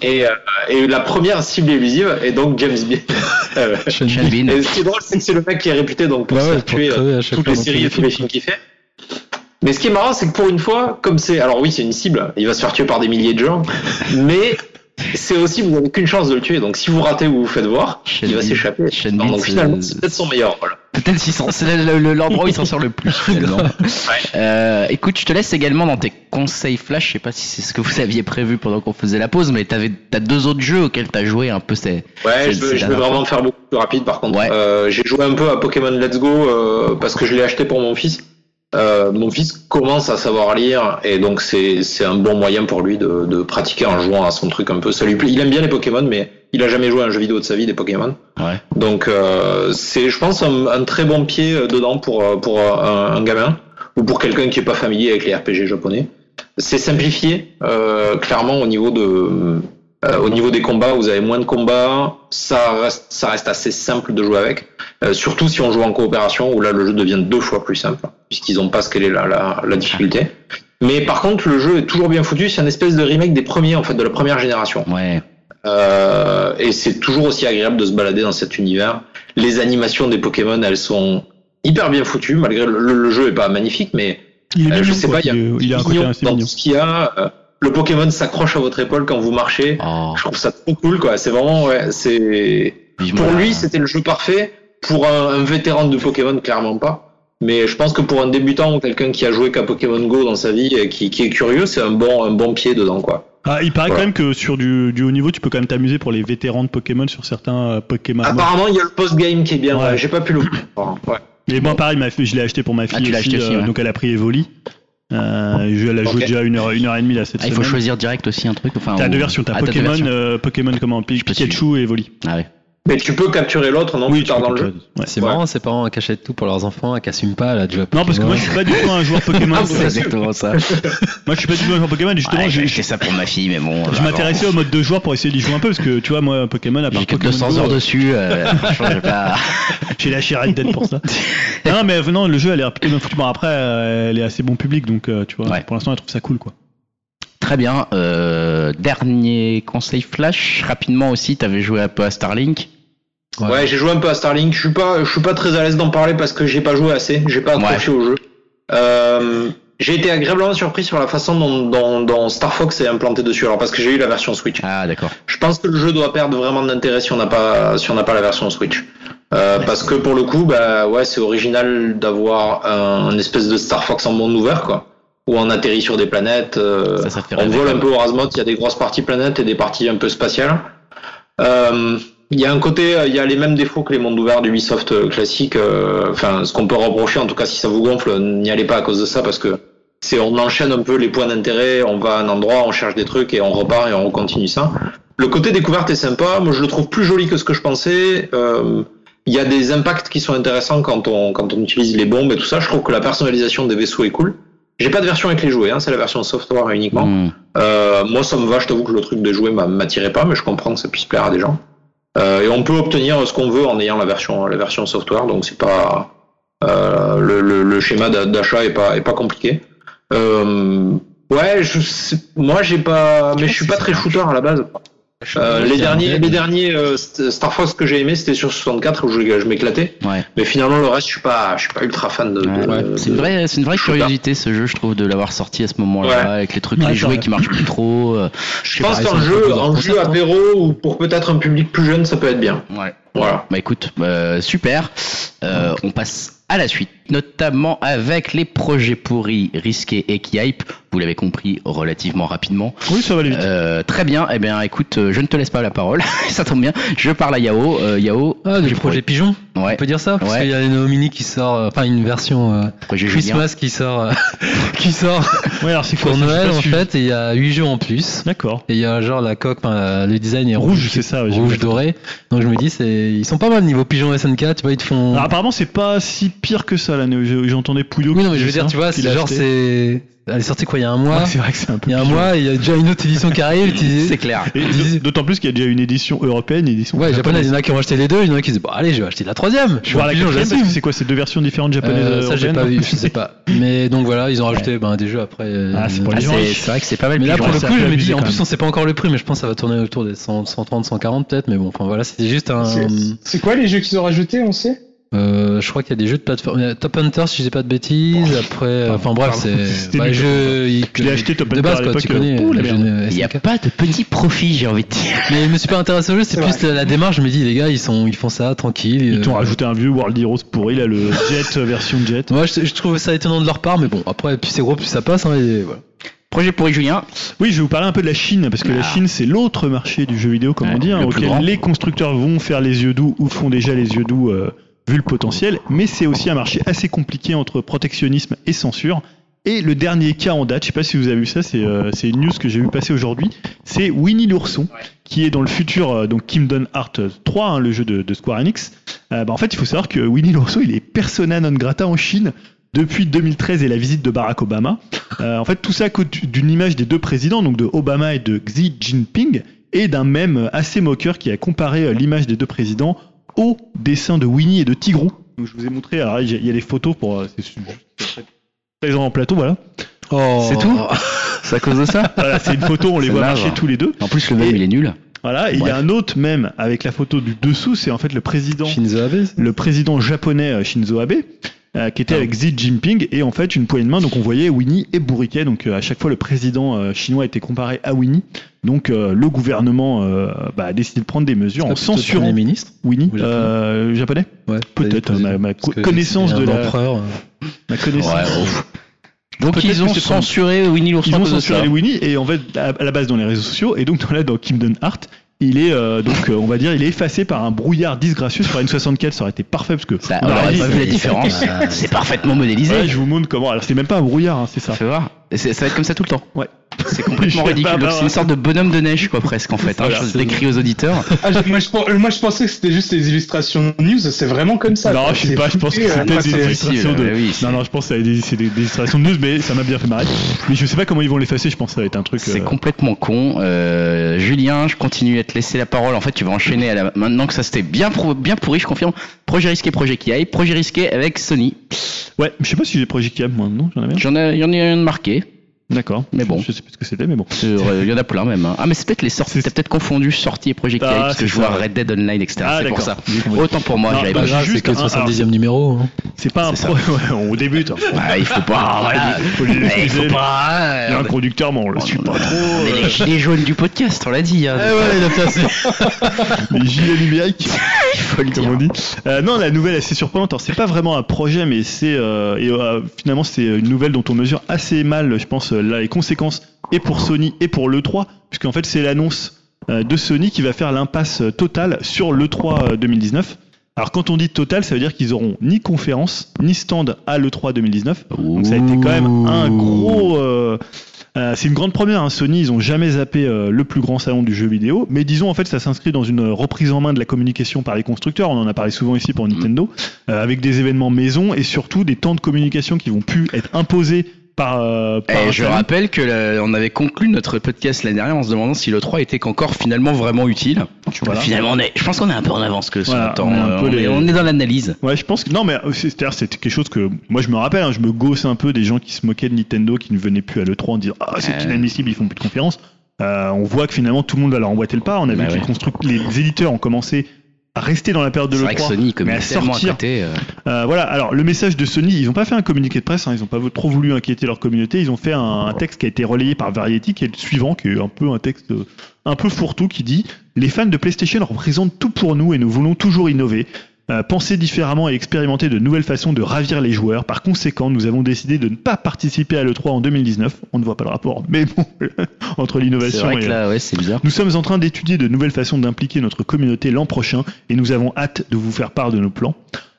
Et, euh, et la première cible élusive est donc James Bean. [laughs] Euh, Sean Sean Bean. Bean. et ce qui est drôle, c'est que c'est le mec qui est réputé donc pour Bah Ouais, se ouais, faire pour tuer euh, crever à chaque toutes fois les dans séries et tous les films qu'il fait. Mais ce qui est marrant, c'est que pour une fois, comme c'est, alors oui, c'est une cible, il va se faire tuer par des milliers de gens, mais c'est aussi, vous n'avez qu'une chance de le tuer. Donc, si vous ratez ou vous faites voir, Shen il va Bin- s'échapper. Shen Bin, Donc, euh, c'est- finalement, c'est peut-être son meilleur rôle. Peut-être s'il s'en- c'est le- le- l'endroit où il s'en sort le [laughs] plus finalement. Euh, écoute, je te laisse également dans tes conseils flash. Je sais pas si c'est ce que vous aviez prévu pendant qu'on faisait la pause, mais t'avais t'as deux autres jeux auxquels t'as joué un peu. C'est Ouais, C'est- je c'est veux, je la veux dernière vraiment faire beaucoup plus rapide par contre. Ouais. Euh, j'ai joué un peu à Pokémon Let's Go euh, parce que je l'ai acheté pour mon fils. Euh, mon fils commence à savoir lire et donc c'est c'est un bon moyen pour lui de, de pratiquer en jouant à son truc un peu. Ça lui plaît. Il aime bien les Pokémon, mais il a jamais joué à un jeu vidéo de sa vie des Pokémon. Ouais. Donc euh, c'est, je pense, un, un très bon pied euh, dedans pour euh, pour euh, un, un gamin ou pour quelqu'un qui est pas familier avec les RPG japonais. C'est simplifié euh, clairement au niveau de euh, au niveau des combats, vous avez moins de combats, ça reste, ça reste assez simple de jouer avec. Euh, surtout si on joue en coopération, où là le jeu devient deux fois plus simple, puisqu'ils ont pas scalé la, la, la difficulté. Mais par contre, le jeu est toujours bien foutu, c'est un espèce de remake des premiers, en fait, de la première génération. ouais. Euh, et c'est toujours aussi agréable de se balader dans cet univers. Les animations des Pokémon, elles sont hyper bien foutues, malgré le, le jeu est pas magnifique, mais Il est euh, mignon, je sais quoi. pas, il y a, il, il a un côté mignon assez dans mignon. tout ce qu'il y a. Euh, Le Pokémon s'accroche à votre épaule quand vous marchez. Oh, Je trouve ça trop cool, quoi. C'est vraiment, ouais, c'est. vivement Pour la- lui, c'était le jeu parfait. Pour un, un vétéran de Pokémon, clairement pas. Mais je pense que pour un débutant ou quelqu'un qui a joué qu'à Pokémon Go dans sa vie et qui, qui est curieux, c'est un bon, un bon pied dedans, quoi. Ah, il paraît Voilà. quand même que sur du, du haut niveau, tu peux quand même t'amuser pour les vétérans de Pokémon sur certains euh, Pokémon. Ah, Apparemment, il y a le post-game qui est bien. Ouais. ouais, J'ai pas pu le. Ouais. Mais bon, pareil, ma fille, je l'ai acheté pour ma fille. Ah, tu l'as aussi, acheté aussi, euh, ouais. Donc elle a pris Evoli. Euh, je- elle a joué Ok. déjà une heure, une heure et demie là cette Ah, il faut semaine. choisir direct aussi un truc. Enfin, T'as ou- deux versions, t'as Ah, deux Pokémon, versions. euh, Pokémon comment Pi- peux Pikachu et Evoli. Ah ouais. Mais tu peux capturer l'autre, non, plus tu tard peux dans le jeu. Pokémon. Ouais. C'est Ouais. marrant, ces parents à cacher tout pour leurs enfants, à qu'assument pas, là, du Non, parce que moi je suis pas du tout [laughs] un joueur Pokémon. Ah, C'est Ah, moi exactement ça. je suis pas du tout un joueur Pokémon, et justement Ouais, j'ai j'ai- acheté ça pour ma fille, mais bon. je bah, m'intéressais au mode de joueur pour essayer d'y jouer un peu parce que tu vois, moi Pokémon à bon, part J'ai que Pokémon 200 Go, heures dessus. euh, franchement, j'ai pas. [laughs] J'ai lâché Red Dead [laughs] pour ça. non, mais euh, non, le jeu, elle est plutôt bien foutue. Bon, après, euh, elle est assez bon public, donc euh, tu vois, Ouais. pour l'instant, elle trouve ça cool, quoi. Très bien. Euh, dernier conseil flash. Rapidement aussi, t'avais joué un peu à Starlink. Ouais, j'ai joué un peu à Starlink. Je suis pas, je suis pas très à l'aise d'en parler parce que j'ai pas joué assez. J'ai pas accroché au jeu. Euh, j'ai été agréablement surpris sur la façon dont, dont, dont Star Fox est implanté dessus. Alors parce que j'ai eu la version Switch. Ah, d'accord. Je pense que le jeu doit perdre vraiment d'intérêt si on n'a pas si on n'a pas la version Switch. Euh, parce que pour le coup, bah ouais, c'est original d'avoir un, un espèce de Star Fox en monde ouvert, quoi. Où on atterrit sur des planètes. euh, Ça, ça te fait on rêver, vole quand un peu au Rasmod, il y a des grosses parties planètes et des parties un peu spatiales. Euh, Il y a un côté, euh, il y a les mêmes défauts que les mondes ouverts d'Ubisoft euh, classique. euh, Enfin, ce qu'on peut reprocher, en tout cas, si ça vous gonfle, euh, n'y allez pas à cause de ça parce que c'est on enchaîne un peu les points d'intérêt, on va à un endroit, on cherche des trucs et on repart et on continue ça. Le côté découverte est sympa. Moi, je le trouve plus joli que ce que je pensais. Euh, Il y a des impacts qui sont intéressants quand on quand on utilise les bombes et tout ça. Je trouve que la personnalisation des vaisseaux est cool. J'ai pas de version avec les jouets, hein, c'est la version software uniquement. Hmm. Euh, moi, ça me va, je t'avoue que le truc de jouer m'a- m'attirait pas, mais je comprends que ça puisse plaire à des gens. Euh, et on peut obtenir ce qu'on veut en ayant la version, la version software, donc c'est pas euh, le, le- le schéma d'a- d'achat est pas est pas compliqué. Euh, ouais, je, sais- moi j'ai pas, mais je suis pas très shooter à la base. Euh, les derniers, les derniers euh, St- Star Fox que j'ai aimé, c'était sur 64 où je, je m'éclatais. Ouais. Mais finalement, le reste, je suis pas, je suis pas ultra fan de. de- de- c'est une vraie, c'est une vraie je sais pas. curiosité ce jeu, je trouve, de l'avoir sorti à ce moment-là, Ouais. avec les trucs, Ouais, les c'est jouets vrai. qui marchent plus trop. euh, Je pense pareil, qu'en ça, jeu, c'est un en peu jeu bizarre, hein. apéro ou pour peut-être un public plus jeune, ça peut être bien. Ouais. Voilà. Bah écoute, euh, super. Euh, on passe à la suite, notamment avec les projets pourris, risqués et qui hype. Vous l'avez compris relativement rapidement. Oui, ça va aller vite. Euh, très bien. Eh bien, écoute, euh, je ne te laisse pas la parole. [laughs] Ça tombe bien. Je parle à Yao. Euh, Yao. Ah, j'ai du projet Pigeon, Ouais. on peut dire ça Parce Ouais. qu'il y a une mini qui sort, euh, enfin une version euh, Projet Julien. Christmas qui sort, euh, [laughs] qui sort Ouais, alors c'est quoi pour ça, j'ai Noël pas en suivi. fait, et il y a 8 jeux en plus. D'accord. Et il y a genre la coque, enfin, la- le design est Rouge, rouge, c'est ça. ouais, j'ai rouge compris. doré. Donc je me dis, c'est, ils sont pas mal niveau pigeon SNK, tu vois, ils te font. Alors, apparemment, c'est pas si pire que ça, là. J'ai- J'entendais Pouillot. oui, non, qui mais je veux disait dire, ça, tu vois, Hein, qu'il c'est a genre, acheté. c'est. Elle est sortie quoi, il y a un mois Ouais, c'est vrai que c'est un peu. Il y a un pigeon. mois, il y a déjà une autre édition qui arrive, tu dis- C'est clair. Et d- D'autant plus qu'il y a déjà une édition européenne, une édition. Ouais, japonaise, il y en a qui ont acheté les deux, il y en a qui disent, bon, allez, je vais acheter la troisième. Je Je suis vois la un pigeon, quatrième parce que j'assume. c'est quoi ces deux versions différentes japonaises Euh, ça, j'ai européennes pas [laughs] vu, je sais pas. Mais donc voilà, ils ont rajouté ben, des jeux après. euh, Ah, c'est pour Ah, les gens. c'est c'est vrai que c'est pas mal. Mais là, Pigeon, pour ça. le c'est coup, un peu je me abusé dis, en quand plus, même. on sait pas encore le prix, mais je pense que ça va tourner autour des 100, 130, 140 peut-être, mais bon, enfin voilà, c'était juste un. C'est- C'est quoi les jeux qu'ils ont rajoutés, on sait Euh, je crois qu'il y a des jeux de plateforme. Euh, Top Hunter, si je dis pas de bêtises. Après, euh, enfin bref, pardon. c'est. C'était Bah, nul, je il- Je l'ai acheté, Top de Hunter, base, à quoi, tu l'époque, connais. euh, ouh, la la jeune, euh, Il n'y a SNK. pas de petit profit, j'ai envie de dire. Mais je me suis pas intéressé au jeu, c'est C'est plus la, la démarche. Je me dis, les gars, ils, sont, ils font ça tranquille. Ils t'ont euh, rajouté un vieux World Heroes pourri, là, le Jet euh, version Jet. Moi, je, je trouve ça étonnant de leur part, mais bon, après, plus c'est gros, plus ça passe. Hein, et voilà. [laughs] Projet pourri, Julien. Oui, je vais vous parler un peu de la Chine, parce que la Ah. Chine, c'est l'autre marché du jeu vidéo, comme Ouais, on dit, hein, le plus auquel grand. les constructeurs vont faire les yeux doux ou font déjà les yeux doux euh, vu le potentiel. Mais c'est aussi un marché assez compliqué entre protectionnisme et censure. Et le dernier cas en date, je sais pas si vous avez vu ça, c'est euh, c'est une news que j'ai vu passer aujourd'hui, c'est Winnie l'ourson, qui est dans le futur, euh, donc Kingdom Hearts 3, hein, le jeu de, de Square Enix. Euh, bah, en fait, il faut savoir que Winnie l'ourson, il est persona non grata en Chine depuis 2013 et la visite de Barack Obama. Euh, en fait, tout ça à cause d'une image des deux présidents, donc de Obama et de Xi Jinping, et d'un mème assez moqueur qui a comparé euh, l'image des deux présidents au dessin de Winnie et de Tigrou. Donc, je vous ai montré, alors il y a- il y a les photos pour. euh, C'est c'est juste présent en plateau, voilà. C'est tout [laughs] C'est à cause de ça Voilà, c'est une photo, on les C'est voit naze. marcher tous les deux. En plus, le même, il est nul. Voilà, et il y a un autre même avec la photo du dessous, c'est en fait le président Shinzo Abe. c'est- le président japonais euh, Shinzo Abe, euh, qui était avec Xi Jinping, et en fait une poignée de main, donc on voyait Winnie et Bourriquet, donc euh, à chaque fois le président euh, chinois était comparé à Winnie, donc euh, le gouvernement euh, bah, a décidé de prendre des mesures en Pas plutôt le censurant Premier ministre Winnie, ou japonais euh, japonais Ouais, Peut-être, hein, Parce ma, ma co- que connaissance c'est de un la, empereur, euh. ma connaissance. Ouais, ouf. Donc Peut-être ils que ont c'est pour- censuré Winnie l'ourson Ils à ont cause de censuré ça. les Winnie, et en fait, à à la base dans les réseaux sociaux, et donc dans, là, dans Kingdom Hearts, il est euh, donc euh, on va dire il est effacé par un brouillard disgracieux sur une 64 ça aurait été parfait parce que Ça, on Bah, on aurait aurait dit- pas vu la différence. [laughs] C'est parfaitement modélisé. Ouais, je vous montre comment alors c'est même pas un brouillard hein, c'est ça Fais voir. Et c'est- ça va être comme ça tout le temps. Ouais. [laughs] C'est complètement Je sais ridicule. pas, Donc c'est bah, une sorte de bonhomme de neige, quoi, presque, en fait. hein. Voilà, je c'est- l'écris aux [laughs] auditeurs. Ah, je- moi, je, pen- moi, je pensais que c'était juste les illustrations news, c'est vraiment comme ça. Non, quoi. je sais C'est pas, je pense que foutu, c'est euh, peut-être des c'est- illustrations de. hein. mais oui, c'est- non, non, je pense que c'est des, c'est des- des illustrations de news, mais ça m'a bien fait marrer. Mais je sais pas comment ils vont l'effacer, je pense que ça va être un truc. C'est euh, complètement con. Euh, Julien, je continue à te laisser la parole. En fait, tu vas enchaîner à la... maintenant que ça c'était bien, pour... bien pourri, je confirme. Projet risqué, projet qui aille. Projet risqué avec Sony. Ouais, je sais pas si j'ai Project Cam, moi, non J'en avais un J'en ai, j'en ai un de marqué. D'accord. Mais bon. Je sais plus ce que c'était, mais bon. Sur, euh, Il y en a plein même. hein. Ah, mais c'est peut-être les sorties. C'est- T'as peut-être confondu sortie et projet qui Ah, aille, parce que c'est je vois ça, ouais. Red Dead Online, etc. Ah, c'est pour ça. d'accord. J'ai compris. Autant pour moi, Non, j'avais bah, pas j'ai vu. juste C'est que le un- alors, 70e numéro. hein. C'est pas un C'est pro. [laughs] Ouais, on débute. hein. Ah, il faut pas. Voilà. Faut les Eh, il faut excuser. pas. hein. Il y a un producteur, mais on le suit pas trop. Mais euh, Eh les gilets jaunes du podcast, on l'a dit. hein. Les gilets numériques. il faut le comme dire. on dit. Euh, non, la nouvelle est assez surprenante. Alors, c'est pas vraiment un projet, mais c'est euh, et, euh, finalement c'est une nouvelle dont on mesure assez mal, je pense, euh, là, les conséquences et pour Sony et pour le 3, puisqu'en fait c'est l'annonce euh, de Sony qui va faire l'impasse euh, totale sur le euh, 3 2019. Alors quand on dit total, ça veut dire qu'ils auront ni conférence ni stand à le 3 2019. Donc ça a été quand même un gros. euh, euh, c'est une grande première. hein. Sony, ils ont jamais zappé euh, le plus grand salon du jeu vidéo. Mais disons, en fait, ça s'inscrit dans une reprise en main de la communication par les constructeurs. On en a parlé souvent ici pour Nintendo, Mm. euh, avec des événements maison et surtout des temps de communication qui vont plus être imposés par. euh, par Eh, un je salon. rappelle que le- on avait conclu notre podcast l'année dernière en se demandant si le 3 était encore finalement vraiment utile. Voilà. Finalement, on est, je pense qu'on est un peu en avance que son Voilà, temps. on est un Euh, peu on, les- est, on est dans l'analyse. Ouais, je pense que non, mais euh, c'est- c'est-à-dire c'est quelque chose que moi je me rappelle, hein, je me gosse un peu des gens qui se moquaient de Nintendo, qui ne venaient plus à le 3 en disant ah c'est Euh. inadmissible, ils font plus de conférences. Euh, on voit que finalement tout le monde va leur emboîter le pas. On Bah a vu que ouais. les, construct- les éditeurs ont commencé à rester dans la période de C'est vrai que l'E3. Sony comme mais à tellement à sortir. côté. euh, Euh, voilà. Alors le message de Sony, ils n'ont pas fait un communiqué de presse, hein, ils n'ont pas trop voulu inquiéter leur communauté. Ils ont fait un, un texte qui a été relayé par Variety, qui est le suivant, qui est un peu un texte euh, un peu fourre-tout, qui dit les fans de PlayStation représentent tout pour nous et nous voulons toujours innover. euh, penser différemment et expérimenter de nouvelles façons de ravir les joueurs. Par conséquent, nous avons décidé de ne pas participer à l'E3 en 2019. On ne voit pas le rapport, mais bon, [laughs] entre C'est l'innovation vrai et, que là, ouais, c'est bizarre. nous sommes en train d'étudier de nouvelles façons d'impliquer notre communauté l'an prochain et nous avons hâte de vous faire part de nos plans.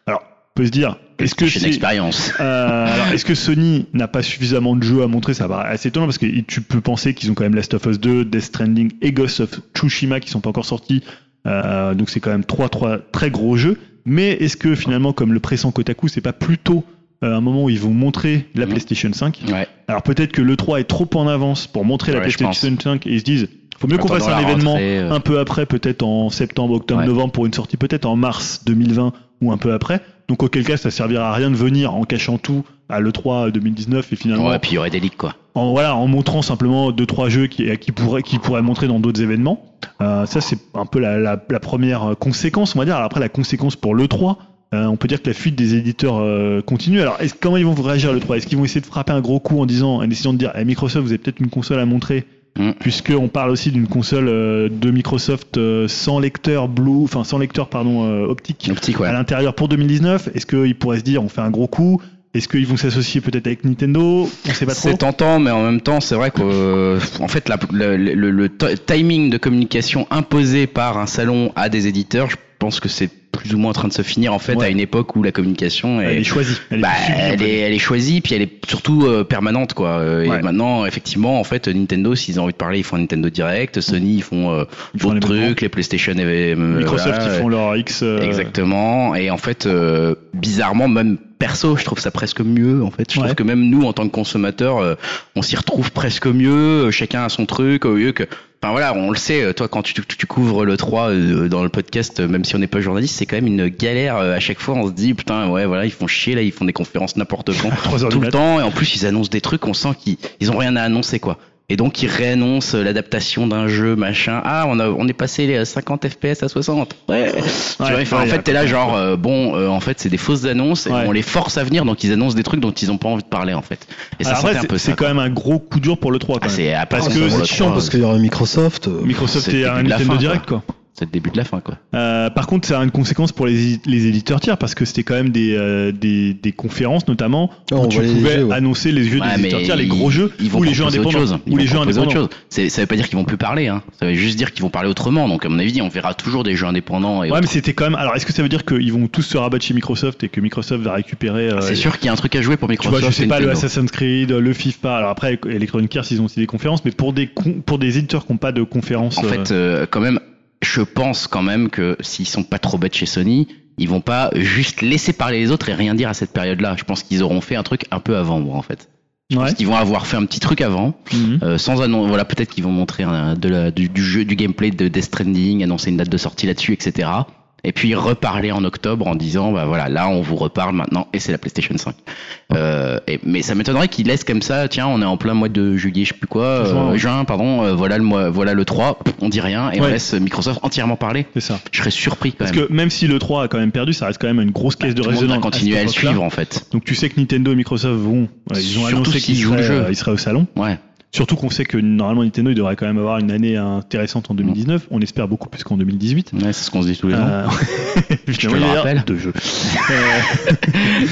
Alors, on peut se dire, est-ce que J'ai une c'est- expérience. euh, alors, est-ce que Sony n'a pas suffisamment de jeux à montrer Ça paraît assez étonnant parce que tu peux penser qu'ils ont quand même Last of Us 2, Death Stranding et Ghost of Tsushima qui sont pas encore sortis. Euh, donc c'est quand même trois, trois très gros jeux. Mais est-ce que finalement, comme le pressent Kotaku, c'est pas plutôt euh, un moment où ils vont montrer la Mhm. PlayStation 5 Ouais. Alors peut-être que l'E3 est trop en avance pour montrer la Ouais, je PlayStation 5 et ils se disent, faut mieux qu'on fasse Attendons un la événement rentrée, euh, un peu après, peut-être en septembre, octobre, Ouais. novembre, pour une sortie peut-être en mars 2020 ou un peu après. Donc auquel cas, ça servira à rien de venir en cachant tout à l'E3 2019 et finalement Ouais, puis il y aurait des leaks, quoi. en, voilà, en montrant simplement deux trois jeux qui, qui pourraient qui pourraient montrer dans d'autres événements. Euh, ça c'est un peu la, la, la première conséquence, on va dire. Alors Après la conséquence pour le 3, Euh, on peut dire que la fuite des éditeurs euh, continue. Alors, est-ce, comment ils vont réagir le 3 Est-ce qu'ils vont essayer de frapper un gros coup en disant, en essayant de dire, Eh, Microsoft, vous avez peut-être une console à montrer, Mm. puisqu'on parle aussi d'une console euh, de Microsoft euh, sans lecteur blue, enfin sans lecteur pardon euh, optique Optique, ouais. à l'intérieur pour 2019. Est-ce qu'ils pourraient se dire, on fait un gros coup Est-ce qu'ils vont s'associer peut-être avec Nintendo On sait pas trop. C'est tentant, mais en même temps, c'est vrai que, euh, en fait, la- le, le- le ti- timing de communication imposé par un salon à des éditeurs, je pense que c'est plus ou moins en train de se finir, en fait, Ouais. à une époque où la communication Elle est, est choisie. Elle est bah, subie, en elle, fait. est, elle est choisie, puis elle est surtout euh, permanente, quoi. Euh, Ouais. Et maintenant, effectivement, en fait, Nintendo, s'ils ont envie de parler, ils font un Nintendo Direct. Sony, ils font euh, Ils font d'autres les trucs, les PlayStation et euh, Microsoft voilà, qui font leur X. euh, Exactement. Et en fait, euh, bizarrement, même perso, je trouve ça presque mieux. En fait, je Ouais. trouve que même nous, en tant que consommateurs, euh, on s'y retrouve presque mieux. euh, Chacun a son truc au lieu que. Enfin voilà, on le sait. euh, Toi, quand tu, tu- tu couvres le 3 euh, dans le podcast, euh, même si on n'est pas journaliste, c'est quand même une galère. euh, À chaque fois, on se dit putain, ouais, voilà, ils font chier là, ils font des conférences n'importe quand, trois heures du tout le matin. temps. Et en plus, ils annoncent des trucs, on sent qu'ils ils ont rien à annoncer quoi. Et donc ils réannoncent euh, l'adaptation d'un jeu, machin. Ah, on, a, on est passé les euh, 50 FPS à 60. Ouais. Tu vois, Ouais, enfin, en ouais, fait, t'es là genre euh, bon, euh, en fait, c'est des fausses annonces. et Ouais. On les force à venir, donc ils annoncent des trucs dont ils ont pas envie de parler en fait. Et ça Alors sentait après, un c'est- peu c'est ça. quand même un gros coup dur pour le 3 Ah, quand même. c'est après, Parce on que s'en c'est voit le chiant trois, parce euh, qu'il y aura Microsoft. euh, Microsoft c'est le et début un de la Nintendo fin, Direct quoi. c'est le début de la fin quoi. Euh, par contre, ça a une conséquence pour les, les éditeurs tiers parce que c'était quand même des, euh, des, des conférences notamment Ah, où on tu voit les pouvais jeux, ouais. annoncer les jeux Ouais, des éditeurs mais tiers, les ils- gros jeux ils vont ou les jeux proposer indépendants. Autre chose. Ils Ou vont les jeux proposer indépendants. autre chose. C'est- Ça veut pas dire qu'ils vont plus parler. Hein. Ça veut juste dire qu'ils vont parler autrement. Donc à mon avis, on verra toujours des jeux indépendants. Et Ouais, autres. mais c'était quand même. Alors, est-ce que ça veut dire qu'ils vont tous se rabattre chez Microsoft et que Microsoft va récupérer euh, Ah, c'est sûr qu'il y a un truc à jouer pour Tu vois, Microsoft. je sais et pas, le Nintendo. Assassin's Creed, euh, le FIFA. Alors après, Electronic Arts, ils ont aussi des conférences, mais pour des con- pour des éditeurs qui n'ont pas de conférences. En euh, fait, euh, quand même, je pense quand même que s'ils sont pas trop bêtes chez Sony, ils vont pas juste laisser parler les autres et rien dire à cette période-là. Je pense qu'ils auront fait un truc un peu avant, moi, en fait. ouais. Parce qu'ils vont avoir fait un petit truc avant, Mhm. euh, sans annoncer. Voilà, peut-être qu'ils vont montrer un- de la, du, du jeu, du gameplay de Death Stranding, annoncer une date de sortie là-dessus, etc. Et puis reparler en octobre en disant, bah voilà, là on vous reparle maintenant et c'est la PlayStation 5. Euh, et- mais ça m'étonnerait qu'ils laissent comme ça. Tiens, on est en plein mois de juillet, je sais plus quoi, euh, Juin, juin, ouais. pardon. euh, voilà le mois, voilà le 3. pff, On dit rien et on Ouais. laisse Microsoft entièrement parler. C'est ça. Je serais surpris quand Parce même. que même si le 3 a quand même perdu, ça reste quand même une grosse caisse de Bah, Tout le monde va résonance. continuer à le cette époque-là. suivre en fait. Donc tu sais que Nintendo et Microsoft vont. euh, Ils Surtout ont annoncé s'ils qu'ils jouent le seraient, jeu. euh, ils seraient au salon. Ouais. Surtout qu'on sait que normalement Nintendo, il devrait quand même avoir une année intéressante en Mm. 2019. On espère beaucoup plus qu'en 2018. Ouais, c'est ce qu'on se dit tous les ans. Euh, [laughs] Je te le rappelle. Deux jeux. Euh,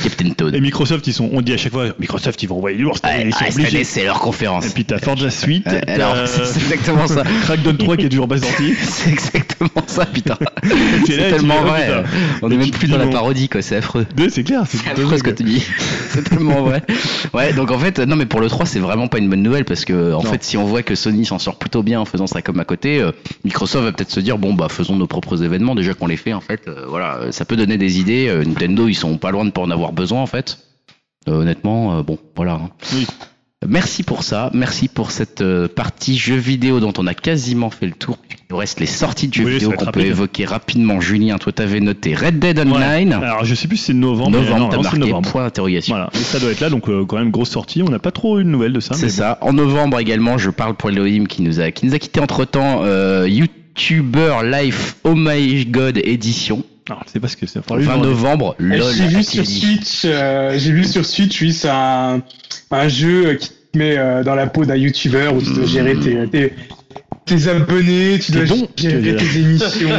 Captain Toad. Et Microsoft, ils sont, on dit à chaque fois, Microsoft, ils vont envoyer du lourd, cette Ouais, année, ah, ils sont ouais, cette obligés. année, c'est leur Et conférence. puis euh, t'as Forza Suite, Ouais, alors, [laughs] t'as c'est c'est exactement ça. Crackdown 3 qui est toujours [laughs] pas sorti. C'est exactement ça, putain. tu es C'est là et tu tellement dis, oh, vrai. putain. On est Et même tu te plus dis, dans la bon. parodie, quoi. C'est affreux. Deux, c'est clair, c'est C'est affreux ce que tu dis. [laughs] C'est tellement vrai. Ouais, donc en fait, non, mais pour le 3, c'est vraiment pas une bonne nouvelle parce que, en fait, si on voit que Sony s'en sort plutôt bien en faisant ça comme à côté, euh, Microsoft va peut-être se dire, bon, bah, faisons nos propres événements déjà qu'on les fait, en fait. euh, voilà, euh, ça peut donner des idées. Euh, Nintendo, ils sont pas loin de pas en avoir besoin, en fait. Euh, honnêtement, euh, bon, voilà. hein. Oui. Merci pour ça, merci pour cette euh, partie jeux vidéo dont on a quasiment fait le tour. Il nous reste les sorties de jeux Oui, ça vidéo va être qu'on peut rapide. évoquer rapidement. Julien, toi, t'avais noté Red Dead Ouais. Online. Alors je sais plus si c'est novembre, mais Novembre, non, t'as non, c'est marqué novembre. point d'interrogation. Voilà, et ça doit être là, donc euh, quand même grosse sortie. On n'a pas trop eu de nouvelles de ça. C'est mais ça. En novembre également, je parle pour Elohim qui nous a, qui nous a quitté entre temps, euh, YouTuber Life Oh My God Edition. bon. Alors, Ah, c'est pas ce que c'est. Enfin, lui, 20 non, novembre, Euh, LOL. J'ai vu a-t-il sur dit. Switch, euh, j'ai vu sur Switch, oui, c'est un, un jeu qui te met euh, dans la peau d'un youtubeur où tu dois gérer tes, tes, tes abonnés, tu dois Hmm. T'es bon, gérer tu tes émissions. [laughs]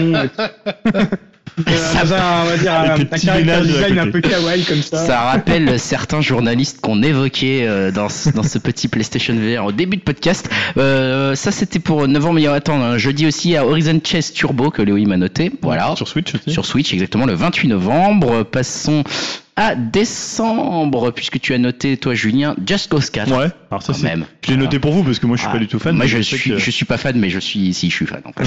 euh, dans un, on va dire, un, Avec un le petit caractère ménage à design un côté. peu kawaii comme hein. ça. Ça rappelle [laughs] certains journalistes qu'on évoquait euh, dans, ce- dans ce petit PlayStation VR au début de podcast. Euh, ça, c'était pour novembre. Mais attends, hein, jeudi aussi à Horizon Chess Turbo que Léo m'a noté. Voilà. Sur Switch aussi. sur Switch exactement le 28 novembre. Passons à décembre puisque tu as noté toi Julien Just Cause 4 Ouais, alors quand ça c'est. même. Ah. Je l'ai noté pour vous parce que moi je suis pas du tout fan. Moi mais je sais suis que- je suis pas fan mais je suis si je suis fan en fait.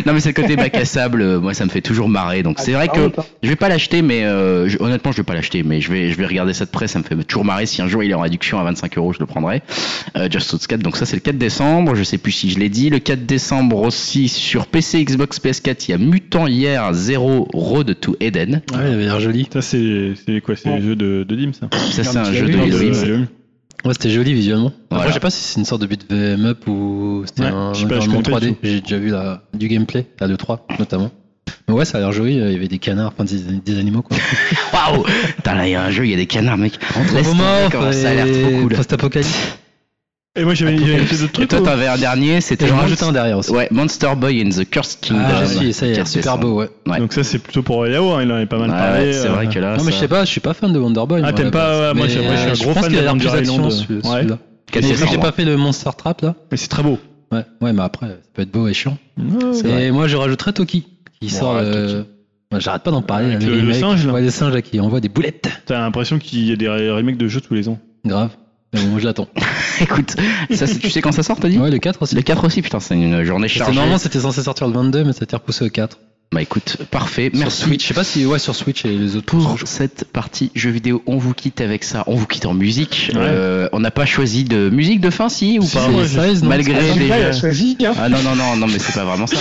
[laughs] non mais c'est le côté bac à sable euh, moi ça me fait toujours marrer donc c'est vrai que je vais pas l'acheter mais euh, je- honnêtement je vais pas l'acheter mais je vais je vais regarder ça de près ça me fait toujours marrer si un jour il est en réduction à 25 euros je le prendrai. Euh, Just Cause 4 donc ça c'est le 4 décembre je sais plus si je l'ai dit le 4 décembre aussi sur PC Xbox PS4 il y a Mutant hier 0 Road to Eden. Ouais, il avait l'air joli. Ça c'est c'est quoi C'est Ouais. les jeux de, de Dim ça Ah, Ça, c'est un tu jeu de l'as vu, Non, Elohim. de- de- Ouais, c'était joli visuellement. Voilà. Après, je sais pas si c'est une sorte de but VM up ou c'était Ouais, un je sais pas, je environnement connais pas du 3D. tout. J'ai déjà vu la, du gameplay, la 2-3 notamment. Mais ouais, ça a l'air joli. euh, Il y avait des canards, enfin des, des animaux quoi. Waouh Putain, là, il y a un jeu, il y a des canards, mec. Laisse tomber, comment Anthropomorphes ça a l'air trop et cool. post-apocalypse. Et moi, j'avais j'avais une espèce de Et truc. toi, où- t'avais un dernier, c'était Et j'en Monst- rajoute un derrière aussi. Ouais, Monster Boy and the Cursed Kingdom. Ah, je suis, ça y est, Cursed super Son. beau, ouais. ouais. Donc ça, c'est plutôt pour Yao, hein, il en avait pas mal Ouais, parlé. ouais, c'est euh, vrai que là, non, mais Ah, ça- je sais pas, je suis pas fan de Wonderboy. Ah, t'aimes pas, ouais, moi, je- moi, je suis un gros fan de Wonder Wonder Island, Celui, ouais. celui-là. Quel Mais c'est vu que j'ai ça, hein pas fait le Monster Trap là. Mais c'est très beau. Ouais, ouais, mais après, ça peut être beau et chiant. Ouais. Et moi, je rajouterais Toki, qui sort. euh, moi, J'arrête pas d'en parler. Avec là, le- les le mecs, singe, je là. vois des singes là, qui envoient des boulettes. T'as l'impression qu'il y a des re- remakes de jeux tous les ans. Grave. Mais bon, moi, je [laughs] l'attends. Écoute, ça, c'est- tu sais quand ça sort, t'as dit Ouais, le 4 aussi. Le 4 aussi, putain, c'est une journée Parce que chargée. Normalement, c'était censé sortir le 22, mais ça a été repoussé au 4. Bah écoute, parfait, Sur merci. Switch. Je sais pas si, ouais, sur Switch et les autres. Pour cette partie jeux vidéo, on vous quitte avec ça. On vous quitte en musique. Ouais. Euh, on n'a pas choisi de musique de fin, si ou Si, pas c'est ouais, Size, non Malgré Là, il des a choisi, hein. Ah non, non, non, non, mais c'est pas vraiment ça.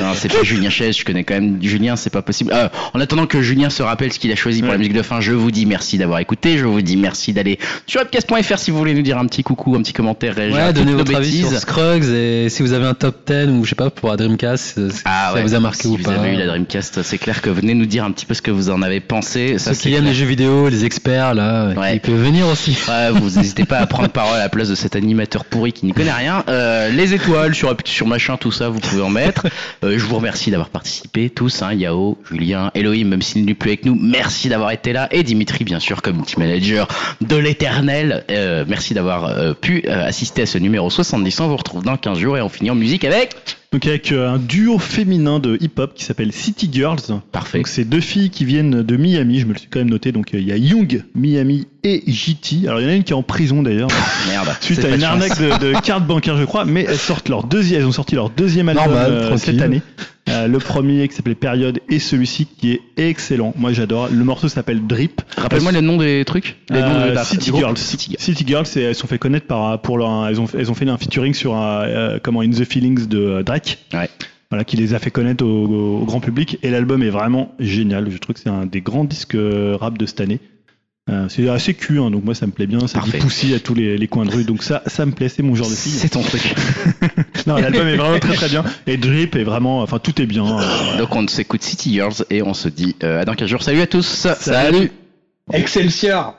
Non, c'est pas Julien Chaise, je connais quand même Julien, c'est pas possible. Euh, en attendant que Julien se rappelle ce qu'il a choisi pour Ouais. la musique de fin, je vous dis merci d'avoir écouté, je vous dis merci d'aller sur upcast.fr si vous voulez nous dire un petit coucou, un petit commentaire, réagir à Ouais, toutes donnez nos votre avis bêtises. sur Scruggs et si vous avez un top 10 ou je sais pas pour la Dreamcast, euh, Ah ça ouais, vous a marqué si ou vous pas. avez eu la Dreamcast, c'est clair que venez nous dire un petit peu ce que vous en avez pensé. Ça, Ceux c'est qui aiment clair. les jeux vidéo, les experts là, Ouais. ils peuvent venir aussi. Ouais, vous n'hésitez pas à prendre parole à la place de cet animateur pourri qui n'y connaît rien. Euh, les étoiles sur sur machin, tout ça, vous pouvez en mettre. Euh, je vous remercie d'avoir participé tous, hein, Yao, Julien, Elohim, même s'il n'est plus avec nous, merci d'avoir été là. Et Dimitri, bien sûr, comme team manager de l'éternel, euh, merci d'avoir euh, pu euh, assister à ce numéro 70. On vous retrouve dans 15 jours et on finit en musique avec... Donc avec euh, un duo féminin de hip-hop qui s'appelle City Girls. Parfait. Donc c'est deux filles qui viennent de Miami, je me le suis quand même noté. Donc euh, il y a Young, Miami et JT. Alors il y en a une qui est en prison d'ailleurs, Merde. [laughs] suite C'est à pas une de chance. arnaque [laughs] de, de carte bancaire je crois. Mais elles sortent leur deuxième, elles ont sorti leur deuxième album Normal, euh, tranquille. cette année. Euh, le premier qui s'appelait Période et celui-ci qui est excellent. Moi j'adore. Le morceau s'appelle Drip. Rappelle-moi le nom des trucs. Les noms de- Euh, d'un- City du groupe. Girls. City Girls. City Girls, c'est- elles sont fait connaître par euh, pour leur, elles ont elles ont fait un featuring sur un, euh, comment In the Feelings de euh, Drake. Ouais. Voilà, qui les a fait connaître au, au- au grand public et l'album est vraiment génial. Je trouve que c'est un des grands disques euh, rap de cette année. Euh, c'est assez cul, hein, donc moi ça me plaît bien. Ça dit Parfait. poussi à tous les, les coins de rue, donc ça ça me plaît. C'est mon genre de fille. C'est ton [laughs] truc. Non, l'album est vraiment [laughs] très très bien. Et Drip est vraiment, enfin tout est bien. Euh, Donc on s'écoute City Girls et on se dit euh, à dans 15 jours. Salut à tous. Salut. Excelsior.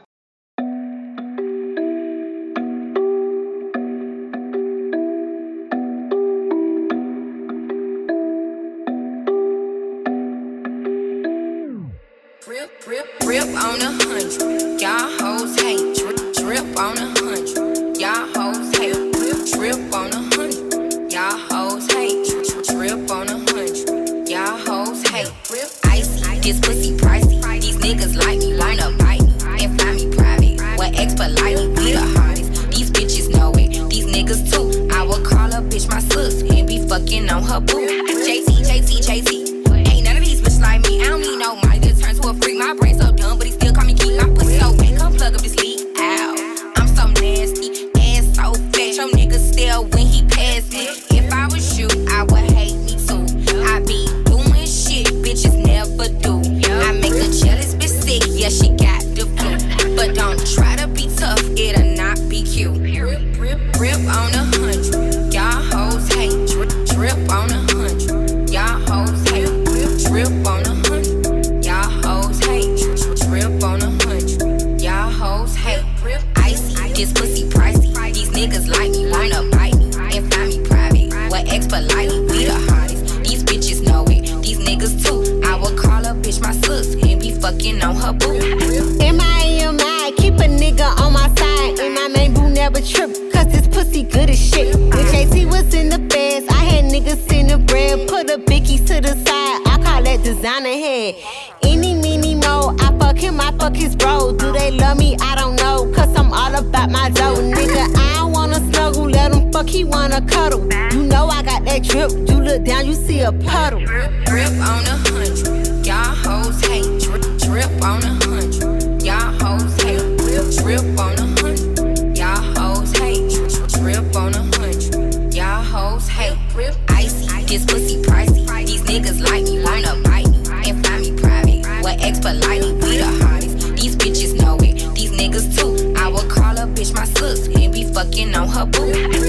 Drip, drip, drip on a hundred. Y'all hoes hate. Drip, drip on a hundred. Y'all hoes hate. Drip, drip on a hundred. Y'all hoes hate. Drip, drip on a hundred. Y'all hoes hate. Drip, icy. This pussy pricey. These niggas like me, wanna bite me and find me private. What ex polite me, we the hardest. These bitches know it. These niggas too. I will call a bitch my sus and be fucking on her boo. JC, JC, JC. Ain't none of these bitches like me. I don't need no money to turn to a freak. My brain so dumb, but he still call me geek. My pussy so wet, come plug up this leak. Ow, I'm so nasty and so fat. Your nigga still when he pass me. If I was you, I would hate me too. I be doing shit bitches never do. I make a jealous bitch sick, yeah she got the flu. But don't try to be tough, it'll not be cute. Rip, rip, rip on a hundred. Y'all hoes hate. Drip, drip on a hundred. Y'all hoes hate. Drip, drip on a hundred. Y'all hoes hate. Drip, drip on a hundred. Y'all hoes hate. Icy, this pussy pricey. These niggas like me, wanna bite me and find me private. What ex polite me, we the hardest. These bitches know it. These niggas too. I would call a bitch my sus and be fucking on her boo. M-I-M-I, keep a nigga on my side. And my main boo never trip, cause this pussy good as shit. When JC was in the feds, I had niggas in the bread. Put a bickie to the side, I call that designer head. Any, meeny, mo, I fuck him, I fuck his bro. Do they love me? I don't know, cause I'm all about my dough. Nigga, I don't wanna snuggle, let him fuck, he wanna cuddle. You know I got that drip, you look down, you see a puddle. Drip, drip on a hundred. Y'all hoes hate. Drip, drip on a hundred. Y'all hoes hate. Drip, drip on a hundred. Y'all hoes hate. Drip, drip on a hundred. Y'all hoes hate. Drip, icy. This pussy pricey. These niggas like me, wanna bite me and find me private. What ex polite me, we the hardest. These bitches know it. These niggas too. I will call a bitch my sus and be fucking on her boo.